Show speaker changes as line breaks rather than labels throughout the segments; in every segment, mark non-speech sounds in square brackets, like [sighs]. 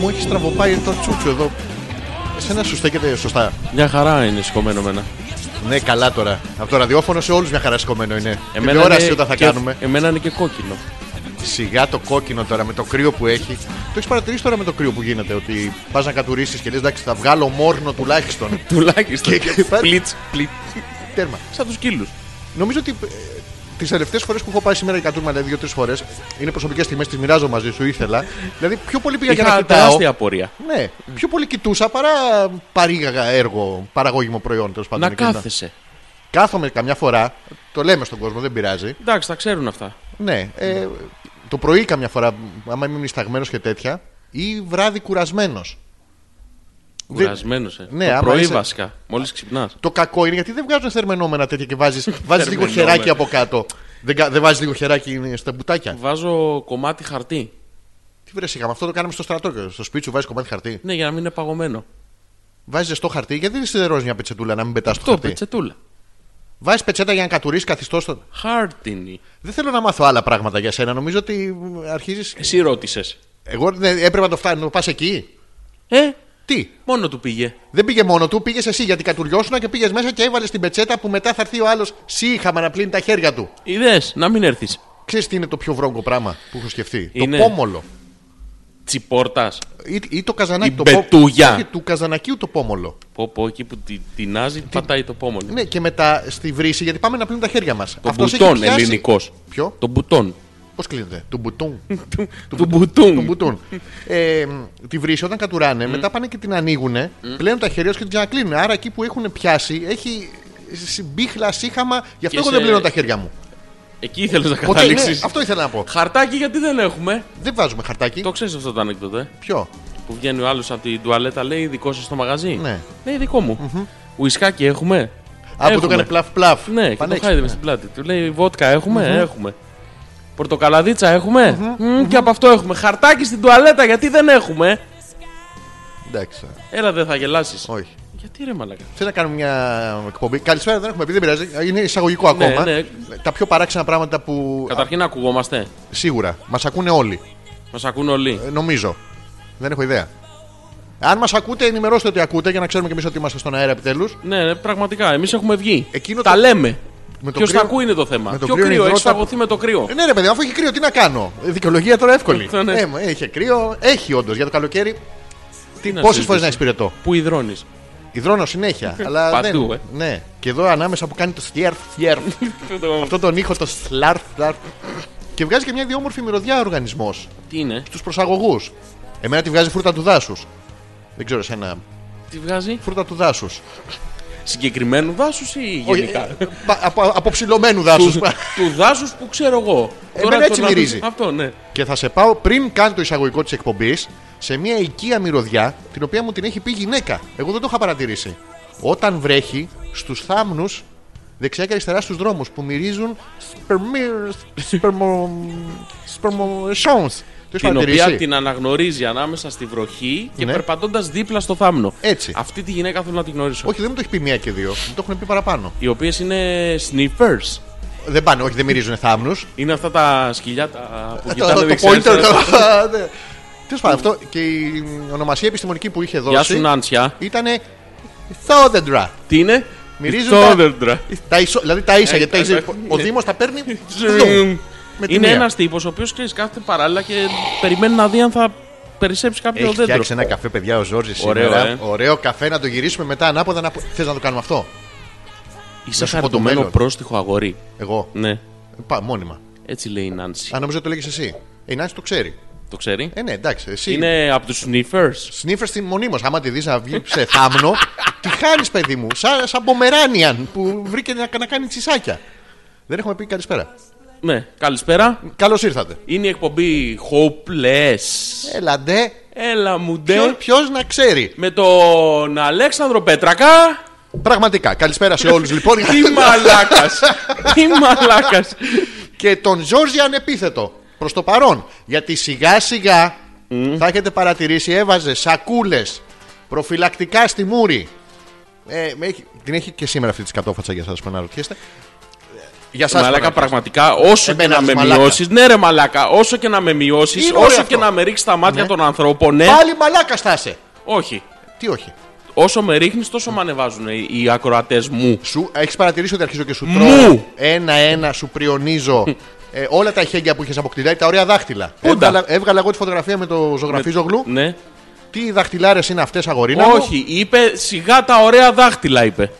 μου έχει στραβοπάει το τσούτσου εδώ. Εσένα σου στέκεται σωστά.
Μια χαρά είναι σηκωμένο μένα.
Ναι, καλά τώρα. Από το ραδιόφωνο σε όλους μια χαρά σκομμένο είναι.
Εμένα
Εμένα όραση
είναι
όταν θα
και-
κάνουμε.
Εμένα είναι και κόκκινο.
Σιγά το κόκκινο τώρα με το κρύο που έχει. Το έχεις παρατηρήσει τώρα με το κρύο που γίνεται. Ότι πας να κατουρίσεις και λες, εντάξει, θα βγάλω μόρνο τουλάχιστον.
[laughs] Τουλάχιστον.
Και- και-
Πλίτς, πλίτ.
Τέρμα.
Σαν τους σκύλου.
Νομίζω ότι ε, τις τελευταίες φορές που έχω πάει σήμερα η κατούρμα, δηλαδή δύο-τρει φορές, είναι προσωπικές στιγμές, τις μοιράζω μαζί σου, ήθελα. Δηλαδή πιο πολύ πήγα για να
Είχα
κοιτάω.
τεράστια απορία.
Ναι, πιο πολύ κοιτούσα παρά παρήγαγα έργο, παραγώγιμο προϊόν τέλος πάντων.
Να
εκείνα.
κάθεσαι.
Κάθομαι καμιά φορά, το λέμε στον κόσμο, δεν πειράζει.
Εντάξει, τα ξέρουν αυτά.
Ναι, ε, το πρωί καμιά φορά, άμα είμαι νησταγμένο και τέτοια, ή βράδυ κουρασμένος.
Κουρασμένος, ε.
Ναι,
το
άμα
πρωί
είσαι-
βασικά. Μόλις ξυπνάς.
Το κακό είναι γιατί δεν βγάζουν θερμενόμενα τέτοια και
[laughs]
βάζεις βάζεις λίγο
Θερμενόμενα.
χεράκι από κάτω. Δεν, κα- δεν βάζεις λίγο χεράκι στα μπουτάκια.
Βάζω κομμάτι χαρτί.
Τι βρες σιγά, με αυτό το κάναμε στο στρατό. και Στο σπίτι σου βάζεις κομμάτι χαρτί.
Ναι, για να μην είναι παγωμένο.
Βάζεις ζεστό χαρτί, γιατί δεν σιδερώνεις μια πετσετούλα να μην πετάς το
Το
χαρτί.
πετσετούλα.
Βάζεις πετσέτα για να κατουρίσει καθιστός. στο-
Χάρτινη.
Δεν θέλω να μάθω άλλα πράγματα για σένα. Νομίζω ότι αρχίζεις.
Εσύ ρώτησες.
Εγώ ναι, έπρεπε να το φτάνω, να πας εκεί.
Ε,
Τι.
μόνο του πήγε.
Δεν πήγε μόνο του, πήγες εσύ γιατί κατουριώσουν και πήγες μέσα και έβαλες την πετσέτα που μετά θα έρθει ο άλλος σύγχαμα να πλύνει τα χέρια του.
Ιδέε, να μην έρθεις.
Ξέρεις τι είναι το πιο βρώγκο πράγμα που έχω σκεφτεί.
Είναι.
Το πόμολο.
Τσιπόρτας.
Ή, ή το καζανάκι.
Η
το πο-
πετουγιά.
Όχι, του καζανακίου το πόμολο.
Πω, πω, εκεί που τη, τεινάζει, πατάει το πόμολο.
Ναι, και μετά στη βρύση γιατί πάμε να πλύνουμε τα χέρια μας.
Το μπουτόν ελληνικός.
Ποιο?
Το μπουτόν.
Πώς κλείνεται. Του μπουτούν.
[laughs] Του
Του
μπουτούν.
μπουτούν. Ε, μ, τη βρύση όταν
Mm.
κατουράνε, μετά πάνε και την ανοίγουν, πλένουν τα χέρια τους και την ξανακλίνουν. Άρα εκεί που έχουν πιάσει έχει σ- μπίχλα, σύχαμα. Γι' αυτό
Και
εγώ
σε-
δεν πλένω τα χέρια
[laughs]
μου.
Εκεί ήθελες να
Ποτέ, ναι,
καταλήξεις.
αυτό ήθελα να πω.
Χαρτάκι γιατί δεν έχουμε.
Δεν βάζουμε χαρτάκι.
Το ξέρεις αυτό το ανέκδοτο, ε.
Ποιο.
Που βγαίνει ο άλλος από την τουαλέτα, λέει δικό σας στο μαγαζί.
Ναι.
Λέει δικό μου. Ουισκάκι έχουμε.
Α, που το
Έχουμε.
έκανε πλαφ πλαφ.
Ναι, και το
Πανέξυπνα.
χάιδε με στην πλάτη. Του λέει βότκα έχουμε, Ε, έχουμε. Πορτοκαλαδίτσα έχουμε. Μμμ, Και από αυτό έχουμε. Χαρτάκι στην τουαλέτα γιατί δεν έχουμε.
Εντάξει.
Έλα δεν θα γελάσεις.
Όχι.
Γιατί ρε μαλακά.
Θέλω να κάνουμε μια εκπομπή. Καλησπέρα, δεν έχουμε πει, δεν πειράζει. Είναι εισαγωγικό ακόμα.
ναι.
Τα πιο παράξενα πράγματα που.
Καταρχήν ακουγόμαστε.
Σίγουρα. Μας ακούνε όλοι.
Μας ακούν όλοι.
Ε, Νομίζω. Δεν έχω ιδέα. Αν μας ακούτε, ενημερώστε ότι ακούτε για να ξέρουμε και εμείς ότι είμαστε στον αέρα επιτέλους.
Ναι, ναι, πραγματικά. Εμείς έχουμε βγει.
Εκείνο
Τα
το-
λέμε.
Με το
Ποιος
κρύο-
τα ακούει είναι το θέμα.
με το
Ποιο
κρύο είναι
κρύο, έχει
υδρότα-
σταγωθεί με το κρύο.
Ε, ναι, ρε παιδί, αφού έχει κρύο, τι να κάνω. Ε, Δικαιολογία τώρα εύκολη.
Αυτό, ναι.
Ε, μου, είχε κρύο, έχει όντως για το καλοκαίρι.
Τι
Πόσε
να συζητήσεις.
φορές να εξυπηρετώ.
Που υδρώνεις.
Υδρώνω
[laughs]
συνέχεια. αλλά
Παντού,
δεν...
ε.
Ναι. Και εδώ ανάμεσα που κάνει το στιέρφ, στιέρφ. αυτό τον ήχο, το σλάρφ, σλάρφ. και βγάζει και μια ιδιόμορφη μυρωδιά ο οργανισμός
Τι είναι.
στους προσαγωγούς. Εμένα τη βγάζει φρούτα του δάσους. Δεν ξέρω εσένα.
Τι βγάζει.
Φρούτα του δάσους.
Συγκεκριμένου δάσους ή
ε,
γενικά.
από, από ψηλωμένου δάσους.
του, του δάσους που ξέρω εγώ.
Εμένα έτσι
το να-
μυρίζει.
Αυτό, ναι.
Και θα σε πάω πριν κάνει το εισαγωγικό της εκπομπής σε μια οικία μυρωδιά την οποία μου την έχει πει γυναίκα. Εγώ δεν το είχα παρατηρήσει. Όταν βρέχει στους θάμνους δεξιά και αριστερά στους δρόμους που μυρίζουν σπερμ. σπερμοσόουν. Το έχει
Την οποία
παρατηρήσει.
την αναγνωρίζει ανάμεσα στη βροχή και
Ναι.
περπατώντας δίπλα στο θάμνο.
Έτσι.
Αυτή τη γυναίκα θέλω να τη γνωρίσω.
Όχι, δεν μου το έχει πει μία και δύο. Μου το έχουν πει παραπάνω.
Οι οποίες είναι sniffers.
Δεν πάνε, όχι, δεν μυρίζουν θάμνους.
Είναι αυτά τα σκυλιά τα που
Ε, [laughs] Το
κοιτάνε
το
δεξιά,
pointer.
αριστερά.
[laughs] Τέλος πάντων, αυτό και η ονομασία επιστημονική που είχε
Γεια σου,
δώσει
Νάντσια.
ήταν Θόδεντρα.
Τι είναι?
Μυρίζουν
Το
τα-
δέντρα.
Τα ισο- δηλαδή τα ίσα,
Ε,
γιατί τα
τα-
ίσα-
τα-
ο
ναι.
Δήμος τα παίρνει.
Ζουμ.
με τη
ε, Είναι
μία.
ένας τύπος ο οποίος ξέρεις κάθεται παράλληλα και περιμένει να δει αν θα περισσέψει κάποιο
Έχει
δέντρο.
φτιάξει ένα καφέ, παιδιά, ο Ζόρζης
Ωραίο,
σήμερα.
ε.
Ωραίο καφέ να το γυρίσουμε μετά ανάποδα. Να... Θες να το κάνουμε αυτό.
Είσαι
Να σου πω το
χαριτωμένο
μέλλον.
πρόστιχο αγορί.
Εγώ.
Ναι,
Πα, μόνιμα.
έτσι λέει η Νάνση.
Αν νομίζω το λέγεις εσύ. Ε, η Νάνση το ξέρει.
Το ξέρει.
Ε, ναι, εντάξει. Εσύ.
Είναι από τους sniffers.
Σνίφερ στην μονίμω. Άμα τη δεις να βγει σε θάμνο, τη χάνεις, παιδί μου. Σαν, σαν Πομεράνιαν που βρήκε να, να κάνει τσισάκια. Δεν έχουμε πει καλησπέρα.
Ναι, καλησπέρα.
Καλώς ήρθατε.
Είναι η εκπομπή Hopeless.
Έλαντε.
Ναι. Έλα μου ντε.
Ποιος να ξέρει.
Με τον Αλέξανδρο Πέτρακα.
Πραγματικά. Καλησπέρα σε όλους λοιπόν.
[laughs]
[laughs]
Τι μαλάκας. Τι μαλάκας.
και τον Ζόρζι ανεπίθετο προς το παρόν. Γιατί σιγά σιγά θα έχετε παρατηρήσει, έβαζε σακούλες προφυλακτικά στη μούρη. Ε, με έχει- την έχει και σήμερα αυτή τη κατόφατσα για εσά που αναρωτιέστε. Για σας,
Μαλάκα,
Παναγιώτη.
πραγματικά, όσο
Εμένα
και
τους
να με
μαλάκα.
μειώσεις, ναι, ρε Μαλάκα, όσο και να με μειώσεις,
Είναι ωραίο
όσο
αυτό.
και να με ρίξεις τα μάτια
Ναι.
των ανθρώπων, ναι,
Πάλι μαλάκα θα είσαι.
όχι.
Τι όχι.
Όσο με ρίχνεις, τόσο με ανεβάζουν οι, οι ακροατές μου.
Σου έχεις παρατηρήσει ότι αρχίζω και σου
Μου.
τρώω. Ένα-ένα σου πριονίζω. ε, όλα τα χέγγια που είχες αποκτηδάει, τα ωραία δάχτυλα.
Πού τα?
Έβγαλα, έβγαλα εγώ τη φωτογραφία με το ζωγραφί ζογλού.
Ναι.
Τι δαχτυλάρε είναι αυτές, αγορίνα.
Όχι, είπε σιγά τα ωραία δάχτυλα, είπε.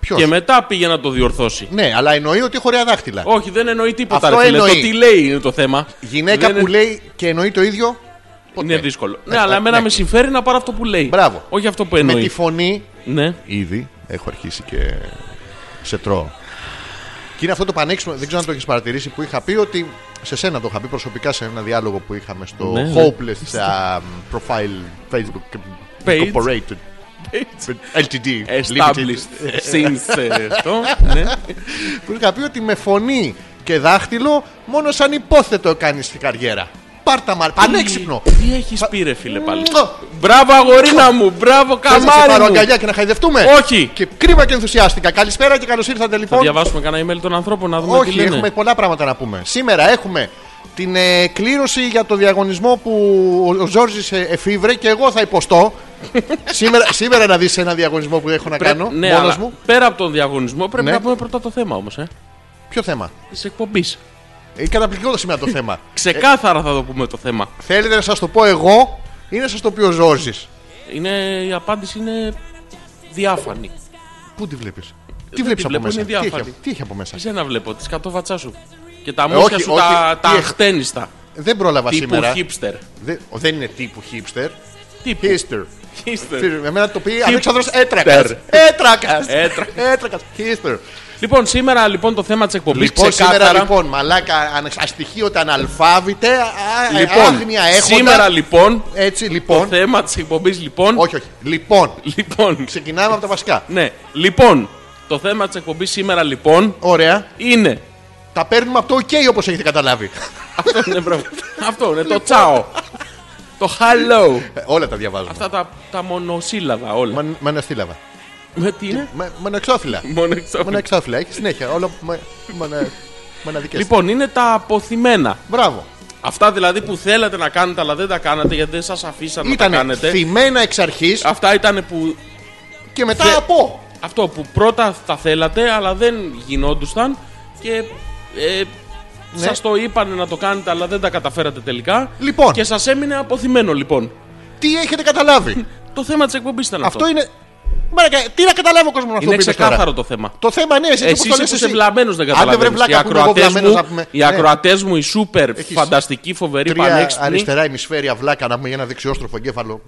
Ποιος.
Και μετά πήγε να το διορθώσει.
Ναι, αλλά εννοεί ότι έχω ωραία δάχτυλα.
Όχι, δεν εννοεί τίποτα.
Αυτό
ρε φίλε.
εννοεί.
Το τι λέει είναι το θέμα.
Γυναίκα
Δεν
που λέει και εννοεί το ίδιο. ποτέ.
Είναι δύσκολο. Ναι,
Ε,
αλλά
ε,
εμένα
ναι.
με συμφέρει να πάρω αυτό που λέει.
Μπράβο.
Όχι αυτό που
Με
εννοεί.
τη φωνή.
Ναι.
Ήδη έχω αρχίσει και σε τρώω. Και είναι αυτό το πανέξιμο, δεν ξέρω αν το έχεις παρατηρήσει, που είχα πει ότι σε σένα το είχα πει προσωπικά σε ένα διάλογο που είχαμε στο
Ναι, ναι.
Hopeless um, Profile Facebook
Page.
Incorporated LTD. Limited.
Established since ε, αυτό. ναι.
ε, Που είχα πει ότι με φωνή και δάχτυλο μόνο σαν υπόθετο κάνει την καριέρα. Πάρτα μα, πανέξυπνο!
Τι έχεις πει, ρε φίλε πάλι.
Μουα.
Μπράβο, αγορίνα μου, μπράβο,
Κάτσε να ε. σε πάρω
καμάρι. μου.
αγκαλιά και να χαϊδευτούμε.
Όχι.
Και κρίμα και ενθουσιάστηκα. Καλησπέρα και καλώς ήρθατε
Θα
λοιπόν.
διαβάσουμε κανένα email των ανθρώπων να δούμε τι
Όχι,
λένε.
έχουμε πολλά πράγματα να πούμε. Σήμερα έχουμε την ε, κλήρωση για το διαγωνισμό που ο Ζόρζη εφήβρε και εγώ θα
[laughs]
υποστώ. σήμερα, σήμερα να δεις ένα διαγωνισμό που έχω να
Πρέ-
κάνω
ναι,
μόνος
αλλά
μου.
Πέρα από τον διαγωνισμό, πρέπει
Ναι.
να πούμε πρώτα το θέμα όμως. Ε,
Ποιο θέμα.
της εκπομπής.
Ε, Είναι καταπληκτικό το σήμερα το θέμα.
Ξεκάθαρα θα το πούμε το θέμα.
Θέλετε να σας το πω εγώ ή να σας το πει ο Ζόρζης.
Είναι, η απάντηση είναι διάφανη.
Πού τη βλέπεις. Τι
τη
βλέπει από
βλέπω,
μέσα.
είναι
Τι έχει,
διάφανη.
τι έχει από μέσα.
Εσένα βλέπω, τη κατόβατσά σου. Και τα
Ε,
μόσια
όχι,
σου
όχι,
τα,
τι
τα
έχω-
χτένιστα.
Δεν πρόλαβα
Τύπου
σήμερα. Ε,
hipster.
Δεν, ο, δεν είναι τύπου hipster.
Τύπου
Hipster.
hipster.
Hipster. Εμένα το πει Αλέξανδρος Έτρακας. Έτρακας. Έτρακας. Hipster.
Λοιπόν, σήμερα λοιπόν το θέμα της εκπομπής
Λοιπόν,
ξεκάθαρα.
σήμερα λοιπόν, μαλάκα, ανε- αστοιχείωτα αναλφάβητε, α-
Λοιπόν,
άγνοια ε, έχοντα.
σήμερα λοιπόν
Έτσι,
το
λοιπόν.
θέμα της εκπομπής λοιπόν.
Όχι, όχι. Λοιπόν,
Λοιπόν,
ξεκινάμε από τα βασικά.
ναι, λοιπόν, το θέμα της εκπομπής σήμερα λοιπόν
Ωραία.
είναι.
Τα παίρνουμε από το OK όπως έχετε καταλάβει.
Αυτό είναι, μπράβο. Αυτό είναι το τσάο. Το hello.
Ε, Όλα τα διαβάζουμε.
Αυτά τα, τα μονοσύλλαβα όλα.
Μα- Με αναστήλαβα.
Με τι είναι?
Με με ανεξόφυλλα.
Μονεξόφυλλα.
Με ανεξόφυλλα. Έχει συνέχεια. Όλο με με- με αναδικές.
Λοιπόν, είναι τα αποθυμένα.
Μπράβο.
Αυτά δηλαδή που θέλατε να κάνετε αλλά δεν τα κάνατε γιατί δεν σας αφήσαν να τα
Ήταν
κάνετε.
θυμένα εξ αρχής
Αυτά ήταν που.
και μετά
Θε-
από.
Αυτό που πρώτα τα θέλατε αλλά δεν γινόντουσαν και. Ε,
Ναι.
Σας το είπανε να το κάνετε, αλλά δεν τα καταφέρατε τελικά.
Λοιπόν.
Και σας έμεινε αποθυμένο, λοιπόν.
Τι έχετε καταλάβει.
Το θέμα της εκπομπής ήταν αυτό.
Αυτό είναι. Μαρακα, τι να καταλάβει ο κόσμος αυτό
Είναι
που είπες τώρα.
ξεκάθαρο το θέμα.
Το θέμα είναι εσύ, που
Εσύ
το λες
είσαι βλαμμένος, δεν
Άντε βρε
καταλαβαίνεις.
βλάκα
Οι
που είμαι εγώ
ακροατές
βλαμμένος
μου-
να πούμε.
Οι
Ναι.
ακροατές μου, οι σούπερ,
Έχεις
φανταστικοί, φοβεροί,
Τρία
πανέξυπνοι.
αριστερά ημισφαίρια βλάκα να πούμε για ένα δεξιόστροφο εγκέφαλο.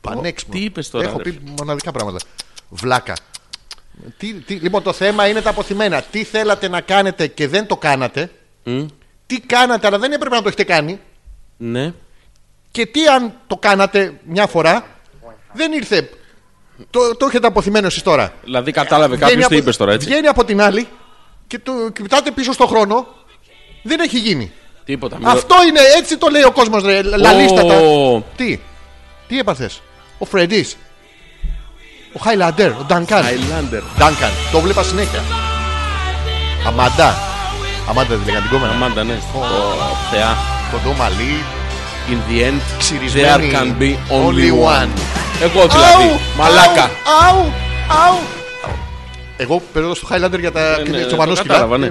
Πανέξυπνο.
Τι είπες τώρα,
Έχω
ρε.
πει μοναδικά πράγματα. Βλάκα. Τι, τι, λοιπόν, το θέμα είναι τα αποθυμένα. Τι θέλατε να κάνετε και δεν το κάνατε. Τι κάνατε, αλλά δεν έπρεπε να το έχετε κάνει.
Ναι.
Και τι αν το κάνατε μια φορά. Δεν ήρθε. Το, το έχετε αποθυμένο εσείς τώρα.
Δηλαδή κατάλαβε
Βγαίνει
κάποιο
από-
τι είπες τώρα, έτσι.
Βγαίνει από την άλλη και το κοιτάτε πίσω στον χρόνο. Δεν έχει γίνει.
Τίποτα. μη-
Αυτό είναι, έτσι το λέει ο κόσμος, ρε. Λαλίστατα. Τι, τι έπαθες. Ο Φρεντής. Ο Χάιλαντερ, ο Ντανκάν.
Highlander.
Ντανκάν, το βλέπα συνέχεια. Αμαντά. Αμάντα δεν λέγανε την κόμμα.
Αμάντα, ναι. Ω, Θεά.
Το ντομαλί.
In the end,
Ξυρισμένη.
there can be
Only
only
one.
one. Εγώ δηλαδή. Μαλάκα.
Αου, αου. Εγώ παίρνω στο Χάιλαντερ για τα
Ναι, ναι, ναι,
τσοπανό
το
[laughs]
κατάλαβα, ναι.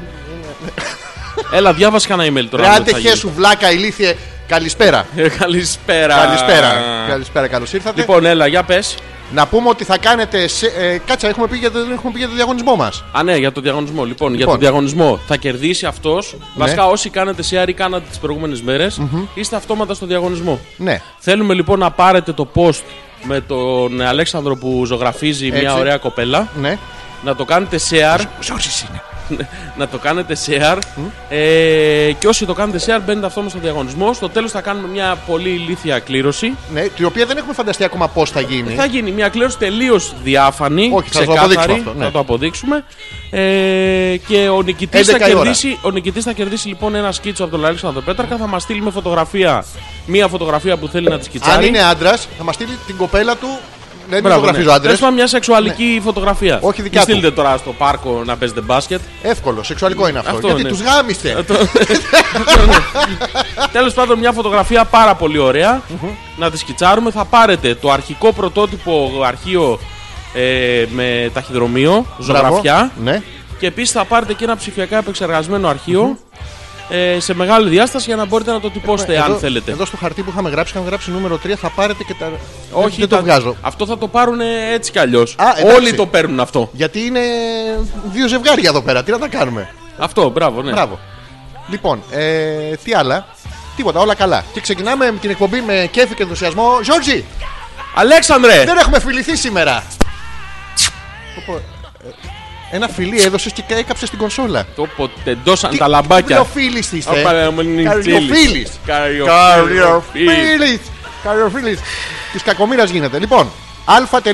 Έλα, διάβασε κανένα email τώρα.
Ρε
αν δεν
άντε
θα γίνει.
χέσου βλάκα ηλίθιε Καλησπέρα
Ε, Καλησπέρα.
Καλησπέρα Καλησπέρα καλώς ήρθατε
Λοιπόν, έλα, για πες.
Να πούμε ότι θα κάνετε σε, ε, Κάτσα έχουμε πει, για το, έχουμε πει για το διαγωνισμό μας
Α, ναι, για το διαγωνισμό. Λοιπόν, για
Λοιπόν. Ναι.
το διαγωνισμό θα κερδίσει αυτός. Βασικά, όσοι κάνετε share ή κάνατε τις προηγούμενες είστε αυτόματα στο διαγωνισμό.
Ναι
Θέλουμε λοιπόν να πάρετε το post με τον Αλέξανδρο που ζωγραφίζει μια
Έτσι.
ωραία κοπέλα.
Ναι
Να το κάνετε share.
Ζόρις είναι
[laughs] να το κάνετε share. Ε, και όσοι το κάνετε share, μπαίνετε αυτόματα στο διαγωνισμό. Στο τέλος θα κάνουμε μια πολύ ηλίθια κλήρωση.
ναι, Την οποία δεν έχουμε φανταστεί ακόμα πώς θα γίνει
Θα γίνει μια κλήρωση τελείως διάφανη.
Όχι, θα το
ξεκάθαρη.
αποδείξουμε αυτό, ναι.
Θα το αποδείξουμε. Ε, και ο νικητής
11
θα,
η ώρα.
κερδίσει, ο νικητής θα κερδίσει λοιπόν ένα σκίτσο από τον Αλέξανδρο Πέτρακα. Θα μας στείλει με φωτογραφία. Μία φωτογραφία που θέλει να τη σκιτσάρει.
Αν είναι άντρας θα μας στείλει την κοπέλα του Ναι, μην
Μπράβο,
φωτογραφίζω
ναι.
άντρες. Ναι.
Τέλος πάντων, μια σεξουαλική φωτογραφία.
Όχι δικιά
Μην
του.
στείλτε τώρα στο πάρκο να παίζετε μπάσκετ.
Εύκολο, σεξουαλικό είναι αυτό.
Αυτό,
Γιατί
ναι.
τους γάμιστε.
Τέλος πάντων, μια φωτογραφία πάρα πολύ ωραία. Να τη σκιτσάρουμε. Θα πάρετε το αρχικό πρωτότυπο αρχείο ε, με ταχυδρομείο,
Μπράβο.
ζωγραφιά.
Ναι.
Και επίσης θα πάρετε και ένα ψηφιακά επεξεργασμένο αρχείο, ε, σε μεγάλη διάσταση για να μπορείτε να το τυπώσετε αν
Εδώ-
θέλετε.
Εδώ στο χαρτί που είχαμε γράψει, είχαμε γράψει νούμερο 3, θα πάρετε και τα.
Όχι,
δεν το
τα-
βγάζω.
Αυτό θα το πάρουν έτσι κι αλλιώς.
Α, εντάξει.
Όλοι το παίρνουν αυτό.
Γιατί είναι δύο ζευγάρια εδώ πέρα. Τι να τα κάνουμε.
Αυτό, μπράβο, ναι.
Μπράβο. Λοιπόν, ε, τι άλλα. Τίποτα, όλα καλά. Και ξεκινάμε με την εκπομπή με κέφι και ενθουσιασμό. Γιώργη,
Αλέξανδρε!
δεν έχουμε φιληθεί σήμερα. Πω, πω, ε, Ένα φιλί έδωσες και έκαψες την κονσόλα.
Το τεντώσαν τα λαμπάκια.
Καλοφίλη είστε.
Καριοφίλη.
Καριοφίλης. Καριοφίλης. Καριοφίλης. Της κακομήρα γίνεται. Λοιπόν,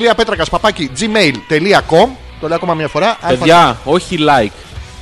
α.πέτρακα παπάκι gmail.com. Το λέω ακόμα μια φορά. αλφα-
Παιδιά, όχι like.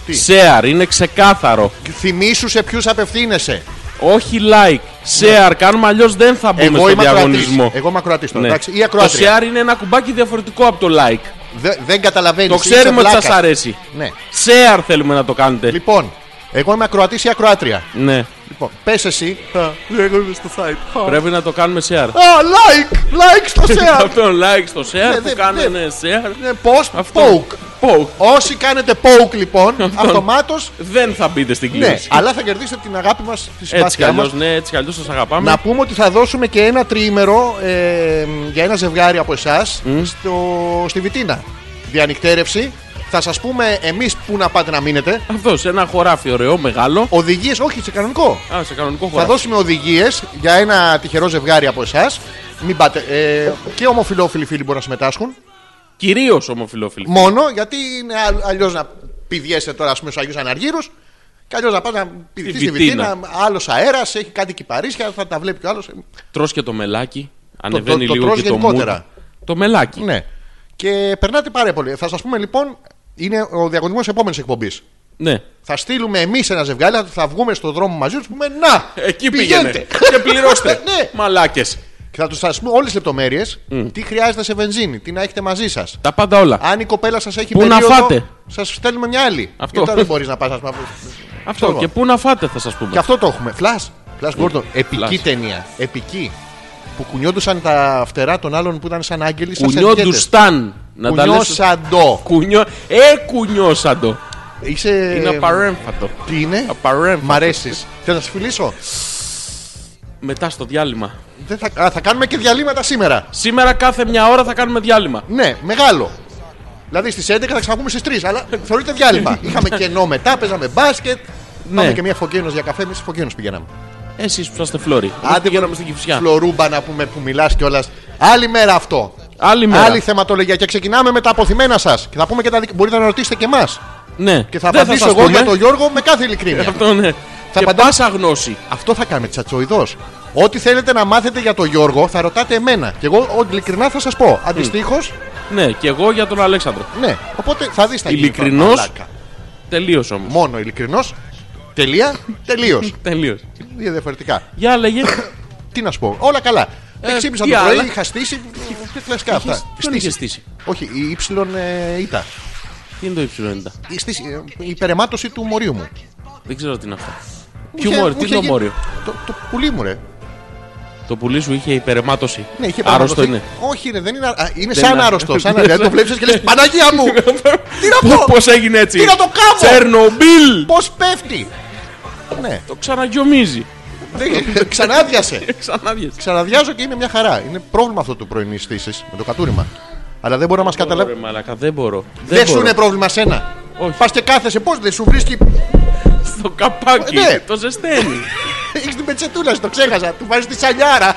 Τι?
Share, είναι ξεκάθαρο.
Θυμήσου σε ποιους απευθύνεσαι.
Όχι like. Share, κάνουμε αλλιώς δεν θα μπούμε
Ναι. Εγώ
στο
είμαι ακροατής.
διαγωνισμό.
Εγώ είμαι ακροατής τώρα.
Ναι.
Εντάξει, ή
Το
ακροάτρια.
share είναι ένα κουμπάκι διαφορετικό από το like.
Δε- Δεν καταλαβαίνεις.
Το ξέρουμε ότι σας αρέσει.
Ναι.
Share θέλουμε να το κάνετε.
Λοιπόν, εγώ είμαι ακροατής ή ακροάτρια.
Ναι.
Λοιπόν, πες εσύ. Εγώ είμαι στο site.
Πρέπει να το κάνουμε share.
Α, like! Like
[laughs]
στο share!
Αυτό like στο share
ναι,
που κάνουν
ναι.
share.
Πώ,
Αυτό.
poke.
Poke.
Όσοι κάνετε poke λοιπόν, αυτομάτως.
Δεν θα μπείτε στην
Ναι,
κλίση.
αλλά θα κερδίσετε την αγάπη μας, τη
Έτσι κι
συμπάθειά
αλλιώ,
μα.
ναι, έτσι κι αλλιώς σας αγαπάμε.
Να πούμε ότι θα δώσουμε και ένα τριήμερο ε, για ένα ζευγάρι από εσάς στη Βιτίνα. Διανυκτέρευση. Θα σας πούμε εμείς πού να πάτε να μείνετε.
Αυτός σε ένα χωράφι ωραίο, μεγάλο.
Οδηγίες, όχι σε κανονικό.
Α, σε κανονικό
Θα
χωράφι.
δώσουμε οδηγίες για ένα τυχερό ζευγάρι από εσάς. Μην πάτε. Ε, και ομοφυλόφιλοι φίλοι μπορούν να συμμετάσχουν.
Κυρίως ομοφυλόφιλοι.
Μόνο γιατί είναι αλλιώς να πηδιέσαι τώρα ας πούμε, στους Αγίους Αναργύρους και αλλιώς να πας να πηδιθεί στη
Βιτίνα.
Βιτίνα. Άλλος αέρας, έχει κάτι κυπαρίσια, θα τα βλέπει κι άλλος.
Τρώ και το μελάκι. Ανεβαίνει
το- το
λίγο
τρως
και το
γενικότερα.
μούτ. Το μελάκι.
Ναι. Και περνάτε πάρα πολύ. Θα σας πούμε λοιπόν, είναι ο διαγωνισμός επόμενης εκπομπής.
Ναι.
Θα στείλουμε εμείς ένα ζευγάρι, θα βγούμε στον δρόμο μαζί τους και πούμε Να!
Εκεί
πηγαίνετε.
πήγαινε. και πληρώστε.
[laughs] Ναι.
Μαλάκες.
Και θα τους θα σας πούμε όλες τις λεπτομέρειες, τι χρειάζεται σε βενζίνη, τι να έχετε μαζί σας.
Τα πάντα όλα.
Αν η κοπέλα σας έχει
Πού να φάτε.
σας στέλνουμε μια άλλη.
Αυτό.
Γιατί τώρα δεν μπορείς να πας.
[laughs] Αυτό. Και πού να φάτε, θα σας πούμε.
Και αυτό το έχουμε. Flash. Flash Gordon. Επική
Flash.
ταινία. Επική. Που κουνιόντουσαν τα φτερά των άλλων που ήταν σαν άγγελοι. σαν σερβιέτες.
Κουνιόντουσταν. Να τα λες.
Κουνιώσαν το.
Κουνιό... Ε, κουνιώσαν το.
Είσαι.
Είναι απαρέμφατο.
Τι είναι.
Απαρέμφατο.
Μ' αρέσεις. Θέλω να σα φιλήσω.
Μετά στο διάλειμμα.
Δεν θα... Α, θα κάνουμε και διαλύματα σήμερα.
Σήμερα κάθε μια ώρα θα κάνουμε διάλειμμα.
Ναι, μεγάλο. Δηλαδή στις 11 θα ξαναπούμε στις 3, αλλά θεωρείται
[laughs]
διάλειμμα. Είχαμε κενό μετά, παίζαμε μπάσκετ.
Ναι.
Πάμε και μια φωκένος για καφέ, εμείς φωκένο πηγαίναμε.
Εσείς που είσαστε φλόροι. Άντε πηγαίναμε στην κυφσιά.
Φλωρούμπα να πούμε που μιλάς κιόλας. Άλλη μέρα αυτό.
Άλλη μέρα.
Άλλη θεματολογία. Και ξεκινάμε με τα αποθυμένα σας. Και θα πούμε και τα δικ- Μπορείτε να ρωτήσετε και εμάς.
Ναι.
Και θα
Δεν
απαντήσω
σας
εγώ
πούμε.
για τον Γιώργο με κάθε ειλικρίνεια.
[laughs] Αυτό ναι. και
απαντά-
πάσα γνώση.
Αυτό θα κάνουμε, τσατσοειδό. Ό,τι θέλετε να μάθετε για τον Γιώργο θα ρωτάτε εμένα. Και εγώ ο- ειλικρινά θα σας πω. Αντιστοίχως,
Ναι, και εγώ για τον Αλέξανδρο.
ναι. Οπότε θα δεις τα γίνει τώρα,
Ειλικρινός.
μαλάκα.
Τελείως όμως.
Μόνο ειλικρινός. Τελεία. Τελείως.
Τελείως.
Διαφορετικά. [coughs]
Για λέγε.
Τι να σου πω. Όλα καλά. Δεν ξύπνησα
Ε, τι
το πρωί,
άλλα?
είχα στήσει. Τι κλασικά
Είχες-
αυτά.
Ποιον είχες στήσει.
Όχι, η ύψιλον ε, ήττα.
Τι είναι το υψηλό 90.
Η στήση, ε, Η υπερεμάτωση του μορίου μου.
Δεν ξέρω τι είναι αυτό.
Μου
Ποιο
είχε-
μόριο,
μου
τι
είχε
είναι το
γίνει-
μόριο.
Το, το πουλί μου, ρε.
Το πουλί σου είχε υπερεμάτωση.
Ναι, είχε
Άρρωστο
παραδοθεί.
είναι.
Όχι, ρε, δεν είναι, α, είναι
Δεν
σαν
είναι.
άρρωστο. Σαν, δηλαδή το βλέπεις και λες Παναγία
[laughs]
μου! Τι να πω!
Πώς έγινε έτσι.
Τι να το κάνω!
Τσερνομπίλ.
Πώς πέφτει! Ναι,
Το ξαναγιομίζει.
δεν-
Ε,
ξανάδιασε.
Ξανάδιες.
Ξαναδιάζω και είναι μια χαρά. Είναι πρόβλημα αυτό του πρωινή στήσης με το κατούριμα. Αλλά δεν μπορεί να μας
Ρε
καταλάβει.
μαλάκα, δεν μπορώ.
Δεν σου
μπορώ.
είναι πρόβλημα σένα.
Όχι.
Πας και κάθεσαι, πώς δεν σου βρίσκει.
Στο καπάκι.
Ναι.
Το ζεσταίνει.
Έχεις την πετσετούλα σου, το ξέχασα. Του βάζεις τη σαλιάρα.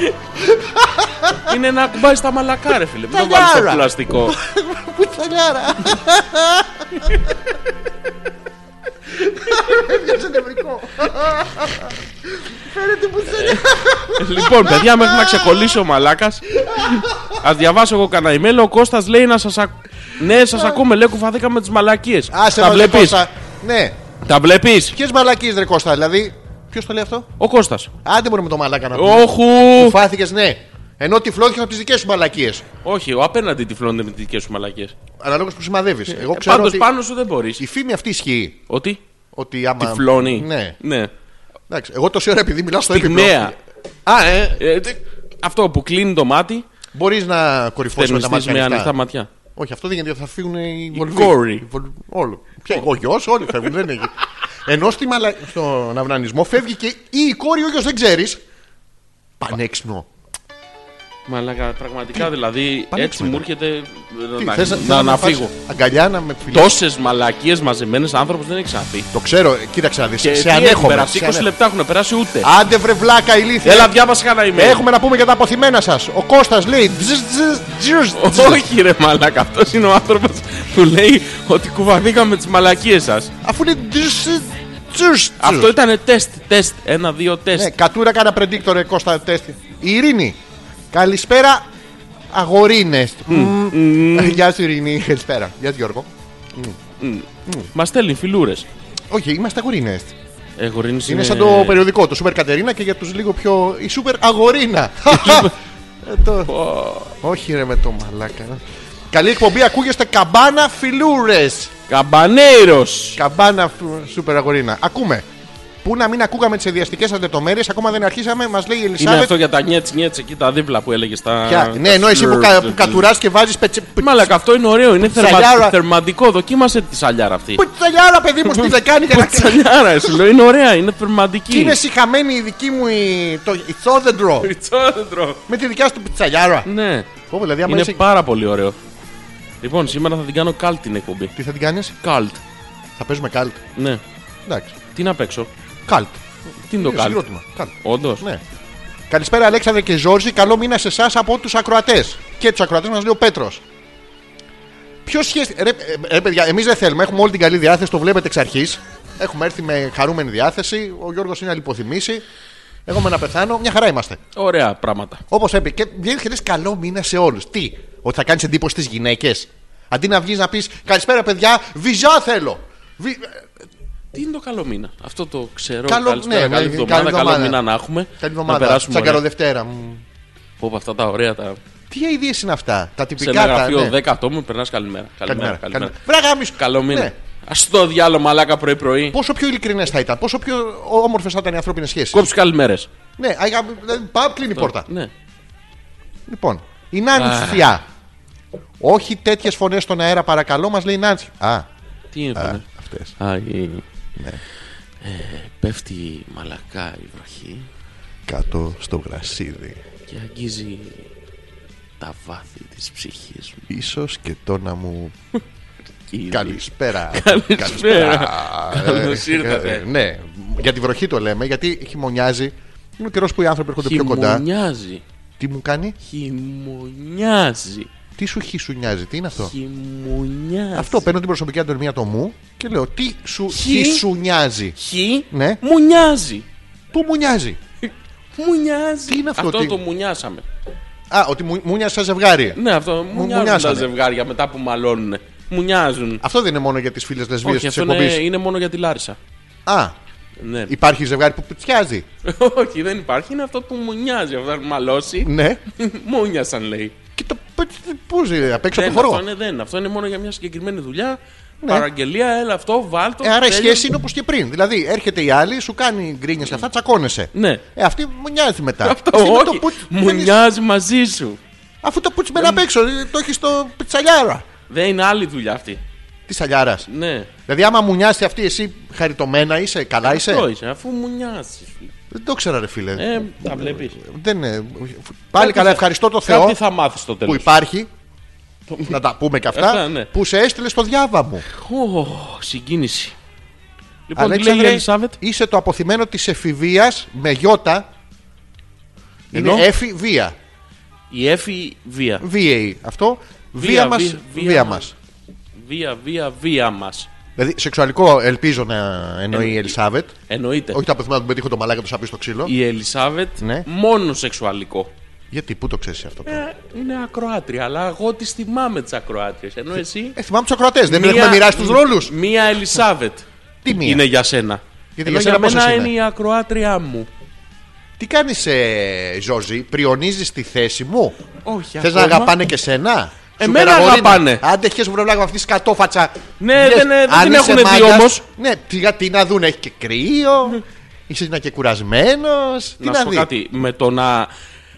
[laughs]
είναι ένα κουμπάρι στα μαλακά, ρε φίλε. Μην το
Τσαλιάρα.
βάλεις στο πλαστικό.
Πού τη σαλιάρα. [laughs] Έπιασε νευρικό. Φαίνεται που τη σαλιάρα.
λοιπόν, παιδιά, μέχρι να ξεκολλήσει ο μαλάκας. Ας διαβάσω εγώ κανένα email. Ο Κώστας λέει να σας. Ακ... Ναι, σας ακούμε, λέει κουφαθήκαμε με τις μαλακίες.
Άσε
Τα
μας, ρε
βλέπεις.
Κώστα. Ναι.
Τα βλέπεις.
Ποιες μαλακίες ρε Κώστα, δηλαδή. Ποιος το λέει αυτό.
Ο Κώστας.
Άντε μπορούμε το μαλάκα να πούμε.
Όχου.
Φάθηκε, ναι. Ενώ τυφλώθηκε από τις δικές σου μαλακίες.
Όχι, ο απέναντι τυφλώνεται με τις δικές σου μαλακίες.
Αναλόγως που σημαδεύεις. Εγώ ξέρω
Πάντως
ότι
πάνω σου δεν μπορείς.
η φήμη αυτή ισχύει.
Ότι
Ότι άμα.
τυφλώνει.
Ναι.
ναι.
Εντάξει, εγώ τόση ώρα επειδή μιλάω στο έπιπλο.
Πυγμαία.
Α, ε,
Ε, τι- αυτό που κλείνει το μάτι,
μπορείς να κορυφώσεις με τα
θερμιστείς
μάτια
με
ανοιχτά.
ανοιχτά ματιά.
Όχι, αυτό δεν γίνεται, θα φύγουν οι Βολβοί.
κόροι.
Οι Βολ- Όλο. Ποια, ο γιος, όλοι φεύγουν, δεν έχει. Ενώ στη μαλα... στον αυνανισμό φεύγει και ή η κόρη, ο γιος δεν ξέρεις. Πανέξυπνο.
Μαλάκα, πραγματικά δηλαδή έτσι
Πανέξυπνο
μου
ήταν.
έρχεται να-
Τι,
να,
θες
να-
θες
να
φας
φύγω.
Αγκαλιά να με φιλήσει.
Τόσες μαλακίες μαζεμένες άνθρωπος δεν έχει ξαναπεί.
Το ξέρω, ε, κοίταξε να δεις.
Και
Σε
τι έχουν
ανέχομαι.
περάσει,
σε
20
ανέχομαι.
λεπτά έχουν περάσει ούτε.
Άντε βρε βλάκα ηλίθεια.
Έλα, διάβασε κανένα email.
Ε, Έχουμε να πούμε για τα αποθυμένα σας. Ο Κώστας λέει. «Τζζζ, τζζζ, τζζζ, τζζζ».
[laughs] Όχι, ρε μαλάκα, αυτός είναι ο άνθρωπος που λέει ότι κουβανήκαμε τις μαλακίες σας.
Αφού είναι. «Τζζζ, τζζζ,
Αυτό
τζζζ».
ήταν τεστ, τεστ. Ένα, δύο τεστ.
Ναι, κατούρα κάνα predictor, ρε Κώστα τέστη. Η Ειρήνη. Καλησπέρα, αγορίνες. [laughs] Γεια σου, Ειρήνη. Καλησπέρα. Γεια σου, Γιώργο. Ναι.
Μας στέλνει Ε, φιλούρες.
Όχι, είμαστε αγορίνες.
Ναι. Εγώ
Είναι σαν το περιοδικό, το Super Κατερίνα και για τους λίγο πιο. Η Super Αγορίνα. [laughs] Ε, το- Όχι, ρε με το μαλάκα. Καλή εκπομπή, ακούγεστε καμπάνα φιλούρες.
Καμπανέιρος.
Καμπάνα φου- Super Αγορίνα. Ακούμε. Πού να μην ακούγαμε τις εδιαστικές σα λεπτομέρειε, ακόμα δεν αρχίσαμε, μας λέει η
Είναι
Ελισάβετ.
αυτό για τα νιέτ νιέτ εκεί τα δίπλα που έλεγες. Τα...
Ποια- Ναι,
τα
ενώ εσύ που, κα,
slurp.
που κατουράς και βάζεις πετσε... π-
Μαλάκα, αυτό είναι ωραίο. Είναι θερμα-
Σαλιάρα.
θερμαντικό. Δοκίμασε τη σαλιάρα αυτή.
Πουτσαλιάρα, παιδί μου, στη δεκάνη για να ξέρει.
[laughs] Σαλιάρα, σου λέω. Είναι ωραία, είναι θερμαντική.
Είναι συχαμένη η δική μου η... το ηθόδεντρο
Ριτσόδεντρο.
με τη δικιά σου πιτσαλιάρα.
Ναι,
Πω, δηλαδή, άμα
είναι
είσαι...
πάρα πολύ ωραίο. Λοιπόν, σήμερα θα την κάνω cult την εκπομπή.
Τι θα την κάνεις,
Cult.
θα παίζουμε καλτ.
Ναι.
Εντάξει,
Τι να παίξω.
καλτ.
Τι είναι το
Είναι
cult.
συγκρότημα. Καλτ.
Όντως.
Ναι. Καλησπέρα Αλέξανδρε και Ζόρζη, καλό μήνα σε εσάς από τους ακροατές. Και τους ακροατές μας λέει ο Πέτρος. Ποιος σχέση. Ρε, ε, ρε, παιδιά, εμείς δεν θέλουμε, έχουμε όλη την καλή διάθεση, το βλέπετε εξ αρχής. Έχουμε έρθει με χαρούμενη διάθεση. Ο Γιώργος είναι να λιποθυμήσει. Εγώ με να πεθάνω. Μια χαρά είμαστε.
Ωραία πράγματα.
Όπως έπρεπε. Και βγαίνει και λε καλό μήνα σε όλους. Τι, ότι θα κάνεις εντύπωση στις γυναίκες. Αντί να βγεις να πεις Καλησπέρα, παιδιά, βυζά θέλω. Βυ... ε,
Τι είναι το καλό μήνα. Αυτό το ξέρω.
Καλό-
Καλό, ναι,
ναι,
καλή
ναι,
εβδομάδα,
καλή
καλό
εβδομάδα.
μήνα να έχουμε.
Καλή
Να
εβδομάδα.
περάσουμε.
Σαν καλό
ωραία.
Δευτέρα. Μμμ.
Πω, πω, αυτά τα ωραία. Τα...
Τι αειδίε είναι αυτά, τα
Σε
τυπικά.
ένα
τα-
γραφείο
ναι.
10 ατόμων περνάς καλημέρα. Καλημέρα.
Καλημέρα.
καλημέρα.
καλημέρα. Βρε γάμισου.
Καλό μήνα.
Ναι.
Ας το διάλο μαλάκα πρωί-πρωί.
Πόσο πιο ειλικρινές θα ήταν, πόσο πιο όμορφες θα ήταν οι ανθρώπινες σχέσεις.
Κόψεις καλημέρες.
Ναι, α, γα- δηλαδή, πά, κλείνει η πόρτα.
Ναι.
Λοιπόν, η Νάνση Θιά. Όχι τέτοιες φωνές στον αέρα, παρακαλώ, μας λέει η Νάνση. Α, Ναι.
Τι είναι αυτό. ναι.
αυτές.
Α, η- Ε, πέφτει μαλακά η βροχή
Κάτω στο γρασίδι.
και αγγίζει τα βάθη της ψυχής μου.
Ίσως και το να μου.
Κύριε.
Καλησπέρα.
Καλησπέρα.
Α,
Καλώς
ε,
ήρθατε.
ε, Ναι, για τη βροχή το λέμε, γιατί χειμωνιάζει. Είναι ο καιρός που οι άνθρωποι έρχονται πιο κοντά.
Χειμωνιάζει.
Τι μου κάνει,
Χειμωνιάζει.
τι σου χισουνιάζει, τι είναι αυτό.
Χειμωνιάζει.
Αυτό παίρνω την προσωπική αντωνυμία το μου και λέω τι σου,
Χι.
τι σου νοιάζει.
Χι
Ναι.
μουνιάζει.
Πού μου νοιάζει.
Μουνιάζει.
Τι είναι αυτό,
αυτό
τι-
το μουνιάσαμε.
Α, ότι μου, μου νοιάζει σαν ζευγάρι.
Ναι, αυτό μουνιάζουν τα
μουνιάσανε.
ζευγάρια μετά που μαλώνουν. Μουνιάζουν.
Αυτό δεν είναι μόνο για τις φίλες λεσβείε
Όχι,
της
αυτό είναι,
εκπομπής.
είναι μόνο για τη Λάρισα.
Α,
Ναι.
υπάρχει ζευγάρι που πιτσιάζει.
[laughs] Όχι, δεν υπάρχει. Είναι αυτό που μουνιάζει. Αυτό που
[laughs]
μαλώσει.
ναι.
Μούνιασαν, λέει.
Και το. Πού ζει, απ' έξω από
Δεν,
το χώρο.
αυτό είναι δεν. Αυτό είναι μόνο για μια συγκεκριμένη δουλειά.
Ναι.
Παραγγελία, έλα αυτό, βάλτο.
Ε, άρα η
τέλειο.
σχέση είναι όπως και πριν. Δηλαδή έρχεται η άλλη, σου κάνει γκρίνια και αυτά, τσακώνεσαι.
Ναι.
Ε, αυτή μου νοιάζει μετά.
Αυτό
Εσύ με το
όχι.
πουτς-
Μουνιάζει μαζί σου.
Αφού το πούτσι μπαίνει απ' έξω, ε, το έχεις στο πιτσαλιάρα.
Δεν είναι άλλη δουλειά αυτή.
Της σαλιάρα.
Ναι.
Δηλαδή, άμα μου νοιάζει αυτή, εσύ χαριτωμένα είσαι, καλά είσαι.
Αυτό είσαι, αφού μουνιάζει.
Δεν το ξέρα, ρε φίλε.
Ε, τα βλέπεις.
Δεν είναι. Πάλι καλά, ευχαριστώ το Θεό
Κάτι θα μάθεις στο
που
τέλος.
υπάρχει. να τα πούμε και
Αυτά,
αυτά.
ναι.
Που σε έστειλε στο διάβα μου.
συγκίνηση. Λοιπόν, τι λέει η
Αλέξανδρε,
Ελισάβετ.
είσαι το αποθυμένο της εφηβείας με γιώτα.
Ενώ?
Είναι έφη βία.
Η Εφη βία.
VA αυτό.
Βία,
Βία μας.
βία, βία
Βία μας.
μας. Βία, βία, βία μας.
Δηλαδή, σεξουαλικό ελπίζω να εννοεί η
Εννοεί.
Ελισάβετ.
Εννοείται.
Όχι τα αποθυμένα του πετύχω το μαλάκα του σαπί στο ξύλο.
Ε, Η Ελισάβετ
Ναι.
μόνο σεξουαλικό.
Γιατί, πού το ξέρεις αυτό. τώρα?
Ε, είναι ακροάτρια, αλλά εγώ τι θυμάμαι τις ακροάτριες. Ενώ εσύ.
Ε, θυμάμαι τους ακροατές. Δεν έχουμε μοιράσει τους ρόλους.
Μία Ελισάβετ
Τι μία.
είναι για σένα.
Γιατί
Ενώ
για σένα πόσες
μένα
είναι?
είναι η ακροάτριά μου.
Τι κάνεις, ε, Ζόζη, πριονίζεις τη θέση μου.
Όχι,
Θες να
ακόμα.
αγαπάνε και σένα.
Εμένα
Σου
αγαπάνε.
Άντε, χες μου βρεβλάγα με αυτή τη σκατόφατσα.
Ναι,
Λες,
δεν, ε, δεν
αν
την
είσαι
έχουνε δει
μάγκας,
όμως. Ναι.
Ναι, τι- γιατί να δουν, έχει και κρύο. Είσαι να και κουρασμένος. Τι
να σου
να
πω
δει.
κάτι. Με το να.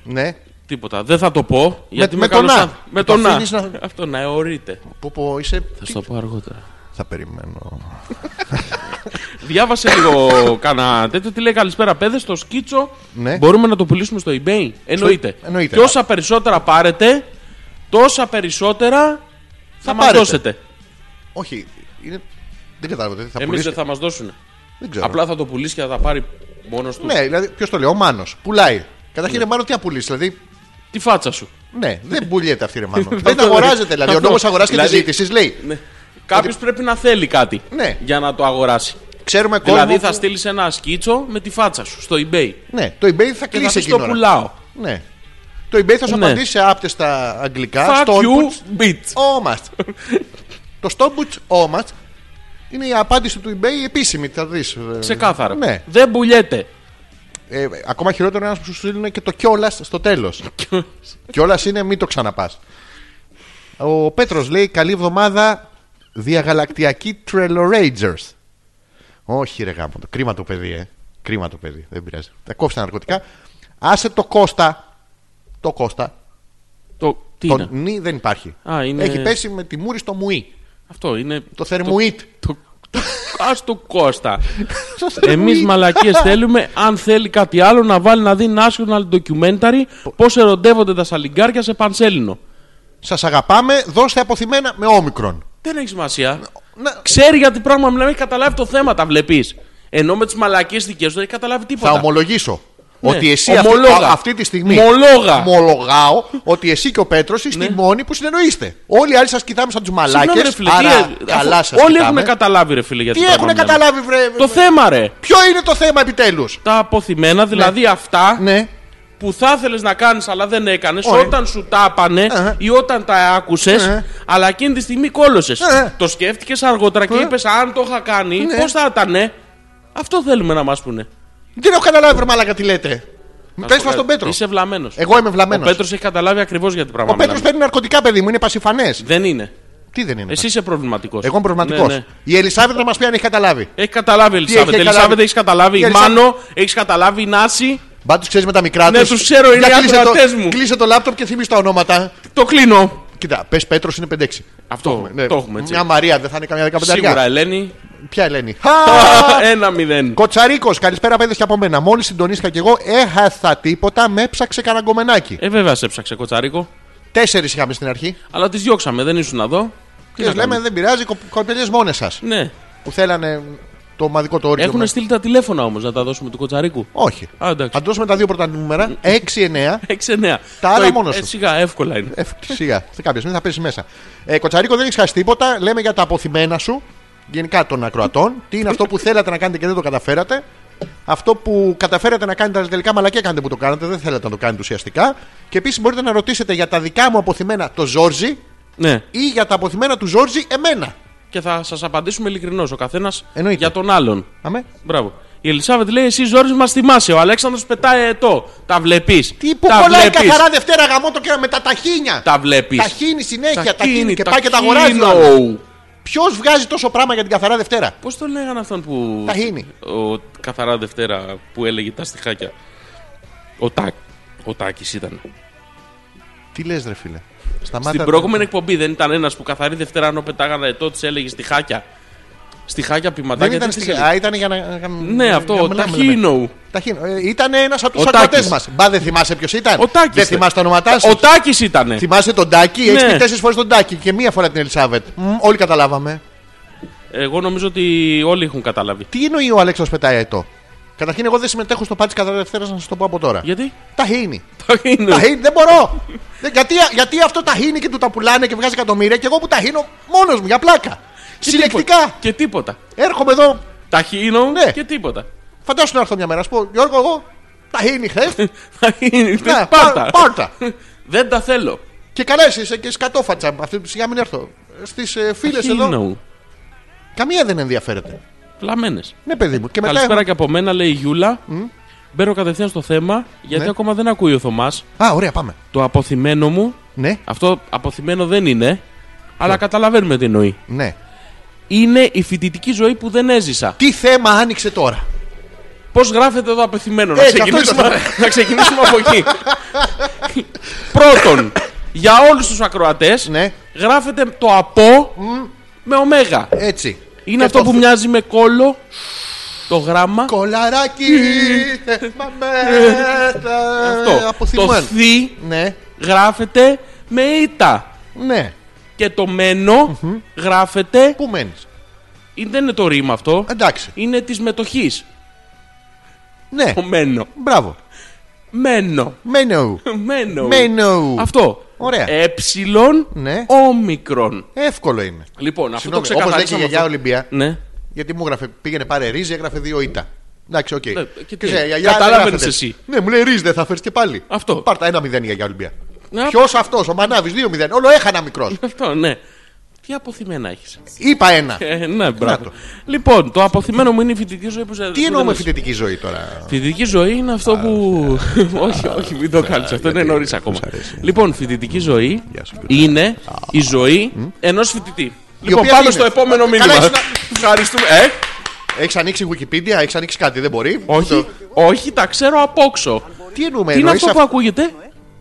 Ναι.
Τίποτα. Δεν θα το πω. Γιατί
με
με,
το
κάνω
να.
στα- Με
Το
το να.
αφήνεις να-
Αυτό να εωρείται.
Πω, πω, είσαι.
Θα
Τι-
σου το πω αργότερα.
Θα περιμένω.
Διάβασε
[laughs]
λίγο κάνα τέτοιο. Τι λέει καλησπέρα, παιδες. Το σκίτσο
Ναι.
μπορούμε να το πουλήσουμε στο eBay. Εννοείται.
εννοείται.
Και όσα περισσότερα πάρετε, τόσα περισσότερα θα, μας
πάρετε.
δώσετε.
Όχι, είναι. Δεν κατάλαβα. Θα
Εμείς
πουλήσει.
δεν θα μας δώσουν.
Δεν ξέρω.
Απλά θα το πουλήσει και θα τα πάρει μόνος του.
Ναι, δηλαδή, ποιος το λέει, ο Μάνος. Πουλάει. Καταρχήν, ναι. Μάνο τι να πουλήσεις. Δηλαδή,
Τη φάτσα σου.
ναι,
[laughs]
δεν πουλιέται αυτή, ρε Μάνο. δεν
Αυτό-
αγοράζεται. Δηλαδή, ο
αυτό.
νόμο αγοράς και τη
Δηλαδή-
ζήτηση λέει.
Ναι. Κάποιος πρέπει να θέλει κάτι
Ναι.
για να το αγοράσει.
Ξέρουμε
δηλαδή
κόσμο
θα
που-
στείλεις ένα σκίτσο με τη φάτσα σου στο eBay.
Ναι, το eBay θα
Και θα
κλείσει
πεις το
εκείνο.
πουλάω.
Ναι. Το eBay θα σου
Ναι.
απαντήσει σε άπτεστα αγγλικά.
Fuck
Stone
you,
boots,
bitch.
Όμως. το Stonebuts όμως είναι η απάντηση του eBay επίσημη. Θα δεις. Ε,
Ξεκάθαρα.
Ναι.
Δεν πουλιέται.
Ε, ακόμα χειρότερο είναι να σου στείλουν και το κιόλας στο τέλος. κιόλας είναι μην το ξαναπάς. Ο Πέτρος λέει: Καλή εβδομάδα διαγαλακτιακή Trelloragers. Όχι, ρε γάμο. το. Κρίμα το παιδί, ε. Κρίμα το παιδί. Δεν πειράζει. Τα κόψει τα ναρκωτικά. Άσε το Κώστα. Το Κώστα.
Το... Τι
Το
είναι.
νι δεν υπάρχει.
Α, είναι-
Έχει πέσει με τη μούρη στο μουή.
Αυτό είναι.
Το θερμουίτ.
Το... Ας του Κώστα. Εμείς μαλακίες θέλουμε, αν θέλει κάτι άλλο, να βάλει να δει national documentary πώς ερωτεύονται τα σαλιγκάρια σε πανσέλινο.
Σας αγαπάμε. Δώστε αποθυμένα με όμικρον.
Δεν έχει σημασία.
Να-
Ξέρει γιατί πράγμα μιλάμε, έχει καταλάβει το θέμα, τα βλέπεις. Ενώ με τις μαλακίες δικές του δεν έχει καταλάβει τίποτα.
Θα ομολογήσω.
Ναι.
Ότι εσύ αυτή,
Ομολόγα.
α- αυτή τη στιγμή.
Μολόγα.
Ομολογάω ότι εσύ και ο Πέτρος είστε οι μόνοι που συνεννοείστε. Όλοι οι άλλοι σας κοιτάμε σαν τους μαλάκε.
Ναι. Συγγνώμη, ρε φίλε,
Άρα
τι-
καλά
αφού
σας
Όλοι
κοιτάμε.
έχουν καταλάβει, ρε φίλε, γιατί.
Τι έχουν καταλάβει, βρε.
Το θέμα, ρε.
Ποιο είναι το θέμα επιτέλους.
Τα αποθυμένα, δηλαδή αυτά
Ναι.
που θα ήθελε να κάνεις αλλά δεν έκανες,
Ωραία.
όταν σου τα επανε
Αχα.
ή όταν τα άκουσες,
Αχα.
αλλά εκείνη τη στιγμή κόλωσες.
Αχα.
Το σκέφτηκες αργότερα και
Ναι.
είπες, αν το είχα κάνει,
Ε, Ναι.
πώς θα ήταν. Αυτό θέλουμε να μας πούνε.
Δεν έχω καταλάβει, βρε μαλάκα, τι λέτε. Μου πες μας τον Πέτρο.
Είσαι βλαμμένος.
Εγώ είμαι
Ο
βλαμμένο.
Πέτρος έχει καταλάβει ακριβώς γιατί πράγμα
Ο Πέτρος
μιλάμε.
παίρνει ναρκωτικά, παιδί μου, είναι πασιφανές.
Δεν είναι.
Τι δεν είναι.
Εσύ είσαι προβληματικός.
Εγώ είμαι προβληματικός.
Ναι, ναι.
Η Ελισάβετ να μας πει αν έχει καταλάβει.
Έχει καταλάβει, Ελισάβετ.
έχει
Ελισάβετ,
καταλάβει?
έχεις καταλάβει.
Η
Η
Ελισάβετ-
Μάνο, έχεις καταλάβει. Η Νάση.
Μπα τους ξέρεις με τα μικρά του.
Ναι, τους ξέρω, είναι οι ακροατές μου.
Κλείσε το λάπτοπ και θυμίζει τα ονόματα.
Το κλείνω.
Κοίτα, πες Πέτρος είναι 5-6.
Αυτό το έχουμε,
Ναι,
το έχουμε έτσι.
Μια Μαρία δεν θα είναι καμιά δεκαπενταριά.
Σίγουρα, ε. Ελένη.
Ποια
[laughs]
Ελένη.
Ένα μηδέν.
Κοτσαρίκος, καλησπέρα παιδες και από μένα. Μόλις συντονίστηκα κι εγώ, έχασα τίποτα, με έψαξε κανένα γκομενάκι.
Ε, βέβαια σε ψάξε κοτσαρίκο.
Τέσσερις είχαμε στην αρχή.
Αλλά τις διώξαμε, δεν ήσουν εδώ.
Και τους Ε, λέμε, δεν πειράζει, κο- κοπελιές μόνες σας.
Ναι.
Που θέλανε το ομαδικό το όριο.
Έχουν
με-
στείλει τα τηλέφωνα όμως να τα δώσουμε του κοτσαρίκου.
Όχι.
Α, εντάξει. Ε.
Θα δώσουμε τα δύο πρώτα νούμερα. 6-9.
6-9.
Τα άλλα
Το-
μόνος
ε,
σου.
Σιγά, εύκολα είναι.
Ε, Σιγά, σε κάποια στιγμή θα πέσει μέσα. Ε, Κοτσαρίκο, δεν έχεις χάσει τίποτα. Λέμε για τα αποθυμένα σου. Γενικά των ακροατών. Τι είναι αυτό που θέλατε να κάνετε και δεν το καταφέρατε. Αυτό που καταφέρατε να κάνετε, αλλά τελικά μαλακία κάνετε που το κάνατε. Δεν θέλατε να το κάνετε ουσιαστικά. Και επίσης μπορείτε να ρωτήσετε για τα δικά μου αποθυμένα το Ζόρζι
Ναι.
ή για τα αποθυμένα του Ζόρζι εμένα.
Και θα σας απαντήσουμε ειλικρινώς ο καθένας
Εννοείται.
για τον άλλον.
Αμέ.
Μπράβο. Η Ελισάβετ λέει: Εσύ Ζόρι μας θυμάσαι. Ο Αλέξανδρος πετάει ετό. Τα βλέπεις.
Τι που
τα
κολλάει
βλέπεις.
καθαρά Δευτέρα γαμό το κέρα με τα ταχύνια.
Τα βλέπεις.
Ταχύνει συνέχεια, ταχύνει και πάει και τα αγοράζει. Ποιος βγάζει τόσο πράγμα για την καθαρά Δευτέρα.
Πώς τον λέγανε αυτόν που.
Ταχύνει.
Ο Καθαρά Δευτέρα που έλεγε τα στιχάκια. Ο Τάκ. Ο Τάκης ήταν.
Τι λες, ρε φίλε. Σταμάτα.
Στην
ρε.
προηγούμενη εκπομπή δεν ήταν ένας που καθαρή Δευτέρα ενώ πετάγανε ετό τη έλεγε στιχάκια. Στιχάκια ποιηματάκια.
Δεν ήταν
τι
στη
τις έλεγε.
Α, ήταν για να. να-
Ναι,
να-
αυτό.
να
Ο
μιλάμε, λέμε.
Ταχύνο.
Ταχύν. Ε, Ήταν ένας από τους
Ο
ακροατές
Τάκης.
μας. Μπα, δεν θυμάσαι ποιος ήταν.
Ο Τάκης.
Δεν θυμάσαι τα ονόματά
Ο
σου.
Τάκης ήταν.
Θυμάσαι τον Τάκη. Έχεις
Ναι.
πει τέσσερις φορές τον Τάκη και μία φορά την Ελισάβετ. Μμ, Όλοι καταλάβαμε.
Εγώ νομίζω ότι όλοι έχουν καταλάβει.
Τι εννοεί ο Αλέξανδρος Πεταέτο. Καταρχήν, εγώ δεν συμμετέχω στο πάτης κατά Δευτέρα, να σας το πω από τώρα.
Γιατί?
Ταχύνη.
Ταχύνο.
Ταχύνη, δεν μπορώ. Δε- γιατί, γιατί αυτό ταχύνει και του τα πουλάνε και βγάζει εκατομμύρια και εγώ που ταχύνω μόνος μου για πλάκα. Συλλεκτικά.
Και τίποτα.
Έρχομαι εδώ.
Ταχύνο
Ναι.
και τίποτα. [laughs]
Φαντάσου να έρθω μια μέρα. να Σου πω, Γιώργο, εγώ ταχύνη χθε.
Ταχύνη.
Ναι,
Πάρτα.
πάρτα.
Δεν τα θέλω.
Και καλά, εσύ είσαι και σκατόφατσα. Αυτή τη σιγά μην έρθω. Στις φίλε εδώ.
Ταχύνο.
Καμία δεν ενδιαφέρεται.
Λαμμένες.
Ναι, παιδί μου. Και μετά.
Καλησπέρα και από μένα, λέει η Γιούλα. Μπαίνω κατευθείαν στο θέμα, γιατί
Ναι.
ακόμα δεν ακούει ο Θωμάς.
Α, ωραία, πάμε.
Το αποθυμένο μου,
Ναι,
αυτό αποθυμένο δεν είναι, αλλά καταλαβαίνουμε τι εννοεί.
ναι.
Είναι η φοιτητική ζωή που δεν έζησα.
Τι θέμα άνοιξε τώρα.
Πώς γράφεται εδώ απεθυμένο,
Ε,
να,
και αυτό
ξεκινήσουμε,
ήθελα.
[laughs] να ξεκινήσουμε από εκεί. Πρώτον, για όλους τους ακροατές,
Ναι.
γράφεται το από με ωμέγα.
Έτσι.
Είναι αυτό που μοιάζει με κόλλο, το γράμμα.
Κολαράκι!
Ε. Αυτό.
Αυτό.
Το θη
Ναι,
γράφεται με ήττα.
ναι.
Και το μενο γράφεται.
Πού μένεις.
Ε, Δεν είναι το ρήμα αυτό.
Εντάξει.
Είναι της μετοχής.
Ναι.
Το μένο.
Μπράβο.
Μένο.
Μένου.
Μένο.
Μένου.
Ε. Αυτό.
Ωραία.
Έψιλον
Ναι.
όμικρον.
Εύκολο είναι.
Λοιπόν, αυτό το
Συγγνώμη, όπω λέει και η
ξεκαθαρίσαμε.
γιαγιά
αυτό.
Ολυμπία,
Ναι.
γιατί μου έγραφε, πήγαινε πάρε ρύζι, έγραφε δύο ήττα. Εντάξει, οκ.
Ναι, και τι,
Ξέρεις, η γιαγιά δεν
καταλάβαινες
γράφεται.
εσύ.
Ναι, μου λέει ρύζι, δεν θα φέρεις και πάλι.
Αυτό.
Πάρτα ένα μηδέν η γιαγιά Ολυμπία.
Να-
Ποιος αυτός, ο Μανάβης, 2-0. Όλο έχανα μικρός.
Αυτό, ναι. Τι αποθυμένα έχεις.
Είπα ένα.
Ε, ναι, μπράβο.
το.
Λοιπόν, το αποθυμένο μου είναι η φοιτητική ζωή που σε.
Τι εννοούμε φοιτητική ζωή τώρα.
Φοιτητική ζωή είναι αυτό που. [laughs] όχι, όχι, μην το κάνεις. Αυτό είναι νωρί ακόμα.
αρέσει.
Λοιπόν, φοιτητική ζωή
Γεια σου, Γιώργο.
είναι η ζωή ενός φοιτητή. Λοιπόν,
οποία
πάμε
είναι.
στο επόμενο
Καλά,
μήνυμα.
ήσουν-
Ευχαριστούμε. Ε,
Έχεις ανοίξει Wikipedia, έχεις ανοίξει κάτι, δεν μπορεί.
όχι,
Το-
όχι, τα ξέρω απόξω.
Τι εννοούμε,
Τι είναι
εννοείς
αυτό που
αυ-
ακούγεται.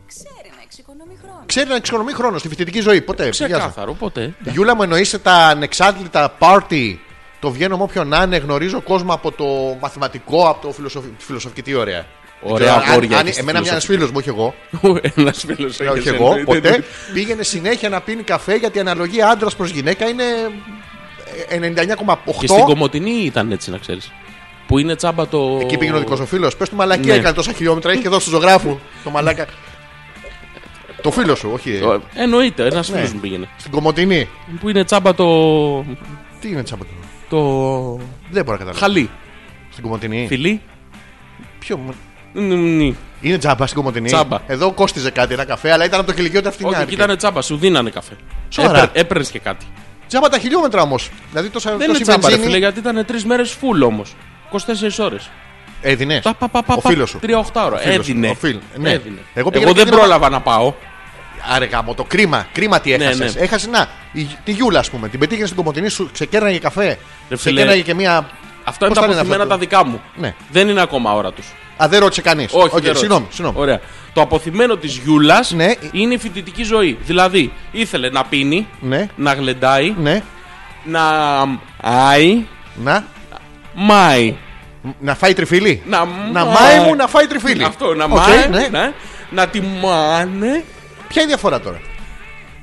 Ξέρει να εξοικονομεί χρόνο.
Ξέρει να εξοικονομεί χρόνο στη φοιτητική ζωή. Ποτέ. βιάζω.
Ξεκάθαρο, ποτέ.
Γιούλα μου εννοείσαι τα ανεξάντλητα πάρτι. Το βγαίνω με όποιον να είναι, γνωρίζω κόσμο από το μαθηματικό, από το φιλοσοφικό. Φιλοσοφική, τι ωραία.
Ωραία
Δεν ξέρω, αν-
αγόρια
αν-
έχεις στη
Εμένα μια
φιλοσοφική.
φίλος μου, όχι εγώ,
Ένας φίλος
Ε, όχι εγώ ποτέ, πήγαινε συνέχεια να πίνει καφέ γιατί η αναλογία άντρας προς γυναίκα είναι ε, 99,8.
Και στην Κομωτινή ήταν έτσι, να ξέρεις. Που είναι τσάμπα το.
Εκεί πήγαινε ο δικός ο φίλος. Πες του μαλακία,
Ναι.
έκανε τόσα χιλιόμετρα, έχει και δώσει του ζωγράφου. το μαλάκα. το φίλο σου, όχι.
Ε, Εννοείται, ένας
Ναι.
φίλος μου πήγαινε.
Στην Κομωτινή.
Που είναι τσάμπα το.
Τι είναι τσάμπα του.
το.
Δεν μπορώ να καταλάβω.
χαλί.
Στην Κομωτινή.
Φιλί.
Ποιο...
Νι.
Είναι τζάμπα στην Κομωτινή.
Τσάμπα.
Εδώ κόστιζε κάτι ένα καφέ, αλλά ήταν από το κηλικείο του
Όχι, εκεί
αυτινιάρικη.
ήταν τσάμπα, σου δίνανε καφέ.
Σοβαρά.
Έπαιρνες και κάτι.
Τζάμπα τα χιλιόμετρα όμως. Δηλαδή τόσα
Δεν είναι
τόση
τσάμπα, ρε
βενζίνη
φίλε, γιατί ήταν τρεις μέρες φουλ όμω. 24 ώρες.
Έδινες.
Τα πα πα πα.
Ο φίλος σου.
3-8 ώρα.
φίλος σου.
Έδινε.
Ο φίλ- ναι.
Έδινε.
Εγώ
Εγώ,
πήγαινα
δεν
και δεν
πρόλαβα να πάω.
Άρε γάμο, το κρίμα. Κρίμα τι
Ναι,
έχασες.
ναι.
Έχασες να. Η, τη γιούλα, ας πούμε. Την πετύχαινε στην Κομωτινή σου, ξεκέρναγε καφέ.
Ρε φίλε,
Ξεκέρναγε και μία.
Αυτά είναι
Πώς
τα
τα λένε
αποθυμένα
αυτά
τα
το-
δικά μου.
Ναι.
Δεν είναι ακόμα ώρα του.
Α, δεν ρώτησε κανείς.
Όχι, δεν
συγγνώμη.
ρώτησα.
συγγνώμη.
Ωραία. Το αποθυμένο της Γιούλας
Ναι.
είναι η φοιτητική ζωή. Δηλαδή, ήθελε να πίνει,
Ναι.
να γλεντάει,
Ναι.
να. Άι,
Να.
μάι.
Να φάει τριφύλι.
Να,
Να μάει μου να φάει τριφύλι.
Αυτό, να
Οκ,
μάει,
ναι.
ναι. να τιμάνε.
Ποια είναι η διαφορά τώρα.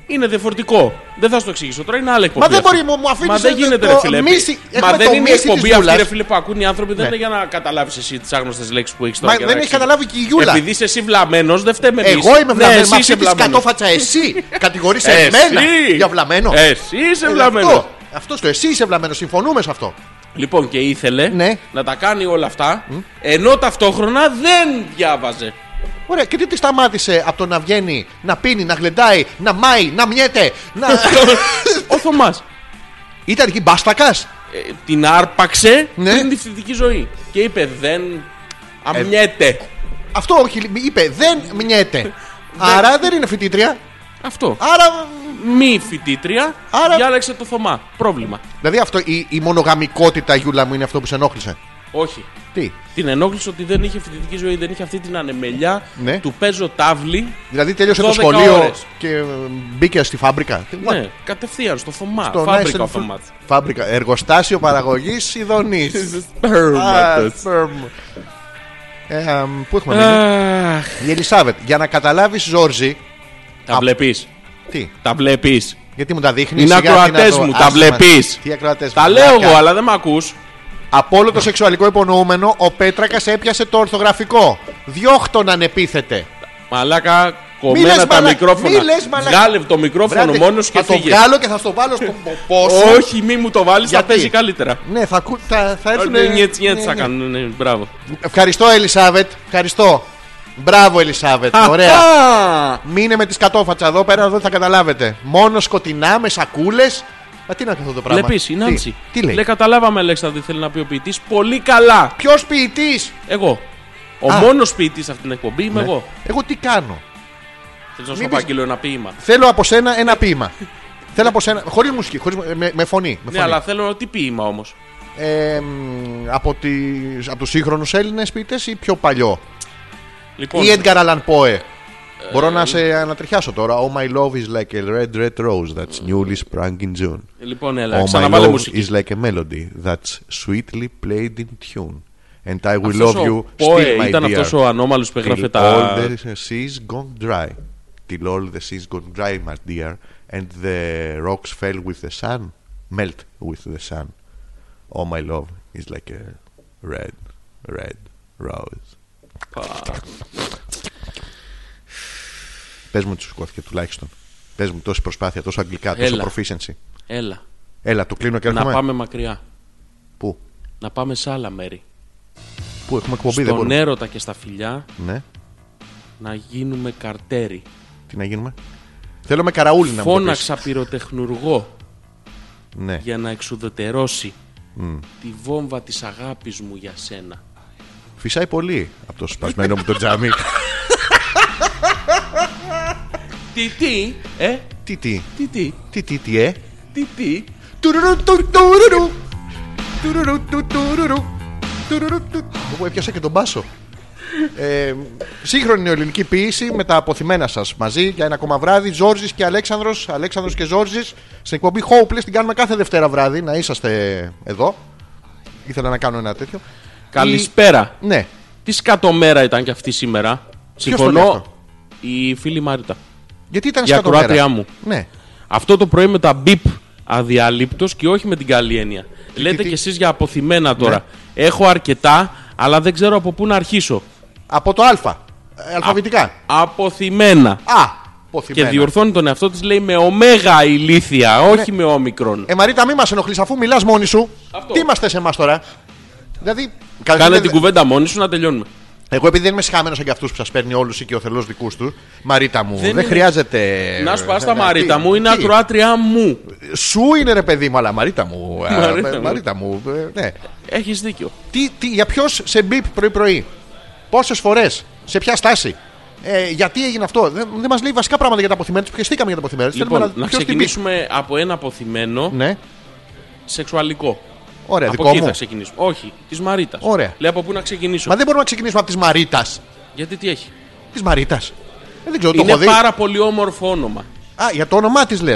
Είναι διαφορετικό. Δεν θα σου το εξηγήσω τώρα, είναι άλλη εκπομπή.
Μα δεν
αυτή.
μπορεί, μου- μου αφήνεις
Μα δεν
το-
γίνεται,
το
ρε φίλε.
μίση-
Μα
έχουμε
δεν
το
είναι η
μίση της
εκπομπή αυτή,
Γιούλας.
ρε φίλε, που ακούνε οι άνθρωποι. Δεν
Ναι.
είναι για να καταλάβεις εσύ τις άγνωστες λέξεις που έχεις τώρα.
Μα
και
δεν
να
έχει
ξέρεις.
καταλάβει και η Γιούλα.
Επειδή είσαι εσύ βλαμμένος, δεν φταίμε εμείς.
Εγώ είμαι
Ναι,
βλαμμένος.
εσύ
Μα
είσαι
αυτή τη
βλαμμένος.
κατόφατσα
[laughs]
εσύ κατηγορείς εμένα
Εσύ!
για βλαμμένο.
Εσύ είσαι
Ε,
βλαμμένος.
Αυτό, αυτός το εσύ είσαι βλαμμένος. Συμφωνούμε σε αυτό.
Λοιπόν, και ήθελε
Ναι.
να τα κάνει όλα αυτά, ενώ ταυτόχρονα δεν
[laughs]
διάβαζε.
Ωραία, και τι τη σταμάτησε από το να βγαίνει, να πίνει, να γλεντάει, να μάει, να μιέται. Να...
[laughs] Ο Θωμά
Ήταν εκεί μπάστακας.
την άρπαξε
Ναι.
πριν τη φοιτητική ζωή και είπε: Δεν αμνιέται.
Ε, Αυτό όχι, είπε δεν
[laughs]
μιέται. Άρα δεν είναι φοιτήτρια.
Αυτό.
Άρα.
Μη φοιτήτρια,
Άρα-
διάλεξε το Θωμά. Πρόβλημα.
Δηλαδή αυτό, η, η μονογαμικότητα, Γιούλα μου, είναι αυτό που σε ενόχλησε.
Όχι.
Τι.
Την ενόχλησε ότι δεν είχε φοιτητική ζωή, δεν είχε αυτή την ανεμελιά
Ναι.
του παίζω τάβλη.
Δηλαδή τελείωσε το
12
σχολείο
ώρες.
και ε, μπήκε στη φάμπρικα. What?
Ναι, κατευθείαν στο Θωμά.
Το
Φάμπρικα
Nice
ο
and
Θωμάς.
Fr- Φάμπρικα. Εργοστάσιο παραγωγής Ιδονής.
[laughs]
Ε, Πού έχουμε
Ε.
μείνει.
Αχ,
Η Ελισάβετ, για να καταλάβεις, Ζόρζι.
Τα βλέπεις.
Τι,
Τα βλέπεις.
γιατί μου τα δείχνεις.
Είναι ακροατές μου, τα βλέπεις.
Τι ακροατές.
Τα λέω εγώ, αλλά δεν με ακού.
Από όλο το σεξουαλικό υπονοούμενο, ο Πέτρακας έπιασε το ορθογραφικό. Διώχτον ανεπίθετε.
Μαλάκα,
Μη λες
κομμένα τα
μαλα-
μικρόφωνα.
μη λες μαλα-
Βγάλε το μικρόφωνο
Βράδυ,
μόνος και
θα το
φύγε.
βγάλω και θα το βάλω
[laughs]
στον ποπό σου.
Όχι, μη μου το βάλεις, θα
Γιατί?
παίζει καλύτερα.
Ναι, θα, ακού- θα, θα έρθουν.
Ναι, νιέτς, νιέτς
ναι,
θα
ναι.
κάνουν. ναι, Μπράβο.
Ευχαριστώ, Ελισάβετ. Ευχαριστώ. Μπράβο, Ελισάβετ. Ωραία.
Α,
Μείνε με τις κατόφατσα εδώ πέρα, εδώ θα καταλάβετε. Μόνο σκοτεινά με σακούλες. Μα τι είναι αυτό το πράγμα.
Λεπείς, η
Τι-
Νάντσι.
Τι λέει.
Λέει, καταλάβαμε, Αλέξανδρε, τι θέλει να πει ο ποιητής. Πολύ καλά.
Ποιος ποιητής.
Εγώ. Ο
Α.
μόνος ποιητής σε αυτήν την εκπομπή είμαι εγώ.
Εγώ τι κάνω.
Θέλω να
Μην
σου
πεις-
παραγγείλω ένα ποίημα.
Θέλω από σένα ένα ποίημα. Θέλω από σένα. Χωρίς μουσική, χωρίς, με, με φωνή. Με
Ναι,
φωνή.
αλλά θέλω τι ποίημα όμως.
Ε, μ, από, τις, από τους σύγχρονους Έλληνες ποιητές ή πιο παλιό.
Λοιπόν,
Ή Edgar Allan Poe. Μπορώ
Ε,
να σε ανατριχιάσω τώρα. Oh my love is like a red red rose that's newly sprung in June.
λοιπόν έλα,
Oh my
ξαναβάλε
love
μουσική.
is like a melody that's sweetly played in tune. And I will
Αυτός
love you
ο
still
Πόε
my
ήταν
dear.
αυτός ο ανώμαλος που έγραφε
Till
τα.
all the seas gone dry. Till all the seas gone dry, my dear, and the rocks fell with the sun, melt with the sun. Oh, my love is like a red, red rose. [sighs] Πες μου τι σου σκόθηκε τουλάχιστον. Πες μου τόση προσπάθεια, τόσο αγγλικά, τόσο
Έλα.
proficiency.
Έλα,
Έλα, το κλείνω και
να
έρχομαι.
πάμε μακριά.
Πού,
Να πάμε σε άλλα μέρη.
πού έχουμε εκπομπή, δεν
Στον
μπορούμε.
έρωτα και στα φιλιά
Ναι,
να γίνουμε καρτέρι.
τι να γίνουμε. Θέλω με καραούλι να μου το πεις.
Φώναξα πυροτεχνουργό
Ναι.
για να εξουδετερώσει τη βόμβα της αγάπης μου για σένα.
Φυσάει πολύ από το σπασμένο μου το
[laughs]
τζάμι.
Τι τι, ε,
Τι τι,
τι τι,
τι τι τι ε.
τι τι.
Τουρουρου, του, τουρουρου. Τουρουρου, του, τουρουρου. Τουρουρου, του. Ω, Έπιασα και τον μπάσο. Ε, σύγχρονη νεοελληνική ποιήση με τα αποθυμένα σας μαζί για ένα ακόμα βράδυ. Ζόρζης και Αλέξανδρος, Αλέξανδρος και Ζόρζης. Στην εκπομπή Hopeless την κάνουμε κάθε Δευτέρα βράδυ να είσαστε εδώ. Ήθελα να κάνω ένα τέτοιο.
Καλησπέρα.
Ή- Ναι,
Τι σκατομέρα ήταν και αυτή σήμερα.
το λέει
Συμφωνώ.
αυτό?
Η φίλη Μαρίτα.
γιατί ήταν
Η
σκατομέρα.
ακροάτριά μου.
Ναι.
Αυτό το πρωί με τα μπιπ αδιαλείπτος και όχι με την καλή έννοια. Λέτε
τι.
κι εσείς για αποθυμένα
Ναι.
τώρα. Έχω αρκετά, αλλά δεν ξέρω από πού να αρχίσω.
Από το Α. ε, Αλφαβητικά.
Αποθυμένα.
Α.
Και
ποθυμένα.
διορθώνει τον εαυτό της λέει με ωμέγα ηλίθια, όχι με όμικρον.
Ε, Μαρίτα, μη μας ενοχλείς αφού μιλάς μόνη σου.
Αυτό.
Τι είμαστε σε εμάς τώρα. Δηλαδή.
Κάνε
καταρχήν,
την κουβέντα μόνη σου να τελειώνουμε.
Εγώ επειδή δεν είμαι σχάμενος σαν και αυτούς που σας παίρνει όλους ή και ο θελός δικούς τους. Μαρίτα μου, δεν,
είναι-
χρειάζεται.
Να σου πάω στα
Ε,
Μαρίτα
τι-
μου, είναι
τι.
ακροάτριά μου.
Σου είναι ρε παιδί μου, αλλά Μαρίτα μου. α,
Μαρίτα
ε,
μου.
Μαρίτα μου. ε, Ναι.
Έχεις δίκιο.
Τι, τι, για ποιος σε μπίπ πρωί-πρωί. Πόσες φορές. Σε ποια στάση. Ε, γιατί έγινε αυτό. Δεν, δεν μας λέει βασικά πράγματα για τα αποθυμένα. Του πιεστήκαμε για τα αποθυμένα.
Λοιπόν, να, ξεκινήσουμε από ένα αποθυμένο
Ναι.
σεξουαλικό.
Ωραία,
από
δικό
εκεί
μου.
θα ξεκινήσουμε. Όχι, της Μαρίτας.
Ωραία.
Λέει από πού να ξεκινήσω.
Μα δεν μπορούμε να ξεκινήσουμε από της Μαρίτας.
Γιατί τι έχει.
Της Μαρίτας. Ε, δεν ξέρω, το
είναι
έχω δει.
πάρα πολύ όμορφο όνομα.
Α, για το όνομά της λες.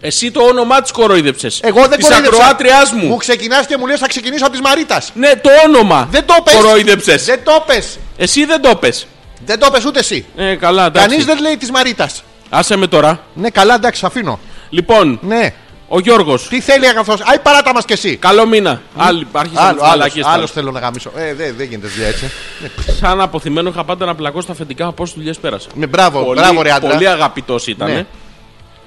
Εσύ το όνομά της κοροϊδέψες.
Εγώ δεν
Της ακροάτριάς μου.
Μου ξεκινάς και μου λες θα ξεκινήσω από της Μαρίτας.
Ναι, το όνομα.
Δεν το πες.
Κοροϊδέψες.
Δεν το πες.
Εσύ δεν το πες.
Δεν το πες ούτε εσύ.
Ε, καλά, εντάξει.
Κανείς δεν λέει της Μαρίτας.
Άσε με τώρα.
Ναι, καλά, εντάξει, σ' αφήνω.
Λοιπόν,
Ναι.
ο Γιώργος.
Τι θέλει αγαθός. Αϊ, παράτα μας κι εσύ.
Καλό μήνα. Άλλη, άρχισε με τις μαλακίες
άλλο
τώρα.
θέλω να γαμίσω. Ε, δεν δεν γίνεται δουλειά έτσι.
Σαν αποθυμένο είχα πάντα να πλακώ στα αφεντικά από όσε δουλειέ πέρασα.
Ναι, μπράβο,
πολύ,
μπράβο, ρε άντρα.
Πολύ αγαπητός ήταν. ε.
Ναι.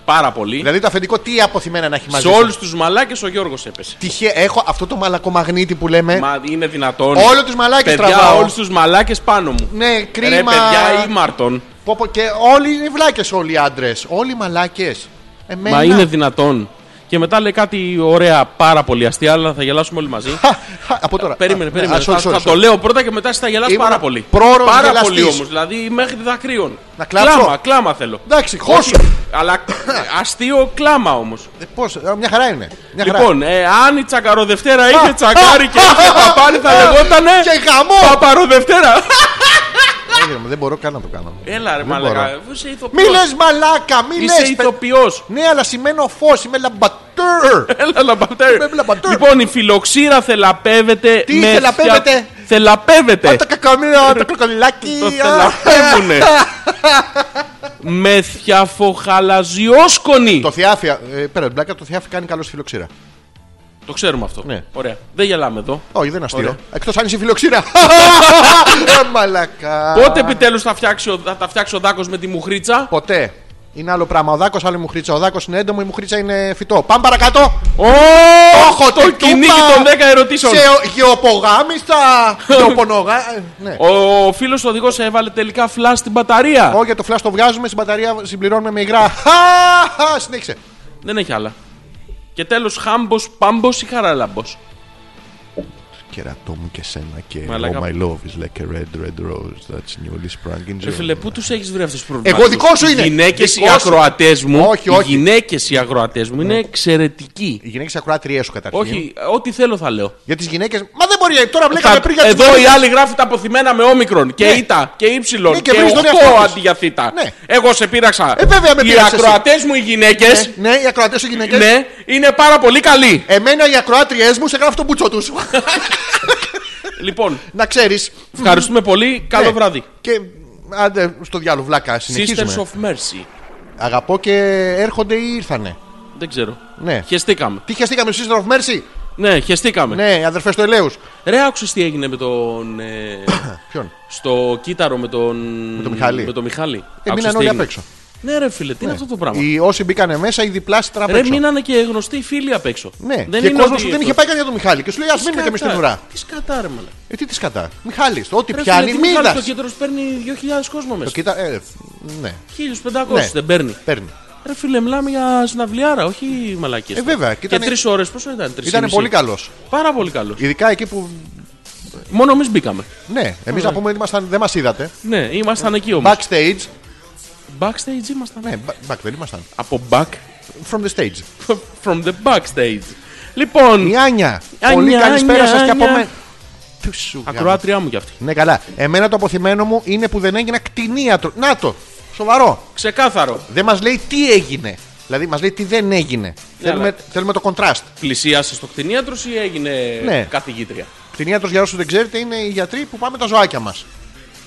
Πάρα πολύ.
Δηλαδή το αφεντικό τι αποθυμένα να έχει μαζί.
Σε
του.
όλους τους μαλάκες ο Γιώργος έπεσε.
Τυχαία, έχω αυτό το μαλακομαγνήτη που λέμε.
Μα είναι δυνατόν.
Ε. Όλο τους μαλάκες
Παιδιά,
τραβάω.
όλους τους μαλάκες πάνω μου.
Ναι, κρίμα.
Ρε παιδιά, ήμαρτον.
Πω, πω, και όλοι είναι βλάκες όλοι οι άντρες. Όλοι οι μαλάκες. Εμένα...
Μα είναι δυνατόν. Και μετά λέει κάτι ωραία, πάρα πολύ αστεία, αλλά θα γελάσουμε όλοι μαζί.
Χα, χα, Από τώρα.
Περίμενε,
Α,
περίμενε.
α, sorry,
θα, θα
sorry,
το
sorry.
λέω πρώτα και μετά εσύ θα γελάς
Ήμουν
πάρα πολύ.
πρόωρος
Πάρα
γελαστής.
πολύ όμως. Δηλαδή μέχρι δακρύων.
Να κλάψω.
Κλάμα, κλάμα θέλω.
Εντάξει, χώσου.
Όχι,
[laughs]
Αλλά αστείο κλάμα όμως.
Ε, Πώς, ε, μια χαρά είναι. Μια χαρά.
Λοιπόν, ε, αν η τσακαροδευτέρα είχε
Α,
τσακάρι
α,
και
α,
είχε
α,
παπάρι θα
α,
λεγότανε.
Και γαμό! [laughs]
Παπαροδευτέρα.
Ε, ρε, Δεν μπορώ καν να το κάνω.
Έλα ρε
Δεν
μαλακά.
μπορώ.
Είσαι
Μη
ηθοποιός.
λες μαλάκα, μη λε.
Ε, λοιπόν, Είσαι ηθοποιός.
Ναι, αλλά σημαίνω φως, είμαι λαμπατέρ.
Έλα λαμπατέρ.
Είμαι λαμπατέρ.
Λοιπόν, η φιλοξήρα θελαπεύεται.
Τι
με
θελαπεύεται?
θια- Θελαπεύεται.
Α, το κακομίρα, το κοκολάκι.
Το
α. [laughs]
θελαπεύουνε. με θιαφοχαλαζιόσκονη.
Το θιάφια, ε, πέρα την πλάκα, το θιάφι κάνει καλός στη φιλοξήρα.
Το ξέρουμε αυτό.
Ναι.
Ωραία. Δεν γελάμε εδώ.
Όχι, δεν είναι αστείο.
Ωραία.
Εκτός αν είσαι
[laughs]
φιλοξήρα. Ε, μαλακά.
Πότε επιτέλους θα, φτιάξει ο- θα τα φτιάξει ο Δάκος με τη μουχρίτσα.
Ποτέ. Είναι άλλο πράγμα. Ο δάκος, άλλη μου χρήτσα. Ο δάκος είναι έντομο, η μου χρήτσα είναι φυτό. Πάμε παρακάτω.
Ω,
Όχο,
το
τι
κυνήγι
τούπα!
των 10 ερωτήσεων.
Σε ο-
[laughs]
γεωπογάμιστα. Γεωπονογά. ε, Ναι.
Ο φίλο οδηγός έβαλε τελικά φλα στην μπαταρία.
Όχι, το φλάσ το βγάζουμε στην μπαταρία, συμπληρώνουμε με υγρά. Χα, χα, Συνέχισε.
Δεν έχει άλλα. Και τέλος, χάμπος, πάμπος ή χαράλαμπος.
Κερατό μου και σένα και
Μαλάκα.
All my love is like a red, red rose that's newly sprung in June.
Ρε Ε, φίλε, πού τους έχεις βρει αυτούς τους προβλήματα.
Εγώ δικό σου είναι.
Γυναίκες
Δικό
οι
σου.
ακροατές μου.
Όχι, όχι. Ναι.
Γυναίκες οι ακροατές μου είναι εξαιρετικοί.
Οι γυναίκες ακροάτριές σου καταρχήν.
Όχι, ό,τι θέλω θα λέω.
Για τις γυναίκες. Μα δεν μπορεί. Τώρα
Τα-
βλέπαμε πριν για τις
Εδώ
γυναίκες.
η άλλη γράφει τα αποθυμένα με όμικρον και
Ναι.
ήττα και
Ναι,
ύψιλον
και
και
βρεις τον
οκτώ
εαυτό της.
αντί για θήτα.
Ναι.
Εγώ σε πείραξα.
Ε, βέβαια με
οι
πείραξες εσύ.
ακροατές μου οι γυναίκες
Ε, Ναι, οι ακροατές σου γυναίκες.
ναι, είναι πάρα πολύ καλοί.
Εμένα οι ακροάτριές μου σε γράφει τον μπουτσό τους.
[laughs] Λοιπόν,
να ξέρεις.
ευχαριστούμε πολύ.
Ναι.
Καλό βράδυ.
Και άντε στο διάλογο, βλάκα.
Sisters
Συνεχίζουμε.
of Mercy.
Αγαπώ και έρχονται ή ήρθανε.
Δεν ξέρω.
Ναι.
Χεστήκαμε.
Τι χαιστήκαμε, Sister of Mercy.
Ναι, χεστήκαμε.
Ναι, αδερφές του Ελέους.
Ρε, άκουσες τι έγινε με τον. ε,
[coughs] Ποιον.
στο κύτταρο με τον. Με
τον Μιχάλη.
Με τον Μιχάλη. Άκουσες
Έμειναν
τι
όλοι απ'
έγινε.
έξω.
Ναι, ρε φίλε, τι είναι αυτό το πράγμα.
Οι όσοι μπήκανε μέσα, οι διπλάστρα απ'
Ρε,
έξω.
μείνανε και γνωστοί φίλοι απ' έξω.
Ναι,
δεν
και ο
είναι
κόσμος
ότι
δεν
αυτό-
είχε πάει καν για τον Μιχάλη. Και σου λέει, ας μείνουμε και εμείς στην
Σκατά.
ουρά.
Τι σκατά, ρε, μαλα.
Ε, τι της κατά. Μιχάλης, ό,τι
Ρε,
πιάνει,
φίλε, τι Μιχάλης
μοίρα.
στο κέντρο σου παίρνει 2.000 κόσμο μέσα.
Κοίτα, ε, ναι,
1.500
Ναι.
δεν παίρνει.
παίρνει.
Ρε φίλε, μιλάμε για συναυλιάρα, όχι μαλακίες.
Ε, βέβαια,
Και,
και ήταν-
τρεις ώρες, πόσο ήταν, τρεις
Ήταν πολύ καλός.
Πάρα πολύ καλός.
Ειδικά εκεί που.
Μόνο εμείς μπήκαμε.
Ναι, εμείς να πούμε ότι ήμασταν- δεν μας είδατε.
Ναι, ήμασταν εκεί όμως.
Backstage.
Backstage ήμασταν.
Ναι, ba- back δεν ήμασταν.
Από back, [laughs]
From the stage.
from the backstage. Λοιπόν,
Η Άνια.
Άνια,
Πολύ καλησπέρα σας και από
Άνια.
μένα. Τι σου γάμο.
ακροάτριά μου κι αυτή.
Ναι, καλά. Εμένα το αποθυμένο μου είναι που δεν έγινα κτηνίατρο. Να το. Σοβαρό.
Ξεκάθαρο.
Δεν μας λέει τι έγινε. Δηλαδή, μας λέει τι δεν έγινε. θέλουμε,
Ναι, αλλά-
θέλουμε το contrast.
Πλησίασες στο κτηνίατρο ή έγινε
Ναι.
καθηγήτρια.
Κτηνίατρος, για όσους δεν ξέρετε, είναι οι γιατροί που πάμε τα ζωάκια μας.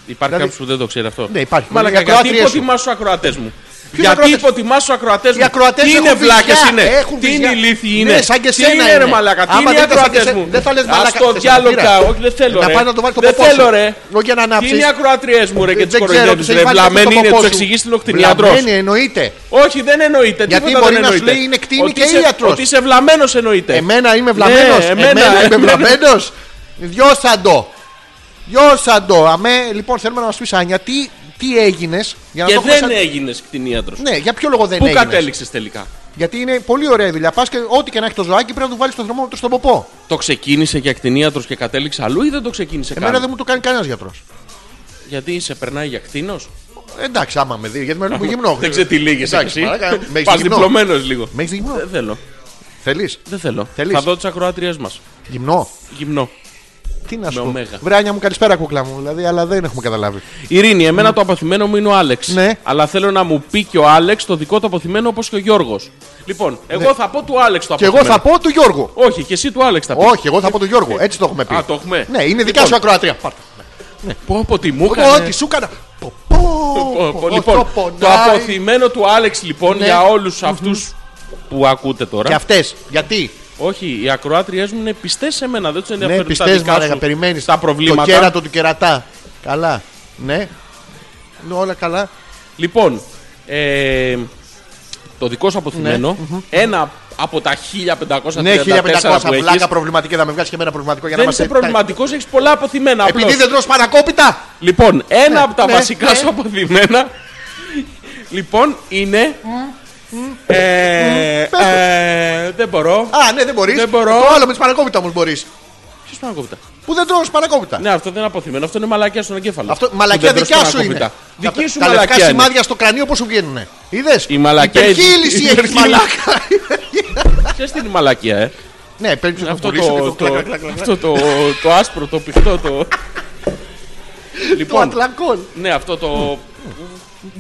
Υπάρχει
Δηλαδή-
κάποιος που δεν το ξέρει αυτό.
Ναι, υπάρχει.
Μαλακα,
Οι
γιατί
ακροάτριές σου.
υποτιμάς τους ακροατές μου.
Ποιους
γιατί
ακροατές?
υποτιμάς τους ακροατές μου.
Οι ακροατές
τι είναι βλάκε είναι.
Έχουν
τι είναι
βυζιά.
ηλίθιοι είναι.
Ναι, σαν και
τι
σένα
είναι, ρε
είναι.
μαλακά. Τι
Άμα
είναι οι
δεν θες σαν και
ακροατέ
σένα,
μου.
δεν θα λες, μαλάκα,
Ας το
θες να
διάλογα.
πειράξεις.
Όχι, δεν θέλω.
Να
ρε.
πάει να το βάλει το
Δεν
ποπό σου.
θέλω, ρε.
Όχι για να
Τι
ανάψεις.
είναι οι ακροατριές μου, ρε, και
Δεν
τι
ξέρω, τους
κοροϊδεύει.
έχει
Ρε,
βάλει
βλαμμένοι
στο
είναι,
ποπό
του
σου.
εξηγήσει τον κτηνιατρό.
Βλαμμένοι εννοείται.
Όχι, δεν εννοείται.
Γιατί
τίποτα
μπορεί
δεν
να σου
εννοείται.
λέει είναι κτίνη
Ότι
και
είσαι-
ήλιατρος.
Ότι είσαι βλαμμένος εννοείται.
Εμένα είμαι βλαμμένος.
Ναι,
εμένα,
εμένα,
είμαι
εμένα.
βλαμμένο. Διώσαντο. Διώσαντο. Αμέ, λοιπόν, θέλουμε να μας πεις, Άνια, τι, τι έγινες. Για να
Και
το έχουμε
δεν
σαν-
έγινες κτηνίατρος.
Ναι, για ποιο λόγο δεν
Πού
έγινες.
κατέληξες τελικά.
Γιατί είναι πολύ ωραία η δουλειά. Πας και ό,τι και να έχει το ζωάκι πρέπει να του βάλεις στο δρόμο του στον ποπό.
Το ξεκίνησε για κτηνίατρος και κατέληξε αλλού ή δεν το ξεκίνησε
Εμένα
καν.
δεν μου το κάνει κανένας γιατρός.
Γιατί σε περνάει για κτίνος.
Εντάξει, άμα με δει, γιατί με βλέπω γυμνό.
Δεν ξέρω τι λίγες
Εντάξει,
εσύ.
μαλάκα, με έχεις
Πας
γυμνό.
διπλωμένος λίγο.
Με έχεις γυμνό.
Δεν θέλω.
Θέλεις.
Δεν θέλω.
Θέλεις?
Θα δω τις ακροάτριές μας.
Γυμνό.
Γυμνό.
Τι να
Με
σου πω.
ωμέγα.
Βράνια μου, καλησπέρα, κούκλα μου. Δηλαδή, αλλά δεν έχουμε καταλάβει.
Ειρήνη, εμένα το αποθυμένο μου είναι ο Άλεξ.
Ναι.
Αλλά θέλω να μου πει και ο Άλεξ το δικό του αποθυμένο όπως και ο Γιώργος. Λοιπόν, εγώ θα πω του Άλεξ το
Ναι. Και εγώ
αποθυμένο.
θα πω του Γιώργου.
Όχι, και εσύ του Άλεξ θα πεις.
Όχι, εγώ θα πω του Γιώργου. Έτσι το έχουμε πει.
Α, το έχουμε.
Ναι, είναι δικιά
Λοιπόν.
σου ακροατρία. Πάρτε.
Ναι. Πω, πω, τι μου
Πω,
έκανες.
τι σου έκανα. Πω, πω,
Πω, πω,
πω,
Λοιπόν, το
πονάει.
αποθυμένο του Άλεξ λοιπόν
Ναι.
για όλους αυτούς που ακούτε τώρα.
Και αυτές. Γιατί.
Όχι, οι ακροάτριές μου είναι πιστές σε μένα, δεν τους
Ναι,
ενδιαφέρουν τα
πιστές
δικά
μάρα,
σου
περιμένεις.
τα προβλήματα.
Το κέρατο του κερατά. Καλά. Ναι. Ναι, όλα καλά.
Λοιπόν, ε, το δικό σου αποθυμένο, ένα από τα 1534
Ναι, 1500
που έχεις,
βλάκα προβληματική. Θα με βγάλεις και εμένα προβληματικό για να
δεν
είμαστε.
είσαι προβληματικός, έχεις πολλά αποθυμένα απλώς.
Επειδή δεν τρώ παρακόπιτα.
Λοιπόν, ένα από τα
ναι,
βασικά
ναι.
σου αποθυμένα, λοιπόν, είναι... Ε,
πες το.
ε, δεν μπορώ.
Α, ναι, δεν μπορείς.
Δεν μπορώ.
Το άλλο με τι παρακόπιτα όμως μπορείς.
Ποιος πάνω κόβεται.
Που δεν τρώ παρακόπιτα.
Ναι, αυτό δεν είναι αποθυμένο, αυτό είναι μαλακιά στον εγκέφαλο.
Αυτό
Που
μαλακία
δεν τρως
δικιά σου
πανακόπιτα.
είναι.
Δική
Τα-
σου
τα λευκά
μαλακιά είναι.
σημάδια στο κρανίο πώς σου βγαίνουνε. Είδες.
Η μαλακιά είναι-
Υπερχείληση
[laughs]
έχει
Υπερχείλη.
μαλάκα.
Ξέρεις τι είναι η μαλακιά, ε.
Ναι, παίρνεις το
Αυτό
κουκουλί σου και
το,
το
το,
κλακ, κλακ, κλακ,
αυτό το, το άσπρο, το πηχτό,
Το
το... λοιπόν,
Ατλακόλ.
ναι, αυτό το...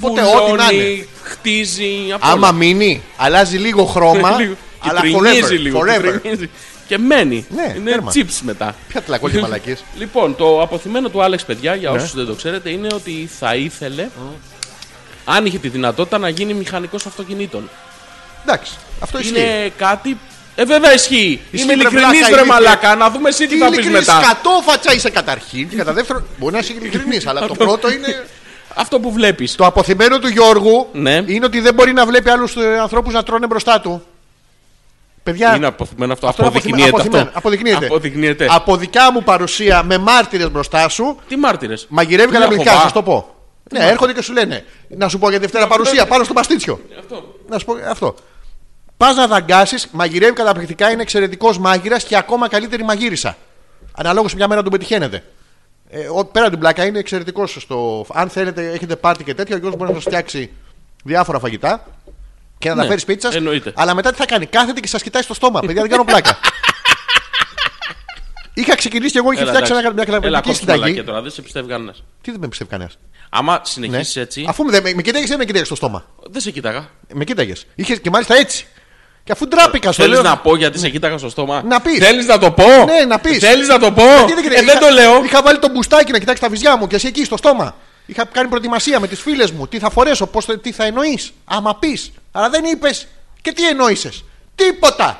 Οπότε ό,τι να είναι.
βουλώνει, χτίζει, απ'
Άμα
όλα.
μείνει, αλλάζει λίγο χρώμα.
[laughs] Λίγο.
αλλά
Και
forever.
τριγνίζει λίγο. και
forever.
τριγνίζει. Και μένει.
Ναι,
είναι
τέρμα.
chips μετά.
Ποια τλακό και μαλακίες. Ναι.
Λοιπόν, το αποθυμένο του Άλεξ, παιδιά, για όσους δεν το ξέρετε, είναι ότι θα ήθελε, αν είχε τη δυνατότητα, να γίνει μηχανικός αυτοκινήτων.
Εντάξει, αυτό ισχύει.
Είναι κάτι. Ε, βέβαια ισχύει.
Ισχύει,
Είμαι
ρε,
ειλικρινής,
βλάκα,
βρε
ηλίθεια.
μαλάκα. Να δούμε εσύ τι θα πεις
ειλικρινής,
μετά.
Κατόφατσα είσαι καταρχήν. Και κατά δεύτερον, μπορεί να είσαι ειλικρινής,
[laughs]
αλλά το πρώτο είναι.
Αυτό που βλέπεις.
Το αποθυμένο του Γιώργου
Ναι.
είναι ότι δεν μπορεί να βλέπει άλλους ανθρώπους να τρώνε μπροστά του. Παιδιά,
Είναι αποθυμένο αυτό.
αυτό είναι αποθυμε-
αποδεικνύεται
αποθυμένο.
αυτό.
Αποδεικνύεται.
Αποδεικνύεται.
Από δικιά μου παρουσία με μάρτυρες μπροστά σου,
Τι μάρτυρες.
μαγειρεύει
Τι
καταπληκτικά,
αχοβά.
σας το πω. Ναι, έρχονται και σου λένε να σου πω για Δευτέρα
Ναι.
παρουσία πάνω στο παστίτσιο. Να σου πω αυτό. Πας να δαγκάσεις, μαγειρεύει καταπληκτικά, είναι εξαιρετικός μάγειρας και ακόμα καλύτερη μαγείρισα. Αναλόγως μια μέρα τον πετυχαίνετε. Ε, ο, πέρα από την πλάκα είναι εξαιρετικός στο. Αν θέλετε, έχετε πάρτι και τέτοια, ο Γιώργο μπορεί να σας φτιάξει διάφορα φαγητά και να τα
Ναι,
φέρει σπίτι σας.
εννοείται.
Αλλά μετά τι θα κάνει, κάθεται και σας κοιτάει στο στόμα. Παιδιά, δεν κάνω
[laughs]
πλάκα. Είχα ξεκινήσει και εγώ, είχε
Έλα,
φτιάξει
εντάξει.
ένα- μια
Έλα,
καταπληκτική
κόψε μαλακία
συνταγή.
τώρα, δεν σε πιστεύει κανένας.
Τι δεν με πιστεύει κανένας.
Άμα
Ναι.
συνεχίσει έτσι,
Αφού με, με, με κοίταγες, δεν με κοίταγες στο στόμα.
δεν σε κοίταγα.
Με κοίταγες. Είχες και μάλιστα έτσι. Και αφού ντράπηκα στο
Θέλεις
λέω-
Ε,
Ναι.
να πω γιατί σε κοίταγα στο στόμα.
Να πεις.
Θέλεις να το πω.
Ναι, να πεις.
Θέλεις να το πω.
Τι
Ε,
κοίταγες,
δεν
είχα-
το λέω.
Είχα βάλει το μπουστάκι να κοιτάξει τα βυζιά μου και εσύ εκεί στο στόμα. Είχα κάνει προετοιμασία με τις φίλες μου. Τι θα φορέσω, πώς, θα- τι θα εννοείς. Άμα πεις. Αλλά δεν είπες. Και τι εννοείσαι. Τίποτα.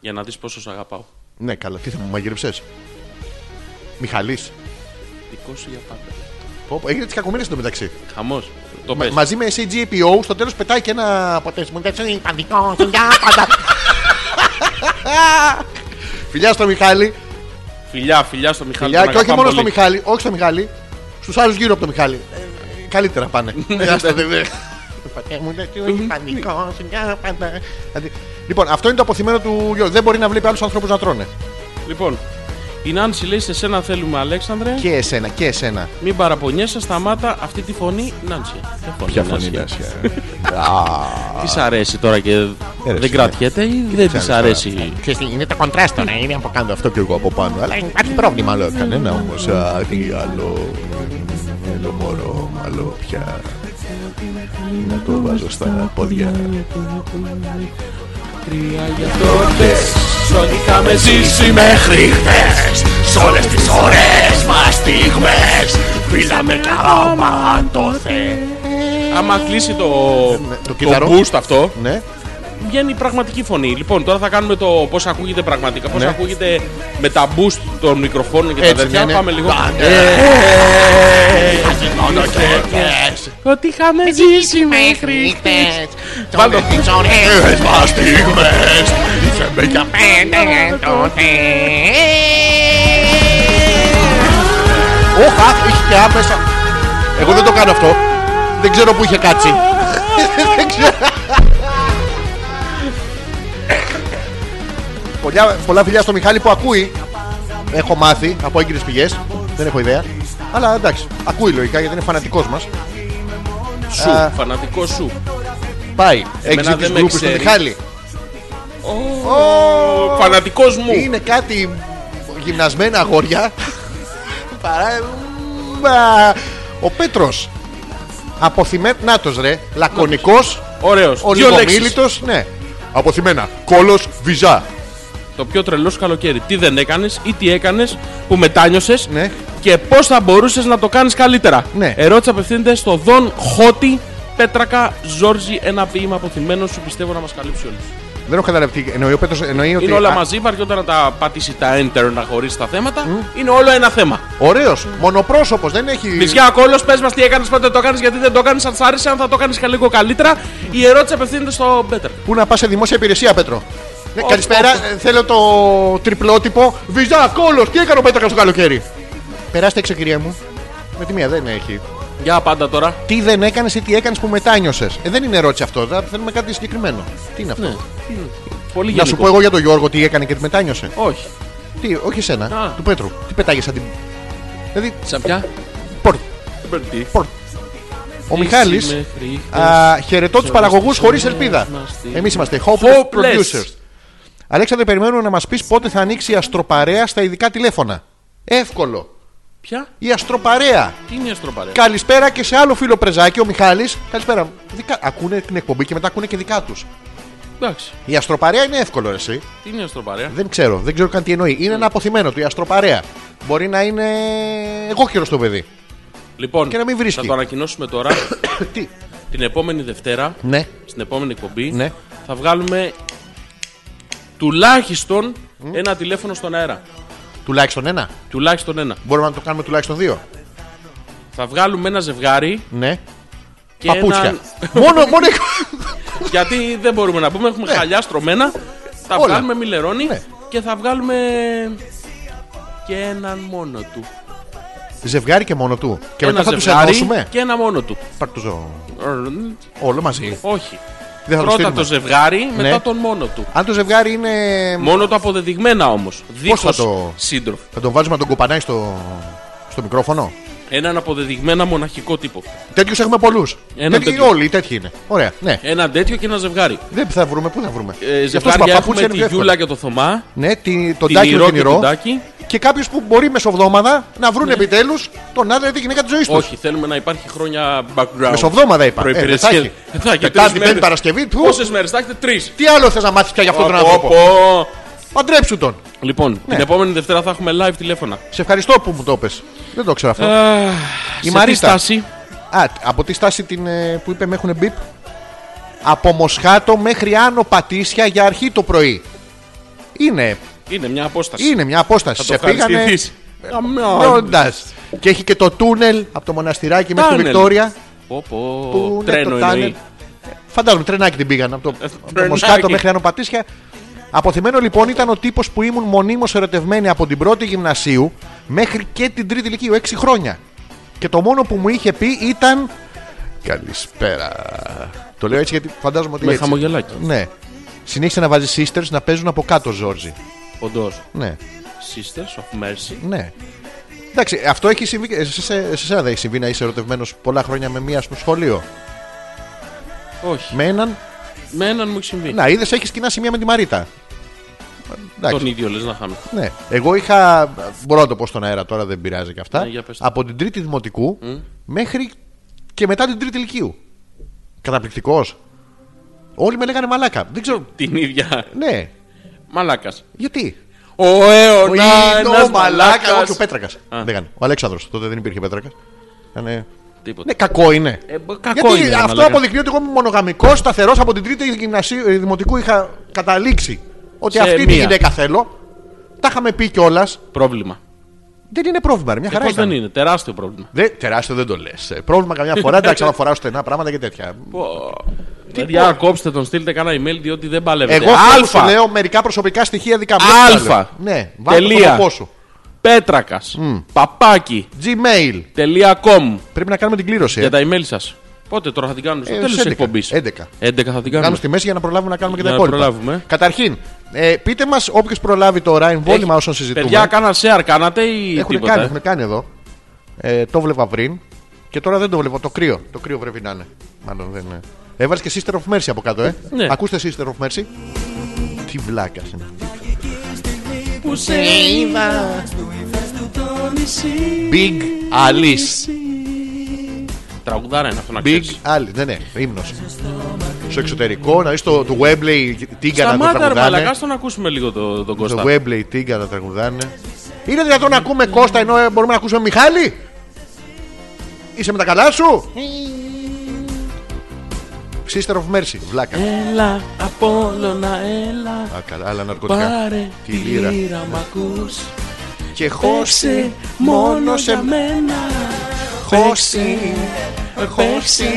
Για να δεις πόσο σε αγαπάω.
Ναι, καλά, τι θα μου μαγειρεψέ. Μιχαλής.
Δικό σου για πάντα.
Έγινε τις κακομοίρες στο μεταξύ.
Χαμός. Το
Μα-
πες.
μαζί με CGPO στο τέλος πετάει και ένα αποτελεσματικό παντικό. στο διάπαντα. Φιλιά στο Μιχάλη.
Φιλιά, φιλιά στο Μιχάλη.
Φιλιά
τον
και όχι
αγαπάμε
μόνο στο
πολύ.
Μιχάλη, όχι στο Μιχάλη, στους άλλους γύρω από το Μιχάλη. Ε, Καλύτερα πάνε. Ε, Άστο, δεν- δεν- Πατέρα ναι. μου, λέει, τι είναι πανικό, σιγά, πάντα. Δηλαδή, Λοιπόν, αυτό είναι το αποθυμένο του Γιώργου. Δεν μπορεί να βλέπει άλλους ανθρώπους να τρώνε.
Λοιπόν, η Νάνση λέει σε σένα θέλουμε, Αλέξανδρε.
Και εσένα, και εσένα.
Μην παραπονιέσαι, σταμάτα αυτή τη φωνή, Νάνση. Ποια φωνή, Νάνση. Της αρέσει τώρα και
ρε,
δεν κρατιέται ή δεν της αρέσει.
Ξέρεις τι, Είναι τα κοντράστορα, είναι από κάτω αυτό και εγώ από πάνω. Αλλά υπάρχει πρόβλημα άλλο. Κανένα όμως. Τι άλλο. Άλλο μωρό, άλλο πια. Να το βάζω στα πόδια.
Σ' ό,τι είχαμε ζήσει μέχρι
χτες Σ' όλες τις ώρες μας στιγμές Πήλαμε τα πάντοτε
Άμα κλείσει το,
το κύτταρο.
boost αυτό,
Ναι.
βγαίνει η πραγματική φωνή. Λοιπόν, τώρα θα κάνουμε το πώς ακούγεται πραγματικά, πώς
Ναι.
ακούγεται με τα boost των μικροφώνων και τα
Έτσι,
τέτοια.
ναι, ναι.
Πάμε λίγο. Ότι είχαμε ζήσει μέχρι χτες. Βάλτε το.
Ώρες μας στιγμές Είσαι με για πέντε
Όχα, είχε και άμεσα. Εγώ δεν το κάνω αυτό. Δεν ξέρω που είχε κάτσει. [laughs] δεν ξέρω. πολλά, πολλά φιλιά στο Μιχάλη που ακούει. Έχω μάθει από έγκυρες πηγές. Δεν έχω ιδέα. Αλλά εντάξει, ακούει λογικά γιατί είναι φανατικός μας.
Σου,
Α.
φανατικός σου.
Πάει. Έξι
δεν
της
με
γκρούπης του
ξέρει.
Μιχάλη. Ω,
Φανατικός μου.
Είναι κάτι γυμνασμένα αγόρια. Παρά... Μα, Ο Πέτρος. Αποθυμέ... Νάτος ρε. Λακωνικός.
Ωραίος.
Ο
Δύο λέξεις.
λιγομίλητος. Ναι. Αποθυμένα. Κόλος βυζά.
Το πιο τρελός σου καλοκαίρι. Τι δεν έκανες ή τι έκανες που μετάνιωσες
Ναι.
και πώς θα μπορούσες να το κάνεις καλύτερα.
Ναι.
Ερώτηση απευθύνεται στο Δον Χότι Πέτρακα Ζόρζι. Ένα ποίημα αποθυμένο σου πιστεύω να μας καλύψει όλους.
Δεν έχω καταλαβεί. τι Εννοεί ο Πέτρος. Εννοεί ότι...
Είναι όλα
α,
μαζί, βαριόταν να τα πατήσει τα enter να χωρίσει τα θέματα. Είναι όλο ένα θέμα.
Ωραίος. Μονοπρόσωπος. Δεν έχει...
Μισιά κόλλο, πες μας τι έκανες, πότε το κάνεις, γιατί δεν το κάνεις, αν σ' άρεσε, αν θα το κάνεις και λίγο καλύτερα. Η ερώτηση απευθύνεται στο Πέτρακα.
Πού να πας σε δημόσια υπηρεσία, Πέτρο. Ναι,
Όχι,
καλησπέρα. Ε, Θέλω το τριπλότυπο. Βυζά, κόλος. Τι έκανε ο Πέτρακας το καλοκαίρι. Περάστε έξω, κυρία μου. Με τη μία δεν έχει.
Για πάντα τώρα.
Τι δεν έκανες ή τι έκανες που μετάνιωσες. Ε, δεν είναι ερώτηση αυτό. θα Θέλουμε κάτι συγκεκριμένο. Τι είναι αυτό.
Πολύ
Να σου πω
Ναι, γενικό.
εγώ για τον Γιώργο τι έκανε και τι μετάνιωσε.
Όχι.
Τι, όχι εσένα,
Α.
του Πέτρου. Τι πετάγες σαν την. Δηλαδή,
Σαν πια.
πορ. Ο Μιχάλη χαιρετώ τους παραγωγού χωρί ελπίδα. Εμείς είμαστε hopeless
Hopeless.
producers. Αλέξανδρε, περιμένουμε να μας πεις πότε θα ανοίξει η αστροπαρέα στα ειδικά τηλέφωνα. Εύκολο.
Ποια?
Η αστροπαρέα.
Τι είναι η αστροπαρέα.
Καλησπέρα και σε άλλο φίλο πρεζάκι, ο Μιχάλης. Καλησπέρα. Δικα... Ακούνε την εκπομπή και μετά ακούνε και δικά τους.
Εντάξει.
Η αστροπαρέα είναι εύκολο, ρε, εσύ.
Τι είναι η αστροπαρέα.
Δεν ξέρω, δεν ξέρω καν τι εννοεί. Είναι ένα αποθυμένο του, η αστροπαρέα. Μπορεί να είναι εγώ χειρό το
[coughs]
παιδί.
Λοιπόν,
Και να μην βρίσκει.
θα το ανακοινώσουμε τώρα. [coughs]
τι.
την επόμενη Δευτέρα,
Ναι.
στην επόμενη εκπομπή,
Ναι.
θα βγάλουμε τουλάχιστον ένα τηλέφωνο στον αέρα.
Τουλάχιστον ένα.
Τουλάχιστον ένα.
Μπορούμε να το κάνουμε τουλάχιστον δύο.
Θα βγάλουμε ένα ζευγάρι.
Ναι.
Και
Παπούτσια.
έναν-
μόνο, μόνο.
[laughs] Γιατί δεν μπορούμε να πούμε, έχουμε χαλιά στρωμένα. Τα
Ναι. Όλα.
βγάλουμε μιλερώνι
Ναι.
και θα βγάλουμε και έναν μόνο του.
ζευγάρι και μόνο του. Και
ένα
μετά θα τους
ζευγάρι
ενώσουμε.
Και ένα μόνο του.
Θα τους δω
Ρρρρ,
Όλο μαζί.
Όχι.
Δεν θα το
Πρώτα
στείλουμε.
το ζευγάρι, μετά
Ναι.
τον μόνο του.
Αν το ζευγάρι είναι.
Μόνο του αποδεδειγμένα όμως. Δίχως
το-
σύντροφο.
Θα τον βάζουμε να τον κοπανάει στο, στο μικρόφωνο.
Έναν αποδεδειγμένα μοναχικό τύπο.
Τέτοιους έχουμε πολλούς.
Ένα τέτοιο.
Όλοι οι τέτοιοι είναι. Ωραία, ναι.
Έναν τέτοιο και ένα ζευγάρι.
Δεν θα βρούμε, πού θα βρούμε.
Ε,
Γι' αυτό είπα,
ζευγάρια
παπούτσια
έχουμε
είναι
τη
πιο εύκολα.
Γιούλα και το Θωμά.
Ναι, τη, τον
Τη
Τάκη και
Ρο
τον
και τον
Ηρώ.
Τάκη. Ναι.
Και κάποιος που μπορεί μεσοβδόμαδα να βρουν επιτέλους τον άντρα ή τη γυναίκα της ζωής τους.
Όχι, θέλουμε να υπάρχει χρόνια background.
Μεσοβδόμαδα είπα. Ε, δεν θα
Προϋπηρεσίες.
έχει.
Ε, θα έχει τρεις
Τετάρτη,
μέρες.
Πέμπτη, Παρασκευή. Του.
Πόσες μέρες θα έχετε, τρεις.
Τι άλλο θες να μάθεις πια για αυτόν τον άνθρωπο. Ναι. Παντρέψου τον.
Λοιπόν, την επόμενη Δευτέρα θα έχουμε live τηλέφωνα.
Σε ευχαριστώ που μου το είπε. Δεν το ξέρω αυτό.
Ε. Η σε τι
Μαρίτα.
στάση.
Α, από τη στάση την, ε, που είπε με έχουν μπιπ. Από Μοσχάτο μέχρι Άνω Πατήσια για αρχή το πρωί. Είναι,
Είναι μια απόσταση.
είναι Ε, μια απόσταση.
Θα το ευχαριστηθείς.
Όντας. Και έχει και το τούνελ από το μοναστηράκι μέχρι τη
Τάνελ.
Βικτόρια.
Πω, πω.
Που είναι
Τρένο
ε, το
εννοεί. Ε,
τάνελ. Φαντάζομαι, τρενάκι την πήγαν από το, από το
Τρενάκι.
Μοσχάτο μέχρι Άνω Πατήσια. Αποθυμένο λοιπόν ήταν ο τύπος που ήμουν μονίμως ερωτευμένη από την πρώτη γυμνασίου μέχρι και την τρίτη ηλικίου, έξι χρόνια. Και το μόνο που μου είχε πει ήταν. Καλησπέρα. Το λέω έτσι γιατί φαντάζομαι ότι.
Με
έτσι.
χαμογελάκι.
Ναι. Συνέχισε να βάζει sisters να παίζουν από κάτω, Ζόρζι.
Όντω.
Ναι,
Sisters of Mercy.
ναι. Εντάξει, αυτό έχει συμβεί. και Σε, σε, σε σένα δεν έχει συμβεί να είσαι ερωτευμένος πολλά χρόνια με μία στο σχολείο.
Όχι.
Με έναν.
Με έναν μου έχει συμβεί.
Να, είδες, έχεις κοινά σημεία με τη Μαρίτα. Ε, Εντάξει.
Τον ίδιο λες να χάμε.
Ναι. Εγώ είχα. Μπορώ να το πω στον αέρα τώρα, δεν πειράζει και αυτά.
Ναι, για πες το.
από την τρίτη δημοτικού μέχρι και μετά την τρίτη ηλικίου. Καταπληκτικός. Όλοι με λέγανε μαλάκα. Δεν ξέρω.
Την ίδια.
Ναι.
Μαλάκας.
Γιατί.
Ο
Είναι
αιώνα ένα
ο μαλάκα.
μαλάκα.
Όχι ο Πέτρακα.
Α.
Δεν έκανε. Ο Αλέξανδρος Τότε δεν υπήρχε Πέτρακας. Ήτανε-
Τίποτα.
Ναι, κακό είναι.
Ε, μπο- κακό
Γιατί
είναι,
αυτό
μαλάκας.
αποδεικνύει ότι εγώ είμαι μονογαμικός, σταθερός. Από την τρίτη γυμνασίου, ε, δημοτικού είχα καταλήξει ότι
Σε
αυτή τη
μία.
γυναίκα θέλω. Τα είχαμε πει κιόλας.
Πρόβλημα.
Δεν είναι πρόβλημα, ρε, μια Ε, χαρά.
Πώ Ε, δεν
ήταν.
είναι, τεράστιο πρόβλημα.
Δε, τεράστιο δεν το λες. Πρόβλημα καμιά φορά, εντάξει, αλλά φοράω στενά πράγματα και τέτοια.
Παιδιά, κόψτε Δηλαδή, τον, στείλτε κανένα email διότι δεν παλεύετε.
Εγώ θέλω να σου
Αλφα.
λέω μερικά προσωπικά στοιχεία δικά μου.
Αλφα.
δεν τα λέω. Ναι, βάλω το
Τελεία.
τρόπο σου.
Πέτρακας. Παπάκι.
Gmail.
Τελεία.com.
Πρέπει να κάνουμε την κλήρωση. ε.
Για τα email σας. Πότε τώρα θα την κάνουμε στο
Ε,
τέλος τη
στις 11.
εκπομπή.
11.
11 θα την
Κάνουμε
κάνουμε.
στη μέση για να προλάβουμε να κάνουμε και τα
Για να
υπόλοιπα.
προλάβουμε.
Καταρχήν, ε, πείτε μας όποιος προλάβει τώρα εμβόλυμα όσων συζητούμε.
Ε, Παιδιά, κάνα share, κάνατε ή
έχουν
τίποτα.
κάνει,
ε?
έχουν κάνει εδώ. Ε, το βλέπα πριν και τώρα δεν το βλέπω. Το κρύο. Το κρύο πρέπει να είναι. Μάλλον δεν είναι. Έβαλες και Sister of Mercy από κάτω, ε.
Ναι.
Ακούστε Sister of Mercy. Τι βλάκα είναι.
Που σε είδα.
Big Alice.
Τραγουδάρα είναι αυτό να
Big
ξέρεις.
Alice. Ναι, ναι, ύμνος. Στο εξωτερικό, να είσαι το, το Webley Τίγκα να το
Σταμάτα ρε μαλακά,
τραγουδάνε.
τον ακούσουμε λίγο το- τον
Το
Κώστα. Ναι,
Webley Τίγκα να τραγουδάνε. Είναι δυνατόν να ακούμε Κώστα ενώ ε, μπορούμε να ακούσουμε Μιχάλη. Είσαι με τα καλά σου. Sister of Mercy, βλάκα.
Ε, Έλα, Απόλλωνα, έλα,
Α, καλά, άλλα ναρκωτικά.
πάρε
Τη
τη
λύρα.
λύρα μ' ακούς.
Και χώσε
Χώσε μόνο για μένα.
Χώση,
χώση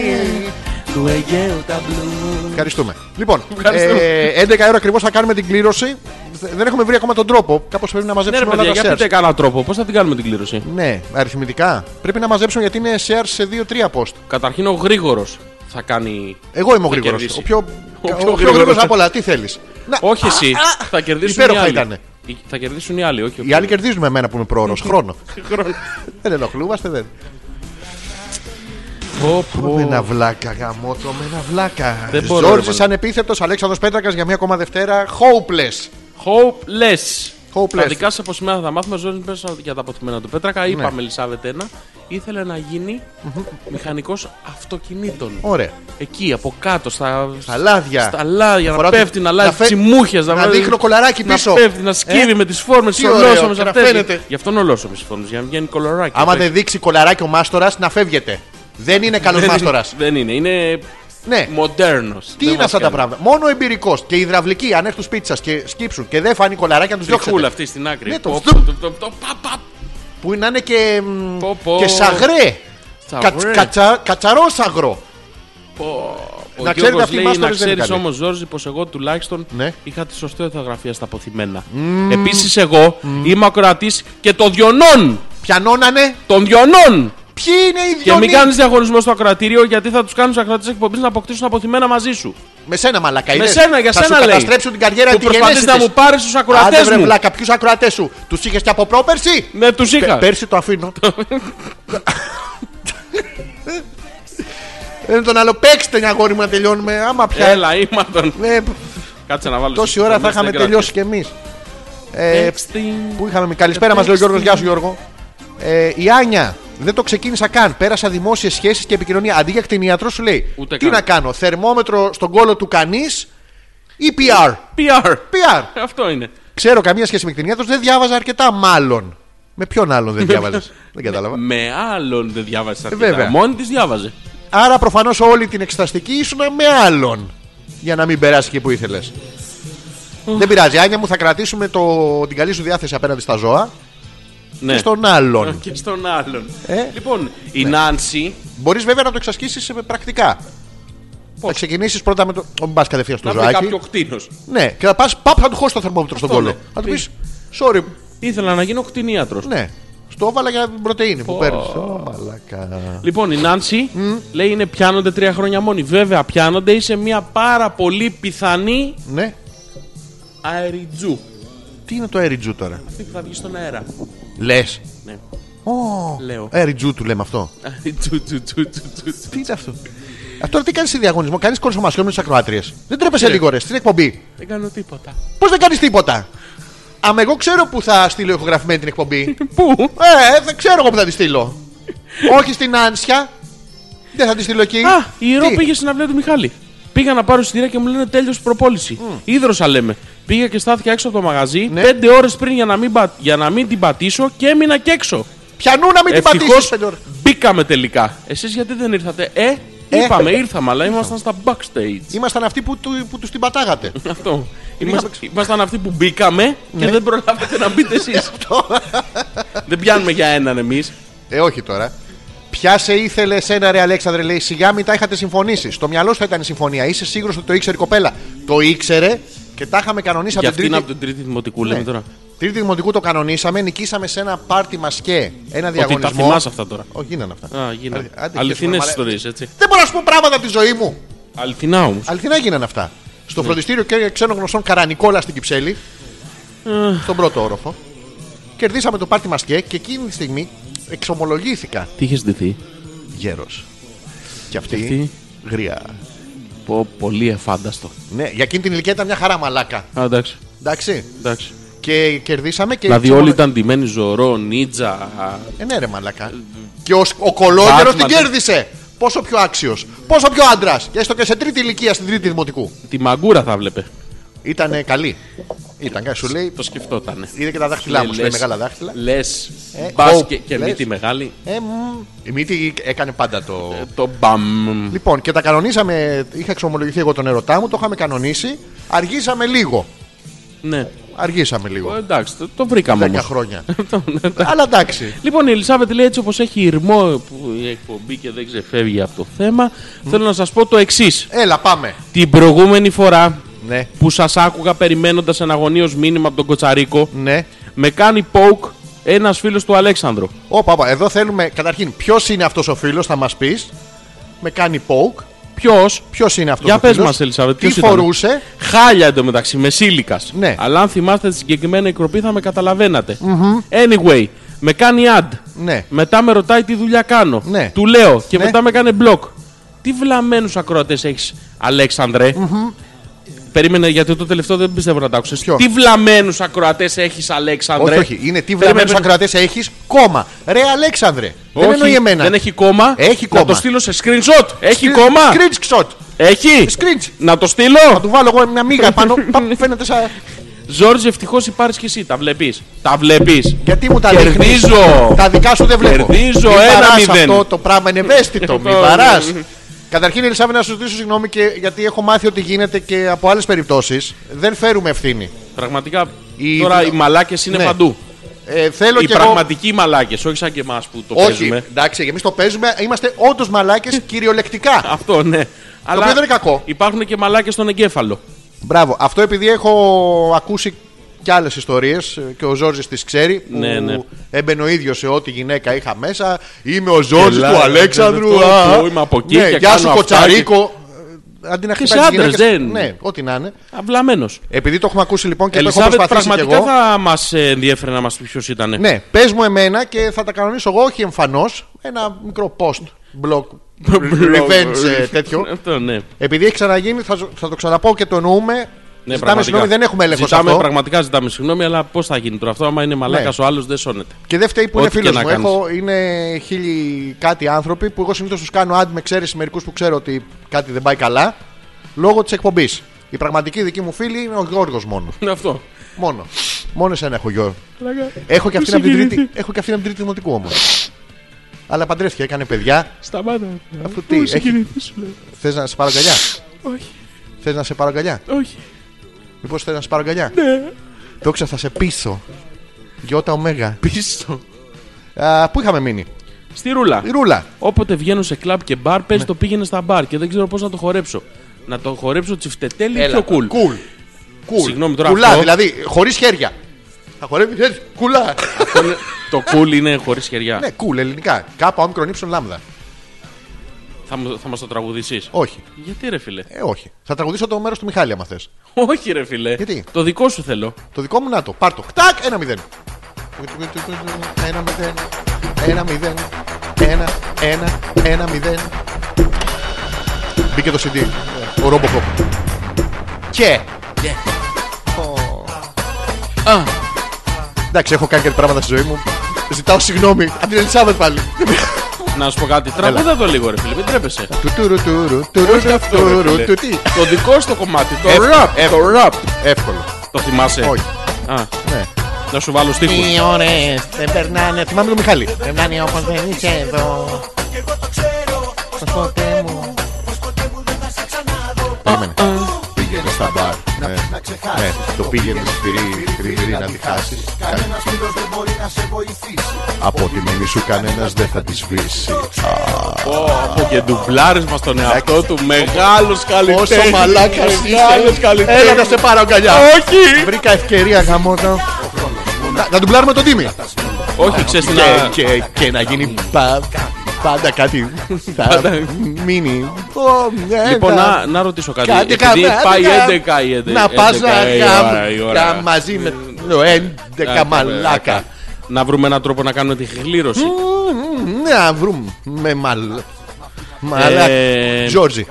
του Αιγαίου τα μπλου.
Ευχαριστούμε. Λοιπόν,
Ευχαριστούμε.
ε, 11 ώρα ακριβώς θα κάνουμε την κλήρωση. Δε- Δεν έχουμε βρει ακόμα τον τρόπο. Κάπως πρέπει να
Ναι ρε
μαζέψουμε
παιδιά,
όλα
για
τα
πείτε
shares.
κανένα τρόπο, πώς θα την κάνουμε την κλήρωση.
Ναι, αριθμητικά. Πρέπει να μαζέψουμε γιατί είναι shares σε 2-3 post.
Καταρχήν ο γρήγορος θα κάνει...
Εγώ είμαι ο
Θα
γρήγορος.
κερδίσει.
Ο πιο,
Ο πιο
ο πιο
γρήγορος.
γρήγορος από όλα. Τι θέλεις. Να,
Όχι εσύ, θα κερδίσουν οι
υπέροχα
άλλοι.
ήτανε.
Οι- Θα κερδίσουν οι άλλοι, όχι ο
οι άλλοι κερδίζουν εμένα που είμαι πρόωρος. Χρόνο. δεν ενοχλούμαστε, δεν.
Πω, πω.
Με ένα βλάκα, γαμότο, με ένα βλάκα.
Δεν μπορώ, ρε,
Ζόρζη
μάλλον.
ανεπίθετος, Αλέξανδρος Πέτρακας για μία ακόμα Δευτέρα. Hopeless.
Hopeless.
Hopeless. Ναι.
Τα δικά σας αποσημένα θα μάθουμε. Ζωή μέσα για τα αποθυμένα του Πέτρακα. Είπαμε, Ελισάβετ, ένα. Ήθελε να γίνει μηχανικός αυτοκινήτων.
Ωραία.
Εκεί, από κάτω, στα,
Στα λάδια.
Στα λάδια, να
Φορά-
πέφτει, να αλλάζει
φε-
τσιμούχες.
να δείχνω κολαράκι πίσω.
Να πέφτει, να σκύβει
Ε,
με τις φόρμες, τι
τις ωραίο,
ολόσωμε
και να
αυτές.
φαίνεται.
Γι' αυτόν ολόσωμε τις φόρμες, για να βγαίνει κολοράκι.
Άμα
Αυτό
δεν δείξει κολαράκι ο μάστορας, να φεύγετε. Δεν είναι καλό
έχει-
μάστορα.
Δεν είναι, είναι
Ναι.
μοντέρνος.
Τι είναι αυτά τα πράγματα. Μόνο εμπειρικός και υδραυλική, αν έρθουν σπίτι σας και σκύψουν και δεν φάνει κολαράκι, να τους
Τριχούλα
διώξετε.
αυτή στην άκρη.
Ναι, το
Πω,
φτουμ.
πω, το- το- το- πα, πα,
Που να είναι και, μ,
Πω, πω.
και σαγρέ.
Σαγρέ.
Κατσ- κατσα- Κατσαρόσαγρο.
Ο
Να
να
ξέρετε,
ξέρετε
αυτοί οι
λέει, να
μάστορες δεν είναι
ξέρεις
καλοί.
όμως Ζόρζη πως εγώ τουλάχιστον
Ναι.
είχα τη σωστή ορθογραφία στα αποθυμένα. Επίσης εγώ είμαι ακροατής και των διονών.
Πιανώνανε
Των διονών.
Ποιοι είναι οι
Και
Διονύσοι.
μην κάνεις διαγωνισμό στο ακροατήριο γιατί θα τους κάνουν του ακροατές εκπομπής να αποκτήσουν αποθυμένα μαζί σου.
Με σένα, μαλακά.
Με
είναι.
σένα, για
θα
σένα
σου
λέει.
καταστρέψουν την καριέρα
Που
Ε, της
προσπαθείς
γενέση.
να μου πάρεις τους
Άντε βρε
ακροατέ μου.
βλάκα, ποιους ακροατές σου. Τους είχες και από πρόπερση.
Ναι, τους είχα.
Πέρσι το αφήνω. [laughs] Δεν τον άλλο. Παίξτε μια αγόρι μου να τελειώνουμε. Άμα πια.
Έλα, ήμαρτον.
Ε,
Κάτσε να βάλω.
τόση
στο
ώρα θα
Instagram.
είχαμε τελειώσει κι εμείς. Ε,
Texting.
που είχαμε. Καλησπέρα μας, λέει ο Γιώργος. Γεια σου, Γιώργο. Ε, η Άνια. Δεν το ξεκίνησα καν. Πέρασα δημόσιες σχέσεις και επικοινωνία. Αντί για κτηνιατρό σου λέει.
Ούτε
τι
καν.
να κάνω. Θερμόμετρο στον κόλο του κανείς ή PR.
PR.
PR.
Αυτό είναι.
Ξέρω καμία σχέση με κτηνιατρό. Δεν διάβαζα αρκετά, μάλλον. Με ποιον άλλον δεν
[laughs]
διάβαζες. δεν κατάλαβα.
Με άλλον δεν διάβασε αρκετά.
Ε, βέβαια.
Μόνη της διάβαζε.
Άρα προφανώς όλη την εξεταστική ήσουν με άλλον. Για να μην περάσει εκεί που ήθελες. Δεν πειράζει, Άνια μου, θα κρατήσουμε το, την καλή σου διάθεση απέναντι στα ζώα
Ναι.
και στον άλλον.
[laughs] Και στον άλλον.
Ε.
Λοιπόν, η Νάνση.
Μπορείς βέβαια να το εξασκήσεις πρακτικά. Θα ξεκινήσεις πρώτα με το. Μην πα κατευθείαν στο
Να βρει
ζωάκι.
κάποιο κτίνος.
Ναι, και θα πας πάπ θα του χώσει το θερμόμετρο στον
Αυτό,
κόλλο.
ναι.
Θα του
Τι.
πεις, sorry,
Ήθελα να γίνω κτηνίατρος.
ναι. Στο έβαλα για την πρωτενη που παίρνεις. Ω, μαλακά.
Λοιπόν, η Νάνση λέει είναι πιάνονται τρία χρόνια μόνοι. Βέβαια, πιάνονται. Είσαι μια πάρα πολύ πιθανή
Ναι.
αεριτζού.
Τι είναι το έριτζου τώρα.
Αυτή που θα βγει στον αέρα.
Λες.
Ναι.
Ω,
Λέω.
έριτζου του λέμε αυτό.
Αεριτζού, τζου, τζου, τζου, τζου, τζου.
Τι είναι αυτό. Α, τώρα τι κάνεις σε διαγωνισμό, κάνεις κορσομασιόν με τι ακροάτριες. Δεν
Ναι.
τρέπεσαι λίγο ρε, στην εκπομπή.
Δεν κάνω τίποτα.
Πώς δεν κάνεις τίποτα. Αμα εγώ ξέρω που θα στείλω ηχογραφημένη την
[laughs]
εκπομπή.
Πού?
ε, δεν ξέρω εγώ που θα τη
[laughs]
στείλω. Όχι στην Άνσια. Δεν θα τη στείλω εκεί.
Α, η Ρο
Τι?
πήγε στην αυλαία του Μιχάλη. Πήγα να πάρω εισιτήρια και μου λένε τέλειωσε η προπόληση. Ίδρωσα λέμε. Πήγα και στάθηκα έξω από το μαγαζί
Ναι.
πέντε ώρες πριν για να, μην πα- για να μην την πατήσω και έμεινα και έξω.
Πιανού να μην την πατήσεις,
Ευτυχώ
πέντε ώρα.
μπήκαμε τελικά. Εσείς γιατί δεν ήρθατε, ε,
Ε.
είπαμε, ήρθαμε, αλλά ήμασταν στα backstage.
Ήμασταν αυτοί που, του, που τους την πατάγατε.
Αυτό.
είχαμε
Είμαστε- Ήμασταν αυτοί που μπήκαμε
Ναι.
και δεν προλάβατε να
[laughs]
μπείτε εσείς. δεν πιάνουμε για έναν εμείς.
ε, όχι τώρα. Ποια σε ήθελε εσένα, ρε Αλέξανδρε, λέει σιγά μην τα είχατε συμφωνήσει. Στο μυαλό σου θα ήταν η συμφωνία. Είσαι σίγουρος ότι το ήξερε η κοπέλα. Το ήξερε και τα είχαμε κανονίσει
Για
από την
αυτήν
τρίτη.
από την Τρίτη Δημοτικού, λέμε
Ναι.
τώρα.
Τρίτη Δημοτικού το κανονίσαμε, νικήσαμε σε ένα πάρτι μας και ένα
Ότι τα
διαγωνισμό.
θυμάσαι αυτά τώρα.
Όχι, γίνανε αυτά.
Α, γίνανε.
Άντε, άντε, χέσουμε,
Αληθινέ
μαλα-
ιστορίες, έτσι.
Δεν μπορώ να σου πω πράγματα από τη ζωή μου.
Αληθινά όμως.
Αληθινά γίνανε αυτά. Στο
Ναι.
φροντιστήριο και ξένων γνωστών Καρανικόλα στην Κυψέλη,
Ε.
στον πρώτο όροφο, κερδίσαμε το πάρτι μας και και εκείνη τη στιγμή εξομολογήθηκα
Τι είχες ντυθεί.
γέρος. Και
Και
αυτή
αυτή.
γρία.
Πω, πολύ εφάνταστο.
Ναι, για εκείνη την ηλικία ήταν μια χαρά μαλάκα.
Α, εντάξει.
Εντάξει.
εντάξει.
Και κερδίσαμε και.
δηλαδή όλοι
εξομολο-
ήταν ντυμένοι ζωρό, νίτσα.
Ε, ναι, ρε μαλακά. Και ο, ο κολόγερος
Batman,
την
ναι.
κέρδισε. Πόσο πιο άξιος, πόσο πιο άντρας. Και έστω και σε τρίτη ηλικία στην τρίτη δημοτικού.
Τη μαγκούρα θα βλέπε.
Ήτανε καλή. Ήταν, κα- σου λέει,
Το σκεφτότανε.
είδε και τα δάχτυλά μου. Σου λέει μεγάλα δάχτυλα.
Λες.
Ε,
Μπας
ο,
και, και
λες.
μύτη μεγάλη.
Ε, μ, η μύτη έκανε πάντα το.
Ε, Το μπαμ.
Λοιπόν, και τα κανονίσαμε. Είχα εξομολογηθεί εγώ τον ερωτά μου, το είχαμε κανονίσει. Αργήσαμε λίγο.
Ναι.
Αργήσαμε
Ε,
λίγο.
Εντάξει, το, το βρήκαμε
10
όμως. [laughs]
χρόνια. Αλλά εντάξει.
Λοιπόν, η Ελισάβετ λέει έτσι όπως έχει ηρμό που η εκπομπή και δεν ξεφεύγει από το θέμα. Θέλω να σας πω το εξής.
Έλα, πάμε.
Την προηγούμενη φορά
Ναι,
που σας άκουγα περιμένοντας ένα αγωνίως μήνυμα από τον Κοτσαρίκο,
ναι.
με κάνει poke ένας φίλος του Αλέξανδρου.
Ω, πάπα, εδώ θέλουμε. Καταρχήν, ποιος είναι αυτός ο φίλος, θα μας πεις. Με κάνει poke.
Ποιος.
Ποιος είναι αυτός.
Για
ο
πες
φίλος,
μας, Ελισάβετ,
Τι
ποιος ήταν?
φορούσε.
Χάλια εντωμεταξύ, με σύλικα.
Ναι.
Αλλά αν θυμάστε τη συγκεκριμένη εκροπή θα με καταλαβαινατε Anyway, με κάνει ad.
Ναι.
Μετά με ρωτάει τι δουλειά κάνω.
Ναι.
Του λέω και
Ναι.
μετά με κάνει μπλοκ. Τι βλαμμένους ακροατές έχεις, Αλέξανδρε. Περίμενε γιατί το τελευταίο δεν πιστεύω να τα άκουσες.
Ποιο?
Τι βλαμμένους ακροατές έχεις, Αλέξανδρε.
Όχι, όχι. Είναι τι
Περίμενε,
βλαμμένου
περίμενε.
ακροατές έχεις κόμμα. Ρε Αλέξανδρε. δεν
Όχι,
εννοεί εμένα.
Δεν έχει κόμμα.
Έχει
Να το
κόμμα.
στείλω σε screenshot. Έχει κόμμα.
Screenshot.
Έχει.
Screen.
Να το στείλω.
Θα του βάλω εγώ μια μίγα
[laughs]
πάνω. Παπ, Φαίνεται σαν.
Ζόρζ, ευτυχώς υπάρχεις και εσύ. Τα βλέπεις. Τα βλέπεις.
Γιατί μου τα δείχνεις.
Κερδίζω.
Τα δικά σου δεν βλέπω.
Κερδίζω,
Μη
ένα
βαράς
μηδέν.
Αυτό το πράγμα είναι ευαίσθητο. Μην
[laughs] Λοιπόν.
βαρά. Καταρχήν, Ελισάβε, να σου ζητήσω συγγνώμη και γιατί έχω μάθει ότι γίνεται και από άλλες περιπτώσεις. Δεν φέρουμε ευθύνη.
Πραγματικά
Η-
τώρα οι μαλάκες είναι
Ναι.
παντού.
Ε, θέλω
Οι
και εγώ-
πραγματικοί μαλάκες, όχι σαν και εμάς που το
Όχι,
παίζουμε.
εντάξει, εμείς το παίζουμε. Είμαστε όντως
[laughs]
μαλάκες κυριολεκτικά.
Αυτό ναι. Αλλά
οποίο δεν είναι κακό.
Υπάρχουν και μαλάκες στον εγκέφαλο.
Μπράβο. Αυτό επειδή έχω ακούσει και άλλες ιστορίες ε, και ο Ζόρζης τις ξέρει. Που
Ναι, ναι.
Έμπαινε ο ίδιος σε ό,τι γυναίκα είχα μέσα. Είμαι ο Ζόρζης
Γελάει,
του Αλέξανδρου.
έκανε αυτό,
α,
που είμαι από εκεί
ναι,
και
γεια
κάνω
σου,
αυτά
Κοτσαρίκο. Ε, Αντί να χτυπάει τις
άντρες,
γυναίκες-
δεν-
Ναι, ό,τι να είναι.
Αυλαμένος.
Επειδή το έχουμε ακούσει λοιπόν και το
Ελισάβετ,
έχω προσπαθήσει κι
πραγματικά
εγώ.
θα μας ενδιέφερε να μας πει ποιος ήταν. [laughs]
Ναι, πες μου εμένα και θα τα κανονίσω εγώ, όχι εμφανώς. Ένα μικρό post,
[laughs]
blog, revenge, ε, τέτοιο.
Αυτό, ναι.
Επειδή έχει ξαναγίνει, θα, ζω- θα το ξαναπώ και το εννοούμε.
Ναι,
Ζητάμε συγγνώμη, δεν έχουμε έλεγχος σε
ζητάμε,
αυτό.
Πραγματικά ζητάμε συγγνώμη, αλλά πώς θα γίνει τώρα αυτό. Άμα είναι μαλάκας
Ναι.
ο άλλος, δεν σώνεται. [laughs]
Και δεν φταίει που είναι
Ό,τι
φίλο
και
μου.
να κάνεις.
Έχω, είναι χίλιοι κάτι άνθρωποι που εγώ συνήθως τους κάνω αν με ξέρεις μερικούς που ξέρω ότι κάτι δεν πάει καλά λόγω της εκπομπής. Η πραγματική δική μου φίλη είναι ο Γιώργος μόνος.
Είναι αυτό.
Μόνο. Μόνο εσένα έχω Γιώργο. Έχω και αυτήν από την τρίτη, έχω και αυτήν από την τρίτη δημοτικού όμως. Αλλά παντρεύτηκε, έκανε παιδιά.
Σταμάτα.
Αυτό τι, έχει- Θες να σε πάρω αγκαλιά.
Όχι.
Θες να σε πάρω αγκαλιά.
Όχι.
Μήπως θε να σε πάρω αγκαλιά. Ναι. Δόξα θα σε πίσω. Γιώτα ωμέγα.
Πίσω.
Α, πού είχαμε μείνει.
Στη ρούλα.
Η ρούλα.
Όποτε βγαίνω σε κλαμπ και μπαρ, πες
Ναι.
το πήγαινε στα μπαρ και δεν ξέρω πώς να το χορέψω. Να το χορέψω τσιφτετέλι ή πιο cool.
Κουλ. Κουλ.
Συγγνώμη τώρα
Κουλά,
αυτό.
δηλαδή, χωρίς χέρια. Θα χορεύει έτσι. Κουλά.
Αυτό είναι- το cool είναι χωρίς χεριά.
[laughs] ναι, κουλ, ελληνικά. Κάπα, όμικρον, ύψον, λάμδα.
Θα, μου- θα μας το τραγουδήσεις.
Όχι.
Γιατί ρε φίλε. [laughs]
Ε, όχι. Θα τραγουδήσω το μέρος του Μιχάλη, άμα θες.
Όχι ρε φίλε.
Γιατί?
Το δικό σου θέλω.
Το δικό μου να το. Πάρ το. Χτακ, ένα μηδέν. Ένα μηδέν. Ένα μηδέν. Ένα, ένα, ένα μηδέν. Μπήκε το CD. Ο Robocop. Και. Ω. Εντάξει, έχω κάνει κάτι πράγματα στη ζωή μου. Ζητάω συγγνώμη. Από την Ελισάβετ πάλι.
Να σου πω κάτι. Τραγουδά το λίγο ρε φίλε. Μην τρέπεσαι.
Του τουρου τουρου τουρου
Όχι αυτό, ρε
τουρου
φίλε.
του τι.
Το δικό σου το κομμάτι. Το
Εύκολο,
ραπ. Το
εύκολο.
ραπ.
Εύκολο.
Το θυμάσαι.
Όχι.
Α,
Ναι.
να σου βάλω στίχους.
Οι ώρες
Δεν περνάνε. Θυμάμαι τον Μιχάλη.
περνάνε Ε, όπως δεν είσαι εδώ Πως ποτέ μου
Περίμενε. Πήγαινε στα μπαρ. Ναι. Ναι. Το πήγαινε σφυρί, σφυρί να τη χάσει. Κανένας φίλος δεν μπορεί να σε βοηθήσει. Από τη μνήμη σου κανένας δεν θα της σβήσει.
Πω, Και ντουμπλάρες μας τον εαυτό του. Μεγάλος καλλιτέχνης.
Πόσο μαλάκας
Μεγάλος καλλιτέχνης.
Έλα να σε πάρω αγκαλιά.
Όχι.
Βρήκα ευκαιρία γαμώτα. Να, να ντουμπλάρουμε τον Τίμη.
Όχι, ξέρεις τι
Και,
να...
και, και να γίνει πα- πάντα κάτι. Θα
Πάντα.
μείνει. Ω, ναι,
Λοιπόν,
θα-
να, να ρωτήσω κάτι.
Κάτι
Επειδή
καλά,
πάει
άντε,
11 η 11.
Να πας να
11 η ώρα, η ώρα. ναι,
γαμ- μαζί με το 11 μαλάκα.
Ε, Να βρούμε έναν τρόπο να κάνουμε τη χλήρωση.
Μμμ, Να βρούμε με μαλ. Μαλάκα.
Ε,
Τζόρτζι.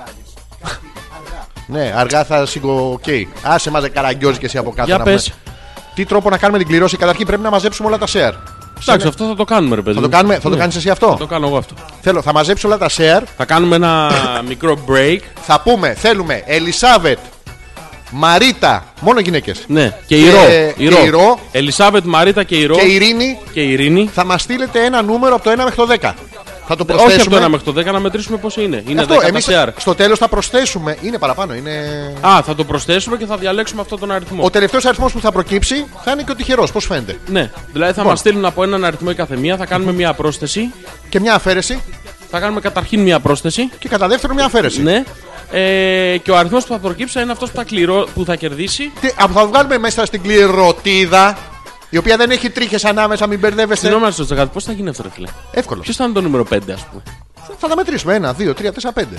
Ναι, αργά θα συγκοκαίει. Άσε μας καραγκιόζι και εσύ από κάτω.
Για
να
πες.
πούμε. Τι τρόπο να κάνουμε την κληρώση. Καταρχήν πρέπει να μαζέψουμε όλα τα share.
Εντάξει, αυτό θα το κάνουμε, ρε παιδί.
Θα το
μου.
κάνουμε, θα το
Ναι.
κάνεις εσύ
Το
αυτό.
κάνω εγώ αυτό.
Θέλω, θα μαζέψει όλα τα share.
Θα κάνουμε ένα μικρό break.
Θα πούμε, θέλουμε Ελισάβετ, Μαρίτα, μόνο γυναίκες.
Ναι, και η Ρο.
και η Ρο.
Ελισάβετ, Μαρίτα και η Ρο.
Και Ειρήνη,
Και η Ειρήνη.
θα μας στείλετε ένα νούμερο από το 1 μέχρι το 10. Θα το προσθέσουμε.
Όχι από το 1 μέχρι το 10, να μετρήσουμε πώ είναι. Είναι 10
Αυτό,
τα
εμείς
CR.
στο τέλος θα προσθέσουμε. Είναι παραπάνω, είναι.
Α, θα το προσθέσουμε και θα διαλέξουμε αυτόν τον αριθμό.
Ο τελευταίος αριθμός που θα προκύψει θα είναι και ο τυχερός, πώς φαίνεται.
Ναι, δηλαδή
Λοιπόν.
θα μας στείλουν από έναν αριθμό η κάθε μία, θα κάνουμε μία πρόσθεση.
Και μια αφαίρεση
Θα κάνουμε καταρχήν μία πρόσθεση.
και κατά δεύτερο μια αφαίρεση.
Ναι. Ε, και ο αριθμός που θα προκύψει θα είναι αυτός που, θα κληρώ- που θα κερδίσει.
Τι, α, θα βγάλουμε μέσα στην κληροτίδα, η οποία δεν έχει τρίχες ανάμεσα, μην μπερδεύεστε.
Συγγνώμη, να σα ρωτήσω κάτι, πώς θα γίνει αυτό, ρε φίλε.
Εύκολος.
Ποιος θα είναι το νούμερο 5, ας πούμε.
Θα τα μετρήσουμε. Ένα, δύο, τρία, τέσσερα, πέντε.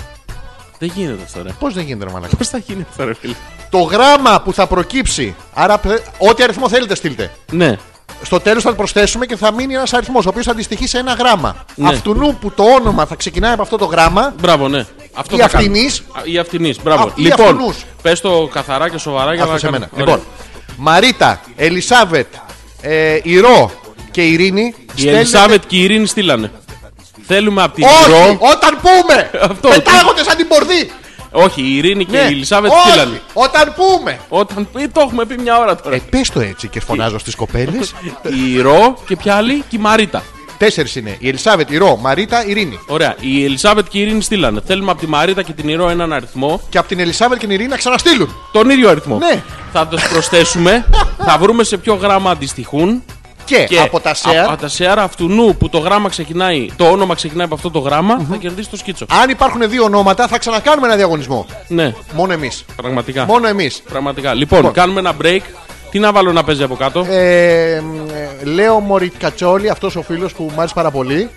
Δεν γίνεται αυτό, ρε.
Πώς δεν γίνεται, ρε μαλάκα.
Πώς θα γίνει αυτό, ρε φίλε.
Το γράμμα που θα προκύψει, άρα πρε- ό,τι αριθμό θέλετε στείλτε.
Ναι.
Στο τέλος θα το προσθέσουμε και θα μείνει ένας αριθμός, ο οποίος θα αντιστοιχεί σε ένα γράμμα.
Ναι.
Αυτού που το όνομα θα ξεκινάει από αυτό το γράμμα,
Μπράβο, ναι. Αυτό
Η
θα κάνουμε.
αυτινής.
Α, Η αυτινή, μπράβο.
Α, η
λοιπόν,
αυτινούς.
πες το καθαρά και σοβαρά για
Αυτό
να
σε μένα.
κάνουμε-
Λοιπόν,
Ωραία.
Μαρίτα, Ελισάβετ, ε, η Ρο και η Ειρήνη.
Η
στέλνετε-
Ελισάβετ και η Ειρήνη στείλανε. Θέλουμε από την
Όχι,
Ρο.
όταν πούμε!
[laughs] Αυτό.
Πετάγονται σαν την πορδί!
Όχι, η Ειρήνη και
Ναι.
η Ελισάβετ
Όχι,
στείλανε.
Όταν πούμε!
Όταν πει, το έχουμε πει μια ώρα τώρα.
Ε, πες το έτσι και φωνάζω στις
[laughs]
κοπέλες.
η Ρο και ποια άλλη και η Μαρίτα.
Τέσσερις είναι. Η Ελισάβετ, η Ρο, Μαρίτα, η Ειρήνη.
Ωραία. Η Ελισάβετ και η Ειρήνη στείλανε. Θέλουμε από τη Μαρίτα και την Ρο έναν αριθμό.
Και από την Ελισάβετ και την Ειρήνη να ξαναστείλουν.
Τον ίδιο αριθμό.
Ναι.
Θα τους προσθέσουμε. θα βρούμε σε ποιο γράμμα αντιστοιχούν.
Και, Ε, από τα
από-
share,
από τα share αυτού νου που το γράμμα ξεκινάει, το όνομα ξεκινάει από αυτό το γραμμα θα κερδίσει το σκίτσο.
αν υπάρχουν δύο ονόματα, θα ξανακάνουμε ένα διαγωνισμό.
Ναι,
Μόνο εμείς.
πραγματικά.
Μόνο εμείς.
Πραγματικά. Λοιπόν, κάνουμε ένα break. Τι να βάλω να παίζει από κάτω.
Λοιπόν. Ε, μ, ε, Λέω Μωρικατσόλη, αυτός ο φίλος που μου άρεσε πάρα πολύ.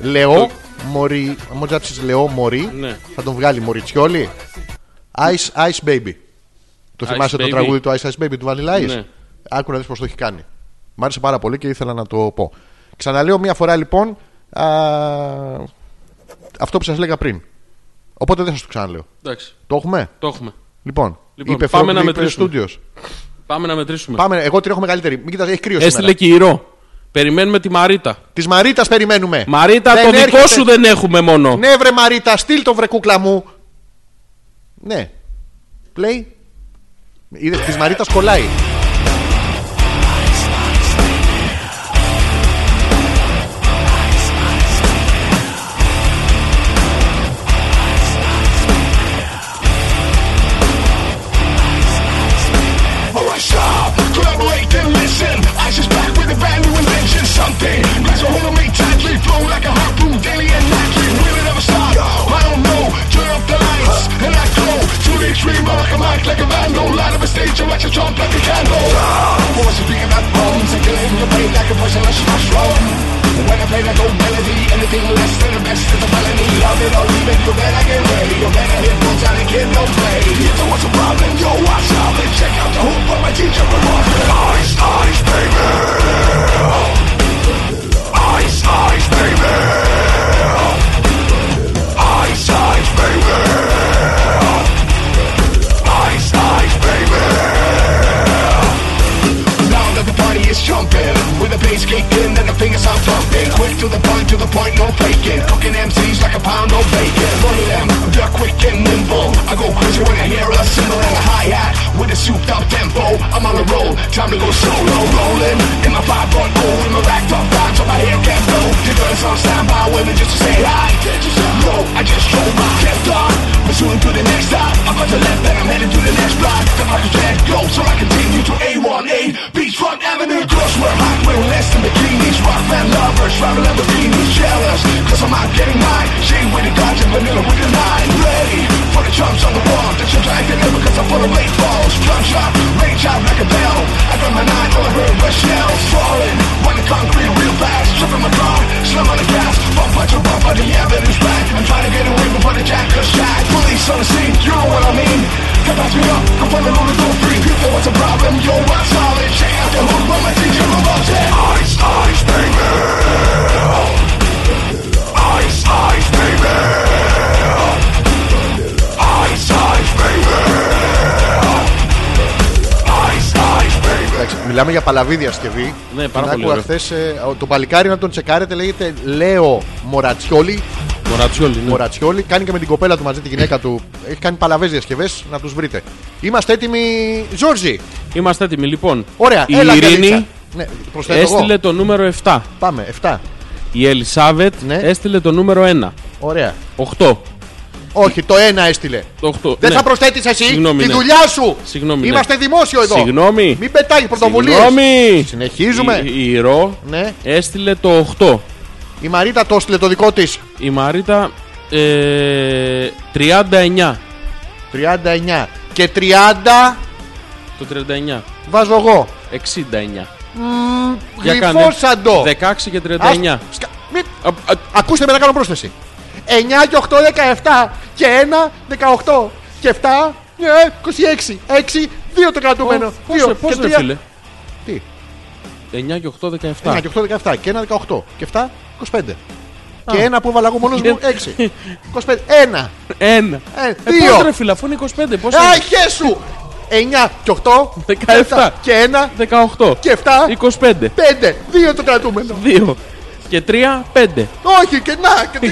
Λεό Μωρι. Αν μου τζάψει Λεό Μωρι,
Ναι.
θα τον βγάλει Μωριτσιόλη. Ice, ice Baby. Το
Ice
θυμάσαι το
Baby.
τραγούδι του Ice Ice Baby του Vanilla Ice.
Ναι.
Άκου να δεις πώς το έχει κάνει. Μ' άρεσε πάρα πολύ και ήθελα να το πω. Ξαναλέω μία φορά λοιπόν α, αυτό που σας λέγα πριν. Οπότε δεν σα το ξαναλέω.
Εντάξει,
Το έχουμε.
το έχουμε.
Λοιπόν,
Λοιπόν, πάμε να μετρήσουμε.
Studios.
Πάμε να μετρήσουμε.
Πάμε, εγώ την έχω μεγαλύτερη. Μην κοιτάς, έχει κρύο σήμερα.
Έστειλε και ηρώ. Περιμένουμε τη Μαρίτα.
Της Μαρίτας περιμένουμε.
Μαρίτα,
Δεν
το δικό
έρχεται.
σου δεν έχουμε μόνο.
Ναι, βρε Μαρίτα, στείλ το βρε κούκλα μου. Ναι. Play. Είδε της Μαρίτας κολλάει.
For a shop, collaborate and listen. Ice is back with a brand new invention. Something grabs a hold of me tightly, flow like a harpoon daily and nightly. Will it ever stop? I don't know. Turn up the lights and I go to the extreme. I rock a mic like a bando. Light up a stage and watch it jump like a candle. Voice is beating like bones and killing the brain like a poison rush mushroom. When I play like old melody, anything less than the best is a felony. Love it or leave it, you better get ready. You better hit bullseye and get no play. So what's the problem? Yo, I solve it. Check out the hoop of my teacher remarks. Ice, ice, baby. Ice, ice, baby. Ice, ice, baby. Ice, ice, baby. Now that the party is jumping With the bass kicked in and the fingers are thumping Quick to the point, to the point, no faking Cooking MCs like a pound of bacon One of them, they're quick and nimble I go crazy when I hear a cymbal and a hi-hat With a souped up tempo I'm on a roll, time to go solo Rolling in my 5.0 In my racked up vibes on my hair can't blow The girls on standby waiting just to say hi No, I just drove my kept on Pursuing to the next stop I'm about to left and I'm headed to the next block The mic is let go so I continue to A1A Beachfront Avenue Girls wear hot, wear less than bikinis Rock band lovers, travel Lamborghinis Jealous, cause I'm not getting mine Shade with the dodge and vanilla with the nine Ready for the jumps on the wall The jumps I can never cause I'm full of late balls Drum shot, range out like a bell I got my nine, all I heard was shells Falling, when the concrete real fast Tripping my car, slam on the gas Bumper to bumper, the avenue's black I'm trying to get away before the jackers jack Police on the scene, you know what I mean Come back me up, I'm falling on the door free People, what's a problem? Yo, I'm solid Check out the hook, but my teacher revolves it Ice, ice, baby Ice, ice, baby Ice, ice, baby Ice, ice, baby
Εντάξει, μιλάμε για παλαβή διασκευή.
Ναι, πάρα
Την
πολύ
άκουγα
ωραία.
χθες, ε, ο- το παλικάρι να τον τσεκάρετε λέγεται Λέο Μορατσιόλη.
Μωρατσιόλη, ναι.
Μορατσιόλη. Κάνει και με την κοπέλα του μαζί τη γυναίκα του. Έχει κάνει παλαβές διασκευές. Να τους βρείτε. Είμαστε έτοιμοι, Ζόρζι.
Είμαστε έτοιμοι λοιπόν.
Ωραία,
Η
έλα, Γκαρίτσα.
Ειρήνη
Ναι, προσθέτω εγώ.
έστειλε το νούμερο 7.
Πάμε, 7.
Η Ελισάβετ
Ναι.
έστειλε το νούμερο 1.
Ωραία.
8.
Όχι, το ένα έστειλε.
Το 8.
Δεν θα προσθέτεις εσύ
Ναι. Συγγνώμη,
τη
ναι.
δουλειά σου.
Συγγνώμη, ναι.
Είμαστε δημόσιο εδώ.
Συγγνώμη.
Μην πετάει πρωτοβουλίες.
Συγγνώμη.
Συνεχίζουμε.
Η, η Ρο
Ναι.
έστειλε το 8.
Η Μαρίτα το έστειλε το δικό της.
Η Μαρίτα ε, 39.
39. Και 30
Το 39.
βάζω εγώ.
69. Για κάνε.
Γλυφόσαντο.
16 και 39.
Ας- σκα- μην-
Α, α,
Ακούστε με να κάνω πρόσθεση. 9 και 8, 17. Και 1, 18. Και 7, ε, 26. 6, 2 το κρατούμενο.
Πώς,
Δύο
ρε, πώς
και
ρε
τρία.
φίλε.
Τι.
9 και 8, 17.
9 και 8, 17. Και 1, 18. Και 7, 25. Και ένα που έβαλα εγώ μόνος
[laughs]
μου, 6. 25. 1.
Ένα.
Ε,
Ε,
δύο.
πώς ρε φίλε, αφού είναι 25, πώς είναι.
Άχε σου! 9 και 8,
17.
Και 1,
18.
και 7,
25.
5. 2 το κρατούμενο.
2. Και 3, 5.
Όχι, και να, και
[laughs]
3,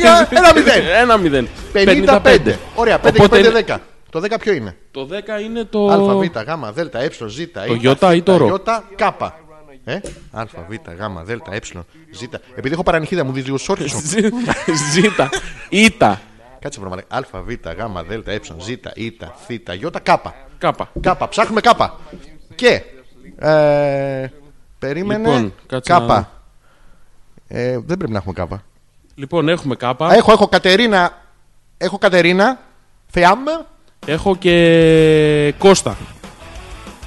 1, 0.
1-0.
55. Ωραία, 5
Οπότε
και 5,
είναι-
10. Το 10 ποιο είναι?
Το 10 είναι το.
Α,
[laughs]
Β, Γ, Δ, Ε, Ζ. Το
γιώτα ή το ρο.
Κ. Ε, Α, Β, Γ, Δ, Ε, Ζ. Επειδή έχω παρανυχίδα, μου δεις λίγο σόρτι σου.
Ζήτα. Ήτα.
Κάτσε βρω μαλάκα. Α, Β, Γ, Δ, Ε, Ζ, Ή, Θ, Ι, Κ.
Κάπα.
Κάπα, ψάχνουμε κάπα. Και. Ε, περίμενε.
Λοιπόν, κάτσε
κάπα.
να
Ε, δεν πρέπει να έχουμε κάπα.
Λοιπόν, έχουμε κάπα.
Α, έχω, έχω Κατερίνα. Έχω Κατερίνα. Θεάμ.
Έχω και Κώστα.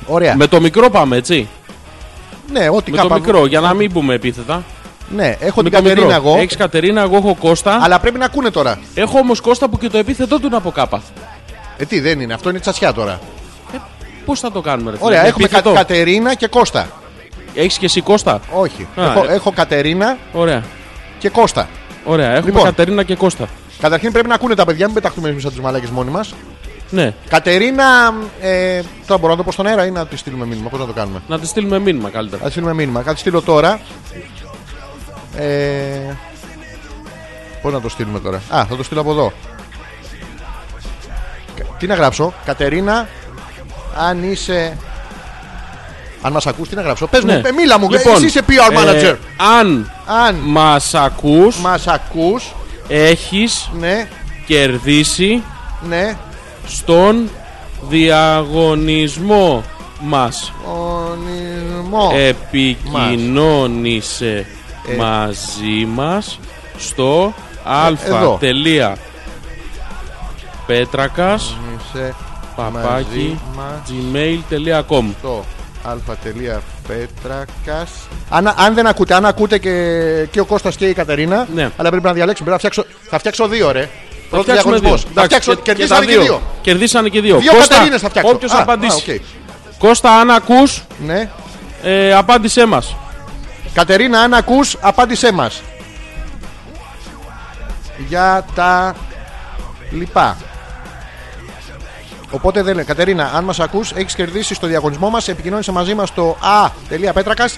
Ωραία.
Με το μικρό πάμε, έτσι.
Ναι, ό,τι
Με το
κάπα-
μικρό, για να μην πούμε επίθετα.
Ναι, έχω
με
την Κατερίνα εγώ.
Έχεις Κατερίνα, εγώ έχω Κώστα.
Αλλά πρέπει να ακούνε τώρα.
Έχω όμως Κώστα που και το επίθετό του είναι από κάπα.
Ε, τι δεν είναι, αυτό είναι τσατσιά τώρα.
Πώς θα το κάνουμε, ρε φίλε.
Ωραία,
με
έχουμε Κα-
επίθετο.
Κατερίνα και Κώστα.
Έχεις και εσύ Κώστα.
Όχι.
Α,
έχω,
ε.
έχω Κατερίνα
Ωραία.
και Κώστα.
Ωραία, έχουμε
Λοιπόν.
Κατερίνα και Κώστα.
Καταρχήν πρέπει να ακούνε τα παιδιά, μην πεταχτούμε εμείς από του μαλάκες μόνοι μας.
Ναι,
Κατερίνα. Ε, τώρα μπορώ να το πω στον αέρα ή να τη στείλουμε μήνυμα. Πώς να το κάνουμε.
να τη στείλουμε μήνυμα καλύτερα.
Θα τη στείλουμε μήνυμα. Θα τη στείλω τώρα. Ε, Πώς να το στείλουμε τώρα. Α, θα το στείλω από εδώ. Κα- Τι να γράψω, Κατερίνα, αν είσαι. Αν μας ακούς τι να γράψω. Πες μου, ε, μίλα μου, λοιπόν, εσύ είσαι PR manager.
Ναι. ε, αν
αν
μας ακούς,
μας ακούς,
έχεις
ναι,
κερδίσει
ναι,
στον διαγωνισμό μας.
ονισμό.
Ε, Επικοινώνησε
Ε.
μαζί μας στο
εδώ.
α. τελεία Πέτρακας
Είσαι μαζί
παπάκι
μας.
gmail.com
το αλφα.πέτρακα. Αν, αν δεν ακούτε, αν ακούτε και, και ο Κώστας και η Κατερίνα,
Ναι.
αλλά πρέπει να διαλέξουμε. Πρέπει να φτιάξω, θα φτιάξω δύο, ρε.
Θα
Πρώτο
φτιάξουμε
διαγωνισμός.
δύο.
Θα
Εντάξει,
φτιάξω,
τα
κερδίσανε και δύο.
Κερδίσανε και δύο.
Δύο Κατερίνες θα φτιάξω.
Όποιος
Α,
απαντήσει.
α, οκ.
Κώστα, αν ακούς,
Ναι.
ε, απάντησέ μας.
Κατερίνα, αν ακούς, απάντησέ μας. Για τα λοιπά. Οπότε δεν λέει. Κατερίνα, αν μας ακούς, έχεις κερδίσει στο διαγωνισμό μας. Επικοινώνησε μαζί μας στο a.πέτρακα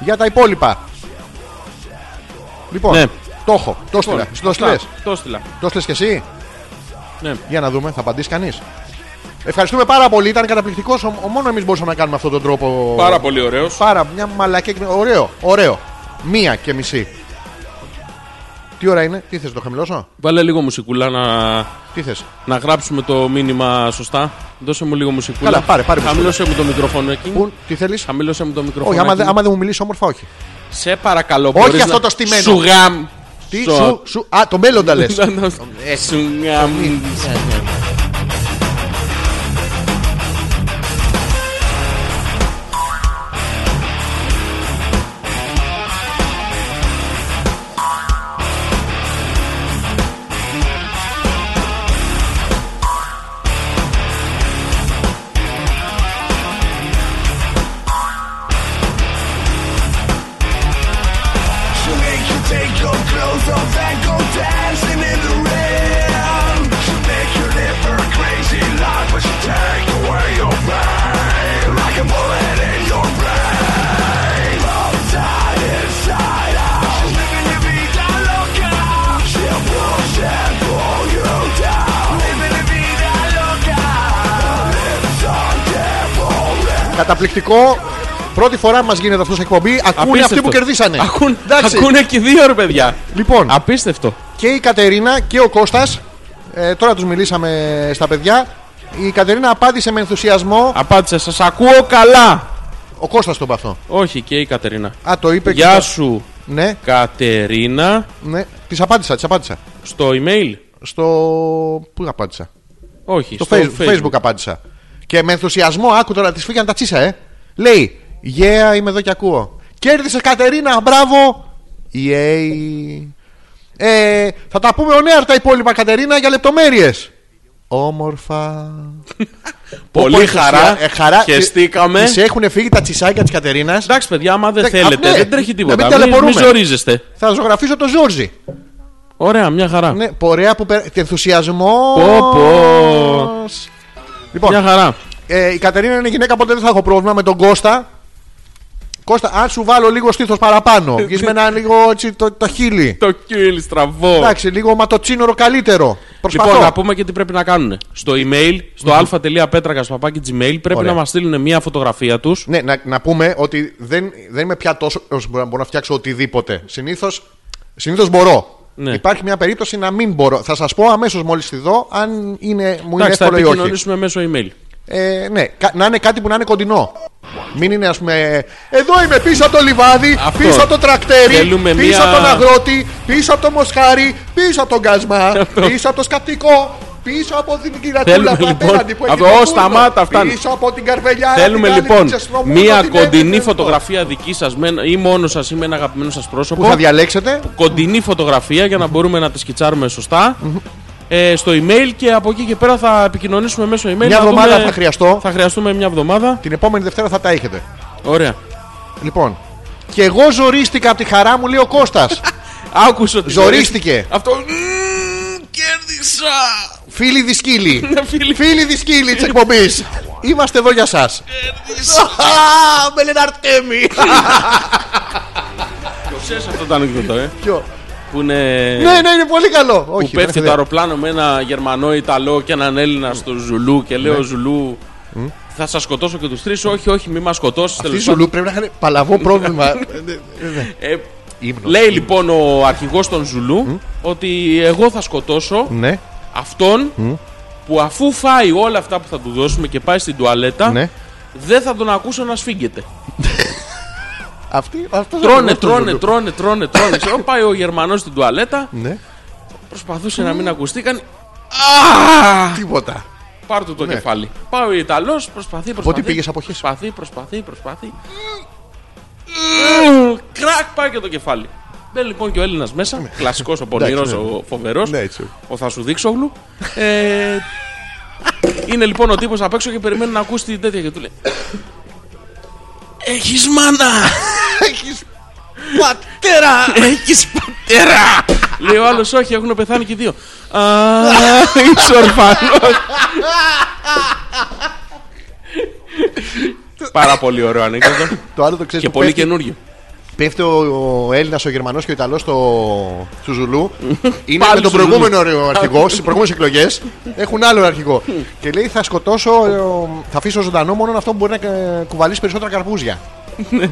για τα υπόλοιπα. Λοιπόν,
Ναι.
το έχω. Το στείλα. Στο στείλες.
Λοιπόν, Το στείλα.
Το στείλες και εσύ.
Ναι.
Για να δούμε, θα απαντήσει κανείς. Ευχαριστούμε πάρα πολύ. Ήταν καταπληκτικός. Μόνο εμείς μπορούσαμε να κάνουμε αυτόν τον τρόπο.
Πάρα πολύ ωραίος.
Πάρα μια μαλακή. Ωραίο, ωραίο. Μία και μισή. Τι ώρα είναι, τι θες, το χαμηλώσω,
Βάλε λίγο μουσικούλα να,
τι θες.
να γράψουμε το μήνυμα σωστά. Δώσε μου λίγο μουσικούλα.
Καλά, πάρε, πάρε
Χαμήλωσε μου το μικρόφωνο εκεί.
Πού, τι θέλεις.
Χαμήλωσε μου το
Όχι,
μικρόφωνο.
άμα, δεν- άμα δεν μου μιλήσει όμορφα, όχι.
Σε παρακαλώ,
Όχι
μπορείς
αυτό
να-
το στημένο.
Σου γαμ.
Τι,
[laughs]
σου, ε, σου, α, το μέλλοντα λες.
Σου γαμ.
She'll make you take your clothes off and go dancing in the rain. She'll make you live her crazy life, but she'll take away your pain like a bullet in your brain. Outside, inside out. She's living your vida loca. She'll push and pull you down. Living your vida loca. Lives on temporary.
Ναι.
Καταπληκτικό. Πρώτη φορά μας γίνεται αυτός σε εκπομπή. Ακούνε αυτοί
Απίστευτο.
που κερδίσανε.
Ακούν,
Εντάξει.
ακούνε και οι δύο ρε παιδιά.
Λοιπόν,
Απίστευτο.
και η Κατερίνα και ο Κώστας. Ε, τώρα τους μιλήσαμε στα παιδιά. Η Κατερίνα απάντησε με ενθουσιασμό.
Απάντησε, σας ακούω καλά.
Ο Κώστας τον παθό.
Όχι και η Κατερίνα.
Α, το είπε και.
Γεια
το-
σου,
Ναι,
Κατερίνα,
ναι. Της απάντησα, της απάντησα.
στο email.
Στο. Πού απάντησα.
Όχι,
Στο
στο
Facebook. Facebook απάντησα. Και με ενθουσιασμό άκου τώρα, τη φύγαν τα τσίσα, ε. Λέει, Yeah, είμαι εδώ και ακούω. Κέρδισε Κατερίνα, μπράβο. Yay. Ε, θα τα πούμε on air τα υπόλοιπα Κατερίνα για λεπτομέρειες. Όμορφα.
Πολύ χαρά.
Ε, χαρά.
Χεστήκαμε.
Τη έχουν φύγει τα τσισάκια της Κατερίνας.
Εντάξει, παιδιά, άμα δεν
Ναι,
θέλετε,
ναι.
δεν τρέχει
Να
τίποτα.
μην
μην, μην
ταλαιπωρούμε.
ζορίζεστε.
Θα ζωγραφίσω το Ζόρζι.
Ωραία, μια χαρά.
Ναι, πορεία που πέρα. Ενθουσιασμός.
Πω, πω.
Λοιπόν,
Μια χαρά.
Ε, η Κατερίνα είναι γυναίκα, ποτέ δεν θα έχω πρόβλημα με τον Κώστα. Κώστα, αν σου βάλω λίγο στήθος παραπάνω,
Ε,
βγεις με
ναι.
ένα λίγο έτσι το, το χείλη.
Το κύλι στραβό.
Εντάξει, λίγο ματοτσίνορο καλύτερο. Προσπαθώ.
Λοιπόν, να πούμε και τι πρέπει να κάνουν. Στο email, στο αλφα.πέτρακα.gmail πρέπει
Ωραία.
να μας στείλουν μια φωτογραφία τους.
Ναι, να, να πούμε ότι δεν, δεν είμαι πια τόσο. όσο μπορώ, να- μπορώ να φτιάξω οτιδήποτε. Συνήθως συνήθως μπορώ.
Ναι.
Υπάρχει μια περίπτωση να μην μπορώ. Θα σας πω αμέσως μόλις τη δω αν είναι, μου είναι
Εντάξει, θα
εύκολο ή όχι.
επικοινωνήσουμε μέσω email.
Ε, ναι, κα- να είναι κάτι που να είναι κοντινό. Μην είναι, ας πούμε, ε, εδώ είμαι πίσω από το λιβάδι,
Αυτό.
πίσω από το τρακτέρι,
Θέλουμε
πίσω
μία-
από τον αγρότη, πίσω από το μοσχάρι, πίσω από τον κασμά, πίσω από το σκατικό, Πίσω από την
Θέλουμε,
κυρατούλα που
λοιπόν,
απέναντι που έχει
από-
το
Ω,
φούρνο.
σταμάτα, φτάνει.
Πίσω από την καρβελιά.
Θέλουμε
την άλλη
λοιπόν
την ξεσλομούνα,
μία
την
κοντινή
έβρεξε,
φωτογραφία δική σας ή μόνος σας ή με ένα αγαπημένο σας πρόσωπο.
Που θα διαλέξετε.
Κοντινή φωτογραφία για να μπορούμε να τη σκιτσάρουμε σωστά. Ε, στο email και από εκεί και πέρα θα επικοινωνήσουμε μέσω email.
Μια
να
εβδομάδα
δούμε-
θα χρειαστώ.
Θα χρειαστούμε μια εβδομάδα.
Την επόμενη Δευτέρα θα τα έχετε.
Ωραία.
Λοιπόν. Και εγώ ζορίστηκα από τη χαρά μου, λέει ο Κώστας.
[laughs] Άκουσα ότι.
Ζορίστηκε.
Αυτό. Μμμ, Κέρδισα!
Φίλοι
[laughs]
δισκύλοι.
Φίλοι.
Φίλοι δισκύλοι της εκπομπής. Είμαστε εδώ για σας. Με λένε Αρτέμι.
Ξέρεις αυτό το ανέκδοτο, ε.
Ποιο?
Που είναι.
Ναι, ναι, είναι πολύ καλό.
Που
Όχι, δεν
πέφτει
έχω
το
ιδέα.
αεροπλάνο με ένα Γερμανό, Ιταλό και έναν Έλληνα στο Ζουλού και
Ναι.
λέω Ζουλού. Θα σας σκοτώσω και τους τρεις. Όχι, όχι, μη μας σκοτώσεις.
Αυτή η Ζουλού πρέπει να είναι παλαβό
[laughs]
πρόβλημα.
Ναι,
Ύμνος.
Ε, Λέει λοιπόν ο αρχηγός των Ζουλού ότι εγώ θα σκοτώσω
Ναι,
αυτόν που αφού φάει όλα αυτά που θα του δώσουμε και πάει στην τουαλέτα,
ναι.
δεν θα τον ακούσω να σφίγγεται.
Αυτή, αυτός
Τρώνε,
είναι το
τρώνε,
Ζουλού.
τρώνε, τρώνε,
[laughs]
τρώνε. Ξέρω, πάει ο Γερμανός στην τουαλέτα,
Ναι,
προσπαθούσε να μην ακουστεί, κάνει
τίποτα.
Πάρ του το
Ναι.
κεφάλι. Πάει ο Ιταλός, προσπαθεί, προσπαθεί.
Ό,τι πήγες από χείς.
Προσπαθεί, προσπαθεί, προσπαθεί. Κρακ, πάει και το κεφάλι. Μπαίνει λοιπόν και ο Έλληνας μέσα. Κλασικός ο πονηρός,
Ναι. Εντάξει, ναι.
ο φοβερός.
Ναι, έτσι.
Ο θα σου δείξω γλου. Ε, είναι λοιπόν ο τύπος απ' έξω και περιμένει να ακούσει την τέτοια και του λέει. Έχεις μάνα!
Έχεις πατέρα.
Έχεις πατέρα! Λέει ο άλλος, όχι, έχουν πεθάνει και οι δύο. Α, είσαι ορφανός. Πάρα πολύ ωραίο ανέκδοτο.
Το άλλο το ξέρεις
και
που
πολύ
πέφτει-
καινούριο.
Πέφτει ο, ο Έλληνας, ο Γερμανός και ο Ιταλός στο, στο Ζουλού.
[laughs]
Είναι
Πάλι
με τον
στο Ζουλού.
προηγούμενο ρε, ο αρχηγό, στις προηγούμενες εκλογές. Έχουν άλλο αρχηγό. και λέει: Θα σκοτώσω, ε, ο- θα αφήσω ζωντανό μόνο αυτό που μπορεί να ε, κουβαλήσει περισσότερα
[laughs]
καρπούζια.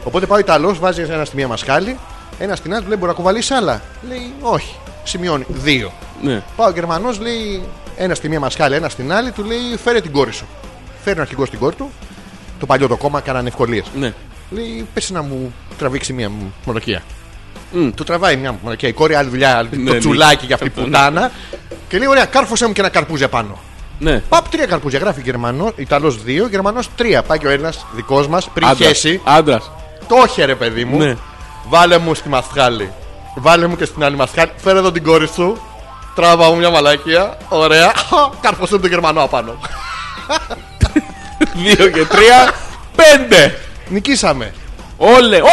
Οπότε πάει ο Ιταλός, βάζει ένα στη μία μασχάλη, ένα στην άλλη του λέει: Μπορεί να κουβαλήσει άλλα. Λέει: Όχι. Σημειώνει. Δύο.
Ναι.
Πάει ο Γερμανός, λέει: Ένα στη μία μασχάλη, ένα στην άλλη, του λέει: Φέρε την κόρη σου. Φέρνει ο αρχηγός την κόρη του. Το παλιό το κόμμα κάνανε ευκολίες.
ναι.
Λέει, πες να μου τραβήξει μια μου- μονοκία. Του τραβάει μια μονοκία. Η κόρη άλλη δουλειά, άλλη-
Ναι,
το
ναι.
τσουλάκι για αυτή η πουτάνα. και λέει, ωραία, κάρφωσέ μου και ένα καρπούζι απάνω.
Ναι.
Παπ, τρία καρπούζια. Γράφει Γερμανό, Ιταλός δύο, Γερμανός τρία. Πάει και ο ένα δικός μας πριν χέσει.
Άντρας.
Το είχε ρε παιδί μου.
Ναι.
Βάλε μου στη μασχάλη. Βάλε μου και στην άλλη μασχάλη. Φέρε εδώ την κόρη σου. Τράβα μου μια μαλακία. Ωραία. Κάρφωσέ μου τον Γερμανό απάνω.
Δύο και τρία. Πέντε.
Νικήσαμε.
Όλε. Ω,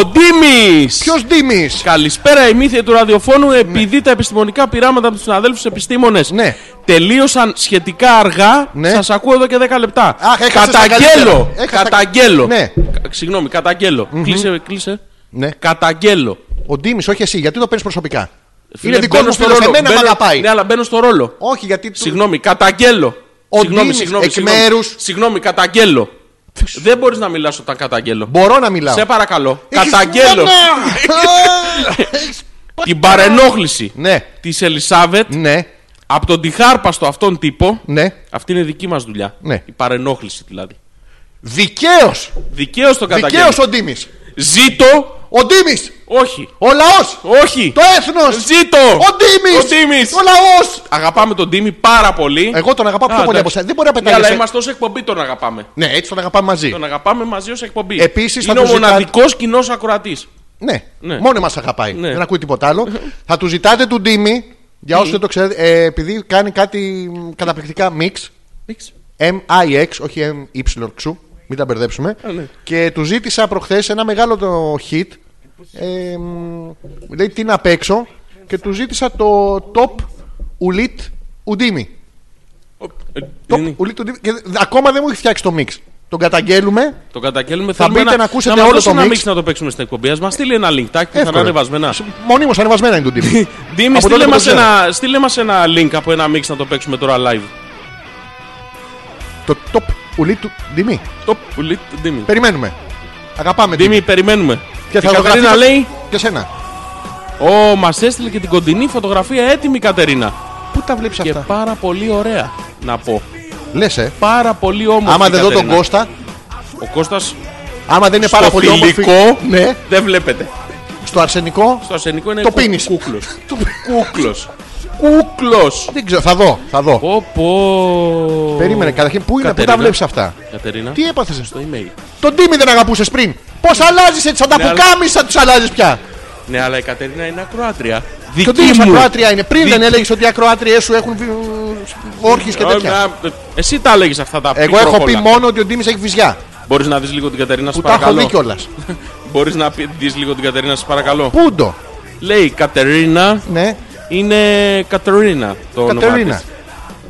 Ντίμης!
Ποιος Ντίμης.
Καλησπέρα, η μύθια του ραδιοφώνου. Επειδή τα επιστημονικά πειράματα από τους συναδέλφους επιστήμονες
Ναι.
τελείωσαν σχετικά αργά,
Ναι.
σας ακούω εδώ και 10 λεπτά.
Αχ, έχασες τα
καταγγέλλω!
καλύτερα. Έχασες τα-
Καταγγέλλω!
Ναι.
Κα- Συγγνώμη, καταγγέλλω. Κλείσε, κλείσε.
Ναι.
Καταγγέλλω.
Ο Ντίμης, όχι εσύ, γιατί το παίρνεις προσωπικά.
Φίλε,
είναι δικό
μπαίνω
μου
στο
φίλος,
ρόλο.
εμένα με
Μπαίνω-
αγαπάει.
Ναι, αλλά μπαίνω στο ρόλο.
Όχι, γιατί. του-
Συγγνώμη, καταγγέλλω.
Ο
συγγνώμη,
Ντίμης,
συγγνώμη,
εκ
συγγνώμη.
μέρους-
Συγγνώμη, καταγγέλλω. Δεν μπορείς να μιλάς όταν καταγγέλλω.
Μπορώ να μιλάω.
Σε παρακαλώ,
Έχεις ε,
καταγγέλλω
μάνα!
[laughs] την παρενόχληση
ναι,
της Ελισάβετ
ναι,
από τον τυχάρπαστο αυτόν τύπο.
ναι.
Αυτή είναι δική μας δουλειά.
Ναι.
Η παρενόχληση δηλαδή.
Δικαίως!
Δικαίως τον καταγγέλνω.
Δικαίως ο Ντίμη.
Ζήτω.
Ο Ντίμης!
Όχι.
Ο λαός!
Όχι.
Το έθνος!
Ζήτω.
Ο Ντίμης!
Ο Ντίμης.
λαός!
Αγαπάμε τον Τίμη πάρα πολύ.
Εγώ τον αγαπάω πιο
Α,
πολύ από
εντάξει.
εσά. Δεν μπορεί να
Ναι, αλλά
πετάει.
είμαστε ως εκπομπή τον αγαπάμε.
Ναι, έτσι τον αγαπάμε μαζί.
Τον αγαπάμε μαζί ως εκπομπή.
Επίσης, θα
είναι ο
του ζητά-
μοναδικός κοινός ακροατής.
Ναι.
Ναι.
Μόνο μας αγαπάει.
Ναι.
Δεν ακούει τίποτα
[laughs]
άλλο. Θα του ζητάτε του Ντίμη, για όσου δεν το ξέρετε, ε, επειδή κάνει κάτι μ, καταπληκτικά μίξ. MIX, όχι MYX, μην τα μπερδέψουμε.
Α, ναι.
Και του ζήτησα προχθές ένα μεγάλο το hit. Ε, μ, λέει τι να παίξω. Και του ζήτησα το top ulit undimi.
ε,
Top ulit undimi. Και δε- ακόμα δεν μου έχει φτιάξει το mix. τον καταγγέλουμε.
Το καταγγέλνουμε.
Θα
Θέλουμε
μπείτε να ακούσετε
θα μας
όλο
δώσει
το
ένα
mix.
mix να το παίξουμε στην εκπομπή. Ας μας στείλει ένα link tag που θα είναι
Εύκολο.
ανεβασμένα.
Μονίμω ανεβασμένα είναι το undimi.
Ντίμη,
Από τότε
στείλε
που το
μας
ξέρω.
ένα, στείλε μας ένα link από ένα mix να το παίξουμε τώρα live.
το top ulit undimi.
Το πουλί του Ντίμη.
Περιμένουμε. Αγαπάμε
Ντίμη, περιμένουμε.
Και
η
θα το
Κατερίνα λέει:
Και σένα.
Ω, μας έστειλε και την κοντινή φωτογραφία έτοιμη η Κατερίνα.
Πού τα βλέπεις
Και
αυτά.
πάρα πολύ ωραία, να πω.
Λες, ε.
Πάρα πολύ όμορφη.
Άμα
η
δεν δω τον
Κατερίνα.
Κώστα,
Ο Κώστας
άμα δεν είναι πάρα
στο
πολύ όμορφη.
φιλικό
Ναι,
δεν βλέπετε.
στο αρσενικό.
Στο ασενικό είναι
[laughs] Το πίνεις.
κούκλος. Κούκλος. κούκλος.
Δεν ξέρω, θα δω, θα δω.
Πω πω.
Περίμενε, καταρχήν, πού είναι, πού τα
Κατερίνα.
βλέπεις αυτά.
Κατερίνα.
Τι έπαθες.
Στο email.
Τον Τίμη δεν αγαπούσες πριν. Πώς αλλάζεις έτσι, σαν τα
Ναι, αλλά-
πουκάμισα τους αλλάζεις πια.
Ναι, αλλά η Κατερίνα είναι ακροάτρια.
Και ο Τίμη ακροάτρια είναι. Πριν δεν έλεγες ότι οι ακροάτριε σου έχουν όρχες και
Ω,
τέτοια.
να- Εσύ τα έλεγε αυτά τα
Εγώ έχω πει μόνο ότι ο Τίμης έχει βυζιά.
Μπορείς να δεις λίγο την Κατερίνα,
Που
σας
τα έχω δει
παρακαλώ.
κιόλας.
Μπορείς να δεις λίγο την Κατερίνα, σας παρακαλώ.
Πούντο.
Λέει Κατερίνα
Ναι,
είναι Κατερίνα το όνομα
Κατερίνα.
της.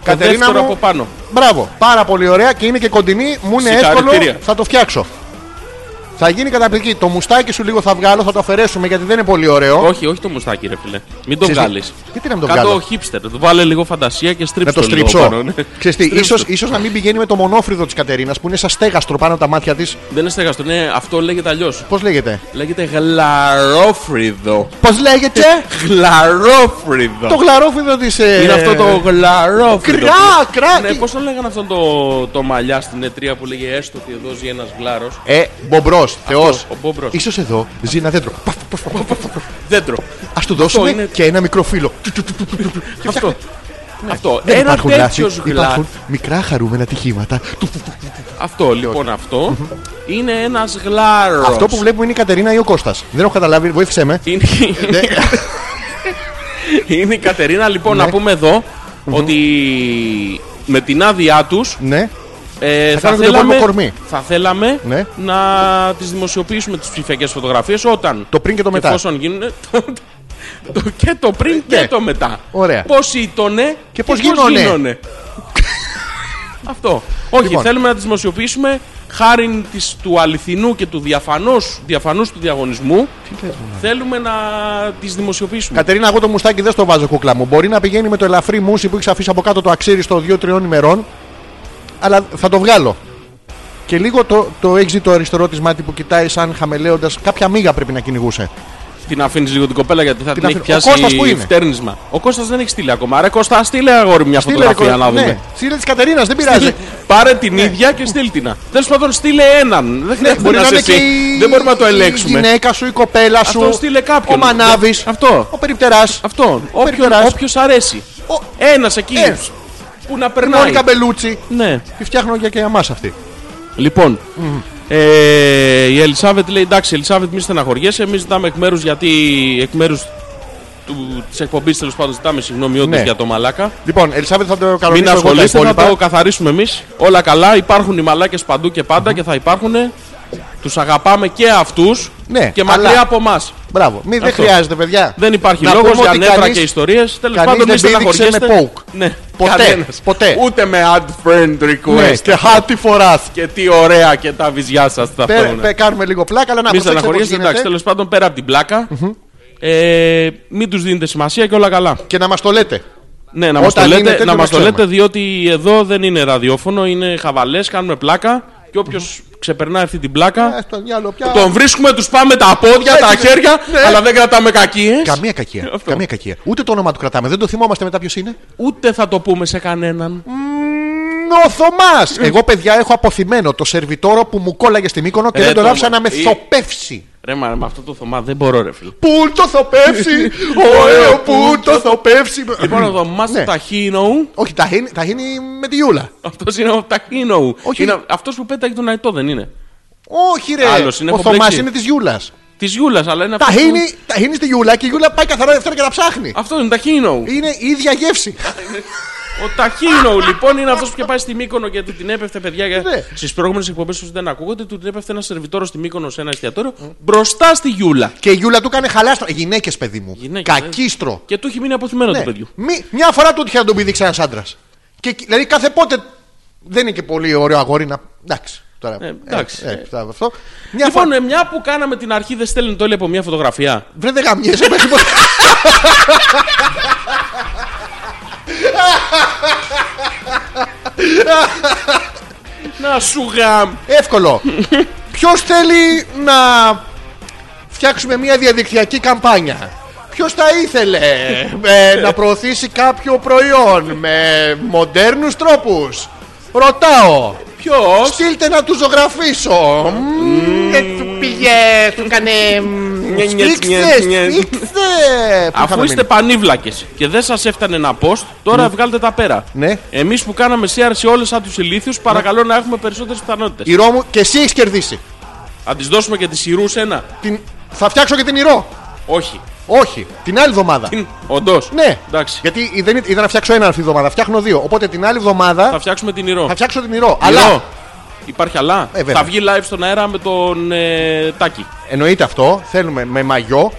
Το
Κατερίνα
δεύτερο
μου.
από πάνω.
Μπράβο, πάρα πολύ ωραία και είναι και κοντινή. Μου είναι εύκολο,
Συγχαρητήρια.
θα το φτιάξω. Θα γίνει καταπληκτική. Το μουστάκι σου λίγο θα βγάλω, θα το αφαιρέσουμε γιατί δεν είναι πολύ ωραίο.
Όχι, όχι το μουστάκι, ρε φίλε. Μην το
Ξέρεις τι-
βγάλεις.
γιατί να μην το βγάλω?
Κάτω hipster. Το βάλε λίγο φαντασία και στρίψε
Να το
λίγο
στρίψω.
πάνω, ναι.
Ξέρεις τι,
Στρίψε
ίσως,
το.
ίσως να μην πηγαίνει με το μονόφρυδο της Κατερίνας που είναι σαν στέγαστρο πάνω από τα μάτια της.
Δεν είναι στεγαστό, είναι αυτό λέγεται αλλιώς.
Πώς λέγεται.
Λέγεται γλαρόφρυδο.
Πώς λέγεται.
Γλαρόφρυδο.
Ε, το γλαρόφρυδο της... ε,
Είναι αυτό το γλαρόφρυδο.
Κρά,
που-
κρά.
Ναι,
τι-
πώς το λέγανε αυτό το, το μαλλιά στην ετρία που λέγε έστω ότι εδώ ζει ένας γλάρος.
Ε, μπομπρός, θεός.
ο Μπομπρός.
Ίσως εδώ ζει ένα δέντρο. Παφ, παφ, παφ, παφ, παφ.
Δέντρο.
Ας του δώσουμε
είναι-
και ένα μικρό φύλλο. [laughs]
Αυτό. Αυτό.
Ναι. Δεν
ένα
υπάρχουν λάθη,
τέτοιο
υπάρχουν
γλάρο.
μικρά χαρούμενα τυχήματα. Του-
Αυτό λοιπόν αυτό είναι ένας γλάρος.
Αυτό που βλέπουμε είναι η Κατερίνα ή ο Κώστας. Δεν έχω καταλάβει, βοήθησέ με.
Είναι,
Ναι.
είναι η Κατερίνα, λοιπόν,
Ναι.
να πούμε εδώ ότι με την άδειά τους
Ναι,
ε,
Θα
θα,
κάνουν και το
θέλαμε,
πόλεμο κορμί.
θα θέλαμε
Ναι.
να τις δημοσιοποιήσουμε τις ψηφιακές φωτογραφίες όταν.
Το πριν και το μετά.
Εφόσον [laughs] γίνουν. το, και το πριν
Ναι.
και το μετά.
Ωραία.
Πώς ήτονε
Και πώς γίνωνε. [laughs]
Αυτό. Όχι,
Λοιπόν.
θέλουμε να τις δημοσιοποιήσουμε χάρη της, του αληθινού και του διαφανούς, διαφανούς του διαγωνισμού. Θέλουμε να τις δημοσιοποιήσουμε.
Κατερίνα, εγώ το μουστάκι δεν στο βάζω κούκλα μου. Μπορεί να πηγαίνει με το ελαφρύ μουσι που έχεις αφήσει από κάτω το αξίρι στο 2-3 ημερών. Αλλά θα το βγάλω. Και λίγο το, το έξι το αριστερό της μάτι που κοιτάει σαν χαμελέοντας. Κάποια μίγα πρέπει να κυνηγούσε.
Την αφήνεις λίγο την κοπέλα γιατί θα την, έχει
αφήνω. Ο
πιάσει
Κώστας που είναι?
φτέρνισμα. Ο Κώστας δεν έχει στείλει ακόμα. Ρε Κώστα, στείλε αγόρι μια φωτογραφία να δούμε.
Στείλε της Κατερίνας, δεν
[laughs]
[laughs]
Ναι,
πειράζει.
Πάρε την ίδια και στείλ την. Τέλος πάντων, στείλε έναν. Δεν χρειάζεται
Ναι. Μπορεί να είναι
είσαι
και
εσύ.
η-
Δεν μπορούμε να το
Η
ελέγξουμε.
γυναίκα σου, η κοπέλα σου.
Αυτό στείλε κάποιον.
Ο Μανάβης.
Αυτό.
Ο Περιπτεράς.
Αυτό. Όποιο
Περιπτεράς.
όποιος αρέσει.
Ο-
Ένας εκεί.
Ένας.
Που να
Η
περνάει.
Μόνικα Μπελούτσι.
Ναι.
Τη φτιάχνω για και εμά αυτή.
Λοιπόν, ε, η Ελισάβετ λέει: Εντάξει, Ελισάβετ, μη στεναχωριέσαι. Εμείς ζητάμε εκ μέρους γιατί εκ μέρους της εκπομπής τέλος πάντων ζητάμε συγγνώμη όντως
Ναι.
για το μαλάκα.
Λοιπόν, Ελισάβετ θα το
Μην
κανονίσω εγώ τα
ασχολείστε, θα
υπόλοιπα.
το καθαρίσουμε εμείς. Όλα καλά, υπάρχουν οι μαλάκες παντού και παντα και θα υπάρχουν. Τους αγαπάμε και αυτούς
Ναι,
και
αλλά-
μακριά από εμάς.
Μπράβο. Μη, δεν
Αυτό.
χρειάζεται, παιδιά.
Δεν υπάρχει
Να
λόγος
πούμε
για
ότι
νεύρα
κανείς-
και ιστορίες. Τέλος
κανείς
πάντων,
δεν
μην
πήδηξε με
στεναχωριέστε.
poke.
Ναι,
Ποτέ,
κανένας.
ποτέ.
Ούτε με ad friend request.
Ναι, και χα, τι φοράς.
Και τι ωραία και τα βυζιά σας τα φτώνα.
Κάνουμε λίγο πλάκα, αλλά να προσέξετε πώς
Μην στεναχωριέστε,
γίνεται.
εντάξει, τέλος πάντων πέρα από την πλάκα. Ε, μην τους δίνετε σημασία και όλα καλά.
Και να μας το λέτε.
Ναι, να μας το
Όταν είναι
λέτε,
τέτοιο
να
να
μας το
ξέρουμε.
λέτε διότι εδώ δεν είναι ραδιόφωνο, είναι χαβαλές, κάνουμε πλάκα και όποιο ξεπερνάει αυτή την πλάκα.
Ε, Ναι. στον διάλογο πια.
Τον βρίσκουμε, τους πάμε τα πόδια, τα χέρια, αλλά δεν κρατάμε κακίες.
Καμία κακία.
Αυτό.
Καμία κακία. Ούτε το όνομα του κρατάμε. Δεν το θυμόμαστε μετά ποιος είναι.
Ούτε θα το πούμε σε κανέναν.
Ο Θωμάς. [laughs] Εγώ, παιδιά, έχω αποθυμένο το σερβιτόρο που μου κόλλαγε στη Μύκονο και
Ρε,
δεν τον
Θωμά.
άφησα να με
Ε.
θοπεύσει.
Ρε, μα με αυτό το θωμά δεν μπορώ, ρε φίλε.
Πού το θοπεύσει, [laughs] ωραίο που το θοπεύσει.
Λοιπόν, εδώ μα
Ναι.
το ταχύνοου.
Όχι, τα γίνει- τα γίνει με τη Γιούλα.
Αυτός είναι ο ταχύνοου.
Όχι.
Είναι αυτός που πέταγε τον Αϊτό, δεν είναι.
Όχι, ρε.
Άλλος είναι,
Ο
έχω μπλέξει.
Θωμάς είναι της Γιούλας.
Της Γιούλας, αλλά είναι
Τα
αυτός που-
χύνει, τα χύνει στη Γιούλα και η Γιούλα πάει καθαρά δεύτερα και τα ψάχνει.
Αυτός είναι ταχύνοου.
Είναι η ίδια γεύση.
Ο
[laughs]
Ταχίνο λοιπόν είναι αυτός που είχε πάει στη Μύκονο γιατί την έπεφτε παιδιά. Για...
Ναι.
Στις προηγούμενες εκπομπές που δεν ακούγονται, του την έπεφτε ένα σερβιτόρο στη Μύκονο σε ένα εστιατόριο μπροστά στη Γιούλα.
και η Γιούλα του κάνει χαλάστρα. Γυναίκες, παιδί μου.
Γυναίκες, ε.
Κακίστρο.
Και του έχει μείνει αποθυμένο
Ναι.
το παιδί.
Μη- μια φορά του είχε να τον πηδήξει ένας άντρας. Και, δηλαδή κάθε πότε. Δεν είναι και πολύ ωραίο αγόρι να. Εντάξει. Τώρα,
Ε, εντάξει,
ε,
ε.
αυτά- αυτό. Μια
Λοιπόν,
φορά.
ε, μια που κάναμε την αρχή, δεν στέλνει το όλοι από μια φωτογραφία.
Βρε δεν γαμιέσαι. με τίποτα.
Να σου γαμ. [laughs]
Εύκολο. Ποιος θέλει να φτιάξουμε μια διαδικτυακή καμπάνια. Ποιος θα ήθελε ε, να προωθήσει κάποιο προϊόν με μοντέρνους τρόπους. Ρωτάω.
Ποιος.
Ε, Στείλτε να του ζωγραφίσω. Μμμ, Δεν του πήγε, του κάνε. μ,
νιε, νιε,
Σφίξτε,
νιε, νιε.
σφίξτε! Πού
Αφού
είχαμε
είστε
μείνει?
πανίβλακες και δεν σας έφτανε ένα post, τώρα βγάλτε τα πέρα.
Ναι.
Εμείς που κάναμε share σε όλες σαν τους ηλίθιους, παρακαλώ να έχουμε περισσότερες πιθανότητες.
Η Ρώμου και εσύ έχεις κερδίσει.
Θα της δώσουμε και τη σειρού σε ένα.
Την... Θα φτιάξω και την Ηρώ.
Όχι.
Όχι, την άλλη εβδομάδα.
Όντως.
Ναι,
Εντάξει.
γιατί η- δεν ήταν να φτιάξω ένα αυτή τη εβδομάδα. Φτιάχνω δύο. Οπότε την άλλη εβδομάδα
Θα φτιάξουμε την ηρώ.
θα φτιάξω την Ηρώ.
Ηρώ.
Αλλά
Υπάρχει αλλά.
Ε, βέβαια.
θα βγει live στον αέρα με τον ε, Τάκη.
εννοείται αυτό. Θέλουμε με μαγιό.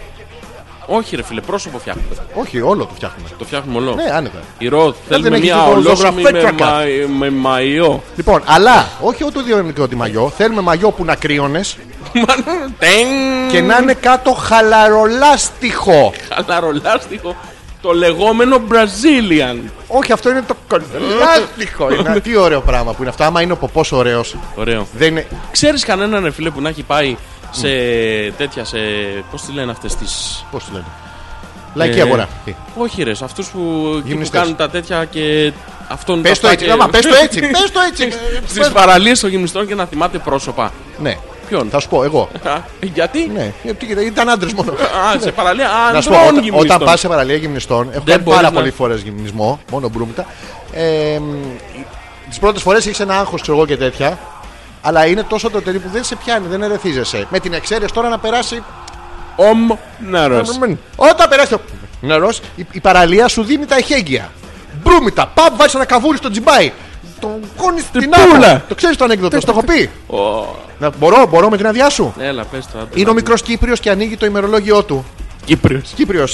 Όχι, ρε φίλε, πρόσωπο φτιάχνουμε.
Όχι, όλο το φτιάχνουμε.
Το φτιάχνουμε όλο.
Ναι, άνετα.
Η ρο θέλουμε
έχεις
μια
δει το
ολόκληρη με,
ζωγραφέτρακα.
μα- με μαϊό.
Λοιπόν, αλλά όχι ούτε διονικό ότι μαγιό. Θέλουμε μαγιό που να κρύωνες
Τεν!
και να είναι κάτω χαλαρολάστιχο.
Χαλαρολάστιχο. Το λεγόμενο Brazilian.
όχι, αυτό είναι το κολολάστιχο. είναι, τι ωραίο πράγμα που είναι αυτό. Άμα είναι ο ποπός ωραίος.
Ωραίο.
Δεν είναι.
Ξέρεις κανέναν ρε φίλε που να έχει πάει σε τέτοια, σε. Πώς τη λένε αυτές τις.
Πώς το λένε.
Ε,
Λαϊκή αγορά. Τι.
Όχι ρε, σε αυτούς που, εκεί που
Γυμνιστές.
κάνουν τα τέτοια και αυτόν
Πες το
τα
έτσι,
και-
άμα πες το
[laughs]
έτσι, πες το έτσι.
Στις παραλίες των γυμνιστών και να θυμάται πρόσωπα.
Ναι.
Ποιον?
Θα σου πω εγώ.
Α, Γιατί?
Ναι, γιατί ήταν άντρες μόνο.
Α, σε παραλία
Να σου
ανδρών
πω,
πω,
όταν, όταν πας σε παραλία γυμνιστών, έχω κάνει
μπορείς
πάρα
να-
πολλέ φορές γυμνισμό, μόνο μπρούμητα. Ε, Τις πρώτες φορές έχεις ένα άγχος, ξέρω εγώ και τέτοια. Αλλά είναι τόσο το που δεν σε πιάνει, δεν ερεθίζεσαι. Με την εξαίρεση τώρα να περάσει.
Ομ νερός.
Όταν περάσει το νερός, η, η παραλία σου δίνει τα εχέγγυα. Μπρούμητα, παπ, βάζεις ένα καβούρι στο τζιμπάι. Το κόνει στην
πούλα.
άκρη. Το ξέρεις το ανέκδοτο, στο έχω πει.
Ω,
Να- μπορώ, μπορώ με την αδειά σου.
Έλα, πες το. άντε,
Είναι ο
να-
μικρός Κύπριος και ανοίγει το ημερολόγιο του.
Κύπριος.
Κύπριος.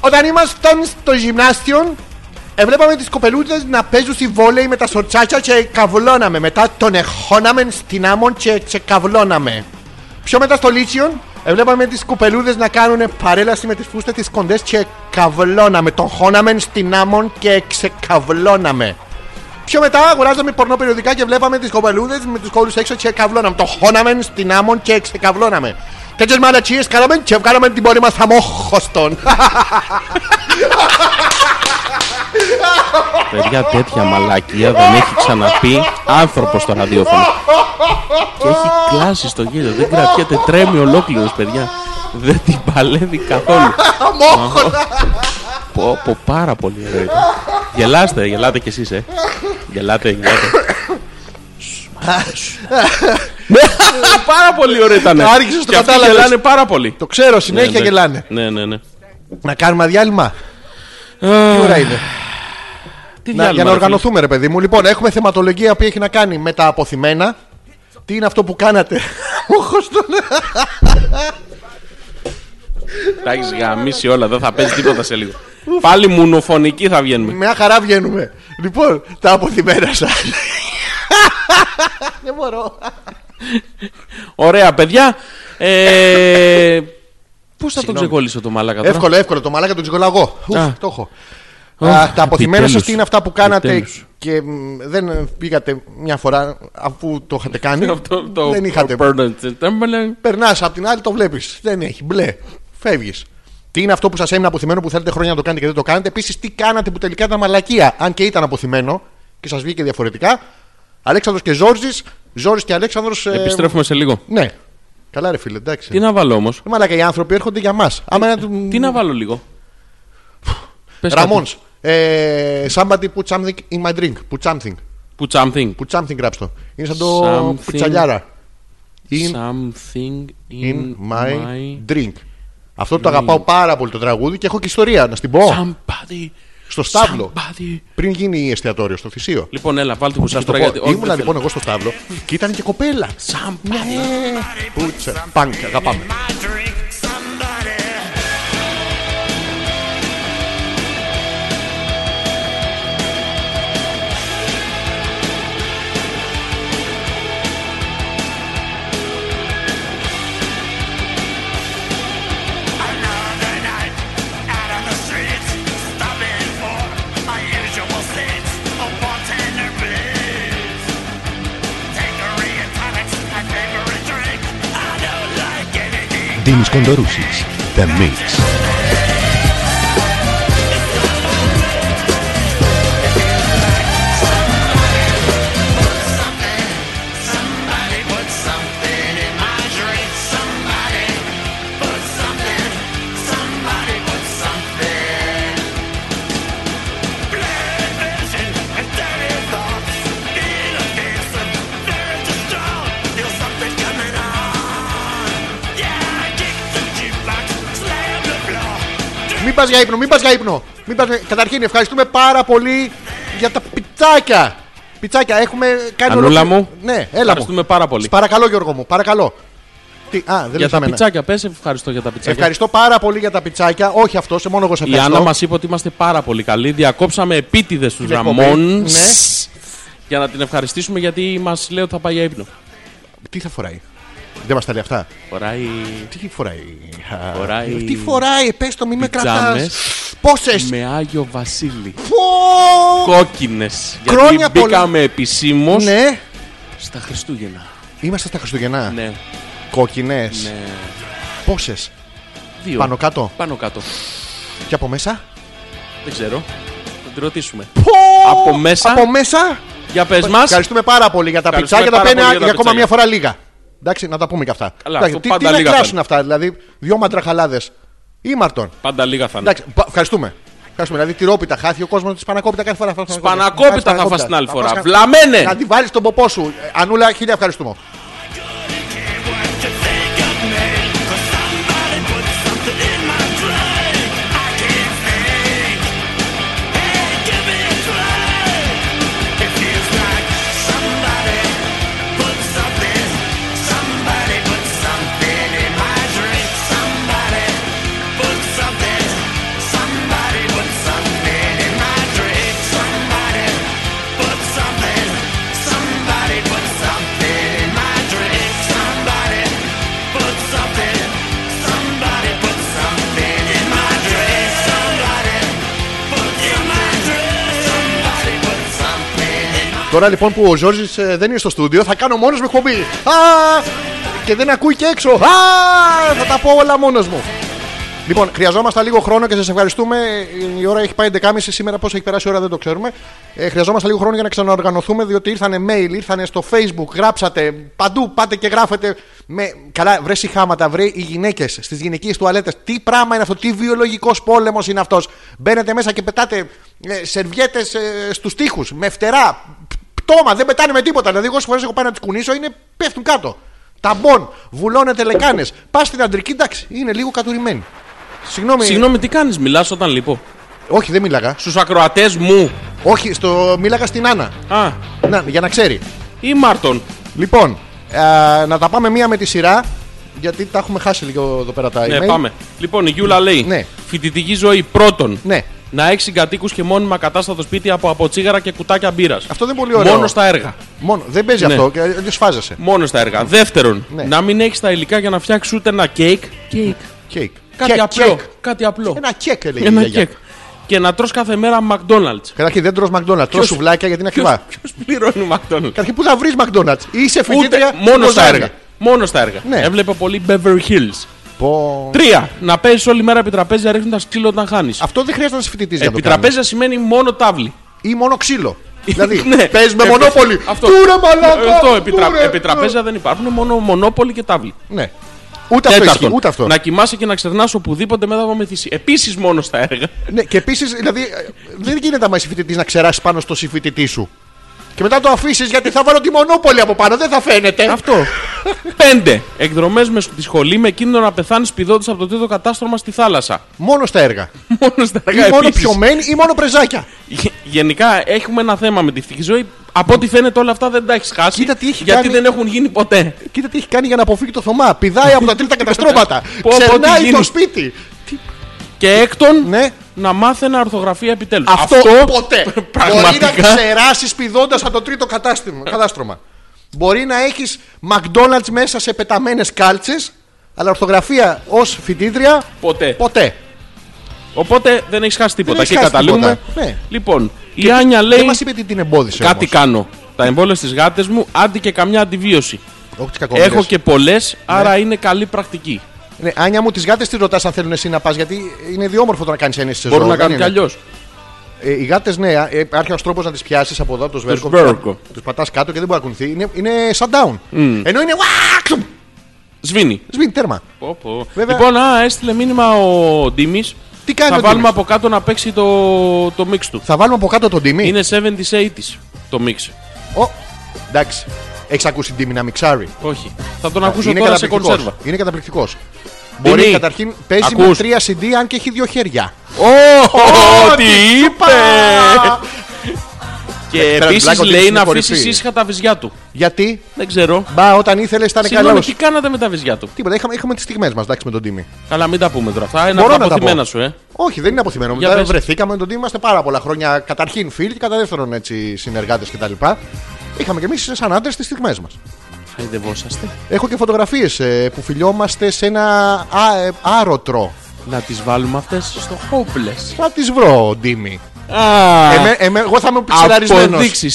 Όταν ήμασταν στο γυμνάσιο, έβλεπαμε τις κοπελούδε να παίζουν στη βόλεϊ με τα σορτσάκια και καβλώναμε. Μετά τον εχώναμε στην άμμον και ξεκαβλώναμε. Πιο μετά στο Λίτσιον, έβλεπαμε τις κοπελούδε να κάνουν παρέλαση με τις φούστες τις κοντές και καβλώναμε. Τον χώναμε στην άμμον και ξεκαβλώναμε. Πιο μετά αγοράζαμε πορνό περιοδικά και βλέπαμε τις κοπελούδες με τους κόλους έξω και καβλώναμε. Το χώναμε στην άμμον και ξεκαβλώναμε. Τέτοιε μαλατσίε κάναμε και βγάλαμε την πόρη μας αμόχωστον.
Παιδιά, τέτοια μαλακία δεν έχει ξαναπεί άνθρωπος στο ραδιόφωνο. Και έχει κλάσει στο γέλιο. Δεν κρατιέται, τρέμει ολόκληρος, παιδιά. Δεν την παλεύει καθόλου.
Αμόχωστα!
Πω, πω, πάρα πολύ ωραίο. ήταν. Γελάστε, γελάτε κι εσείς, ε. Γελάτε, γελάτε. Πάρα πολύ ωραίο ήταν.
Άρχισες το
Και αυτοί
κατάλαβες.
Γελάνε πάρα πολύ.
Το ξέρω,
Ναι,
συνέχεια
ναι.
γελάνε.
Ναι, ναι, ναι.
Να κάνουμε διάλειμμα. Τι ώρα είναι.
Ε,
Να-
Τι διάλειμμα,
για να
ρε
οργανωθούμε, ρε παιδί μου. Λοιπόν, έχουμε θεματολογία που έχει να κάνει με τα αποθυμένα. Τι είναι αυτό που κάνατε. [laughs] Αμόχωστον.
φίλε. Τα έχεις γαμίσει όλα, δεν θα παίζει τίποτα σε λίγο. Πάλι μουνοφωνική θα βγαίνουμε.
Μια χαρά βγαίνουμε. Λοιπόν, τα αποθυμένα σας. [laughs] Δεν μπορώ.
Ωραία, παιδιά. Ε, Πώς θα τον
Συγγνώμη.
ξεκολλήσω το μαλάκα τώρα.
Εύκολο, εύκολο. Το μαλάκα τον τσιγολάω εγώ. Ουφ,
Α.
Το έχω.
Ω,
Α, τα αποθυμένα σας
επιτέλους.
τι είναι αυτά που κάνατε
Επιτέλους.
και μ, δεν ε, πήγατε μια φορά αφού το είχατε κάνει.
[laughs] [laughs] Αυτό το-
δεν είχατε.
το Burden Chamberlain.
Περνά από την άλλη, το βλέπεις. Δεν έχει. Μπλε. Φεύγεις. Τι είναι αυτό που σας έμεινε αποθυμένο που θέλετε χρόνια να το κάνετε και δεν το κάνετε. Επίσης, τι κάνατε που τελικά ήταν μαλακία, αν και ήταν αποθυμένο και σας βγήκε διαφορετικά. Αλέξανδρος και Ζόρζης. Ζόρζης και Αλέξανδρος ε,
Επιστρέφουμε σε λίγο.
Ναι. Καλά, ρε φίλε, εντάξει.
Τι να βάλω όμως.
Ρε Μαλάκα, οι άνθρωποι έρχονται για μας. Άμα να του.
Τι να βάλω λίγο. Πες κάτι.
Ραμόν. Ε, somebody put something in my drink. Put something.
Put something.
Put something γράψτε το. Είναι σαν το
Something.
πιτσαλιάρα. In
Something
in
in
my
my...
drink. Αυτό το αγαπάω πάρα πολύ το τραγούδι και έχω και ιστορία να στην πω.
Somebody.
Στο στάβλο.
Somebody.
Πριν γίνει εστιατόριο, στο θυσίο.
Λοιπόν, έλα, βάλτε μουσική
Να στο
τώρα
πω.
γιατί... όχι,
Ήμουνα
δεν
λοιπόν
θέλω.
εγώ στο στάβλο και ήταν και κοπέλα.
Somebody.
Πουτσα. Πανκ, αγαπάμε.
Dinis Kondorusis, The Mix.
Somebody put something in my drink. Somebody put something.
πας για ύπνο, μην πας για ύπνο. Μην πας... Καταρχήν, ευχαριστούμε πάρα πολύ για τα πιτσάκια. Πιτσάκια, έχουμε κάνει
Ανούλα
ολόκληρη-
μου,
Ναι, έλα μου.
Ευχαριστούμε πάρα πολύ.
Σ' παρακαλώ, Γιώργο μου, παρακαλώ. Τι, α, δεν
Για
λες
τα
εμένα.
πιτσάκια, πες ευχαριστώ για τα πιτσάκια.
Ευχαριστώ πάρα πολύ για τα πιτσάκια. Όχι αυτό, σε μόνο εγώ σε
Η
ευχαριστώ.
Άννα μας είπε ότι είμαστε πάρα πολύ καλοί. Διακόψαμε επίτηδες του
Την εκπομπή,
Ραμόν.
ναι.
Για να την ευχαριστήσουμε γιατί μας λέει ότι θα πάει για ύπνο.
Τι θα φοράει. Δεν μας τα λέει αυτά.
Φοράει.
Τι φοράει. α,
Φοράει-
Τι φοράει, πες το, μη με κρατά.
Πιτζάμες.
Πόσες.
Με Άγιο Βασίλη. Κόκκινε.
Χρόνια
Γιατί
πολλά.
μπήκαμε επισήμως
Ναι.
στα Χριστούγεννα.
Είμαστε στα Χριστούγεννα.
Ναι,
Κόκκινες.
ναι.
Πόσες.
Δύο.
Πάνω κάτω.
Πάνω κάτω.
Και από μέσα.
Δεν ξέρω. Θα τη ρωτήσουμε. Από μέσα.
Από μέσα.
Για πες μας.
Ευχαριστούμε πάρα πολύ για τα
Ευχαριστούμε
πιτσάκια. Τα
πάρα
παίρνει
πολύ για
για
τα
ακόμα
πιτσάκια.
μια φορά λίγα. Εντάξει, να τα πούμε και αυτά.
Καλά,
Εντάξει,
αυτό
τι,
πάντα
τι να
λίγα
κράσουν
θα
αυτά, δηλαδή. Δυο μαντραχαλάδες. Ήμαρτον.
Πάντα λίγα θα είναι.
Εντάξει, πα- ευχαριστούμε. Ευχαριστούμε. Δηλαδή, τυρόπιτα χάθη ο κόσμος τη Πανακόπιτα κάθε φορά. Σπανακόπιτα,
Σπανακόπιτα θα φας την άλλη φορά. Βλαμμένε!
Να τη βάλεις στον ποπό σου. Ε, Ανούλα, χίλια ευχαριστούμε. Τώρα λοιπόν που ο Ζόρζης δεν είναι στο στούντιο, θα κάνω μόνος μου εκπομπή. Α! Και δεν ακούει και έξω. Α! Θα τα πω όλα μόνος μου. Λοιπόν, χρειαζόμαστε λίγο χρόνο και σας ευχαριστούμε. Η ώρα έχει πάει 11.30 σήμερα. Πώς έχει περάσει η ώρα δεν το ξέρουμε. Ε, χρειαζόμαστε λίγο χρόνο για να ξαναοργανωθούμε, διότι ήρθανε mail, ήρθανε στο facebook, γράψατε παντού. Πάτε και γράφετε. Με... Καλά, βρε συχάματα, βρε οι γυναίκες στις γυναικείες τουαλέτες. Τι πράγμα είναι αυτό, τι βιολογικός πόλεμος είναι αυτός. Μπαίνετε μέσα και πετάτε ε, σερβιέτες ε, στους τοίχους με φτερά. Πτώμα, δεν πετάνε με τίποτα. Δηλαδή, εγώ φορέ έχω πάει να τις κουνήσω, είναι πέφτουν κάτω. Ταμπών, βουλώνετε λεκάνες. Πας στην αντρική, εντάξει, είναι λίγο κατουρημένη. Συγγνώμη.
Συγγνώμη, τι κάνεις, μιλάς όταν λείπω.
Όχι, δεν μίλαγα.
Στους ακροατές μου.
Όχι, στο... μίλαγα στην Άννα.
Α,
Να, για να ξέρει.
ή Μάρτον.
Λοιπόν, α, να τα πάμε μία με τη σειρά. Γιατί τα έχουμε χάσει λίγο εδώ πέρα τα
Ναι,
email.
πάμε. Λοιπόν, η Γιούλα λέει:
Ναι.
Φοιτητική ζωή πρώτον.
Ναι.
Να έχει συγκατοίκους και μόνιμα κατάστατο σπίτι από αποτσίγαρα και κουτάκια μπύρας.
Αυτό δεν είναι πολύ ωραίο.
Μόνο στα έργα.
Μόνο, δεν παίζει
Ναι.
αυτό και δεν σφάζεσαι.
Μόνο στα έργα. Δεύτερον,
Ναι.
να μην έχεις τα υλικά για να φτιάξεις ούτε ένα κέικ. Κέικ.
Κέικ.
Κάτι
Κέικ,
απλό.
κέικ.
Κάτι απλό.
Ένα κέικ έλεγε
Ένα
η γιαγιά.
κέικ. Και να τρως κάθε μέρα McDonald's.
Καταρχήν δεν τρως McDonald's, τρως σουβλάκια γιατί είναι ακριβά.
Ποιος πληρώνει McDonald's.
Καταρχήν που θα βρεις McDonald's. Είσαι
Ούτε
φοιτήτρια.
μόνο
στο
στα
Κοζάνη.
έργα. Μόνο στα έργα.
Ναι.
Έβλεπε πολύ Beverly Hills.
Πω.
Τρία. Να παίζεις όλη μέρα επί τραπέζια ρίχνοντας ξύλο όταν χάνεις.
Αυτό δεν χρειάζεται να είσαι φοιτητής για να
Επί
το κάνεις.
τραπέζια σημαίνει μόνο τάβλη.
Ή μόνο
[laughs]
ξύλο. δηλαδή,
Ναι.
παίζουμε με
Επί-
μονόπολη.
Αυτό. Ε,
Τούρα μαλάκα.
Αυτό. Επί, τρα-
τούρα,
επί τραπέζια δεν υπάρχουν μόνο μονόπολη και τάβλη.
Ναι. Ούτε αυτό
Τέταρτον,
ισχύει, ούτε αυτό.
Να κοιμάσαι και να ξερνά οπουδήποτε μετά από μεθυσή. Επίσης μόνο στα έργα.
Ναι, και επίσης, δηλαδή, ε, δεν γίνεται άμα είσαι φοιτητής να ξεράσει πάνω στο συμφοιτητή σου. Και μετά το αφήσεις γιατί θα βάλω τη μονόπολη από πάνω, δεν θα φαίνεται.
Αυτό. Πέντε. Εκδρομές με τη σχολή με κίνδυνο να πεθάνεις πηδώντα από το τρίτο κατάστρωμα στη θάλασσα.
Μόνο στα έργα.
Μόνο στα
Ή
έργα.
μόνο
επίσης.
πιωμένη ή μόνο πρεζάκια.
Γε- Γενικά έχουμε ένα θέμα με τη ευτυχή ζωή. Από ό,τι φαίνεται όλα αυτά δεν τα έχεις χάσει.
Κοίτα τι έχει
γιατί
κάνει.
δεν έχουν γίνει ποτέ.
Κοίτα τι έχει κάνει για να αποφύγει το Θωμά. Πηδάει από τα
[laughs]
τρίτα καταστρώματα.
Πω, πω, τι
Ξερνάει
γίνει.
το σπίτι.
Και έκτον,
Ναι.
να μάθει να ορθογραφεί επιτέλους.
Αυτό, ποτέ. Μπορεί να
πραγματικά.
ξεράσεις πηδώντας από το τρίτο κατάστημα- κατάστρωμα. Μπορεί να έχεις McDonald's μέσα σε πεταμένες κάλτσες, αλλά ορθογραφία ως φοιτήτρια
Ποτέ.
ποτέ.
Οπότε δεν έχεις χάσει τίποτα.
έχεις
και
χάσει
καταλήγουμε.
τίποτα. Ναι.
Λοιπόν, η Άνια λέει:
Δεν μας είπε τι την εμπόδισε.
Κάτι
όμως.
κάνω. Τα εμβόλια στις γάτες μου, άντι και καμιά αντιβίωση.
Όχι τις κακομοίρες.
Έχω και πολλές, άρα είναι καλή πρακτική.
Ναι, Άνια μου, τις γάτες τις ρωτάς αν θέλουν εσύ να πας, γιατί είναι διόμορφο το να κάνεις ένεση σε ζώο.
Μπορούν να
δεν
κάνουν κι
είναι.
αλλιώς.
Ε, οι γάτες, ναι, ε, υπάρχει ένας τρόπος να τις πιάσεις από εδώ, από το σβέρκο.
σβέρκο.
Του πατάς κάτω και δεν μπορεί να κουνηθεί. Είναι, είναι shutdown.
Mm.
Ενώ είναι.
Σβήνει.
Σβήνει τέρμα.
Πω, πω.
Βέβαια.
Λοιπόν, α, έστειλε μήνυμα ο Ντίμης.
Τι κάνει
Θα
ο
βάλουμε
Ντίμης?
από κάτω να παίξει το, το mix του.
Θα βάλουμε από κάτω τον τιμή.
Είναι 70s 80s το mix.
Ο, εντάξει. Έχεις ακούσει την τιμή να μιξάρει.
Όχι. Θα τον ακούσω
είναι
τώρα σε
καταπληκτικός.
κονσέρβα.
Είναι καταπληκτικός. Μπορεί
Δίνει.
καταρχήν παίζει με
Ακούς.
3 CD αν και έχει δύο χέρια.
Ω, τι
τι
είπε! Και
Πέρα
επίση
μπλάκονται
λέει
στην
να
κορυφή.
αφήσει ήσυχα τα βυζιά του.
Γιατί,
Δεν ξέρω.
μπα, όταν ήθελες ήταν
Συγγνώμη,
καλός.
τι κάνατε με τα βυζιά του.
Τίποτα, είχαμε, είχαμε τις στιγμές μας, εντάξει, με τον Τίμη.
Καλά, μην τα πούμε τώρα. Αυτά είναι
Μπορώ
από τα
να τα
αποθυμένα
πω.
σου, ε.
Όχι, δεν είναι αποθυμένο.
Για
Μετά
πες.
βρεθήκαμε με τον Τίμη, είμαστε πάρα πολλά χρόνια καταρχήν φίλοι και κατά δεύτερον έτσι συνεργάτες κτλ. Είχαμε και εμείς σαν άντρες τις στιγμές μας.
Χαϊδευόσαστε.
Έχω και φωτογραφίες που φιλιόμαστε σε ένα α, ε, άρωτρο.
Να τις βάλουμε αυτές στο hopeless.
Θα τις βρω, ο Ντίμη.
Α,
Εμέ- εμέ- εγώ θα είμαι πιξελαρισμένο.
αποδείξει.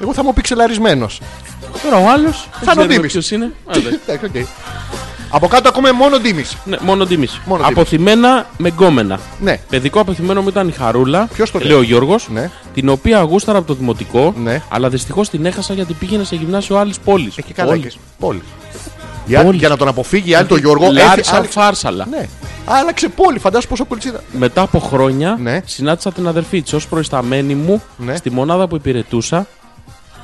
Εγώ θα είμαι πιξελαρισμένο.
Τώρα ο άλλος.
Θα είναι ο Ντίμης.
Ποιος είναι.
[laughs]
Άντε.
Από κάτω ακούμε μόνο Ντίμη.
Ναι, μόνο τιμή.
Μόνο τίμης.
Αποθυμένα με γκόμενα.
Ναι.
Παιδικό αποθυμένο μου ήταν η Χαρούλα.
Ποιος το λέει?
Λέει ο Γιώργος.
Ναι.
Την οποία αγούσταρα από το δημοτικό.
Ναι.
Αλλά δυστυχώς την έχασα γιατί πήγαινε σε γυμνάσιο άλλης πόλης.
Εκεί καλά. έχεις. Πόλης. Για,
Πόλης.
για να τον αποφύγει, άλλη το Γιώργο. έφυ-
Λάρισα
άλλαξε-
φάρσαλα.
Ναι. Άλλαξε πόλη, φαντάσου πόσο κολτσίδα.
Μετά από χρόνια
Ναι.
συνάντησα την αδερφή της ως προϊσταμένη μου
Ναι.
στη μονάδα που υπηρετούσα.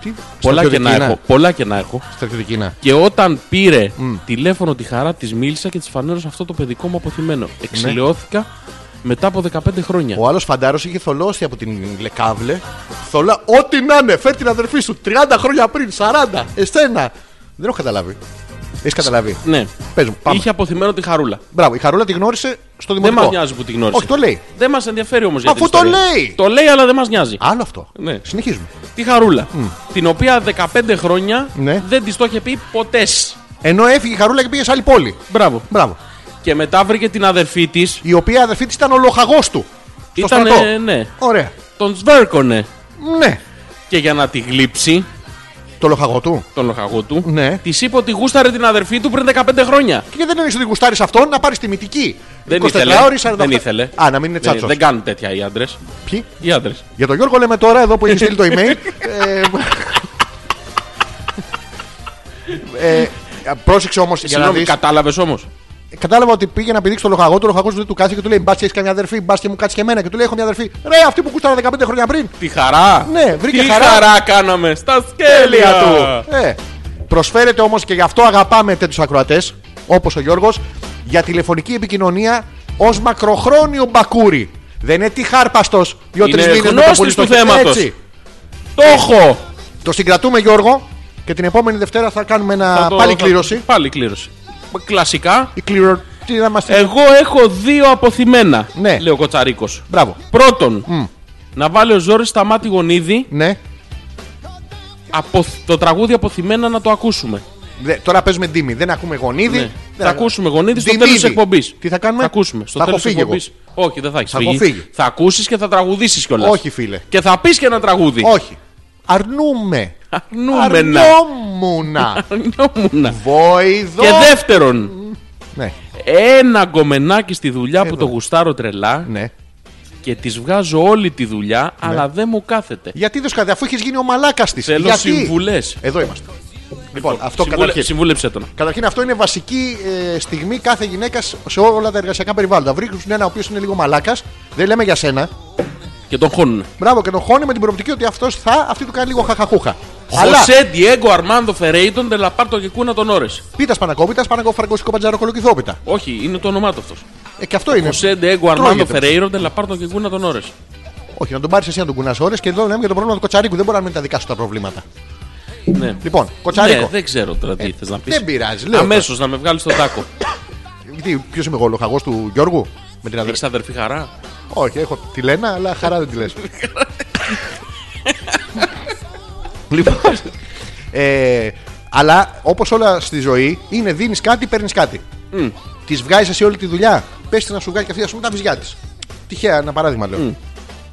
Τι.
Πολλά και,
στρατιωτική
να
να.
έχω, πολλά και να έχω.
Στρατιωτική να.
Και όταν πήρε τηλέφωνο τη χαρά, της μίλησα και της φανέρωσα αυτό το παιδικό μου
Ναι.
αποθυμένο. Εξηλαιώθηκα μετά από 15 χρόνια.
Ο άλλος φαντάρος είχε θολώσει από την λεκάβλε. Θολά, ό,τι να είναι, φέρ την αδερφή σου 30 χρόνια πριν, 40, εσένα. Δεν έχω καταλάβει. Έχεις καταλάβει.
Ναι.
Πες μου, πάμε.
Είχε αποθυμένο τη χαρούλα.
Μπράβο, η Χαρούλα τη γνώρισε στο
Δεν
δημοτικό.
μας νοιάζει που τη γνώρισε.
Όχι, το λέει.
Δεν μας ενδιαφέρει όμως για την
Αφού το
ιστορία.
λέει.
Το λέει, αλλά δεν μας νοιάζει.
Άλλο αυτό.
Ναι.
Συνεχίζουμε.
Τη χαρούλα. Την οποία 15 χρόνια
Ναι.
δεν της το είχε πει ποτές.
Ενώ έφυγε η Χαρούλα και πήγε σε άλλη πόλη.
Μπράβο.
Μπράβο.
Και μετά βρήκε την αδερφή της.
Η οποία αδερφή της ήταν ο λοχαγό του. Στο
Ήταν,
στρατό.
ναι.
Ωραία.
Τον σβέρκωνε.
Ναι.
Και για να τη γλύψει,
Το λοχαγό του.
τον λοχαγό του,
Ναι.
της είπε ότι γούσταρε την αδερφή του πριν 15 χρόνια.
Και δεν είναι ότι γουστάρεις αυτόν να πάρεις τη μυτική.
Δεν
24
ήθελε.
ώρες, 48.
Δεν ήθελε.
Α, να μην είναι
Δεν-
τσάτσος.
Δεν κάνουν τέτοια οι άντρες.
Ποιοι?
Οι άντρες.
Για τον Γιώργο λέμε τώρα, εδώ που έχει στείλει το email.
[laughs]
ε, ε, πρόσεξε όμως για να
Συγγνώμη,
δεις.
κατάλαβες όμως.
Κατάλαβα ότι πήγε να πηδήξει το λοχαγό του, ο λοχαγό δεν του κάτσε και του λέει Μπα και έχεις καμιά αδερφή, μπα και μου κάτσε και εμένα. Και του λέει Έχω μια αδερφή. Ρε, αυτή που κούσταρα 15 χρόνια πριν.
Τη χαρά.
Ναι, βρήκε
Τι
χαρά.
κάναμε στα
Τέλεια
σκέλια του.
του. Ε, προσφέρεται όμως και γι' αυτό αγαπάμε τέτοιους ακροατές, όπως ο Γιώργος, για τηλεφωνική επικοινωνία ως μακροχρόνιο μπακούρι. Δεν είναι τι χάρπαστος δύο-τρει
Είναι
μήνε
γνώστης του θέματος. Το έχω.
Το συγκρατούμε Γιώργο και την επόμενη Δευτέρα θα κάνουμε ένα
Θα το-
πάλι
θα-
κλήρωση.
Πάλι κλήρωση. Κλασικά.
Η κλήρω... Τι να μας...
Εγώ έχω δύο αποθυμένα.
Ναι.
Λέει ο Κοτσαρίκος.
Μπράβο.
Πρώτον, να βάλει ο Ζόρι στα μάτια γονίδι
Ναι.
από το τραγούδι αποθυμένα να το ακούσουμε.
Δε- Τώρα παίζουμε ντύμι. Δεν ακούμε γονίδι.
Ναι.
Δεν
Θα ακούσουμε γονίδι στο
Δημίδη.
τέλο της εκπομπής.
Τι θα κάνουμε?
Θα ακούσουμε. Στο
Θα
τέλος της
αποφύγω εγώ.
εκπομπής. Όχι, δεν θα έχεις
Θα
φύγει.
αποφύγει.
Θα ακούσεις και θα τραγουδήσεις κιόλας.
Όχι, φίλε.
Και θα πεις και ένα τραγούδι.
Όχι. Αρνούμε.
Αρνούμενα. [laughs]
Αρνόμουνα.
Αρνιόμουνα.
Βοηδό.
Και δεύτερον,
Ναι.
ένα γκομενάκι στη δουλειά που
Εδώ.
το γουστάρω τρελά
ναι.
και της βγάζω όλη τη δουλειά, αλλά δεν μου κάθεται.
Γιατί δεν σου κάνει, αφού έχεις γίνει ο μαλάκας της.
Θέλω
Ναι. Γιατί...
συμβουλές.
Εδώ είμαστε. Λοιπόν, αυτό
Συμβούλε-
καταρχήν.
Συμβούλεψε τον.
Καταρχήν, αυτό είναι βασική ε, στιγμή κάθε γυναίκας σε όλα τα εργασιακά περιβάλλοντα. Βρίσκουν ένα ο οποίος είναι λίγο μαλάκας, δεν λέμε για σένα.
Και τον χώνουν.
Μπράβο και τον χώνει με την προοπτική ότι αυτός θα, αυτή του κάνει λίγο χαχαχούχα. Αλλά
Χωσέ Διέγκο Αρμάνδο Φερέιντον Τελαπάρτο και Κούνα τον Όρε.
πίτα Πανακόπιτα, Πανακοφαρκοσικό Παντζάρο Κολοκυθόπιτα.
Όχι, είναι το όνομά του αυτός.
Ε, και αυτό είναι.
Χωσέ Διέγκο Αρμάνδο
Τρώγεται.
Φερέιντον Τελαπάρτο και Κούνα τον Όρε.
Όχι, να τον πάρεις εσύ να τον κουνάς ώρες και εδώ λέμε για το πρόβλημα του Κοτσαρίκου. Δεν μπορεί να μην τα δικά σου τα προβλήματα.
Ναι.
Λοιπόν,
Ναι,
Κοτσαρίκο.
δεν ξέρω τώρα τι θες να πει.
δεν πειράζει, λέω
Αμέσως να με βγάλεις τον τάκο.
Ποιος είμαι εγώ, ο λοχαγό του Γιώργου. Με την αδερφή.
Έχει αδερφή χαρά.
Όχι, έχω τη Λένα, αλλά χαρά δεν τη λες. λοιπόν. ε, αλλά όπως όλα στη ζωή είναι δίνεις κάτι, παίρνεις κάτι. Τη βγάζεις εσύ όλη τη δουλειά. Πες τη να σου βγάλει και αυτή, ας πούμε, τα βυζιά της. Τυχαία, ένα παράδειγμα λέω.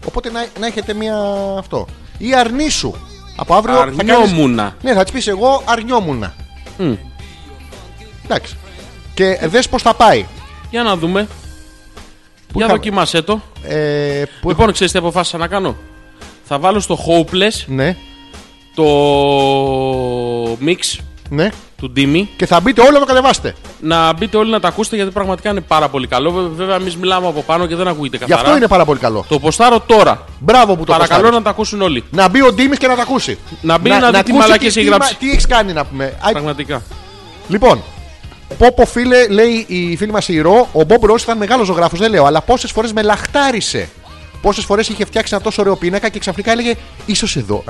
Οπότε να, να έχετε μία αυτό. Ή αρνήσου. Από αύριο
Αρνιόμουνα.
Θα κάνεις... Ναι, θα της πεις εγώ αρνιόμουνα. Εντάξει. Και δες πώς θα πάει.
Για να δούμε. Για
είχαμε.
δοκίμασέ το.
Ε, που
Λοιπόν, ξέρεις τι αποφάσισα να κάνω. Θα βάλω στο Hopeless
έχω- Ναι,
το mix
ναι.
του Ντίμη.
Και θα μπείτε όλο να το κατεβάσετε.
Να μπείτε όλοι να τα ακούσετε γιατί πραγματικά είναι πάρα πολύ καλό. Βε- Βέβαια, εμείς μιλάμε από πάνω και δεν ακούγεται
Γι'
καθαρά.
αυτό είναι πάρα πολύ καλό.
Το ποστάρω τώρα.
Μπράβο που το
Παρακαλώ
Παρακαλώ
να τα ακούσουν όλοι.
να μπει ο Ντίμης και να τα ακούσει.
Να μπει να δει τι
ακούσει
μαλακίες
τι-
έχει γράψει.
Τι, τι έχεις κάνει να πούμε. Α,
Πραγματικά.
λοιπόν, Πόπο φίλε, λέει η φίλη μας η Ρο, ο Μπομπ Ρος ήταν μεγάλος ζωγράφος, δεν λέω, αλλά πόσες φορές με λαχτάρισε. Πόσες φορές είχε φτιάξει ένα τόσο ωραίο πίνακα και ξαφνικά έλεγε ίσως εδώ.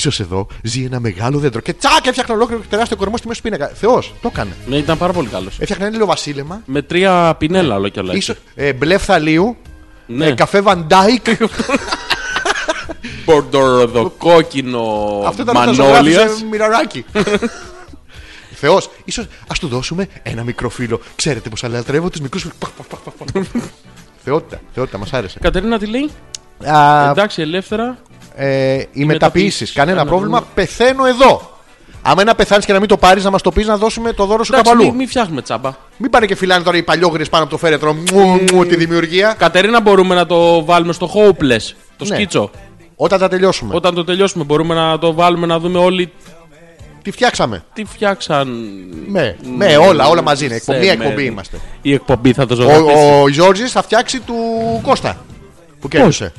σω εδώ ζει ένα μεγάλο δέντρο. Και τσακ έφτιαχνε ολόκληρο και τεράστιο κορμό στη μέση του πίνακα. Θεός, το έκανε.
Ναι, ήταν πάρα πολύ καλός.
Έφτιαχνε ένα ηλιοβασίλεμα.
Με τρία πινέλα όλο και όλα.
Ίσο, ε, μπλε φθαλίου.
Ναι.
ε, καφέ
[laughs]
Βαντάικ.
Μπορντοροδοκόκκινο
Αυτό ήταν όταν ζωγράφιζε
μανόλιας.
μοιραράκι. [laughs] Θεός, ίσως ας του δώσουμε ένα μικρό φίλο. Ξέρετε πως αλατρεύω τους μικρούς. Θεότητα, θεότητα, μας άρεσε.
Κατερίνα τι λέει.
Α,
Εντάξει, ελεύθερα.
ε, οι μεταποιήσεις.
μεταποιήσεις.
Κανένα
Κανένα
πρόβλημα. Πεθαίνω εδώ. Άμα ένα πεθάνεις και να μην το πάρεις, να μας το πεις να δώσουμε το δώρο σου κάπου
Εντάξει,
αλλού.
μην μη φτιάχνουμε τσάμπα.
Μην πάνε και φυλάνε τώρα οι παλιόγρε πάνω από το φέρετρο. Μου,
Ε,
μου, τη δημιουργία.
Κατερίνα, μπορούμε να το βάλουμε στο Hopeless, το
Ναι.
σκίτσο.
Όταν τα τελειώσουμε.
Όταν το τελειώσουμε, μπορούμε να το βάλουμε να δούμε όλοι
Τι φτιάξαμε.
τι φτιάξαν. Ναι.
Με, με Ναι, όλα, όλα μαζί είναι.
Σε
Εκπομπή, μία
μέρη.
εκπομπή είμαστε.
ναι, Η εκπομπή θα το ζωγραφίσει.
Ο, ο Γιώργης θα φτιάξει του Κώστα που κέρδισε.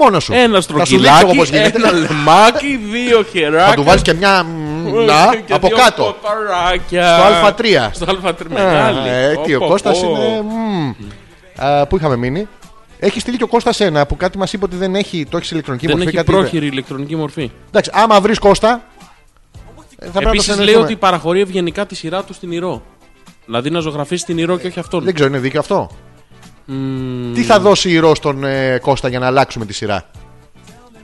Μόνος σου.
Ένα
Θα σου δείξω εγώ
στρογγυλάκι,
πώς γίνεται.
ένα λεμάκι, δύο χεράκια.
Θα του βάλεις και μια. μ, Να,
και
από
δύο
κάτω.
κοπαράκια.
Στο Α3.
Στο Α3
Α,
μεγάλη.
ε, Τι, ο
Πω, πω,
Κώστα
πω.
είναι. μ. Α, Πού είχαμε μείνει. Έχει στείλει και ο Κώστας ένα που κάτι μας είπε ότι δεν έχει. Το έχεις σε ηλεκτρονική
Δεν
μορφή.
έχει
κάτι είπε.
πρόχειρη ηλεκτρονική μορφή.
Εντάξει, άμα βρεις Κώστα. ε, Θα πρέπει να το
Επίση λέει
συνεννοηθούμε.
ότι παραχωρεί ευγενικά τη σειρά του στην Ηρώ. Δηλαδή να ζωγραφίσει την Ηρώ και όχι αυτόν.
Δεν ξέρω, είναι δίκαιο αυτό. Τι θα δώσει η Ρο στον ε, Κώστα για να αλλάξουμε τη σειρά.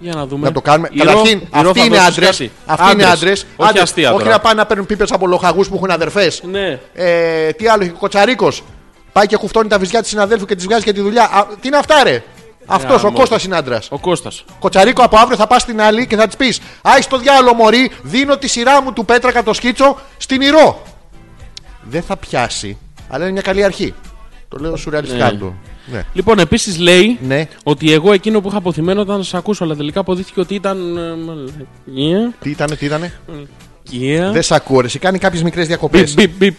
Για να δούμε.
Να το κάνουμε.
Η Ρο-
Καταρχήν,
η Ρο
αυτοί
θα
είναι
δώσει
άντρες.
κάτι.
Αυτοί είναι άντρες.
Άντρες. Όχι αστεία
Όχι
τώρα.
να πάνε να παίρνουν πίπες από λοχαγούς που έχουν αδερφές.
Ναι.
Ε, τι άλλο είχε ο Κοτσαρίκος. Πάει και κουφτώνει τα βυζιά της συναδέλφου και της βγάζει για τη δουλειά. Α, τι είναι αυτά, ρε. Αυτός ο
αμόρφη.
Κώστα είναι άντρας.
Ναι, Ο Κώστας.
Κοτσαρίκο από αύριο θα πας στην άλλη και θα της πεις: Άι στο διάλογο, Μωρή, δίνω τη σειρά μου του Πέτρακα το σκίτσο στην Ηρώ. Δεν θα πιάσει, αλλά είναι μια καλή αρχή. Το λέω σουρεαλιστικά
Ναι.
του. Ναι.
Λοιπόν, επίσης λέει
Ναι.
ότι εγώ εκείνο που είχα αποθυμένο ήταν να σας ακούσω, αλλά τελικά αποδείχθηκε ότι ήταν. ε, Μαλακία.
Τι ήτανε, τι ήτανε.
Ε. Κία.
Δεν σ' ακούω, ρε. Εσύ Κάνει κάποιες μικρές διακοπές.
Μπιπ, μπιπ,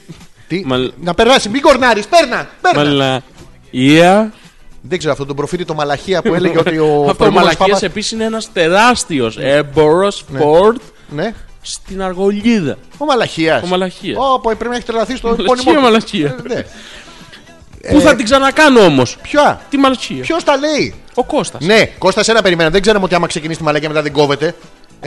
μπιπ. Μαλ-
Να περάσει, μην κορνάρεις, παίρνα, παίρνα.
Μαλακία.
Δεν ξέρω αυτό τον προφήτη το μαλαχία που έλεγε ότι ο
[laughs] Αυτό ο
προηγούμενος
Μαλακία
Πάπας-
επίσης είναι ένας τεράστιος έμπορο σπορτ
Ναι.
στην Αργολίδα.
Ο μαλαχίας.
Ο Μαλαχίας.
πρέπει να έχεις τρελαθεί στο
Μαλακία,
πόνιμο. του.
μαλακία.
Ε, ναι. Ε,
Πού θα την ξανακάνω όμως.
Ποια,
Τι μαλακία.
ποιος τα λέει.
Ο Κώστας.
Ναι, Κώστας, σένα περιμένω. Δεν ξέραμε ότι άμα ξεκινήσει τη μαλακία μετά δεν κόβεται.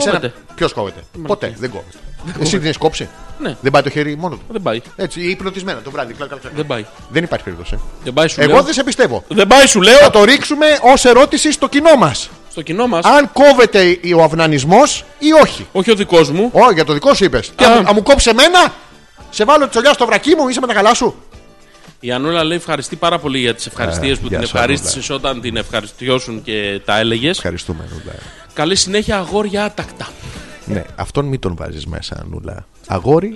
Κόβεται.
Ποιος κόβεται. Ποτέ δεν κόβεται. Εσύ την έχεις κόψει.
Ναι.
Δεν πάει το χέρι μόνο του.
Δεν πάει.
Έτσι, ή υπνοτισμένα το βράδυ. Κλακ, κλακ, κλακ.
Δεν Ναι. πάει.
Δεν υπάρχει περίπτωση.
Δεν πάει σου
Εγώ
λέω.
δεν σε πιστεύω.
Δεν πάει σου
Θα
λέω.
το ρίξουμε ως ερώτηση στο κοινό μας.
Στο κοινό μας.
Αν κόβεται ο αυνανισμός ή όχι.
Όχι ο δικός μου.
Ω, για το δικό σου είπες. Τι,
Α.
αν μου κόψεις εμένα, σε βάλω τη τσολιά στο βρακί μου, είσαι με τα καλά σου.
Η Ανούλα λέει ευχαριστεί πάρα πολύ για τις ευχαριστίες που την
Ε, γεια σου,
ευχαρίστησες όταν την ευχαριστιώσουν και τα έλεγες.
Ευχαριστούμε, Νούλα.
Καλή συνέχεια, αγόρια άτακτα.
Ναι, αυτόν μην τον βάζεις μέσα, Νούλα. Αγόρι,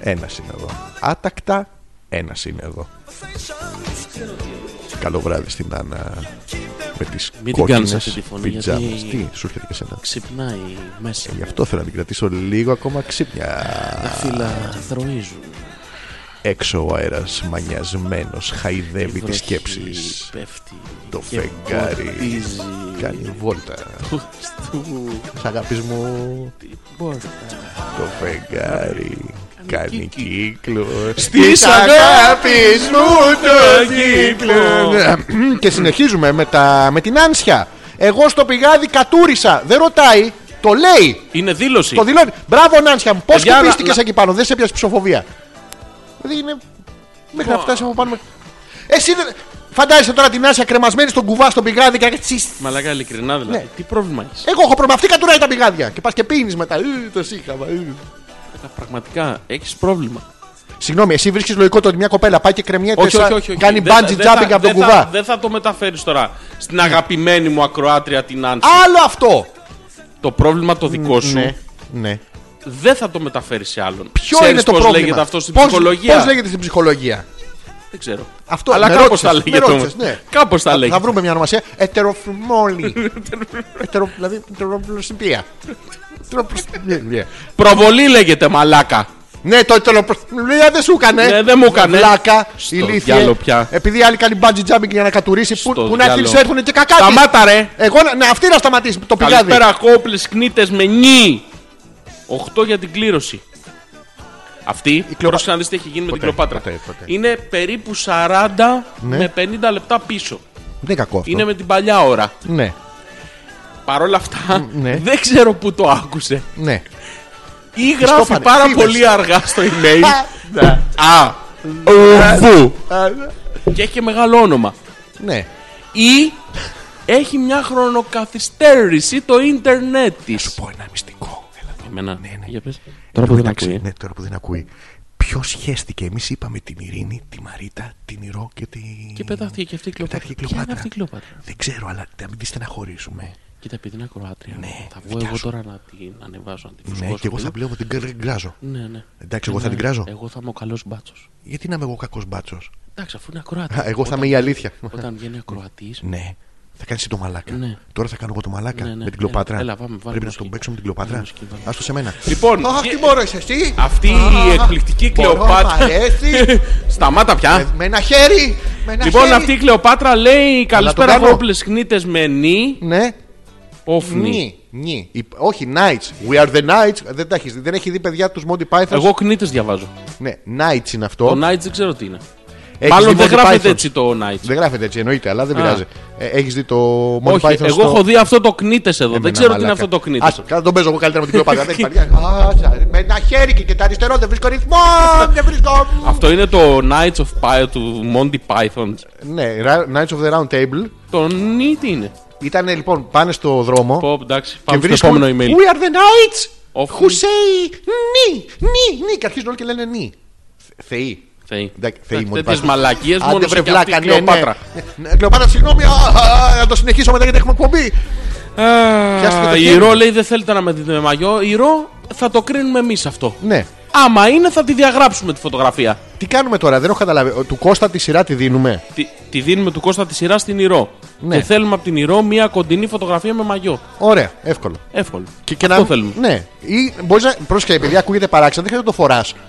ένας είναι εδώ. Άτακτα, ένας είναι εδώ. Καλό βράδυ στην Άννα με τις
Μην την
κόκκινες
κάνεις αυτή τη φωνή,
πιτζάμες.
γιατί-
Τι, σου έρχεται και σένα.
Ξυπνάει μέσα.
Γι' αυτό θέλω να την κρατήσω λίγο ακόμα ξύπνια.
Τα φύλλα θροίζουν.
Έξω ο αέρας μανιασμένος χαϊδεύει τις σκέψεις.
Πέφτει.
Το
και
φεγγάρι
ποτίζει
κάνει βόλτα.
Στου
Σ' αγάπης μου
πόρτα.
το φεγγάρι κάνει κύκλο
Στις αγάπης
μου
το κύκλο.
[clears throat] Και συνεχίζουμε με, τα... με την άνσια Εγώ στο πηγάδι κατούρισα Δεν ρωτάει, το λέει
Είναι δήλωση.
Το δηλώνει Μπράβο Νάνσια μου, πώς
Παιδιά, να-
κουπίστηκες
να-
εκεί πάνω Δεν σε έπιασε ψηφοφοβία Δηλαδή είναι Μέχρι να φτάσει από πάνω Εσύ δεν... Φαντάζεσαι τώρα την Άσια κρεμασμένη στον κουβά στον πηγάδι και να κάνεις τσις.
Μαλακά, ειλικρινά δηλαδή.
Ναι.
Τι πρόβλημα έχεις.
Εγώ έχω πρόβλημα. Αυτή κατουράει τα πηγάδια. Και πας και πίνεις μετά. Ε, το σύγχαμα. Ε.
Πραγματικά έχεις πρόβλημα.
Συγγνώμη, εσύ βρίσκεις λογικό το ότι μια κοπέλα πάει και κρεμιέται.
Όχι,
σαν-
όχι, όχι. όχι.
Κάνει
Δεν θα-
bungee
δεν θα-
jumping από τον
δεν θα-
κουβά.
Δεν θα το μεταφέρεις τώρα στην αγαπημένη μου ακροάτρια την Άνση.
Άλλο αυτό.
Το πρόβλημα το δικό σου
Ναι. ναι.
δεν θα το μεταφέρει σε άλλον.
Ποιο
Ξέρεις
είναι το
πώς
πρόβλημα.
λέγεται αυτό στην
Πώς-
ψυχολογία.
Πώς λέγεται στην ψυχολογία.
Δεν ξέρω.
Αυτό,
Αλλά
με
κάπως
ρώτησες,
τα
με
λέγεται.
ρώτησες,
όμως.
ναι.
Κάπως τα
Θα- Θα
λέγεται.
βρούμε μια ονομασία. [laughs] Ετεροφμόλη. Ετερο- Δηλαδή, ετεροπλωσιπία. Ετεροπλωσιπία.
Προβολή λέγεται μαλάκα.
Ναι, το ετεροπλωσιπία δεν σου έκανε.
Ναι, δεν μου έκανε.
Βλάκα,
Στο
ηλίθεια.
διάλο πια.
Επειδή άλλοι κάνει bungee jumping για να κατουρίσει, που,
Στο
που να έρθει-
διάλο.
σε έρθουν και κακά. της.
Σταμάτα ρε.
Εγώ να, ναι, αυτή να σταματήσει το πηγάδι.
Καλησπέρα κόπλες κνίτες με νι 8 για την κλήρωση Αυτή,
Κλεοπάτρα.
πρόσεχε να δεις τι έχει γίνει με την
Ποτέ,
Κλεοπάτρα.
ποτέ, ποτέ.
Είναι περίπου 40
Ναι.
με 50 λεπτά πίσω.
Δεν κακό αυτό.
Είναι με την παλιά ώρα.
Ναι,
Παρ' όλα αυτά,
ναι.
δεν ξέρω πού το άκουσε.
ναι.
Ή γράφει
στόφανε,
πάρα
φίδες.
πολύ αργά στο email.
[laughs] Α,
Ουδού. και έχει και μεγάλο όνομα.
ναι.
Ή έχει μια χρονοκαθυστέρηση το ίντερνετ της.
Πω ένα μυστικό. Έλα εδώ. Ναι,
Εμένα. Για πες.
Τώρα
που δεν ακούει, ε.
Ναι, τώρα που δεν ακούει. Ποιο σχέστηκε, εμείς είπαμε την Ειρήνη, τη Μαρίτα, την Ηρώ και την.
Και πετάχτηκε και αυτή η κλοπάτρα.
Πετάχτηκε η
Ποια είναι
Κλεοπάτρα.
αυτή η κλοπάτρα.
Δεν ξέρω, αλλά να μην τη στεναχωρήσουμε.
Κοίτα, επειδή είναι ακροάτρια,
Ναι,
θα βγω
δικιά
εγώ
σου.
τώρα να την ανεβάσω, να την
Ναι,
φουσκώσω.
και εγώ θα
λίγο.
πλέον την γκρ- γκράζω.
Ναι, ναι.
Εντάξει, εγώ θα
Ναι,
την κράζω.
Εγώ θα είμαι ο καλός μπάτσος.
Γιατί να είμαι εγώ κακός μπάτσος.
Εντάξει, αφού είναι ακροάτρια.
Εγώ θα
Όταν-
είμαι η αλήθεια.
Όταν βγαίνει ακροατής.
[laughs] Ναι. Θα κάνεις το μαλάκα.
Ναι.
Τώρα θα κάνω εγώ το μαλάκα
Ναι, ναι.
με την κλοπάτρα.
Έλα, έλα, πάμε,
Πρέπει
βάλε
να
μουσική.
τον παίξω με την
Βάλε
κλοπάτρα.
μουσική, βάλε.
Α το σε μένα.
Λοιπόν,
Αχ,
και-
τι μπορώ, είσαι εσύ.
αυτή η
Α,
εκπληκτική
μπορώ, μ'
Κλεοπάτρα.
αρέσει.
Σταμάτα
Ε,
πια.
Με ένα χέρι. Με ένα
Λοιπόν,
χέρι.
αυτή η Κλεοπάτρα λέει Καλησπέρα,
κάνω.
φρόπλε κνίτε με νι.
Ναι.
Όφνη.
Νι. Νι. Η- Όχι, Knights. We are the Knights. Δεν, τα έχεις, δει. δεν έχει δει παιδιά τους Monty Python.
Εγώ κνίτε διαβάζω.
Ναι, Knights είναι
Το
αυτό.
Knights δεν ξέρω τι είναι.
Έχεις
Μάλλον
δει
δεν
Monty
γράφεται
Python.
έτσι το Knights.
Δεν γράφεται έτσι, εννοείται, αλλά δεν
Α.
πειράζει. Έχεις δει το Monty
Όχι,
Python.
εγώ
στο-
έχω δει αυτό το κνίτε εδώ.
Εμένα,
δεν ξέρω τι είναι
μαλάκα.
αυτό το κνίτε.
Άστο, καλά, τον παίζω εγώ καλύτερα με την κλοπάτρα.
[laughs]
Δεν υπάρχει. Άστο, Με ένα χέρι και, και το αριστερό δεν βρίσκω ρυθμό. Δεν βρίσκω.
Αυτό είναι το Knights of Python του Monty Python.
Ναι, Ra- Knights of the Round Table.
Το νι τι είναι.
Ήταν λοιπόν, πάνε στο δρόμο
Πω, εντάξει,
και
πάμε στο
βρίσκουν.
επόμενο email.
We are the knights
Of-
who say νι, νι, νι. Και αρχίζουν όλοι και λένε νι. Θε- Θεοί.
Θεοί.
Εντάξει, Θεοί μου
Τέτοιες μαλακίες μόνο σε αυτή η Κλεοπάτρα.
Κλεοπάτρα. ναι, Κλεοπάτρα, συγγνώμη, α, α, να το συνεχίσω μετά γιατί έχουμε εκπομπή. Πιάστε το
Α, Η
χέρι.
Ρο λέει δεν θέλετε να με δείτε με μαγιό. Η Ρο θα το κρίνουμε εμείς αυτό.
Ναι.
Άμα είναι θα τη διαγράψουμε τη φωτογραφία.
Τι κάνουμε τώρα, δεν έχω καταλάβει. Ο- Του Κώστα τη σειρά τη δίνουμε.
Τη, τη δίνουμε του Κώστα τη σειρά στην Ηρώ.
Ναι.
Και θέλουμε από την Ηρώ μια κοντινή φωτογραφία με μαγιό.
Ωραία, εύκολο.
Εύκολο.
Και, και
Αυτό θέλουμε.
Ναι. Ή μπορείς να. Πρόσεχε, επειδή ακούγεται παράξενο, δεν χρειάζεται να το φοράς.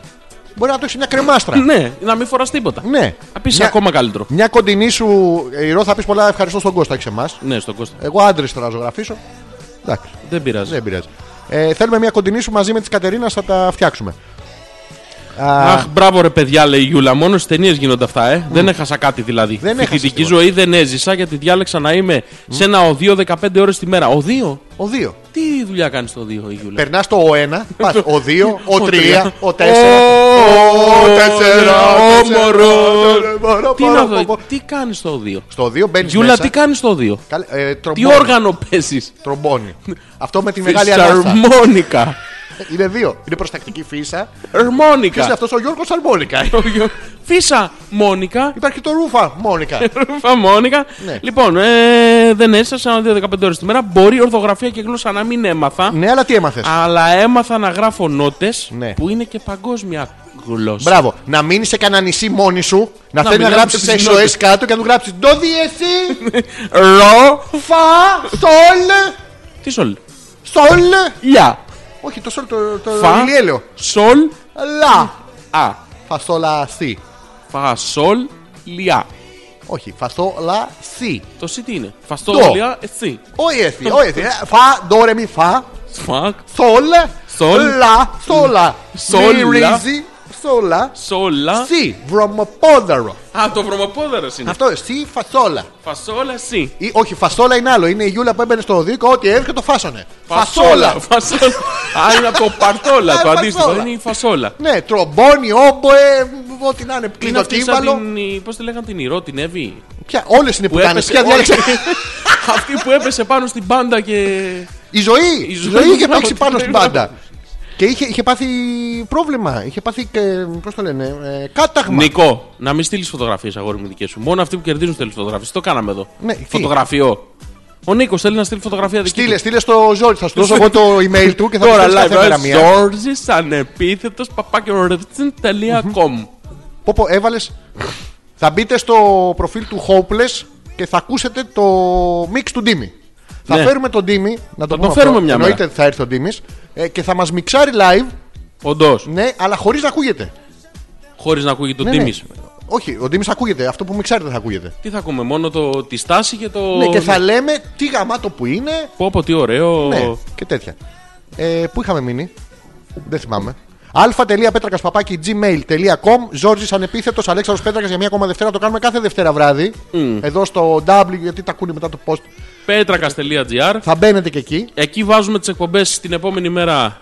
Μπορείς να το έχει μια κρεμάστρα.
Ναι, να μην φοράς τίποτα.
ναι.
Να πεις
Μια-
ακόμα καλύτερο.
Μια κοντινή σου ε, ηρώ θα πεις πολλά ευχαριστώ στον Κώστα και σε εμάς.
Ναι, στον Κώστα.
Εγώ άντρες θα ζωγραφίσω. Εντάξει,
Δεν πειράζει.
δεν πειράζει. Ε, θέλουμε μια κοντινή σου μαζί με τη Κατερίνας, θα τα φτιάξουμε.
Αχ, μπράβο ρε παιδιά, λέει η Γιούλα. Μόνος στι ταινίες γίνονται αυτά, ε. Δεν έχασα κάτι δηλαδή.
Δεν έχασες
Φοιτητική
τίποτα.
ζωή δεν έζησα γιατί διάλεξα να είμαι σε ένα οδείο 15 ώρες τη μέρα. Οδείο.
Ο 2.
Τι δουλειά κάνεις στο οδείο, η Γιούλα.
Περνάς Ναι. το ο 1, πας ο
[laughs]
2, ο
Ο
3,
τρία.
ο 4.
Ο,
Ο 4,
ο, μωρό.
Ε,
Τι να δω,
πω.
τι κάνεις στο οδείο.
Στο 2 μπαίνεις.
Γιούλα, τι κάνεις στο οδείο. Τι όργανο παίζεις.
ε,
[laughs]
Τρομπόνι. Αυτό με τη μεγάλη ανάσα. Ε,
Φυσαρμόνικα.
Είναι δύο. Είναι προστακτική φύσα. Ποιο είναι
Ερμόνικα.
αυτός ο Γιώργος Αρμόνικα.
Ο Γιώ- Φύσα Μόνικα.
[laughs] Υπάρχει και το Ρούφα Μόνικα.
[laughs] Φα Μόνικα.
Ναι.
Λοιπόν, ε, δεν έστασα ένα 2-15 ώρες τη μέρα. Μπορεί ορθογραφία και γλώσσα να μην έμαθα.
ναι, αλλά τι έμαθες.
Αλλά έμαθα να γράφω νότες
Ναι.
που είναι και παγκόσμια γλώσσα.
Μπράβο. Να μείνει σε κανένα νησί μόνη σου, να θέλει να
μιλάμε
γράψεις
στις
SOS
νότες.
κάτω και να του γράψεις Το
[laughs]
διεσύ,
Ρο.
φα, σολ,
Τι σολ.
σολ.
Λια.
Όχι, το σολ το, το
Φα.
ηλιέλαιο.
Σολ.
Λα.
Α.
Φασολασί.
Φα. Σολ. Λια.
Όχι, φασολασί.
Το σι τι είναι.
Το.
Φαστό. Λια. Εσύ.
Όχι, εσύ, όχι, εσύ. Φα, ντο, ρε, μη, φα.
Σφακ.
Σολ,
Σολ.
λα, σολα.
Σολ,
Μη
λα.
ρίζει, σολα.
Σόλα.
Σι, βρωμοπόδαρο.
Α, το βρωμοπόδαρο είναι. ε,
Αυτό, σι, φασόλα.
Φασόλα, εσύ.
Ή, όχι, φασόλα είναι άλλο. Είναι η Γιούλα που έμπαινε στο δίκο, ό,τι έρχεται το φάσανε. Φασόλα. [laughs]
Φασόλα. Α, είναι από το παρτόλα.
Α,
Το αντίστοιχο
φασόλα.
είναι η φασόλα.
Ναι, τρομπόνι, όμποε, ό,τι να είναι.
Είναι αυτή σαν
Κλειδοκύβαλο.
την. η- Πώς τη λέγανε την Ηρώ, την Εύη.
Ποια, όλες είναι που,
Που
κάνεις.
έπεσε-
Ποια διάλεξε.
[laughs] Αυτή που έπεσε πάνω στην πάντα και.
Η ζωή. Η
Η
ζωή,
ζωή,
είχε
μπράβο,
παίξει πάνω
τι
στην
λέει,
πάντα. Και είχε, είχε πάθει πρόβλημα. Είχε πάθει. Και, πώς το λένε, ε, κάταγμα.
Νικό, να μην στείλεις φωτογραφίες, αγόρι μου δικές σου. Μόνο αυτοί που κερδίζουν στέλνουν φωτογραφίες. Το κάναμε εδώ.
Ναι, τι?
Φωτογραφιό. Ο Νίκος θέλει να στείλει φωτογραφία δική
Στείλε,
του.
στείλε στο Ζόρι. Θα σου δώσω εγώ το email του και θα
Τώρα
μου στείλεις κάθε μέρα μία.
Ζόρζη ανεπίθετο παπάκιορετσιν.com.
Πω, πω, έβαλες... θα μπείτε στο προφίλ του Hopeless και θα ακούσετε το mix του Ντίμη. Θα
Ναι.
φέρουμε τον Ντίμη, να το,
τον
πούμε
φέρουμε
αυτό.
μια μέρα.
Εννοείται ότι θα έρθει ο Ντίμης ε, και θα μας μιξάρει live,
Όντως,
ναι, αλλά χωρίς να ακούγεται.
χωρίς να ακούγει τον
Ναι, ναι.
Τίμης.
Όχι, ο Ντίμης ακούγεται, αυτό που μιξάρει δεν θα ακούγεται.
Τι θα ακούμε, μόνο το, τη στάση και το.
Ναι, και θα λέμε τι γαμάτο που είναι,
Πω, πω, τι ωραίο.
ναι, και τέτοια. Ε, πού είχαμε μείνει, δεν θυμάμαι. α.πέτρακα.gmail.com Ζόρζης ανεπίθετος Αλέξανδρος Πέτρακας για μία ακόμα Δευτέρα. Το κάνουμε κάθε Δευτέρα βράδυ. Εδώ στο W, γιατί τα ακούνε μετά το post.
Πέτρακα.gr.
Θα μπαίνετε και εκεί.
Εκεί βάζουμε τις εκπομπές την επόμενη μέρα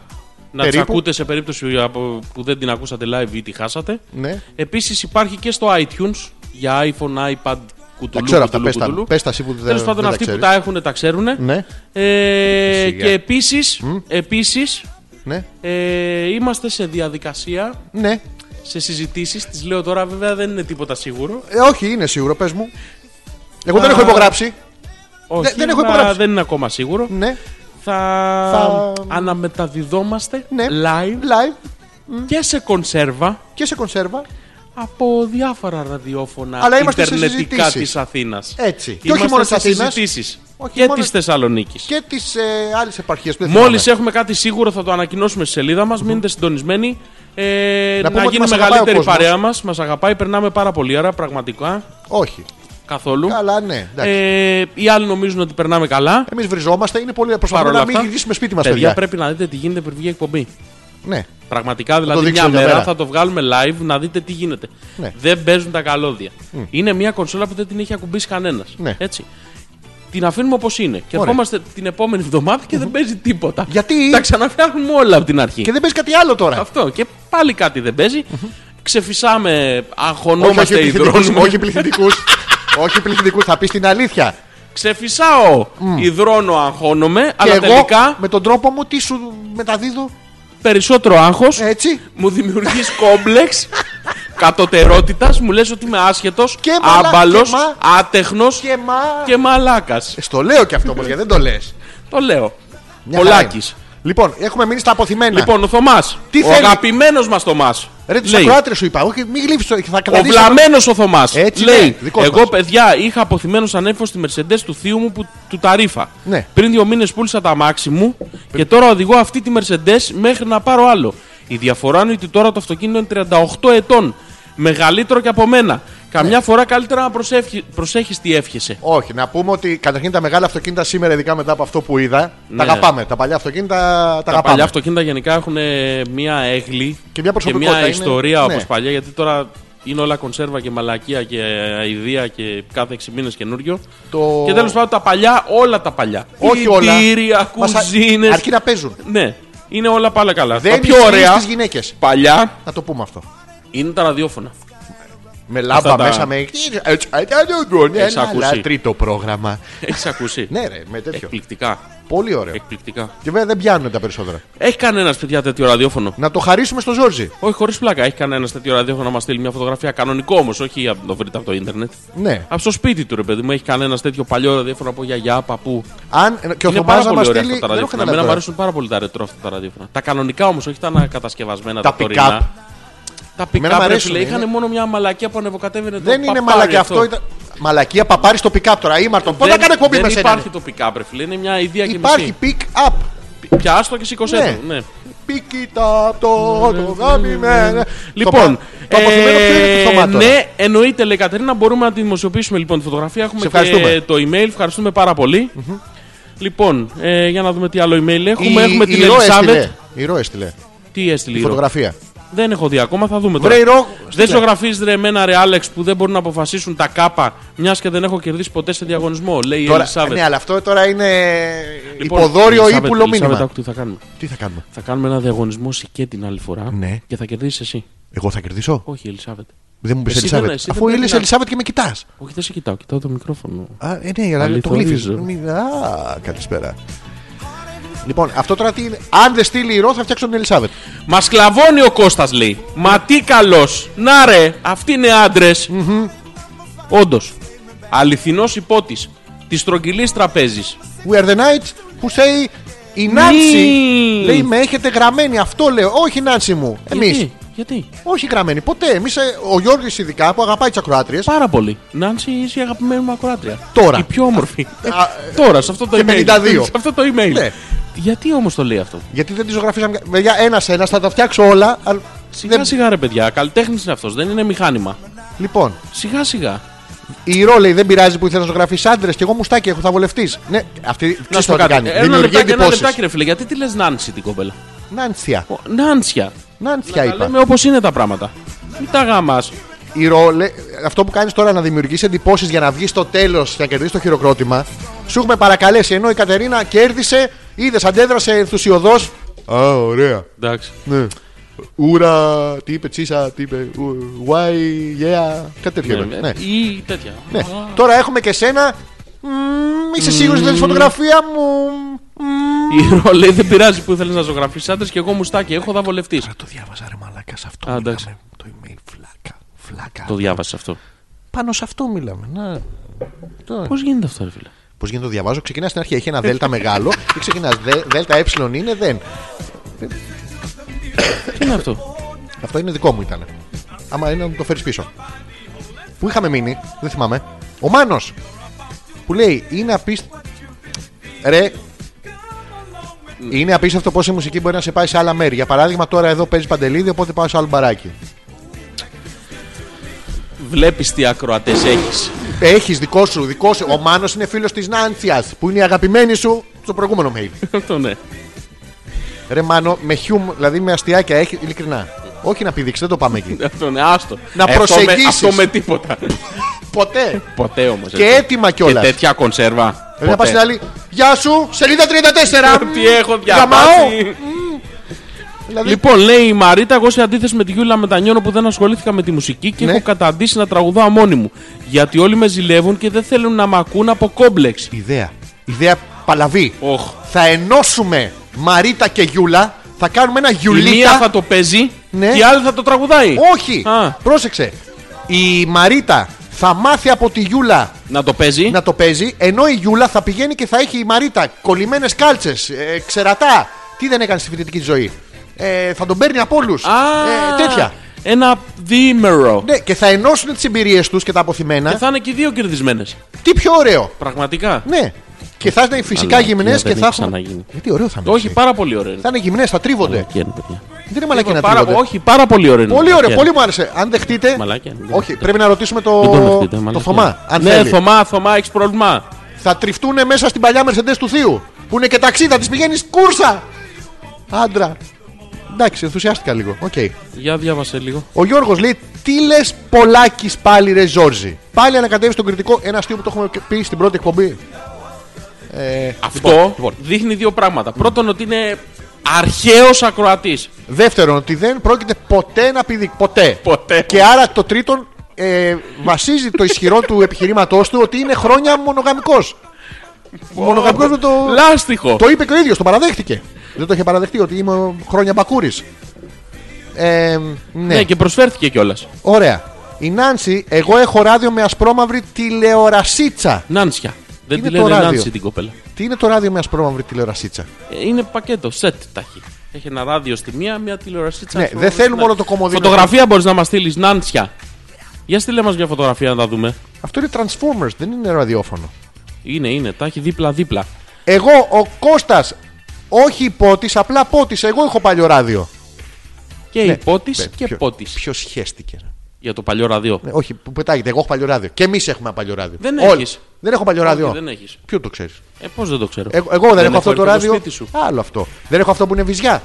να τις
Περίπου.
ακούτε σε περίπτωση από- που δεν την ακούσατε live ή τη χάσατε.
Ναι.
Επίσης υπάρχει και στο iTunes για iPhone, iPad, κουτουλού.
Τα ξέρω αυτά.
κουτουλού,
Πες τα,
κουτουλού.
πες τα εσύ που δεν,
Τέλος πάντων,
δεν
αυτοί
τα
που
ξέρεις.
τα έχουν τα ξέρουν.
Ναι,
Ε,
Σιγά.
και επίσης επίσης,
ναι,
ε, είμαστε σε διαδικασία,
ναι.
σε συζητήσεις. Τις λέω τώρα, βέβαια δεν είναι τίποτα σίγουρο.
Ε, όχι, είναι σίγουρο, πες μου. Εγώ δεν έχω υπογράψει.
Όχι,
δεν έχω
αλλά
υπογράψει.
δεν είναι ακόμα σίγουρο.
Ναι,
Θα,
Θα-
αναμεταδιδόμαστε
ναι.
live
Live
και σε κονσέρβα
και σε κονσέρβα.
από διάφορα ραδιόφωνα
Αλλά είμαστε σε
ιντερνετικά
συζητήσεις.
της Αθήνας.
Έτσι. Και
Είμαστε
όχι μόνο της
σε
Αθήνας.
συζητήσεις
Όχι
και
μόνο-
της Θεσσαλονίκης.
και τι ε, άλλε επαρχίε που δεν
Μόλις
θυμάμαι.
έχουμε κάτι σίγουρο θα το ανακοινώσουμε στη σελίδα μας, μείνετε συντονισμένοι. Ε,
Να
να,
πούμε ότι
γίνει
μας αγαπάει ο
μεγαλύτερη η
κόσμος.
παρέα μας, μας αγαπάει, περνάμε πάρα πολύ άρα πραγματικά,
Όχι.
καθόλου.
Καλά, ναι. εντάξει.
Ε, οι άλλοι νομίζουν ότι περνάμε καλά.
Εμείς βριζόμαστε, είναι πολύ
Παρ'
προσπαθούμε
όλα
να μην
αυτά,
γυρίσουμε σπίτι μας, παιδιά.
παιδιά, ε, πρέπει να δείτε τι γίνεται πριν βγει η εκπομπή.
Ναι.
Πραγματικά
το
δηλαδή μια
δείξουμε μια
μέρα,
μέρα.
θα το βγάλουμε live να δείτε τι γίνεται.
Ναι.
Δεν παίζουν τα καλώδια. Είναι μια κονσόλα που δεν την έχει ακουμπήσει κανένας.
Ναι.
Έτσι. Την αφήνουμε όπως είναι. Και
Ωραία.
ερχόμαστε την επόμενη εβδομάδα και δεν παίζει τίποτα.
Γιατί?
Τα ξαναφτιάχνουμε όλα από την αρχή.
Και δεν παίζει κάτι άλλο τώρα.
Αυτό. Και πάλι κάτι δεν παίζει. Ξεφυσάμε,
Όχι, όχι
αγχωνόμαστε,
πληθυντικού.
υδρώνουμε.
Όχι πληθυντικούς. όχι πληθυντικούς, θα πεις την αλήθεια.
Ξεφυσάω, υδρώνω, αγχώνομαι.
Και
[laughs] αλλά
εγώ
τελικά
με τον τρόπο μου τι σου μεταδίδω.
περισσότερο άγχος.
Έτσι.
μου δημιουργείς κόμπλεξ κατωτερότητας, μου λες ότι είμαι άσχετος,
Και μαλά-
άμπαλος,
και μα-
άτεχνος
Και μα. Ε,
και μαλάκας.
Στο λέω κι αυτό όμως γιατί δεν το λες.
Το λέω. Πολάκη.
Λοιπόν, έχουμε μείνει στα αποθυμένα.
Λοιπόν, ο Θωμάς.
Τι
Ο
θέλει?
αγαπημένος μας Θωμάς.
Ρε τους ακροάτρε σου είπα. Όχι, μην γλύψει. Θα
Ο
καταλήξω.
βλαμμένος ο Θωμάς.
Έτσι, ναι,
Λέει:
δικός
Εγώ,
μας.
παιδιά, είχα αποθυμένο ανέφο στη Mercedes του θείου μου που, του Ταρίφα.
Ναι.
Πριν δύο μήνες πούλησα τα αμάξι μου και τώρα οδηγώ αυτή τη Mercedes μέχρι να πάρω άλλο. Η διαφορά είναι ότι τώρα το αυτοκίνητο είναι 38 ετών. Μεγαλύτερο και από
Ναι.
μένα. Καμιά φορά καλύτερα να προσέχεις τι εύχεσαι.
Όχι, να πούμε ότι καταρχήν τα μεγάλα αυτοκίνητα σήμερα, ειδικά μετά από αυτό που είδα,
Ναι.
τα αγαπάμε. Τα παλιά αυτοκίνητα τα,
Τα
αγαπάμε.
παλιά αυτοκίνητα γενικά έχουν ε, μία έγκλη
Και μια προσωπικότητα
μια
είναι-
ιστορία
ναι.
όπω παλιά. Γιατί τώρα είναι όλα κονσέρβα και μαλακία και αηδία και κάθε 6 μήνες καινούριο.
Το-
Και τέλος πάντων τα παλιά, όλα τα παλιά.
Όχι όλα.
Πλυντήρια,
Μας α-
κουζίνες.
Αρκεί να παίζουν.
Ναι, είναι όλα πάλι καλά.
Δεν
τα πιο ωραία
στις γυναίκες.
παλιά
Να το πούμε αυτό.
είναι τα ραδιόφωνα.
Με λάμπα
τα-
μέσα, με. Έτσι, έτσι, έτσι,
ακούσει.
Ένα τρίτο πρόγραμμα.
Έχεις ακούσει.
Ναι, ρε, με τέτοιο.
Εκπληκτικά.
Πολύ ωραίο.
Εκπληκτικά.
Και βέβαια δεν πιάνουν τα περισσότερα.
Έχει κανένας παιδιά τέτοιο ραδιόφωνο.
Να το χαρίσουμε στο Ζόρζι.
Όχι, χωρίς πλάκα. Έχει κανένας τέτοιο ραδιόφωνο να μας στείλει μια φωτογραφία. Κανονικό όμως, όχι να το βρείτε από το Ίντερνετ.
Ναι.
Από στο σπίτι του ρε παιδί μου έχει κανένας τέτοιο παλιό ραδιόφωνο από γιαγιά, παππού.
Αν... Και ο
είναι
Θωμά
πάρα
να
πολύ
μας
ωραία
στείλει.
αυτά τα
Δεν έχω
ραδιόφωνα. Εμένα
καταλάβει.
μου
τώρα.
αρέσουν πάρα πολύ τα ρετρό αυτά τα ραδιόφωνα. Τα κανονικά όμως, όχι τα ανακατασκευασμένα,
Τα
τα,
pick-up.
τωρινά. Τα pick-up
Εμένα μου
ρε
αρέσουν,
φίλε, είχαν
είναι-
μόνο μια μαλακία που ανεβοκατέβαινε το
Δεν είναι
παπάρι
μαλακία αυτό. ήταν- Μαλακία παπάρι στο pick-up τώρα. Ήμαρτον. Πότε να
Δεν-
κάνω εκπομπή
δεν
με σένα.
υπάρχει
ρε.
το pick-up ρε φίλε, είναι μια ιδέα και
Υπάρχει
μισή.
pick-up.
Πιάστο και σήκωσέ
Ναι.
το. Ναι.
Πικίτα το το γαμημένο.
Λοιπόν,
το αποθυμένο ποιο είναι το
ε,
Θωμά τώρα.
ναι, εννοείται λέει η Κατερίνα, μπορούμε να τη δημοσιοποιήσουμε λοιπόν τη φωτογραφία. Έχουμε
Σε ευχαριστούμε.
και το email, ευχαριστούμε πάρα πολύ. Λοιπόν, ε, για να δούμε τι άλλο email έχουμε.
Η-
έχουμε
η
την
Ρο
Ελισάβετ.
έστειλε. Η Ρο έστειλε.
Τι έστειλε η Ρο?
Φωτογραφία.
Δεν έχω δει ακόμα, θα δούμε τώρα.
Βρε, η Ρο, στείλε.
δεν ζωγραφίζει ρε εμένα ρε Άλεξ που δεν μπορούν να αποφασίσουν τα κάπα, μιας και δεν έχω κερδίσει ποτέ σε διαγωνισμό, λέει η
Τώρα,
Ελισάβετ.
ναι, αλλά αυτό τώρα είναι
Λοιπόν,
υποδόριο
Ελισάβετ,
ύπουλο
Ελισάβετ,
μήνυμα.
άκου τι θα κάνουμε.
Τι θα κάνουμε.
Θα κάνουμε ένα διαγωνισμό σικέ την άλλη φορά
Ναι.
και θα κερδίσεις εσύ.
Εγώ θα κερδίσω.
Όχι, η Ελισάβετ.
Δεν μου πεις
Εσύ δεν-
Ελισάβετ.
εσύ δεν
Αφού
πρέπει
ήλθε
να-
Ελισάβετ και με κοιτάς.
Όχι, δεν σε κοιτάω, κοιτάω το μικρόφωνο.
Α, ε, ναι, αλλά το γλύφει.
Αληθωρίζω.
Α, καλησπέρα. Λοιπόν, αυτό τώρα τι είναι. Αν δεν στείλει η Ρο, θα φτιάξω την Ελισάβετ.
Μα σκλαβώνει ο Κώστας λέει. Μα τι καλός. Να ρε, αυτοί είναι άντρες. Όντως. Αληθινός υπότης. Της στρογγυλής τραπέζης.
We are the knights που say η Νάνση.
Μη.
Λέει με έχετε γραμμένη. Αυτό λέω. Όχι Νάνση μου. Εμείς.
Γιατί, γιατί.
Όχι γραμμένη. Ποτέ. Εμείς, ο Γιώργης ειδικά που αγαπάει τις ακροάτριες.
Πάρα πολύ. Νάνση, είσαι η αγαπημένη μου ακροάτρια.
Τώρα.
Η πιο όμορφη.
Α,
Τώρα, σε αυτό το
και
email. [laughs]
52.
Σε αυτό το email.
Ναι.
Γιατί όμως το λέει αυτό.
Γιατί δεν τη ζωγραφίσαμε. Παιδιά, ένα-ένα θα τα φτιάξω όλα. αλλά
Σιγά
δεν-
σιγά ρε παιδιά, καλλιτέχνης είναι αυτός, δεν είναι μηχάνημα.
Λοιπόν,
Σιγά σιγά.
η Ρο λέει δεν πειράζει που ήθελα να ζωγραφίσει άντρες και εγώ μουστάκι έχω, θα βολευτείς. Ναι, αυτή ξέρεις
πω
τι θα κάνει.
Ένα
Δημιουργεί
λεπτάκι, ένα
εντυπώσεις.
λεπτάκι, ρε φίλε, γιατί τη λες Νάνση την κοπέλα.
Νάνσια.
Ο- Νάνσια.
Νάνθια
Τα λέμε
είπα.
όπως είναι τα πράγματα. Μην τα γάμα.
Η ρόλε, αυτό που κάνεις τώρα να δημιουργήσει εντυπώσεις για να βγεις στο τέλος και να κερδίσεις το χειροκρότημα, σου έχουμε παρακαλέσει ενώ η Κατερίνα κέρδισε, είδες, αντέδρασε ενθουσιοδό. Α, ωραία.
Εντάξει.
Ναι. Ούρα, τι είπε, τσίσα, τι είπε, ου- why, yeah, κάτι τέτοιο.
Ναι,
είπε,
ναι.
ναι.
Ή τέτοια.
Ναι. Τώρα έχουμε και σένα. Μμμ, είσαι σίγουρος για τη φωτογραφία μου. Μμμ.
Η Ρο λέει δεν πειράζει που ήθελε να ζωγραφεί άντρε και εγώ μουστάκι. Έχω δαβολευτεί.
Το διάβαζα ρε μαλάκα σε αυτό.
Α,
μιλάμε.
εντάξει.
Το email φλάκα. Φλάκα.
Το διάβασες αυτό.
Πάνω σε αυτό μιλάμε. Να.
Πώς γίνεται αυτό, ρε φίλε.
Πώς γίνεται το διαβάζω, ξεκινάς στην αρχή.
[laughs]
Έχει ένα δέλτα μεγάλο και ξεκινά. Δέλτα ε είναι δεν.
Τι είναι αυτό.
Αυτό είναι δικό μου ήταν. Άμα είναι να μου το φέρεις πίσω. Πού είχαμε μείνει, δεν θυμάμαι. Ο Μάνος που λέει είναι απίστευτο. Ρε. Είναι απίστευτο πώ η μουσική μπορεί να σε πάει σε άλλα μέρη. Για παράδειγμα, τώρα εδώ παίζεις παντελίδι, οπότε πάω σε άλλο μπαράκι.
Βλέπεις τι ακροατές έχεις.
Έχεις δικό σου, δικό σου. Ο Μάνος είναι φίλος της Νάντσια που είναι η αγαπημένη σου στο προηγούμενο mail.
Αυτό ναι.
Ρε Μάνο, με χιούμ, δηλαδή με αστιάκια έχει, ειλικρινά. Όχι να πηδήξεις, δεν το πάμε εκεί.
Αυτό ναι, άστο.
Να
Αυτό με-
προσεγγίσεις.
Αυτό με τίποτα.
Ποτέ.
Ποτέ όμως.
Και έτοιμα κιόλας.
Και τέτοια κονσέρβα.
Πρέπει να πας
Ποτέ.
στην άλλη. Γεια σου, σελίδα 34.
[laughs] Τι έχω
Γαμάω.
διαβάσει.
Δηλαδή,
Λοιπόν, λέει η Μαρίτα, εγώ σε αντίθεση με τη Γιούλα μετανιώνω που δεν ασχολήθηκα με τη μουσική και
Ναι.
έχω καταντήσει να τραγουδάω μόνη μου. Γιατί όλοι με ζηλεύουν και δεν θέλουν να μ' ακούν από κόμπλεξ.
Ιδέα. Ιδέα παλαβή.
Οχ.
Θα ενώσουμε Μαρίτα και Γιούλα. Θα κάνουμε ένα
Η
Γιουλίτα.
μία θα το παίζει
Ναι.
και η άλλη θα το τραγουδάει.
Όχι.
Α.
Πρόσεξε. Η Μαρίτα θα μάθει από τη Γιούλα
Να το παίζει.
να το παίζει, ενώ η Γιούλα θα πηγαίνει και θα έχει η Μαρίτα κολλημένες κάλτσες, ε, ξερατά. Τι δεν έκανε στη φοιτητική της ζωή. Ε, θα τον παίρνει από όλους. Ε, τέτοια.
Ένα διήμερο.
Ναι, και θα ενώσουν τις εμπειρίες τους και τα αποθυμένα.
Και θα είναι και οι δύο κερδισμένες.
Τι πιο ωραίο.
Πραγματικά.
Ναι. Και θα είναι φυσικά
Αλλά,
γυμνές
δεν
και
έχει
θα έχουν.
ξαναγίνει.
Γιατί ωραίο θα είναι.
Το όχι,
έτσι.
πάρα πολύ ωραίο. είναι.
Θα είναι γυμνές, θα τρίβονται.
Μαλακία είναι, παιδιά.
Δεν είναι μαλακή να
Λοιπόν, πάρα-
τρίβονται.
Όχι, πάρα πολύ ωραίο. είναι.
Πολύ
Μαλακία
ωραίο, πολύ
είναι.
μου άρεσε. Αν δεχτείτε.
Μαλάκια, δεν
Όχι,
δεχτείτε.
πρέπει να ρωτήσουμε
Δεν το
το,
δεχτείτε,
το
μαλακία.
Θωμά. Αν
ναι,
θέλει.
Θωμά, Θωμά, έχεις πρόβλημα.
Θα τριφτούν μέσα στην παλιά Mercedes του θείου. Που είναι και ταξί, θα τη πηγαίνεις κούρσα. Άντρα. Εντάξει, ενθουσιάστηκα λίγο. Οκ.
Για διάβασε λίγο.
Ο Γιώργος λέει: Τι λες πολλάκι πάλι, ρε Ζόρζι. Πάλι ανακατεύεις τον κριτικό. Ένα αστείο που το έχουμε πει στην πρώτη εκπομπή.
Αυτό
Λοιπόν,
δείχνει δύο πράγματα. Πρώτον, ότι είναι αρχαίος ακροατής.
Δεύτερον, ότι δεν πρόκειται ποτέ να πει ποτέ.
Ποτέ.
Και άρα το τρίτον ε, βασίζει το ισχυρό του επιχειρήματός του ότι είναι χρόνια μονογαμικός. μονογαμικός με το.
Λάστιχο.
Το είπε και ο ίδιος, το παραδέχτηκε. Δεν το είχε παραδεχτεί ότι είμαι χρόνια μπακούρης. Ε, ναι,
ναι. και προσφέρθηκε κιόλας.
ωραία. Η Νάνση, εγώ έχω ράδιο με ασπρόμαυρη τηλεορασίτσα.
Νάνσια. Δεν
Είναι
τη
το
λένε
ράδιο.
Νάνση την κοπέλα.
Τι είναι το ράδιο με ασπρόμαυρη τηλεορασίτσα.
Ε, Είναι πακέτο, σετ τα έχει. Έχει ένα ράδιο στη μία, μία τηλεορασή
Ναι, δεν θέλουμε όλο το κομμωδίνο.
Φωτογραφία μπορείς να μας στείλεις, Νάντσια. Για στείλε μας μια φωτογραφία να τα δούμε.
Αυτό είναι Transformers, δεν είναι ραδιόφωνο.
Είναι, είναι, τα έχει δίπλα-δίπλα.
Εγώ, ο Κώστας, όχι πότη, απλά πότης. Εγώ έχω παλιό ράδιο.
Και
Ναι.
η πότη
Πε-
και
ποιο-
πότης.
Ποιος σχέστηκε. ρε.
Για το παλιό ραδίο.
Ναι, όχι, που πετάγεται. Εγώ έχω παλιό ράδιο. Και εμείς έχουμε παλιό ράδιο.
Δεν
Όλοι.
έχεις.
Δεν έχω παλιό
Όχι,
ράδιο.
δεν έχεις.
Ποιο το ξέρεις.
Ε, πώς δεν το ξέρω.
Ναι. Εγώ, εγώ δεν, έχω αυτό το
έρθει
ράδιο.
σπίτι σου.
Άλλο αυτό. Δεν έχω αυτό που είναι βυζιά.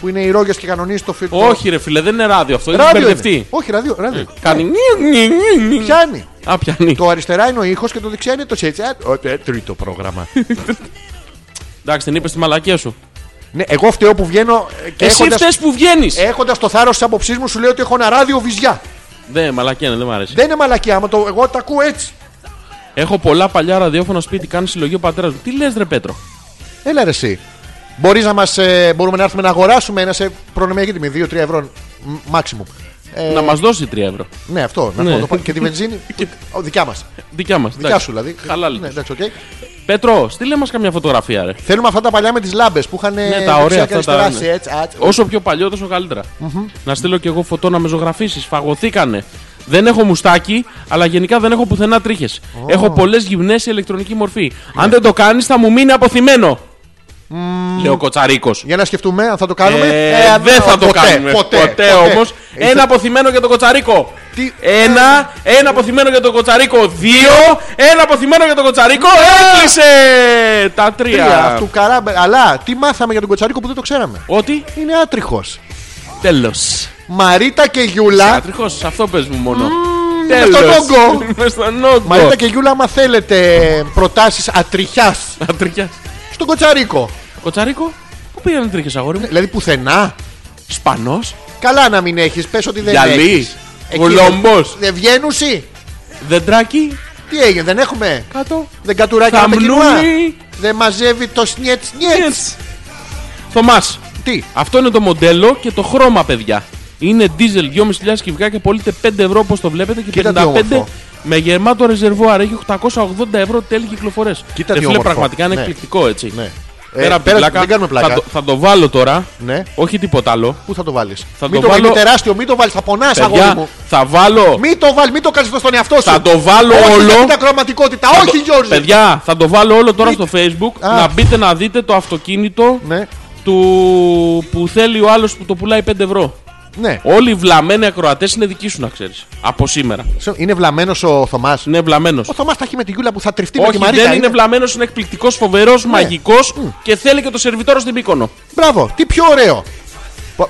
Που είναι οι ρόγες και κανονίζει το φίλο.
Όχι, ρε φίλε, δεν είναι ράδιο αυτό. Είναι
ράδιο.
μπερδευτεί. Ε.
είναι. Όχι, ράδιο. ράδιο.
Κάνει. νι, νι, νι, νι.
Πιάνει.
Α, πιάνει.
Το αριστερά είναι ο ήχος και το δεξιά είναι το σέτσι. Α, ο, ε, Τρίτο
[laughs]
πρόγραμμα.
Εντάξει, την είπες τη μαλακία σου.
ναι, εγώ φταίω που βγαίνω ε, και
Εσύ
έχοντας, Ε-
φταίει που βγαίνεις.
έχοντας το θάρρος της άποψής μου σου λέω ότι έχω ένα ράδιο βυζιά.
Δεν, μαλακία είναι, δεν μ' αρέσει.
Δεν είναι μαλακιά, άμα το, εγώ τα ακούω έτσι.
Έχω πολλά παλιά ραδιόφωνα σπίτι, κάνει συλλογή ο πατέρας μου. Τι λες, ρε Πέτρο.
Έλα ρε εσύ. Μπορείς να μας, ε, μπορούμε να έρθουμε να αγοράσουμε ένα σε προνομιακή τιμή, 2-3 ευρώ μ, maximum. Ε,
Να μας δώσει 3 ευρώ.
Ναι, αυτό. Να
Ναι.
το πάρει. και τη
[laughs]
βενζίνη. ο, δικιά μας.
Δικιά μας.
Δικιά σου δηλαδή.
Χαλάλη.
Ναι, εντάξει, οκ.
Πέτρο, στείλε μας καμιά φωτογραφία, ρε.
Θέλουμε αυτά τα παλιά με τις λάμπες που είχαν ε,
Ναι, τα ωραία αυτά τα.
αριστερά,
ναι.
σε έτσι, έτσι.
Όσο πιο παλιό, τόσο καλύτερα. Να στείλω κι εγώ φωτό να με ζωγραφίσεις. Φαγωθήκανε. Δεν έχω μουστάκι, αλλά γενικά δεν έχω πουθενά τρίχες. Έχω πολλές γυμνές σε ηλεκτρονική μορφή. Αν δεν το κάνεις, θα μου μείνει αποθυμένο. Λέω Κοτσαρίκος.
Για να σκεφτούμε αν θα το κάνουμε.
Ε,
Ε,
δεν θα το
ποτέ,
κάνουμε. Ποτέ, όμως.
Ε,
Ένα αποθυμένο για τον Κοτσαρίκο.
Τι-
Ένα, ένα αποθυμένο για τον Κοτσαρίκο. Δύο, ένα αποθυμένο για τον Κοτσαρίκο. Έκλεισε! Τα
τρία,
Ε! τρία.
του καράμπε. Αλλά τι μάθαμε για τον Κοτσαρίκο που δεν το ξέραμε.
Ότι
Είναι άτριχος.
Τέλος.
Μαρίτα και Γιούλα.
Ατριχώ, αυτό πες μου μόνο.
μες στον όγκο.
[laughs] Μες στον όγκο.
Μαρίτα και Γιούλα, άμα θέλετε προτάσεις ατριχιάς
Ατριχιάς.
στον Κοτσαρίκο.
Κοτσαρίκο, πού πήγαν τρίχες αγόρι μου.
Δηλαδή πουθενά.
Ε, Σπανός.
Καλά να μην έχεις, πες ότι δεν
Γυαλί.
έχεις. Εκεί
Κολομπό.
δεν- Δεν βγαίνουσι.
Δεντράκι.
Τι έγινε, δεν έχουμε.
Κάτω.
Δεν κατουράκι με τα κοινά.
Θαμνούνι.
Δεν μαζεύει το σνιέτ σνιέτ.
Έτσι. Θωμάς.
Τι.
Αυτό είναι το μοντέλο και το χρώμα, παιδιά. Είναι diesel 2.500 κυβικά και πωλείται 5 ευρώ όπως το βλέπετε και
Κοίτα τι
55
όμορφο.
με γεμάτο ρεζερβουάρ. Έχει 880 ευρώ τέλη κυκλοφορέ.
Κοίτα τι
φίλε,
όμορφο.
πραγματικά είναι
Ναι.
εκπληκτικό έτσι.
Ναι.
Πέρα,
Ε,
από την
πέρα-
πλάκα,
δεν κάνουμε πλάκα.
Θα το, θα το βάλω τώρα.
Ναι.
Όχι τίποτα άλλο.
Πού θα το βάλεις.
το
Μην το
βάλω-
βάλει τεράστιο, μην το βάλεις. Θα πονάς, αγόρι
Παιδιά,
μου.
θα βάλω.
Μην το βάλει, μην το κάνεις στον εαυτό σου.
Θα το βάλω
όχι,
όλο.
Όχι, τα κρωματικότητα.
θα
όχι,
το-
Γιώργη.
Παιδιά, θα το βάλω όλο τώρα στο Facebook.
Α.
Να μπείτε να δείτε το αυτοκίνητο
Ναι,
του που θέλει ο άλλος που το πουλάει 5 ευρώ.
ναι.
Όλοι οι βλαμμένοι ακροατές είναι δικοί σου, να ξέρεις. Από σήμερα.
Σε- Είναι βλαμμένος ο Θωμάς.
Είναι βλαμμένος.
Ο Θωμάς τα έχει με την Γιούλα που θα τριφτεί με τη
Όχι,
Μαρίτα.
δεν είναι βλαμμένος, είναι εκπληκτικός, φοβερός,
Ναι.
μαγικός και θέλει και το σερβιτόρο στην πίκονο.
Μπράβο, τι πιο ωραίο.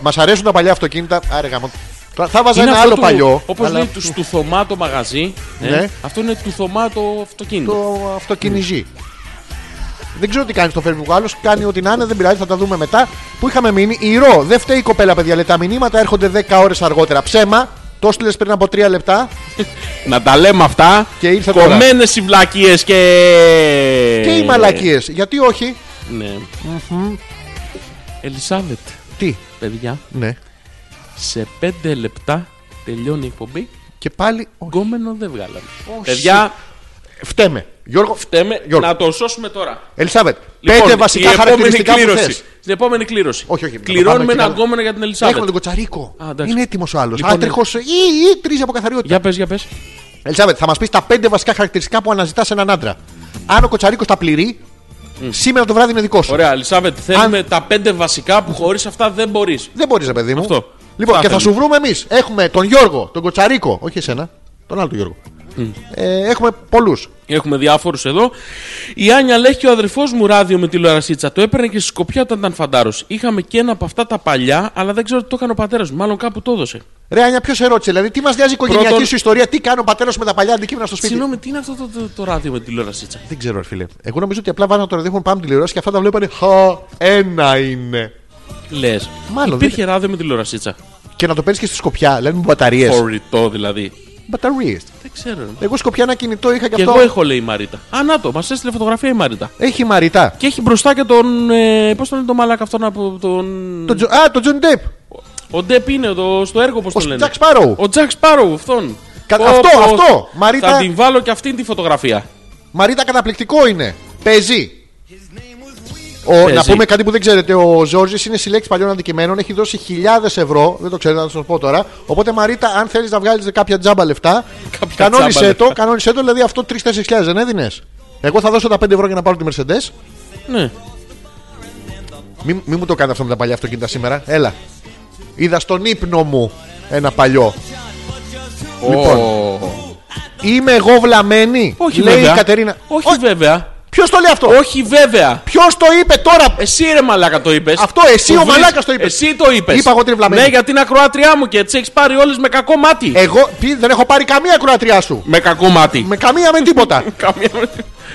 Μας αρέσουν τα παλιά αυτοκίνητα. Άρε γαμό. Τώρα Θα βάζα ένα
αυτό
άλλο
του-
παλιό.
Όπως
αλλά
λέει τους του Θωμά το μαγαζί. ε,
Ναι.
αυτό είναι του Θωμά το αυτοκίνητο.
Το αυτοκινηζί. Δεν ξέρω τι κάνει στο facebook. Άλλος κάνει ό,τι να είναι, δεν πειράζει, θα τα δούμε μετά. Που είχαμε μείνει. Η ρο, δεν φταίει η κοπέλα, παιδιά. Λέει, τα μηνύματα έρχονται 10 ώρες αργότερα. Ψέμα, το έστειλες πριν από 3 λεπτά.
Να τα λέμε αυτά.
Και ήρθε τώρα.
Κομμένες οι βλακίες και.
Και
Ε.
οι μαλακίες. Γιατί όχι.
Ναι. Ελισάβετ,
Τι.
παιδιά,
Ναι.
σε 5 λεπτά τελειώνει η εκπομπή.
Και πάλι. ο-
Γκόμενο δεν βγάλαμε. Παιδιά,
Φταίμε. Γιώργο,
φταίμε
Ε, Γιώργο.
να το σώσουμε τώρα.
Ελισάβετ,
Λοιπόν,
πέντε βασικά
η επόμενη
χαρακτηριστικά που
κλήρωση.
θες.
Στην επόμενη κλήρωση.
Όχι, όχι, να το πάμε
Κληρώνουμε
εκεί
ένα
καλά.
γκόμενο για την Ελισάβετ.
Έχουμε τον Κοτσαρίκο.
Α, εντάξει.
είναι έτοimo ο άλλος.
Λοιπόν,
Άτρεχο ή, ή τρεις από καθαριότητα.
Για πες, για πες.
Ελισάβετ, θα μας πεις τα πέντε βασικά χαρακτηριστικά που αναζητάς σε έναν άντρα. Αν ο Κοτσαρίκος τα πληρεί, σήμερα το βράδυ είναι δικό σου.
Ωραία, Ελισάβετ, θέλουμε τα πέντε βασικά που χωρίς αυτά δεν μπορείς.
Δεν μπορείς, ρε παιδί μου.
Αυτό.
Λοιπόν,
Αυτά
και θα
θέλουμε.
σου βρούμε εμείς. Έχουμε τον Γιώργο, τον Κοτσαρίκο. Όχι εσένα, τον άλλο τον Γιώργο. Ε, έχουμε πολλούς.
Έχουμε διάφορους εδώ. Η Άνια λέει και ο αδερφός μου ράδιο με τηλεορασίτσα. Το έπαιρνε και στη Σκοπιά όταν ήταν φαντάρος. Είχαμε και ένα από αυτά τα παλιά, αλλά δεν ξέρω τι το έκανε ο πατέρας μου. Μάλλον κάπου το έδωσε.
Ρε Άνια, ποιος ερώτησε, δηλαδή τι μας νοιάζει η οικογενειακή
Πρώτον-
σου ιστορία, τι κάνει ο πατέρας με τα παλιά αντικείμενα στο σπίτι.
Συγγνώμη, τι είναι αυτό το, το, το ράδιο με τηλεορασίτσα.
Δεν ξέρω, ρε φίλε. Εγώ νομίζω ότι απλά βάνα το ραδιόφωνο πάμε τηλεόραση και αυτά τα βλέπανε. Χα, ένα είναι.
Λες.
Μάλλον
Υπήρχε ράδιο με τηλεορασίτσα.
Και να το παίρνεις και στη σκοπιά, λένε μου μπαταρίε.
Φορητό δηλαδή.
Μπαταρίες.
Δεν ξέρω. ρε.
Εγώ σκοπιά ένα κινητό είχα και,
Και
αυτό.
εγώ έχω, λέει η Μαρίτα. Α, να το, μας έστειλε φωτογραφία η Μαρίτα.
Έχει μαριτά.
Και έχει μπροστά και τον. Ε, Πώς τον είναι το μαλάκα αυτόν από τον.
Το Τζο- Α, το Τζον Ντέπ.
Ο Ντεπ είναι εδώ, στο έργο, πώς
Ο
τον λένε.
Τζακ Σπάρο.
Ο Τζακ Σπάρο, αυτόν.
Κα-
Πω,
αυτό,
πω,
αυτό, Μαρίτα.
Θα την βάλω και αυτήν τη φωτογραφία.
Μαρίτα καταπληκτικό είναι. Παίζει. Ο, Να
Παίζει.
πούμε κάτι που δεν ξέρετε. Ο Ζόρζης είναι συλλέκτη παλιών αντικειμένων. Έχει δώσει χιλιάδες ευρώ. Δεν το ξέρετε, να σας πω τώρα. Οπότε, Μαρίτα, αν θέλεις να βγάλεις κάποια τζάμπα λεφτά,
[laughs] Κάποια τζάμπα
κανόνισε το,
λεφτά.
κανόνισε το. Δηλαδή, αυτό 3-4 χιλιάδες δεν έδινες. Εγώ θα δώσω τα 5 ευρώ για να πάρω τη Mercedes.
Ναι.
Μην μη μου το κάνετε αυτό με τα παλιά αυτοκίνητα σήμερα. Έλα. Είδα στον ύπνο μου ένα παλιό. Λοιπόν. Είμαι εγώ βλαμμένη,
Όχι
λέει
βέβαια.
η Κατερίνα.
Όχι βέβαια.
Ποιος το λέει αυτό,
Όχι βέβαια.
Ποιος το είπε τώρα,
Εσύ ρε μαλάκα το είπες.
Αυτό εσύ ο μαλάκας το είπες.
Εσύ το είπες.
Είπα εγώ την βλαμμένη.
Ναι, γιατί είναι ακροάτριά μου και έτσι έχεις πάρει όλες με κακό μάτι.
Εγώ τι, δεν έχω πάρει καμία κροατριά σου.
Με κακό μάτι.
Με καμία με
[laughs]
τίποτα.
Καμία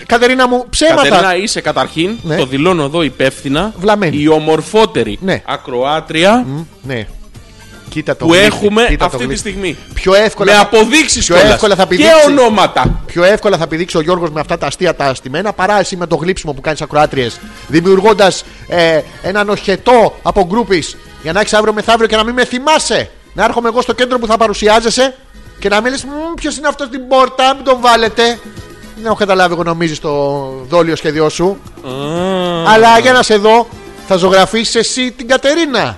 Κατερίνα μου, ψέματα.
Κατερίνα, είσαι καταρχήν,
Ναι.
το δηλώνω εδώ υπεύθυνα,
Βλαμμένη.
η ομορφότερη
Ναι.
ακροάτρια
Μ, Ναι. Κοίτα το
που
γλύφι,
έχουμε
κοίτα το
αυτή τη
γλύφι.
στιγμή.
Πιο εύκολα,
Με
θα-
αποδείξεις
πιο εύκολα θα
και
πηδήξει.
ονόματα.
πιο εύκολα θα πηδήξει ο Γιώργος με αυτά τα αστεία τα αστημένα παρά εσύ με το γλύψιμο που κάνεις ακροάτριες. Δημιουργώντας ε, έναν οχετό από γκρούπη για να έχεις αύριο μεθαύριο και να μην με θυμάσαι. Να έρχομαι εγώ στο κέντρο που θα παρουσιάζεσαι και να μην λε: Ποιος είναι αυτός στην πόρτα, μην τον βάλετε. Δεν έχω καταλάβει, εγώ νομίζεις το δόλιο σχέδιό σου. Αλλά για να σε δω, θα ζωγραφίσεις εσύ την Κατερίνα.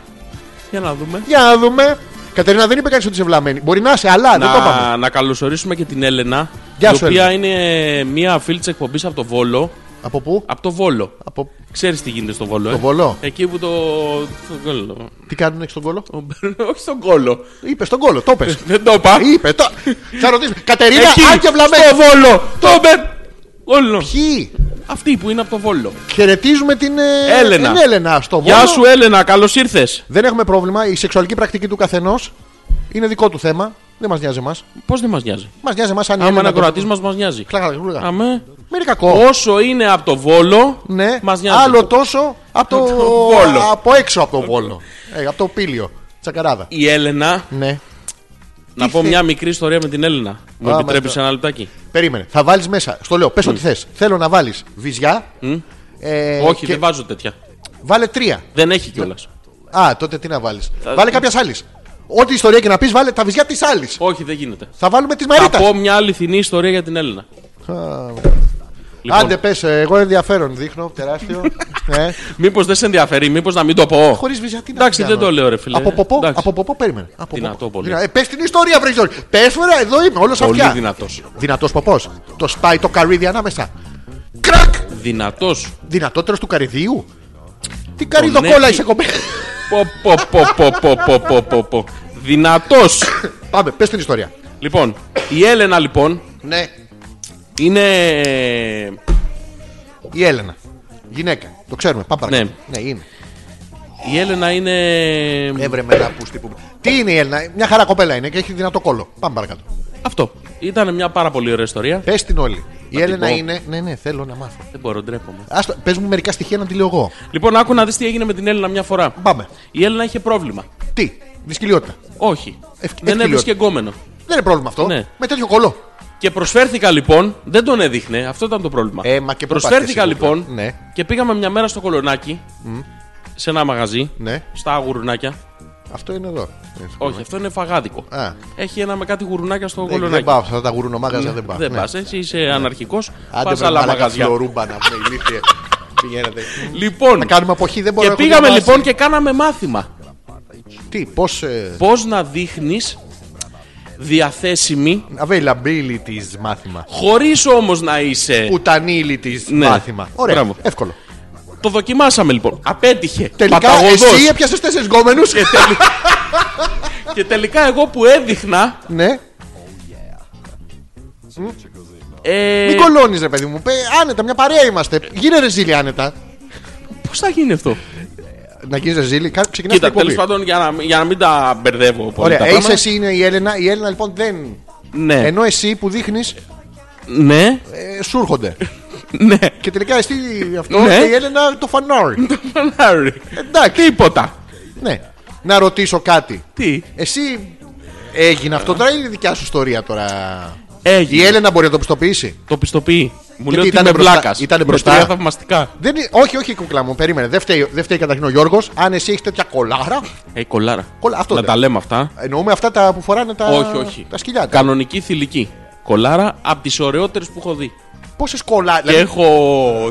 Για να δούμε.
Για να δούμε. Κατερίνα δεν είπε κανεί ότι είσαι βλαμμένη. Μπορεί να είσαι, αλλά δεν το είπαμε.
Να, να καλωσορίσουμε και την Έλενα,
Γεια
η
σου,
οποία είναι μια φίλη της εκπομπής από το Βόλο.
Από πού?
Από το Βόλο.
Από...
Ξέρεις τι γίνεται στο Βόλο. Το
Βόλο?
Εκεί που το. το κόλλο.
Τι κάνουν στον κόλο.
Ο Μπέρ- [laughs] Όχι στον κόλλο.
Είπες στον κόλο, το είπες.
Δεν το είπα.
Είπε το. Θα ρωτήσουμε. Κατερίνα,
Εκεί,
αν και βλαμμένη.
Στο Βόλο. Το Μπέρ- Κόλλο.
Ποιοι.
Αυτή που είναι από το Βόλο.
Χαιρετίζουμε την ε,
Έλενα.
την Έλενα στο Βόλο.
Γεια σου, Έλενα, καλώς ήρθες.
Δεν έχουμε πρόβλημα. Η σεξουαλική πρακτική του καθενός είναι δικό του θέμα. Δεν μας νοιάζει εμάς.
Πώς δεν μας νοιάζει.
Μας νοιάζει εμάς αν η
Άμα είναι
Έλενα-
ακροατής μας, μας νοιάζει.
Κλάκα, γλούκα.
Αμέ.
Μην είναι κακό.
Όσο είναι από το Βόλο,
Ναι,
μας νοιάζει.
άλλο τόσο από το,
το Βόλο.
Από έξω από το βόλο. ε, από το πύλιο. Τσακαράδα.
Η Έλενα,
Ναι.
να πω μια μικρή ιστορία με την Έλενα. Μου
Α,
επιτρέπει
μάλιστα.
ένα λεπτάκι.
Περίμενε. Θα βάλεις μέσα. Στο λέω, πες ό,τι θες. Θέλω να βάλεις βυζιά. Ε,
Όχι,
και Ναι.
δεν βάζω τέτοια.
Βάλε τρία.
Δεν έχει κιόλας.
Α, τότε τι να βάλεις. Βάλε κάποιας άλλης. Ό,τι ιστορία και να πεις, βάλε τα βυζιά της άλλης.
Όχι, δεν γίνεται.
Θα βάλουμε της
Θα
Μαρίτα.
πω μια αληθινή ιστορία για την Έλενα. Λοιπόν,
Άντε, πες, εγώ ενδιαφέρον δείχνω, τεράστιο.
[laughs]
ε,
μήπως δεν σε ενδιαφέρει, μήπως να μην το πω.
Χωρίς βυζιά, τι να
Εντάξει,
κάνω.
δεν το λέω, ρε φίλε.
Από ποπό,
Εντάξει.
από ποπό, περίμενε. Από
Δυνατό
ποπό.
πολύ.
Δυνα- Ε, πες την ιστορία, βρε Γιώργη. Πες, βρε, εδώ είμαι, όλος
Πολύ
αυτιά.
δυνατός.
Δυνατός ποπός. Το σπάει το καρύδι ανάμεσα. Κρακ!
Δυνατός.
Δυνατότερος του καρυδίου. Τι καρυδοκόλα
έχει.
είσαι
[laughs]
κοπέλα.
Δυνατός.
Πάμε, πες την ιστορία.
Λοιπόν, η Έλενα λοιπόν
Ναι,
είναι.
η Έλενα. Γυναίκα. Το ξέρουμε. Πάμε παρακάτω.
Ναι.
Ναι, είναι.
Η Έλενα είναι.
Έβρε με ένα πούστη που. Τι είναι η Έλενα, μια χαρά κοπέλα είναι και έχει δυνατό κόλλο. Πάμε παρακάτω.
Αυτό. Ήταν μια πάρα πολύ ωραία ιστορία.
Πες την όλη. Η Έλενα
πω.
είναι. Ναι, ναι, θέλω να μάθω.
Δεν μπορώ, ντρέπομαι.
Άστα, πες μου μερικά στοιχεία να τη λέω εγώ.
Λοιπόν, άκου να δεις τι έγινε με την Έλενα μια φορά.
Πάμε.
Η Έλενα είχε πρόβλημα.
Τι, δυσκολιότητα.
Όχι. Δεν
ευκαιρία.
έβρισκε εγκόμενο.
Δεν είναι πρόβλημα αυτό.
Ναι.
Με τέτοιο κολλό.
Και προσφέρθηκα λοιπόν, δεν τον έδειχνε, αυτό ήταν το πρόβλημα.
Ε, μα και πού
προσφέρθηκα
πάτε εσύ,
λοιπόν
βέβαια. Ναι.
και πήγαμε μια μέρα στο κολονάκι, σε ένα μαγαζί,
Ναι.
στα γουρουνάκια.
Αυτό είναι εδώ. Ναι.
Όχι, αυτό είναι φαγάδικο.
Α.
Έχει ένα με κάτι γουρουνάκια στο
Ε, Δεν, δεν
κολονάκι.
πάω σε αυτά τα γουρουνομάγαζα, δεν πάω.
Δεν
ναι.
πας, έτσι είσαι αναρχικός,
Άντε
πας
βρε
άλλα
μαλάκα
μαγαζιά.
φλωρούμπα να πούμε ηλίθιε. Πηγαίνετε.
Λοιπόν,
Να κάνουμε αποχή, δεν μπορώ
και
να έχω
πήγαμε
διαβάσει.
λοιπόν και κάναμε μάθημα.
Τι, πώς... ε,
Πώς να δείχνεις διαθέσιμη,
Availability μάθημα.
χωρίς όμως να είσαι...
Utilities
Ναι.
μάθημα. Ωραία,
Μπράβο.
εύκολο.
Το δοκιμάσαμε λοιπόν, απέτυχε.
Τελικά
Παταγωδός.
εσύ έπιασες τέσσερις γκόμενους.
Και, τελι- και τελικά εγώ που έδειχνα.
Ναι.
Ε...
Μην κολώνεις ρε παιδί μου. Πε, άνετα, μια παρέα είμαστε. Γίνε ρε ζήλη άνετα.
Πώς θα γίνει αυτό.
Να γίνεις ρε ζήλη. Κα- Ξεκινάς την
Κοίτα, τέλο
εκπομπή.
πάντων για να, για να μην τα μπερδεύω πολύ.
Ωραία,
τα
Ace
πράγματα.
εσύ είναι η Έλενα. Η Έλενα λοιπόν δεν.
Ναι,
Ενώ εσύ που δείχνεις,
ναι,
ε, σου έρχονται.
[laughs] ναι.
και τελικά εσύ αυτό
Ναι.
και η Έλενα το φανάρι.
Φανάρι.
Εντάξει.
Τίποτα.
ναι. Να ρωτήσω κάτι.
Τι
Εσύ έγινε αυτό τώρα ή είναι δικιά σου ιστορία τώρα.
έγινε.
Η Έλενα μπορεί να το πιστοποιήσει.
Το πιστοποιεί. Μου λέει
Γιατί
ότι
ήτανε
ήταν
μπροστά-
μπλάκα.
ήτανε μπροστά.
θαυμαστικά.
Δεν, είναι- όχι, όχι, κουκλά μου, περίμενε. Δεν φταίει, δεν φταίει καταρχήν ο Γιώργος. Αν εσύ έχεις τέτοια κολάρα.
Ε, κολάρα.
Κολα- αυτό
να
δεν.
τα λέμε αυτά.
Εννοούμε αυτά τα που φοράνε τα,
όχι, όχι.
τα σκυλιά. Κα...
Κανονική θηλυκή. Κολάρα από τις ωραιότερες που έχω δει.
Πόσες κολλά.
Και έχω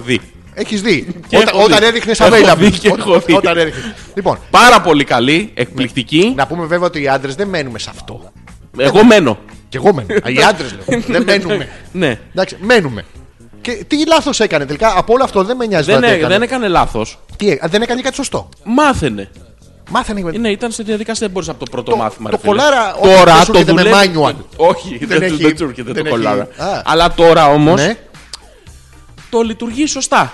δει.
Έχει δηλαδή, δει.
Και
Όταν-
έχω δει.
όταν έδειχνες
Έχω
available.
δει και
Ό-
έχω δει.
Όταν έδειχνες. Λοιπόν,
Πάρα πολύ καλή, εκπληκτική.
να πούμε βέβαια ότι οι άντρες δεν μένουμε σε αυτό.
Εγώ μένω.
Κι εγώ μένω. Α, Οι άντρες
[laughs]
λέω. δεν μένουμε.
Ναι.
Εντάξει, μένουμε. Και τι λάθος έκανε τελικά. Από όλο αυτό δεν με νοιάζει.
Δεν,
να
έ-
το έκανε.
δεν έκανε λάθος.
Τι έ- δεν έκανε κάτι σωστό.
Μάθαινε.
Μάθανε για
Ε, Ναι, ήταν σε διαδικασία, δεν μπορούσε από το πρώτο
Το-
μάθημα.
το
ρε φίλε.
κολλάρα, όχι, δεν
τώρα
σου
το
έρχεται με
δουλεύει.
manual.
Όχι, δεν, του-
έχει-
δεν του έρχεται
δεν
το
έχει-
κολλάρα.
Α.
Αλλά τώρα όμως
Ναι.
το λειτουργεί σωστά.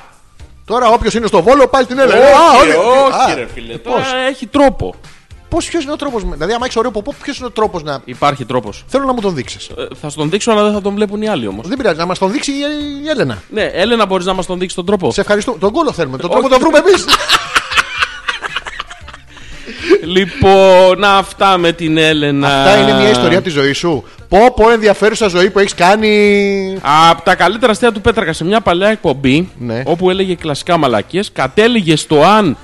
Τώρα όποιος είναι στο βόλο πάλι την έλεγε.
όχι, όχι, ρε φίλε.
Πώς
Τώρα έχει τρόπο.
πώς, ποιος είναι ο τρόπος. Δηλαδή, άμα έχεις ωραίο ποπό, ποιος είναι ο τρόπος να.
Υπάρχει τρόπος.
Θέλω να μου τον δείξεις.
Ε, θα στον δείξω, αλλά δεν θα τον βλέπουν οι άλλοι όμως.
Δεν πειράζει, να μας τον δείξει η- η Έλενα.
Ναι, Έλενα, μπορείς να μας τον δείξεις τον τρόπο.
Σε ευχαριστώ. Τον κόλλο θέλουμε. Τον τρόπο
Όχι.
τον βρούμε εμείς.
[laughs] λοιπόν, αυτά με την Έλενα.
Αυτά είναι μια ιστορία της ζωής σου. Πω, πω ενδιαφέρουσα ζωή που έχεις κάνει.
Από τα καλύτερα αστεία του Πέτρακα σε μια παλιά εκπομπή
Ναι.
όπου έλεγε κλασικά μαλακίες κατέληγε στο αν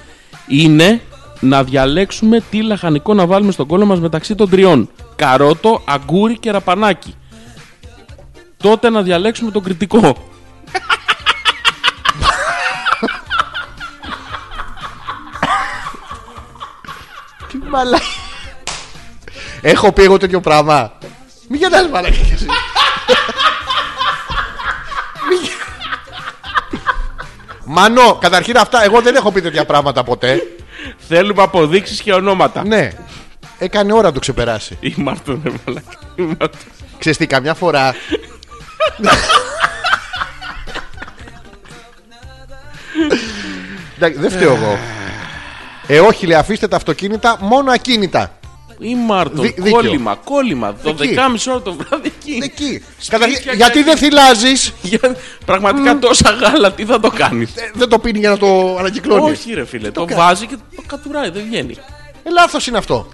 είναι να διαλέξουμε τι λαχανικό να βάλουμε στον κόλλο μας μεταξύ των τριών. Καρότο, αγκούρι και ραπανάκι. Τότε να διαλέξουμε τον κριτικό.
Τι μαλά. [laughs] Έχω πει εγώ τέτοιο πράγμα. Μην κοιτάς μαλακή [laughs] κι εσύ. Μη γι- [laughs] Μανώ, καταρχήν αυτά, εγώ δεν έχω πει τέτοια πράγματα ποτέ.
Θέλουμε αποδείξεις και ονόματα.
ναι. Έκανε ώρα να το ξεπεράσει.
Είμαστε ρε μαλάκα. Ήμαρτον. [laughs]
Ξέρεις τι, καμιά φορά. εντάξει, δεν φταίω εγώ. Ε, όχι, λέει, αφήστε τα αυτοκίνητα μόνο ακίνητα.
Ή Μάρτον.
Δι- δίκιο.
κόλλημα, κόλλημα. Το
Εκεί.
12.30 ώρα το βράδυ εκεί.
Εκεί.
Σπίτια
Καταρχήν,
και-
γιατί δεν θυλάζεις,
Για- Πραγματικά τόσα γάλα, τι θα το κάνεις.
ε, δεν το πίνει για να το ανακυκλώνεις.
Όχι, ρε φίλε. Το βάζει και το κατουράει, δεν βγαίνει.
Ε, λάθος είναι αυτό.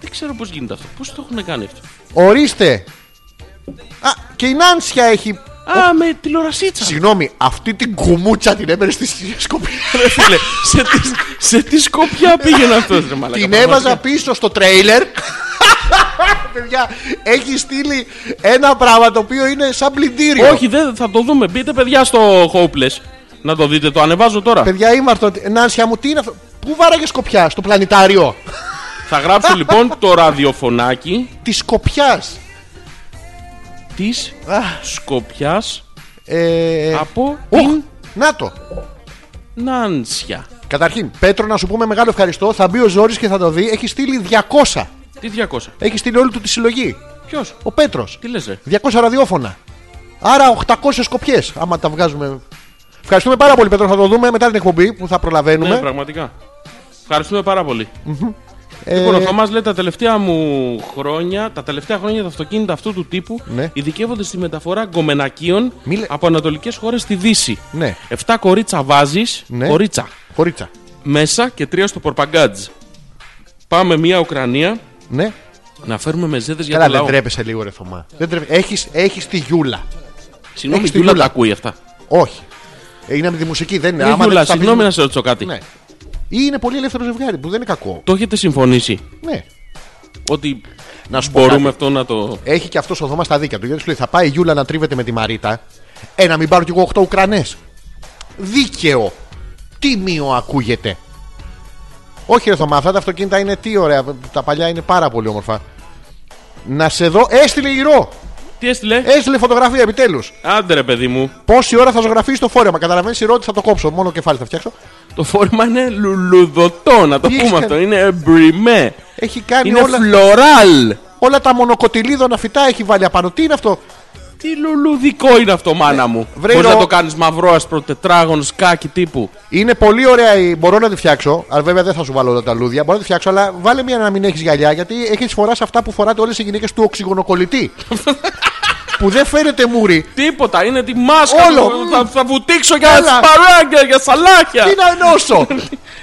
Δεν ξέρω πώς γίνεται αυτό. Πώς το έχουν κάνει αυτό.
Ορίστε. Α, και η Νάνσια έχει.
Α, με τηλεορασίτσα.
Συγγνώμη, αυτή την κουμούτσα την έβαλε στη σκοπιά.
Ρε φίλε, σε τι, σε τι σκοπιά πήγαινε αυτός, ρε μαλάκα.
Την
πραγματικά.
έβαζα πίσω στο τρέιλερ. [laughs] Παιδιά, έχει στείλει ένα πράγμα το οποίο είναι σαν πλυντήριο.
Όχι, δεν θα το δούμε. Μπείτε, παιδιά, στο Hopeless. Να το δείτε, το ανεβάζω τώρα.
Παιδιά, είμαστε. Νάνσια μου, τι είναι αυτό. Πού βάραγε σκοπιά, στο πλανητάριο.
Θα γράψω λοιπόν το ραδιοφωνάκι
Της σκοπιάς.
τη σκοπιάς
Ε,
από
οχ,
την
Να το.
Νάνσια.
Καταρχήν, Πέτρο, να σου πούμε μεγάλο ευχαριστώ. Θα μπει ο Ζόρι και θα το δει. Έχει στείλει 200.
Τι 200.
Έχει στείλει όλη του τη συλλογή.
Ποιος.
Ο Πέτρος.
Τι λες, ρε.
200 ραδιόφωνα. Άρα 800 σκοπιές. Άμα τα βγάζουμε. Ευχαριστούμε πάρα πολύ, Πέτρο. Θα το δούμε μετά την εκπομπή που θα προλαβαίνουμε.
Ναι, πραγματικά. Ευχαριστούμε πάρα πολύ.
Ε,
Λοιπόν, ο Θωμάς λέει τα τελευταία μου χρόνια, τα τελευταία χρόνια τα αυτοκίνητα αυτού του τύπου
Ναι.
ειδικεύονται στη μεταφορά γκομενακίων
Μη λε-
από ανατολικές χώρες στη Δύση.
Ναι.
7 κορίτσα βάζεις,
Ναι.
κορίτσα
Χωρίτσα.
μέσα και 3 στο πορπαγκάτζ. Πάμε μία Ουκρανία
Ναι.
να φέρουμε μεζέδες για
Καλά,
το
δεν
λαό.
τρέπεσαι λίγο, ρε Θωμά. Δεν τρέπε... έχεις, έχεις τη γιούλα.
Συγγνώμη,
Έχεις
η
τη
Γιούλα
Γιούλα.
τα ακούει αυτά.
Όχι. Ε, Είναι με τη μουσική, δεν είναι.
Ε,
Άμα
Γιούλα,
δεν τα πεις-
συγγνώμη να σε ρωτήσω κάτι.
Ναι. Ή είναι πολύ ελεύθερο ζευγάρι που δεν είναι κακό.
Το έχετε συμφωνήσει
Ναι.
ότι
Να σου πω
μπορούμε
κάτι.
αυτό να το.
Έχει και αυτός ο Θωμάς τα δίκια του. Γιατί σου λέει θα πάει η Γιούλα να τρίβεται με τη Μαρίτα. Ε, να μην πάρω κι εγώ 8 Ουκρανές. Δίκαιο. Τίμιο ακούγεται. Όχι, ρε Θωμά, αυτά τα αυτοκίνητα είναι τι ωραία. Τα παλιά είναι πάρα πολύ όμορφα. Να σε δω. Έστειλε ηρώ.
Τι έστειλε.
Έστειλε φωτογραφία επιτέλους.
Άντε ρε παιδί μου.
Πόση ώρα θα ζωγραφίσει το φόρεμα. Καταλαβαίνεις η ότι θα το κόψω. Μόνο κεφάλι θα φτιάξω.
Το φόρμα είναι λουλουδωτό, να το
Τι έχεις
πούμε αυτό.
κάνει?
Είναι εμπριμέ.
Έχει κάνει
Είναι
όλα,
φλωράλ.
όλα τα μονοκοτιλίδωνα φυτά έχει βάλει απάνω. Τι είναι αυτό.
Τι λουλουδικό είναι αυτό, μάνα μου.
Ναι. βρε,
Μπορείς
είναι
να
ο-
το κάνεις μαυρό, άσπρο, τετράγωνο, σκάκι τύπου.
Είναι πολύ ωραία. η- Μπορώ να τη φτιάξω. Αλλά βέβαια δεν θα σου βάλω όλα τα λουλούδια. Μπορώ να τη φτιάξω, αλλά βάλε μια να μην έχεις γυαλιά. Γιατί έχεις φοράσει αυτά που φοράτε όλες οι γυναίκες του
[laughs]
οξυγονοκολλητή. που δεν φαίνεται μουρι.
Τίποτα, είναι τη μάσκα
Όλο.
που θα, θα βουτήξω για
Καλά.
σπαράγγια, για σαλάκια.
Τι να
[laughs]
ενώσω.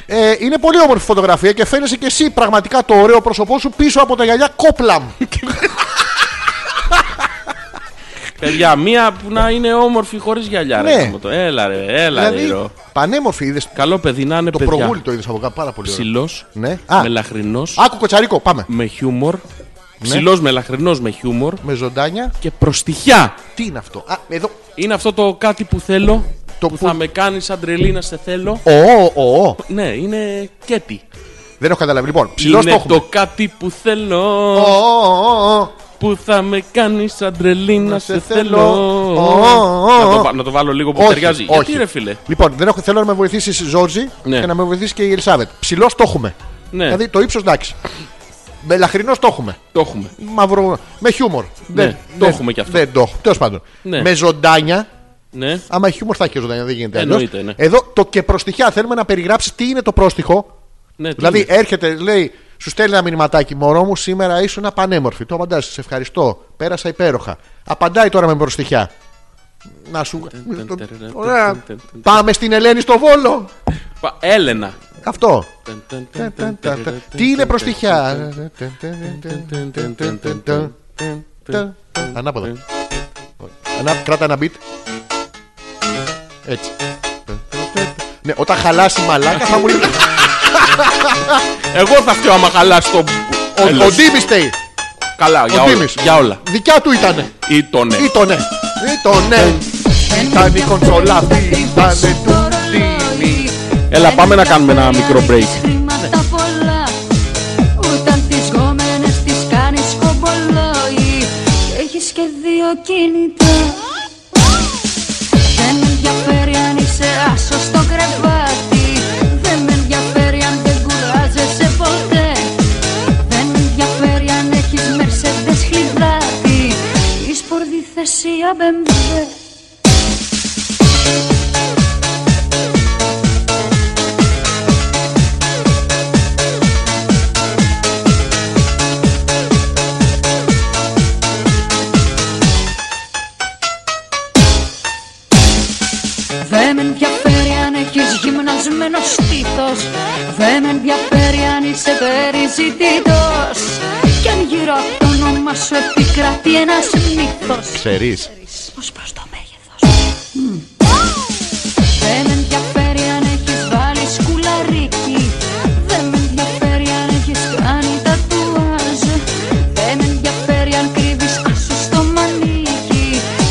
ε, είναι πολύ όμορφη φωτογραφία και φαίνεσαι και εσύ πραγματικά το ωραίο πρόσωπό σου πίσω από τα γυαλιά κόπλαμ.
Παιδιά, μία που να είναι όμορφη χωρίς γυαλιά. Ρε,
Ναι.
γάμο το. Έλα, ρε, έλα, ρε.
δηλαδή,
ρο.
πανέμορφη είδες.
Καλό παιδί να είναι
Το προγούλι
παιδιά.
το είδες από κάτω πάρα πολύ. ωραίο.
Ψηλός,
Ναι. Α. Ναι.
μελαχρινός,
Άκου κοτσαρίκο, πάμε.
με χιούμορ. Ψηλό, μελαχρινό, με χιούμορ
Με ζωντάνια.
και προστιχιά.
Τι είναι αυτό. Α, εδώ.
Είναι αυτό το κάτι που θέλω.
Το
που
που-
θα με κάνει σαν τρελή να σε θέλω.
Ο, ο, ο, ο.
Ναι, είναι κέτι.
Δεν έχω καταλάβει. Λοιπόν, ψηλός το
είναι το,
έχουμε.
κάτι που θέλω.
Ο, ο, ο, ο.
Που θα με κάνει σαν τρελή να σε
σε
θέλω.
θέλω. Ω, ω,
Να το
ω.
πα- Να το βάλω λίγο που
Όχι,
ταιριάζει.
όχι.
Γιατί ρε φίλε.
Λοιπόν, δεν έχω, θέλω να με βοηθήσεις η Ζόρζη
Ναι.
και να με βοηθήσει και η Ελισάβετ. Ψηλός το έχουμε.
Ναι.
Δηλαδή το ύψος εντάξει. Μελαχρινό το έχουμε.
Το έχουμε.
Μαύρο. Με χιούμορ.
Ναι, το έχουμε κι αυτό.
Δεν το έχουμε. Τέλος πάντων.
Ναι.
Με ζωντάνια.
Ναι.
Άμα έχει χιούμορ θα έχει και ζωντάνια. Δεν γίνεται αλλιώς.
Εννοείται, ναι.
Εδώ το και προστιχιά. Θέλουμε να περιγράψει τι είναι το πρόστιχο.
ναι τι
Δηλαδή
είναι.
έρχεται, λέει, σου στέλνει ένα μηνυματάκι, Μωρό μου, σήμερα ήσουν πανέμορφη. Το απαντάς, σε ευχαριστώ. Πέρασα υπέροχα. Απαντάει τώρα με προστιχιά. Να σου. Ωραία. Πάμε στην Ελένη στο βόλο.
Πα- Έλενα.
Αυτό. Τι είναι προστιχιά. Ανάποδα. Ανά- Κράτα ένα beat. Έτσι. Ναι, όταν χαλάσει η μαλάκα θα μου λέει.
Εγώ θα φταίω άμα χαλάσει το.
Ο- Ο
τέλος.
Ντίμι στέει.
Καλά, για
Ο
όλα.
Ντίμης.
Για όλα. ναι.
Δικιά του ήτανε.
Ήτονε.
Ήτονε. Ήτονε. Ήταν η κονσόλα αυτή. Ήτανε του Ντίμη.
Έλα, πάμε να κάνουμε ένα μικρό break.
Χρήματα πολλά. Όταν τις γόμενες τις κάνεις κομπολόι και έχεις και δύο κινητά Δεν με ενδιαφέρει αν είσαι άσος στο κρεβάτι Δεν με ενδιαφέρει αν δεν κουράζεσαι ποτέ Δεν με ενδιαφέρει αν έχεις Mercedes χλιδάτη ή σπορδιθεσία BMW αστικός Δεν με ενδιαφέρει αν είσαι περιζητητός Κι αν γύρω από το όνομα σου επικρατεί ένας μύθος
Ξέρεις.
Ως προς το μέγεθος Μμμ. Δεν με ενδιαφέρει αν έχεις βάλει σκουλαρίκι Δεν με ενδιαφέρει αν έχεις κάνει τατουάζ Δεν με ενδιαφέρει αν κρύβεις άσο στο μανίκι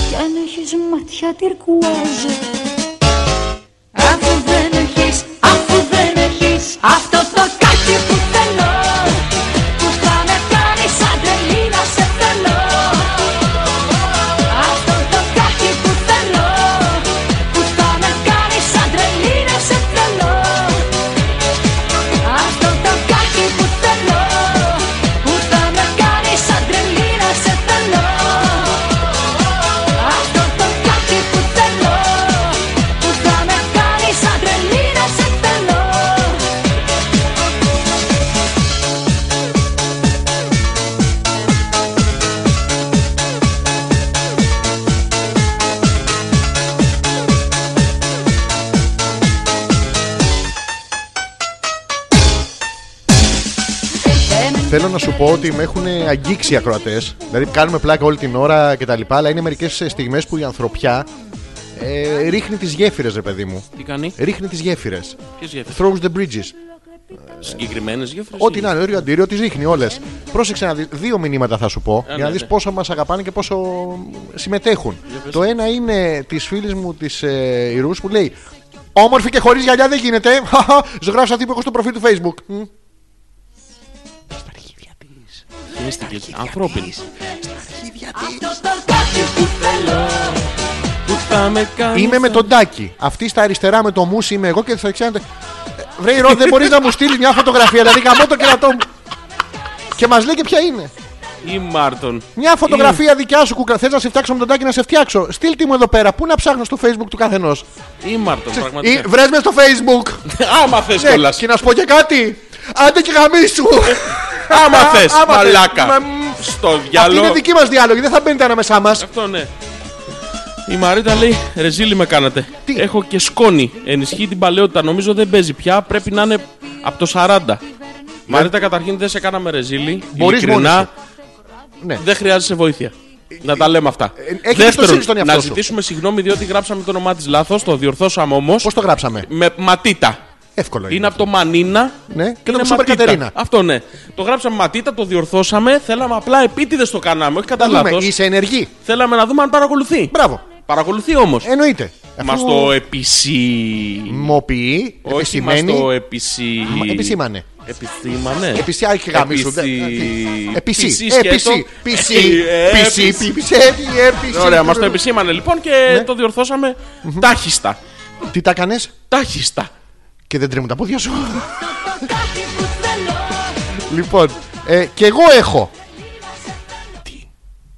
Κι αν έχεις μάτια τυρκουάζ Αφού δεν έχεις, αφού δεν έχεις Αυτό το κάτι που θέλω Που θα με κάνει σαν τρελή να σε θέλω Αυτό το κάτι που θέλω Που θα με κάνει σαν τρελή να σε θέλω Αυτό το κάτι που θέλω Που θα με κάνει σαν τρελή να σε θέλω αυτό το κάτι που θέλω Που θα με κάνει σαν τρελή να σε θέλω
Θέλω να σου πω ότι με έχουν αγγίξει οι ακροατές. Δηλαδή, κάνουμε πλάκα όλη την ώρα κτλ. Αλλά είναι μερικές στιγμές που η ανθρωπιά ε, ρίχνει τις γέφυρες, ρε παιδί μου.
Τι κάνει,
Ρίχνει τις γέφυρες.
ποιες γέφυρες.
Throws the bridges.
Συγκεκριμένες γέφυρες.
Ό,τι να είναι, όριο αντίριο, τις ρίχνει όλες. Πρόσεξε να δεις. Δύο μηνύματα θα σου πω για να
ναι,
δεις
ναι.
πόσο μας αγαπάνε και πόσο συμμετέχουν. Το ένα είναι της φίλης μου της ε, Ιρού που λέει Όμορφη και χωρίς γυαλιά δεν γίνεται. [laughs] Χαχα, Ζωγράφησα τι που έχω στο προφίλ του Facebook. Μμ.
Ανθρώπινη.
Αυτό το κάτι που θέλω
Που θα με κάνει.
Είμαι με τον Τάκη. Αυτή στα αριστερά με το μουσ είμαι εγώ και θα ξέρετε. Βρέι Ρο, δεν μπορείς να μου στείλεις μια φωτογραφία. Δηλαδή, γαμώ το κερατό μου. Και μας λέει και ποια είναι.
Ή Μάρτον.
Μια φωτογραφία δικιά σου κουκρα. Θες να σε φτιάξω με τον Τάκη να σε φτιάξω. Στείλ τη μου εδώ πέρα. Πού να ψάχνω στο Facebook του καθενός.
Ή Μάρτον,
Ή
πραγματικά.
βρες με στο Facebook.
Άμα θες
Ναι,
κιόλας.
και να σου πω και κάτι. Άντε και γαμίσου.
Άμα
άμα
θες,
θες. Μα,
μαλάκα.
μ,
Στο
Αυτή είναι
διάλογο.
δική μας διάλογη. Δεν θα μπαίνετε ανάμεσά μας.
Αυτό ναι. Η Μαρίτα λέει: Ρεζίλη με κάνατε.
Τι?
Έχω και σκόνη. Ενισχύει την παλαιότητα. Νομίζω δεν παίζει πια. Πρέπει να είναι από το 40. Μαρίτα, καταρχήν δεν σε κάναμε ρεζίλη.
Ναι. Μπορείς μόνος
Ειλικρινά,
Ναι.
δεν χρειάζεσαι βοήθεια. Να τα λέμε αυτά.
ε, έχεις εμπιστοσύνη στον εαυτό
να
σου.
ζητήσουμε συγγνώμη διότι γράψαμε το όνομά της λάθος. Το διορθώσαμε όμως.
Πώς το γράψαμε.
Με ματίτα.
Εύκολο
Είναι
είναι.
από το Μανίνα
Ναι, και το
είναι
Super
Ματίτα.
Κατερίνα.
Αυτό ναι. Το γράψαμε Ματίτα, το διορθώσαμε. Θέλαμε απλά επίτηδες το κάναμε, όχι κατά
Να δούμε,
λάθος.
Είσαι ενεργή.
Θέλαμε να δούμε αν παρακολουθεί.
Μπράβο.
Παρακολουθεί όμως.
Εννοείται.
Μα
Ε, Αφού-
το επισή.
Μοποιεί,
Όχι, μα
επισημαίνει.
το επισή. ναι.
Μα- επισήμανε.
Επισήμανε.
Επισή, άρχισε γαμίσου. Ε, Επισή.
σκέτο.
Επισή. Πισή.
Ε,
Πισή.
επισή.
Πισή. Επισή.
Ωραία, μας το επισήμανε λοιπόν και
Ναι.
το διορθώσαμε τάχιστα.
Τι τα κάνες
Τάχιστα.
και δεν τρέμουν τα πόδια σου.
Το κάτι που θέλω
Λοιπόν, ε, και εγώ έχω.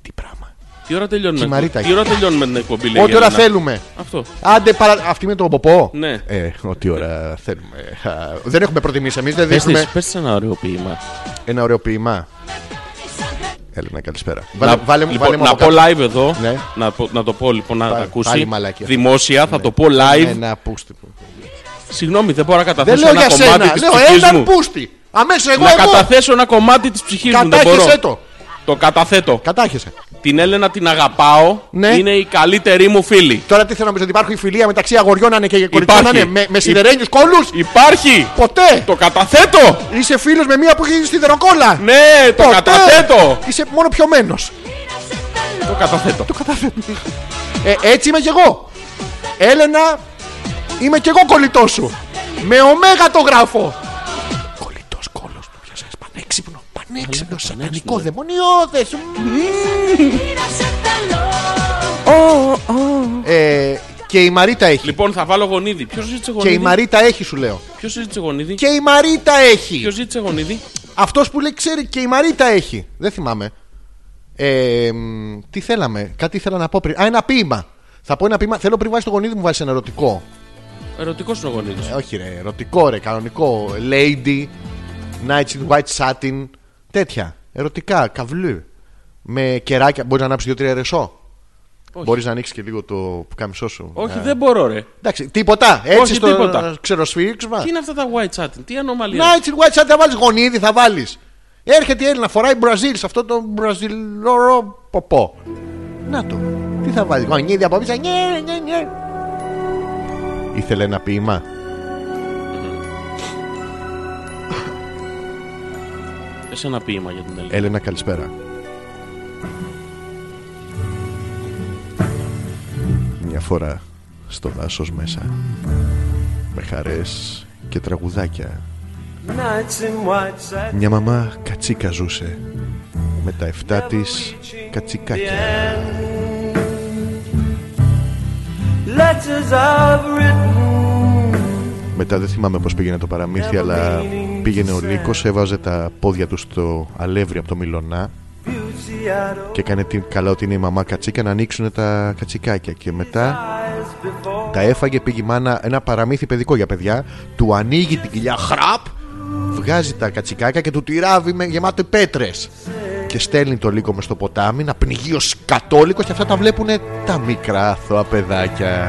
Τι πράγμα.
Τι ώρα τελειώνουμε.
Τι Μαρίτα
Τι ώρα τελειώνουμε την εκπομπή, λέει. η
Ό,τι ώρα
Ελένα.
θέλουμε.
Αυτό.
Άντε, παρα... αυτή με τον ποπό.
Ναι.
Ε, ό,τι ώρα θέλουμε. Α, Δεν έχουμε προτιμήσει εμείς, δεν
Πες
δείχνουμε
της- πες της ένα ωραίο ποίημα.
ένα ωραίο ποίημα. Έλενα, καλησπέρα. Βάλε,
Να,
βάλε μου,
λοιπόν,
βάλε μου
να
από
πω
κάτω.
live εδώ.
Ναι.
Να, πω- να το πω λοιπόν, να
Πάλι-
ακούσει.
πάλι μαλακία.
Δημόσια, θα το πω
Ναι,
live.
να ακούστε.
Συγγνώμη, δεν μπορώ να
Δεν
καταθέσω
λέω
ένα
για
κομμάτι
σένα,
της
λέω
ψυχής
έναν
μου.
πούστη. Αμέσως εγώ,
Να
εγώ.
καταθέσω ένα κομμάτι της ψυχής μου. Δεν
Κατάχεσέ
μπορώ.
το.
Το καταθέτω.
Κατάχεσαι.
Την Έλενα την αγαπάω.
Ναι.
Είναι η καλύτερη μου φίλη.
Τώρα τι θέλω να πεις ότι υπάρχει φιλία μεταξύ αγοριών να είναι και κοριτσιών
Υπάρχει.
να είναι με, με σιδερένιου κόλους.
Υπάρχει!
Ποτέ!
Το καταθέτω!
Είσαι φίλος με μία που έχει σιδεροκόλα.
Ναι, το καταθέτω!
Είσαι μόνο πιωμένος.
Το καταθέτω.
Ε, έτσι είμαι κι εγώ. Έλενα, είμαι κι εγώ κολλητός σου. Με ωμέγα το γράφω. Κολλητός κόλος του πιάσε. Πανέξυπνο, πανέξυπνο, σατανικό δαιμονιώδε.
να σε θέλω
Ε, και η Μαρίτα έχει.
Λοιπόν, θα βάλω γονίδι. Ποιος ζήτησε
Και η
γονίδι.
Μαρίτα έχει, σου λέω.
Ποιος ζήτησε γονίδι.
Και η Μαρίτα έχει.
Ποιος ζήτησε γονίδι.
Αυτός που λέει ξέρει και η Μαρίτα έχει. Δεν θυμάμαι. Ε, μ, τι θέλαμε, κάτι ήθελα να πω πριν. Α, ένα ποίημα. Θα πω ένα ποίημα. Θέλω πριν βάζεις το γονίδι μου, βάζεις ένα ερωτικό.
Ερωτικός είναι ο γονίδι.
Ε, όχι, ρε, ερωτικό, ρε, κανονικό. Lady, Nights in White Satin. Τέτοια. Ερωτικά, καβλού. Με κεράκια. Μπορείς να ανάψεις δύο-τρία ρεσό. Μπορείς να ανοίξεις και λίγο το καμισό σου.
Όχι,
Να-
δεν μπορώ, ρε.
Εντάξει, τίποτα. Έτσι
Όχι,
στο
τίποτα.
ξεροσφύγμα.
Τι είναι αυτά τα white chatting, τι ανομαλία.
Να έτσι white σαν να βάλεις γονίδι, θα βάλεις. Έρχεται η Έλληνα, φοράει Μπραζίλ σε αυτό το Μπραζιλόρο ποπό. Να το. Τι θα βάλεις, γονίδι από πίσω. Νιε, νιε, νιε. Ήθελε ένα ποίημα.
Πες ένα ποίημα για την Έλληνα.
Έλενα, καλησπέρα. Μια φορά στο δάσος μέσα με χαρές και τραγουδάκια μια μαμά κατσίκα ζούσε με τα εφτά της κατσικάκια Μετά δεν θυμάμαι πώς πήγαινε το παραμύθι αλλά πήγαινε ο Νίκος έβαζε τα πόδια του στο αλεύρι από το μιλονά και έκανε την, καλά ότι είναι η μαμά κατσίκα να ανοίξουν τα κατσικάκια και μετά τα έφαγε πήγε η μάνα ένα παραμύθι παιδικό για παιδιά του ανοίγει την κοιλιά χραπ βγάζει τα κατσικάκια και του τυράβει με γεμάτο πέτρες και στέλνει το λύκο μες στο ποτάμι να πνιγεί ο σκατόλικος και αυτά τα βλέπουν τα μικρά αθώα παιδάκια Α,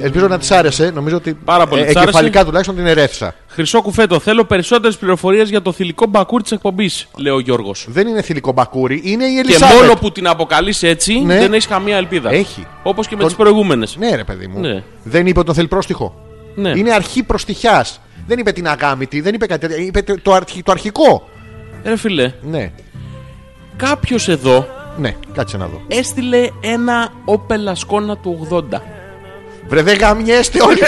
Ελπίζω να της άρεσε. Νομίζω ότι
Πάρα πολύ
ε,
της άρεσε.
εγκεφαλικά τουλάχιστον την ερέθησα.
Χρυσό κουφέτο, θέλω περισσότερες πληροφορίες για το θηλυκό μπακούρ της εκπομπής, λέει ο Γιώργος.
Δεν είναι θηλυκό μπακούρι, είναι η
Και
Ελισάβετ.
μόνο που την αποκαλείς έτσι,
Ναι.
δεν έχεις καμία ελπίδα.
Έχει.
Όπως και με
Τον-
τις προηγούμενες.
Ναι, ρε παιδί μου.
Ναι.
Δεν είπε ότι τον θέλει πρόστιχο.
Ναι.
Είναι αρχή προστιχιάς. Δεν είπε την αγάμητη, δεν είπε κάτι τέτοιο. Είπε τε- το, αρχι- το αρχικό.
Ρε φιλέ,
Ναι,
κάποιος εδώ
ναι, κάτσε να δω.
έστειλε ένα Opel Ascona του 80.
Βρε, δεν γαμιέστε
[laughs]
όλοι.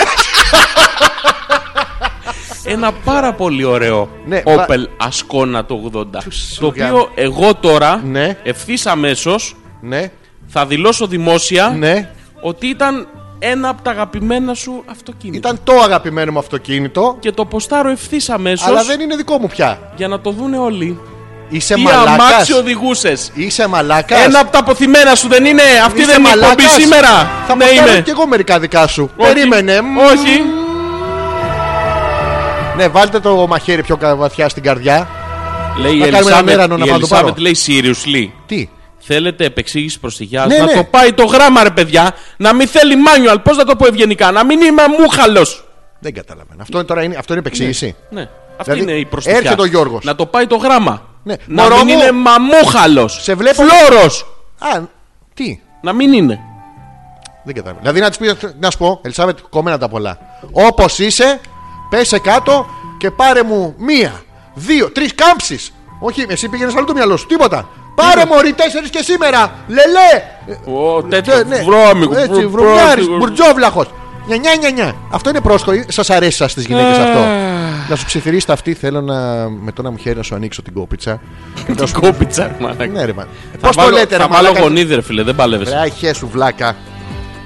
Ένα πάρα πολύ ωραίο
Ναι, βα-
Opel Ascona του 80.
Τους
Το οποίο
γάμι.
εγώ τώρα
Ναι.
ευθύς αμέσως
ναι,
θα δηλώσω δημόσια
ναι.
ότι ήταν ένα από τα αγαπημένα σου αυτοκίνητα.
Ήταν το αγαπημένο μου αυτοκίνητο,
Και το ποστάρω ευθύς αμέσως
αλλά δεν είναι δικό μου πια.
για να το δούνε όλοι.
Είσαι
Τι
μαλάκας.
αμάξι οδηγούσες.
Είσαι μαλάκας.
Ένα από τα αποθυμένα σου δεν είναι. Αυτή
Είσαι
δεν είναι η εκπομπή
μαλάκας.
σήμερα.
Θα
ναι,
ναι,
είναι.
κι εγώ μερικά δικά σου.
Όχι.
Περίμενε. Μμμ.
Όχι.
Ναι, βάλτε το μαχαίρι πιο κα- βαθιά στην καρδιά.
Λέει η
κάνουμε ένα μέρανο
Ελισάβετ,
να
η
πάω να το πάρω.
Ελισάβετ λέει seriously.
Τι.
Θέλετε επεξήγηση προσεγιά.
Ναι,
να
ναι.
το πάει το γράμμα, ρε παιδιά. Να μην θέλει manual. Πώς να το πω ευγενικά. Να μην είμαι μούχαλος.
Δεν καταλαβαίνω. Αυτό τώρα είναι, αυτό είναι επεξήγηση.
Ναι. Αυτή
Δηλαδή,
είναι η προστιχιά.
έρχεται ο Γιώργος.
Να το πάει το γραμμα
Ναι.
Να
Μωρό
μην
μου,
είναι μαμούχαλος.
σε βλέπω-
Φλόρος.
Α, τι.
Να μην είναι.
Δεν κατάλαβα. Δηλαδή να, της πει, να σου πω, Ελισάβετ, κομμένα τα πολλά. Όπως είσαι, πέσε κάτω και πάρε μου μία, δύο, τρεις κάμψεις. Όχι, εσύ πήγαινες άλλο το μυαλό σου, τίποτα. Πάρε μου όρι τέσσερις και σήμερα. Λελέ!
Ω,
Ε,
τέτοιο
ναι.
βρώμικο.
Έτσι,
βρω-
βρωμιάρης,
βρω-
μπουρτζόβλαχος. Νια, νια, νια, νια. Αυτό είναι πρόσχο. Σας αρέσει σας τις γυναίκες αυτό. Να σου ψιθυρίσει τα αυτή, θέλω να με το ένα μου χέρι να σου ανοίξω την κόπιτσα. Και να σου-
Κόπιτσα, μαλάκα.
Ναι, ρε, μα.
Θα
Πώς το
βάλω-
λέτε, ρε,
Θα βάλω
μαλάκα.
γονίδι, ρε φίλε, δεν
Ρε,
πάλευε.
αχέ σου, βλάκα.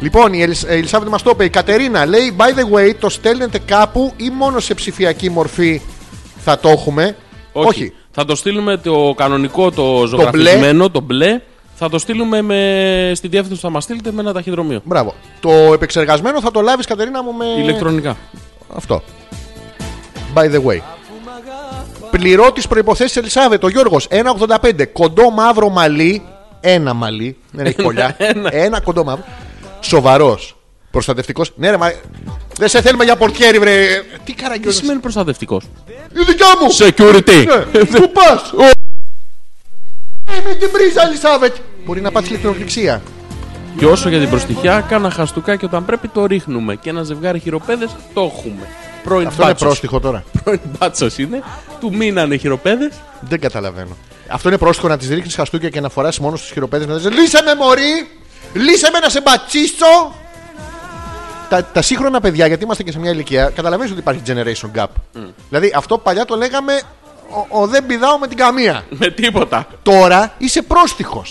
Λοιπόν, η Ελισ- η Ελισάβετ μας το είπε. Η Κατερίνα λέει: By the way, το στέλνετε κάπου ή μόνο σε ψηφιακή μορφή θα το έχουμε.
Θα το στείλουμε το κανονικό, το ζωγραφισμένο, το μπλε. Θα το στείλουμε με... στη διεύθυνση που θα μας στείλετε με ένα ταχυδρομείο.
Μπράβο. Το επεξεργασμένο θα το λάβεις, Κατερίνα μου, με.
Ηλεκτρονικά.
Αυτό. By the way. Πληρώ τις προποθέσει Ελισάβετ, ο Γιώργος. 1,85. Κοντό μαύρο μαλλί. Ένα μαλλί. Δεν έχει πολλά.
ένα.
ένα κοντό μαύρο. Σοβαρός. Προστατευτικός. Ναι, ρε, μα. Δεν σε θέλουμε για πορτιέρι, βρε. Τι
Τι
καραγκιόζες.
σημαίνει Ε, προστατευτικός.
Η δικιά μου!
Security.
Ναι, Πού πας! Με Ε, την πρίζα, Ελισάβετ! Μπορεί να πάθει ηλεκτροπληξία.
Και όσο για την προστιχιά, κάνα χαστούκά και όταν πρέπει το ρίχνουμε. Και ένα ζευγάρι χειροπέδες το έχουμε. Πρώην
Αυτό είναι
μπάτσος.
πρόστιχο τώρα.
[laughs] Πρώην μπάτσος είναι. Του μείνανε χειροπέδες.
Δεν καταλαβαίνω. Αυτό είναι πρόστιχο να τη ρίχνεις χαστούκια και να φοράς μόνος στου χειροπέδε να λες, Λύσε με, Μωρή! Λύσε με να σε μπατσίσω! Τα, τα σύγχρονα παιδιά, γιατί είμαστε και σε μια ηλικία, καταλαβαίνεις ότι υπάρχει generation gap. Δηλαδή αυτό παλιά το λέγαμε ο, ο δεν πηδάω με την καμία.
Με τίποτα.
Τώρα είσαι πρόστιχος.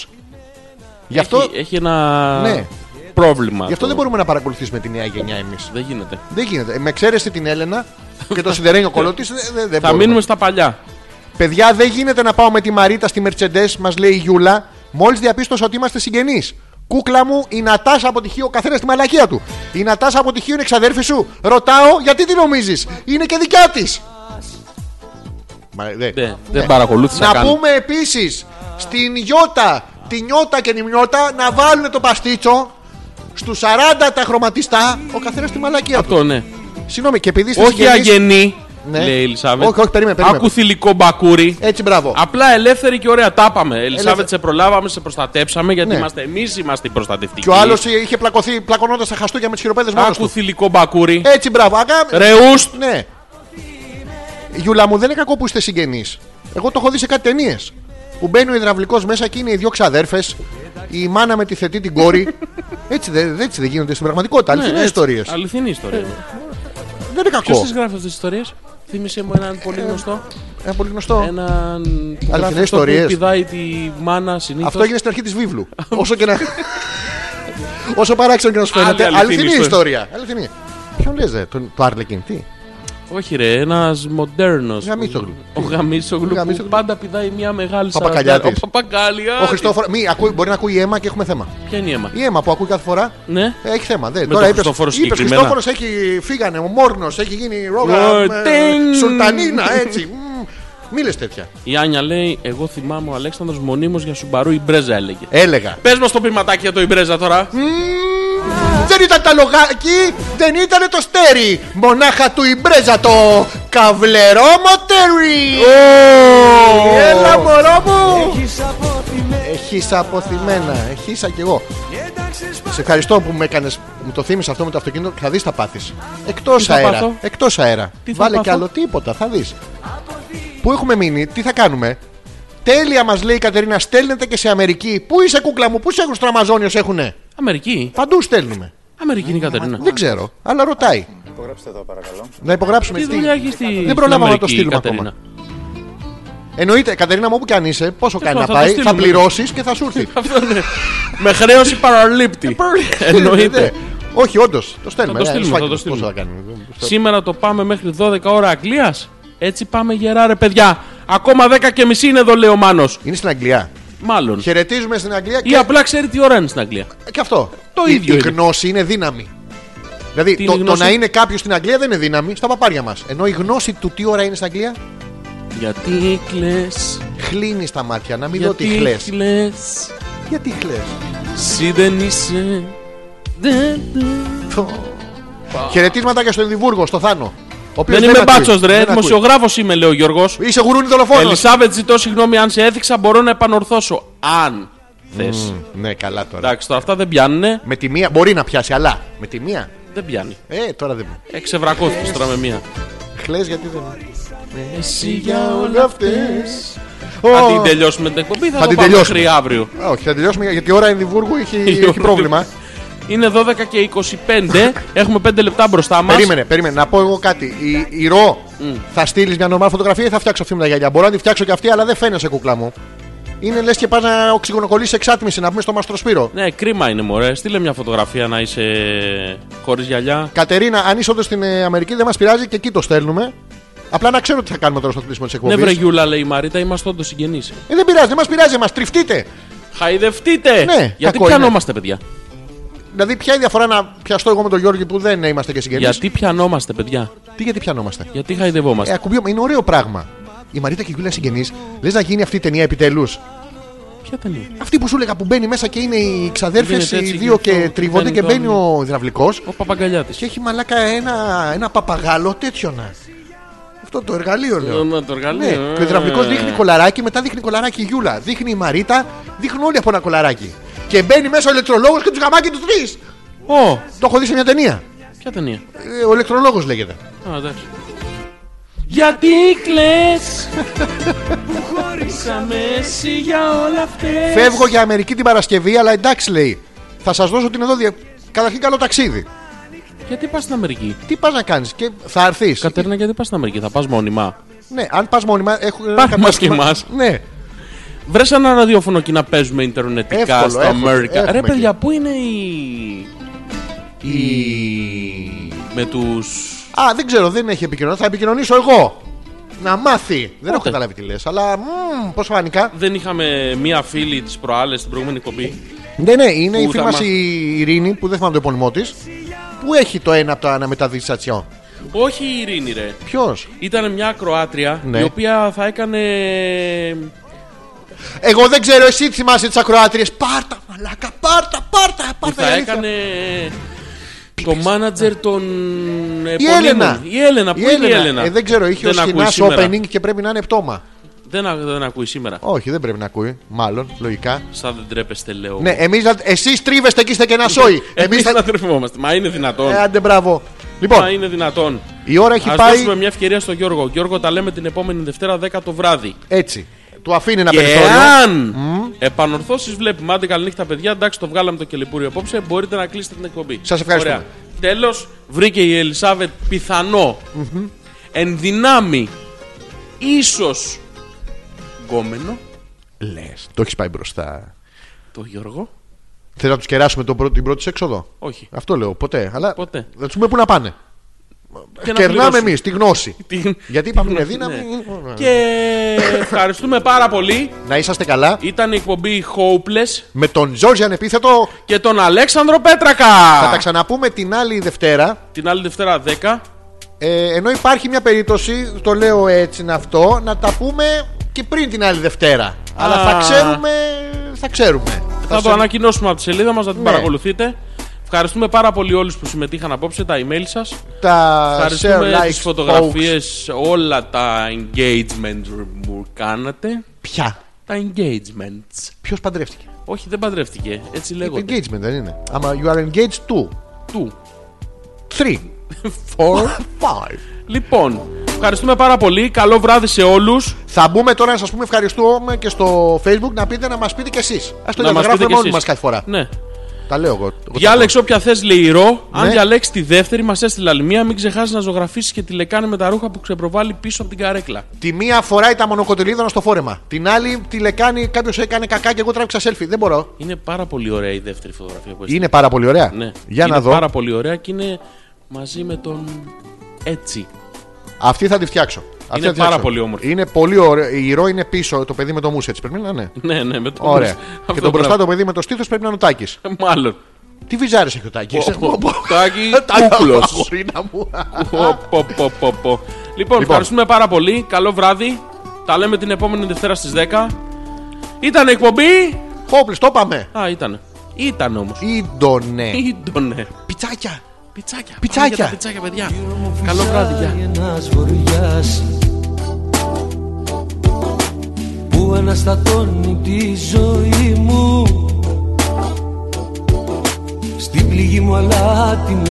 Γι' αυτό,
Έχει, ε, έχει ένα
Ναι.
πρόβλημα.
γι αυτό
το-
δεν μπορούμε να παρακολουθήσουμε τη νέα γενιά εμείς.
Δεν γίνεται.
Δεν γίνεται. Ε, Με εξαίρεση την Έλενα και το σιδερένιο κολό τη, δεν δε,
Θα μείνουμε στα παλιά.
Παιδιά, δεν γίνεται να πάω με τη Μαρίτα στη Mercedes, μας λέει η Γιούλα, μόλις διαπίστωσα ότι είμαστε συγγενείς. Κούκλα μου, η Νατάσα αποτυχεί, ο καθένας στη μαλακία του. Η Νατάσα αποτυχεί είναι εξαδέρφης σου. Ρωτάω, γιατί τη νομίζεις, είναι και δικιά της. Μα, δε.
Ναι. Δεν, δεν παρακολούθησα
Να
καν.
πούμε επίσης στην Ιώτα τη νιώτα και νιμνιώτα να βάλουν το παστίτσο στου 40 τα χρωματιστά, ο καθένας τη μαλακία του.
Αυτό ναι.
Συγγνώμη, και επειδή είστε
Όχι
συγγενείς-
αγενή,
Ναι.
λέει η Ελισάβετ.
Όχι, όχι, περίμενε, περίμενε.
Άκου θηλυκό μπακούρι.
Έτσι, μπράβο.
Απλά ελεύθερη και ωραία. Τα πάμε.
Ελεύθε-
Ελισάβετ, σε προλάβαμε, σε προστατέψαμε γιατί
Ναι.
είμαστε εμείς είμαστε οι προστατευτικοί.
Και ο άλλος είχε πλακωθεί πλακωνώντα τα χαστούκια με τις χειροπέδες μόνος
Άκου
του.
θηλυκό μπακούρι.
Έτσι, μπράβο. Αγά...
Ρεούστ.
Ναι. Γιούλα μου, δεν είναι κακό που είστε συγγενείς. Εγώ το έχω δει σε κάτι ταινίες. Που μπαίνει ο υδραυλικός μέσα και είναι οι δύο ξαδέρφες, η μάνα με τη θετή την
[laughs]
κόρη. έτσι δεν έτσι δεν γίνονται στην πραγματικότητα. Αληθινέ
Ναι, έτσι.
ιστορίες.
Αληθινή ιστορία.
Δεν είναι
Ποιο
κακό.
τις γράφει αυτές τις ιστορίες. Θύμησε μου έναν πολύ γνωστό.
Ένα Ε, πολύ γνωστό.
Έναν. που γράφει αυτό που
ιστορίες.
Πηδάει τη μάνα συνήθως.
Αυτό έγινε στην αρχή της βίβλου.
[laughs]
[laughs] Όσο και να. Όσο παράξενο και να σου
Άλλη
φαίνεται.
αληθινή
Αληθινή
ιστορία.
ιστορία. Αληθινή. Ποιον λες, τον το Άρλεκιν, τι.
Όχι ρε, ένας μοντέρνος.
Γαμίσογλου.
Ο Γαμίσογλου. Που
Γαμίσογλου.
πάντα πηδάει μια μεγάλη σαραντάρα.
Παπακαλιάτης.
Ο Παπακάλια.
Ο Χριστόφορο. Μη, ακούει, μπορεί να ακούει η αίμα και έχουμε θέμα.
Ποια είναι η αίμα.
Η αίμα που ακούει κάθε φορά
Ναι.
ε, έχει θέμα. Δεν.
Με τον Χριστόφορο
είπες
συγκεκριμένα.
Χριστόφορος έχει φύγανε, ο Μόρνος έχει γίνει ρόγα,
Ε,
ε,
τεν.
Σουλτανίνα,
[laughs]
έτσι. Μμμ. Μη λες τέτοια.
Η Άνια λέει: Εγώ θυμάμαι ο Αλέξανδρος μονίμως για σουμπαρού η μπρέζα έλεγε.
Έλεγα.
Πες μας το πηματάκι για το η μπρέζα τώρα.
Δεν ήταν τα λογάκι, δεν ήταν το στέρι. Μονάχα του Ιμπρέζα το καβλερό μοτέρι. Έλα μωρό μου. Έχεις αποθυμένα, έχισα κι εγώ. Σε ευχαριστώ που με έκανες, μου το θύμισε αυτό με το αυτοκίνητο και θα δεις τα πάθεις. Εκτός
θα
αέρα,
πάθω?
εκτός αέρα.
Τι θα
Βάλε κι
πάθω?
άλλο τίποτα, θα δεις. Πού έχουμε μείνει, τι θα κάνουμε. Τέλεια μας λέει η Κατερίνα, στέλνετε και σε Αμερική. Πού είσαι κούκλα μου, πού σε έχουν στο Αμαζόνιο, σε έχουνε.
Αμερική.
Παντού στέλνουμε.
Αμερική είναι η Κατερίνα.
Δεν ξέρω, αλλά ρωτάει. Να υπογράψουμε
Τι
τι.
δουλειά έχεις στη. στην
προλάβαμε να το
Αμερική η
στείλουμε
Κατερίνα.
Εννοείται, Κατερίνα μου, όπου και αν είσαι, πόσο κάνει
θα
να
το
πάει, θα
στείλουμε.
πληρώσεις και θα σου έρθει.
Αυτό ναι. Με χρέωση παραλήπτη. [laughs] Εννοείται.
Ε, Ναι. Όχι, όντως, το στέλνουμε.
Θα
Ε,
το στείλουμε,
σφάκι,
θα το
πώς
στείλουμε.
θα κάνουμε.
Σήμερα το πάμε μέχρι 12 ώρα Αγγλίας. Έτσι πάμε γερά, ρε παιδιά. Ακόμα 10 και μισή είναι εδώ, λέει ο Μάνος.
Είναι στην Αγγλία.
Μάλλον.
Χαιρετίζουμε στην Αγγλία
Ή
και,
απλά ξέρει τι ώρα είναι στην Αγγλία.
και αυτό.
Το
η,
ίδιο
Η
είναι.
γνώση είναι δύναμη. Δηλαδή,
Τι
το,
είναι η
το
γνώση?
να είναι κάποιος στην Αγγλία δεν είναι δύναμη, στα παπάρια μας. Ενώ η γνώση του τι ώρα είναι στην Αγγλία
Γιατί κλε.
χλίνει τα μάτια, να μην δω τι
Γιατί
χλε.
κλε.
Γιατί χλες.
Συ δεν είσαι. Δεν,
Χαιρετίσματα και στο Ενδιβούργο, στο Θάνο. Ο οποίος
δεν είμαι
ακούει.
μπάτσος, ρε.
Δεν ακούει.
Δημοσιογράφος είμαι, λέει ο Γιώργος.
Είσαι γουρούνι δολοφόνος.
Ελισάβετ, ζητώ συγγνώμη αν σε έθιξα. Μπορώ να επανορθώσω. Αν θες.
Ναι, καλά τώρα.
Εντάξει, τώρα αυτά δεν πιάνουνε.
Με τη μία μπορεί να πιάσει, αλλά με τη μία.
Δεν πιάνει.
Ε, τώρα δεν μου.
Εξευρακώθηκε τώρα με μία.
Χλες γιατί δεν.
Εσύ για
όλα αυτές. Ω,
Αν την τελειώσουμε την εκπομπή, θα,
Θα
το
την
πάμε
τελειώσουμε.
μέχρι αύριο.
α, Όχι, θα τελειώσουμε γιατί η ώρα Ενδιβούργου έχει, έχει πρόβλημα. ε.
Είναι 12 και 25. Έχουμε 5 λεπτά μπροστά μας.
Περίμενε, περίμενε. Να πω εγώ κάτι. Η, η Ρο θα στείλεις μια νορμάλ φωτογραφία ή θα φτιάξω αυτή με τα γυαλιά. Μπορώ να τη φτιάξω και αυτή, αλλά δεν φαίνεσαι κούκλα μου. Είναι λες και πας να οξυγονοκολλήσεις εξάτμιση να πούμε στο μαστροσπύρο.
Ναι, κρίμα είναι μωρέ. Στείλε μια φωτογραφία να είσαι χωρίς γυαλιά.
Κατερίνα, αν είσαι όντως στην ε, Αμερική, δεν μας πειράζει και εκεί το στέλνουμε. Απλά να ξέρω τι θα κάνουμε τώρα στο κλείσιμο τη
Ναι,
εκπομπή.
βρε Γιούλα, λέει η Μαρίτα, είμαστε όντως συγγενείς.
ε, δεν πειράζει, δεν μας πειράζει, μας τριφτείτε.
Χαϊδευτείτε!
Ναι,
Γιατί
κακό
πιανόμαστε, παιδιά.
Δηλαδή, ποια είναι η διαφορά να πιαστώ εγώ με τον Γιώργη που δεν είμαστε και συγγενείς.
Γιατί πιανόμαστε, παιδιά.
Τι γιατί πιανόμαστε.
Γιατί
Ε,
χαϊδευόμαστε.
ακουμπιόμα, είναι ωραίο πράγμα. Η Μαρίτα και η Γιούλα συγγενείς, λες να γίνει αυτή η ταινία επιτέλους.
Ποια ταινία.
Αυτή που σου έλεγα που μπαίνει μέσα και είναι οι
Γίνεται
ξαδέρφε, οι
έτσι,
δύο
γίνεται
και
το-
τριβώνται και
μπαίνει
μπαίνει
το-
ο υδραυλικό
Ο παπαγκαλιά τη.
και έχει μαλάκα ένα, ένα παπαγάλο τέτοιο να. Αυτό το εργαλείο λέω.
Να το
Ναι,
εργαλείο. ε,
και ο υδραυλικό δείχνει κολαράκι, μετά δείχνει κολαράκι η Γιούλα. Δείχνει η Μαρίτα, δείχνουν όλοι από ένα κολαράκι. Και μπαίνει μέσα ο ηλεκτρολόγος και τους γαμάκι τους τρεις.
Ω,
Το έχω δει σε μια ταινία.
ποια ταινία.
Ε, Ο ηλεκτρολόγος λέγεται.
Α, εντάξει. Γιατί κλαις που χωρίσαμε εσύ για όλα αυτές
Φεύγω για Αμερική την Παρασκευή, αλλά εντάξει λέει. Θα σας δώσω την εδώ. δια- Καταρχήν καλό ταξίδι.
Γιατί πας στην Αμερική
Τι πας να κάνεις και θα έρθεις.
Κατέρνα γιατί πας στην Αμερική θα πας μόνιμα
Ναι, αν πας μόνιμα. Έχουν ένα
Πάμε μας και
κατάστημα-
εμάς.
Ναι,
Βρες ένα ραδιόφωνο εκεί να παίζουμε Ιντερνετικά
Εύκολο,
στα
εύκολο,
Αμέρικα
έχουμε
Ρε
εκεί.
παιδιά πού είναι η... Με τους...
Α, δεν ξέρω, δεν έχει επικοινωνία. Θα επικοινωνήσω εγώ. Να μάθει. Δεν έχω
Πότε?
καταλάβει τι λες, αλλά μμμ, πώς φάνηκα.
Δεν είχαμε μία φίλη της προάλλες στην προηγούμενη κομπή
Ναι, ναι, είναι η
Πού
φίλη
θα
μα
μάθει?
η Ειρήνη, που δεν θυμάμαι το επώνυμό της, που έχει το ένα από τα αναμεταδιστατσιό.
Όχι η Ειρήνη ρε
Ποιος.
Ήταν μια ακροάτρια
Ναι.
η οποία θα έκανε
Εγώ δεν ξέρω, εσύ θυμάσαι τις ακροάτριες. Πάρτα, μαλάκα, πάρτα, πάρτα,
που
πάρτα.
θα
η αλήθεια.
έκανε το μάνατζερ των
Η
επωνύμων.
Έλενα.
Η Έλενα. Πού είναι η Έλενα.
Ε, δεν ξέρω, είχε ο
δεν ακούει
σκηνάς
σήμερα.
opening και πρέπει να είναι πτώμα.
Δεν, α- δεν ακούει σήμερα.
Όχι, δεν πρέπει να ακούει. Μάλλον, λογικά.
Σαν δεν τρέπεστε, λέω.
Ναι, εμείς, να- εσείς τρίβεστε και είστε και ένα
[laughs]
σόι.
Εμείς
Εμείς
θα
θα...
τρεφόμαστε. Μα είναι δυνατόν.
Ε, άντε, μπράβο.
Μα
Λοιπόν,
είναι δυνατόν.
η ώρα έχει
Ας
πάει
δώσουμε μια ευκαιρία στον Γιώργο. Γιώργο, τα λέμε την επόμενη Δευτέρα 10 το βράδυ.
έτσι. Του αφήνει ένα
Και
περιθώριο.
εάν επανορθώσεις, βλέπουμε. Άντε, καλή νύχτα, παιδιά. Εντάξει, το βγάλαμε το κελιπούριο απόψε. Μπορείτε να κλείσετε την εκπομπή.
Σας ευχαριστούμε.
Τέλος, βρήκε η Ελισάβετ πιθανό εν δυνάμει ίσως γκόμενο
Λες, το έχεις πάει μπροστά.
το Γιώργο.
Θέλω να τους κεράσουμε τον πρώτο, την πρώτη σε έξοδο.
Όχι.
Αυτό λέω, ποτέ. Αλλά
Ποτέ.
θα τους πούμε πού να πάνε.
Και να
Κερνάμε
πληρώσουμε.
εμείς τη γνώση.
[laughs] Την-
Γιατί
την
είπαμε είναι
γνωστή,
δύναμη.
ναι. Και ευχαριστούμε πάρα πολύ.
Να είσαστε καλά
Ήταν η εκπομπή Hopeless
με τον Ζόρζι Ανεπίθετο.
και τον Αλέξανδρο Πέτρακα.
Θα τα ξαναπούμε την άλλη Δευτέρα.
Την άλλη Δευτέρα 10.
Ε, ενώ υπάρχει μια περίπτωση, το λέω έτσι είναι αυτό, να τα πούμε και πριν την άλλη Δευτέρα. Αλλά θα ξέρουμε. Θα ξέρουμε.
Θα το
σε-
ανακοινώσουμε από τη σελίδα μας, να την
Ναι.
παρακολουθείτε. Ευχαριστούμε πάρα πολύ όλους που συμμετείχαν απόψε, τα email σας.
Τα share
Ευχαριστούμε
likes,
τις φωτογραφίες, όλα τα engagement που κάνατε.
Ποια.
Τα engagements.
Ποιος παντρεύτηκε.
Όχι, δεν παντρεύτηκε, έτσι λέγονται.
Engagement δεν είναι. Άμα you are engaged two,
Του.
three, [laughs]
For.
five.
Λοιπόν, ευχαριστούμε πάρα πολύ. Καλό βράδυ σε όλους.
Θα μπούμε τώρα να σας πούμε ευχαριστούμε και στο facebook να πείτε να μας πείτε κι εσείς. Ας το
Να μας πείτε
διαγράφουμε
κι
μόνοι
εσείς.
μας κάθε φορά.
Ναι.
Τα λέω εγώ. εγώ
Διάλεξε όποια θες λεϊρό. Αν
Ναι.
διαλέξει τη δεύτερη, μας έστειλε άλλη μία. Μην ξεχάσεις να ζωγραφίσεις και τη λεκάνη με τα ρούχα που ξεπροβάλλει πίσω από την καρέκλα.
Τη μία φοράει τα μονοκοτηλίδωνα στο φόρεμα. Την άλλη τη λεκάνη, κάποιος έκανε κακά και εγώ τράβηξα selfie. Δεν μπορώ.
Είναι πάρα πολύ ωραία η δεύτερη φωτογραφία που έστειλε.
Είναι πάρα πολύ ωραία.
Ναι.
Για
είναι
να δω.
πάρα πολύ ωραία και είναι μαζί με τον έτσι. [laughs]
Αυτή θα τη φτιάξω. Αυτή θα τη
πάρα
φτιάξω.
πολύ όμορφη.
Είναι πολύ ωραία. Η ρο είναι πίσω, το παιδί με το μουσ έτσι πρέπει να
[laughs]
είναι.
Ναι, ναι, με τον
Ωραία.
Αυτό
και
το
το μπροστά
πράγμα. Ε,
το παιδί με το στήθος πρέπει να είναι ο Τάκης. [laughs]
Μάλλον.
Τι βυζάρι έχει ο Τάκης. [laughs]
Πω, πω, Τάκη, κούκλος. Πω, πω, πω, πω, πω. Λοιπόν, ευχαριστούμε πάρα πολύ. Καλό βράδυ. Τα λέμε την επόμενη Δευτέρα στις 10. Ήταν εκπομπή.
Χόπλες, το είπαμε.
Α, ήτανε. Ήταν όμως. [laughs]
Ήντονε.
Ήτανε.
Πιτσάκια.
Πιτσάκια.
Πιτσάκια.
Πάμε για τα Πιτσάκια, παιδιά. Καλό βράδυ. γεια.
Ένας βοριάς που αναστατώνει τη ζωή μου στην πληγή μου αλλά την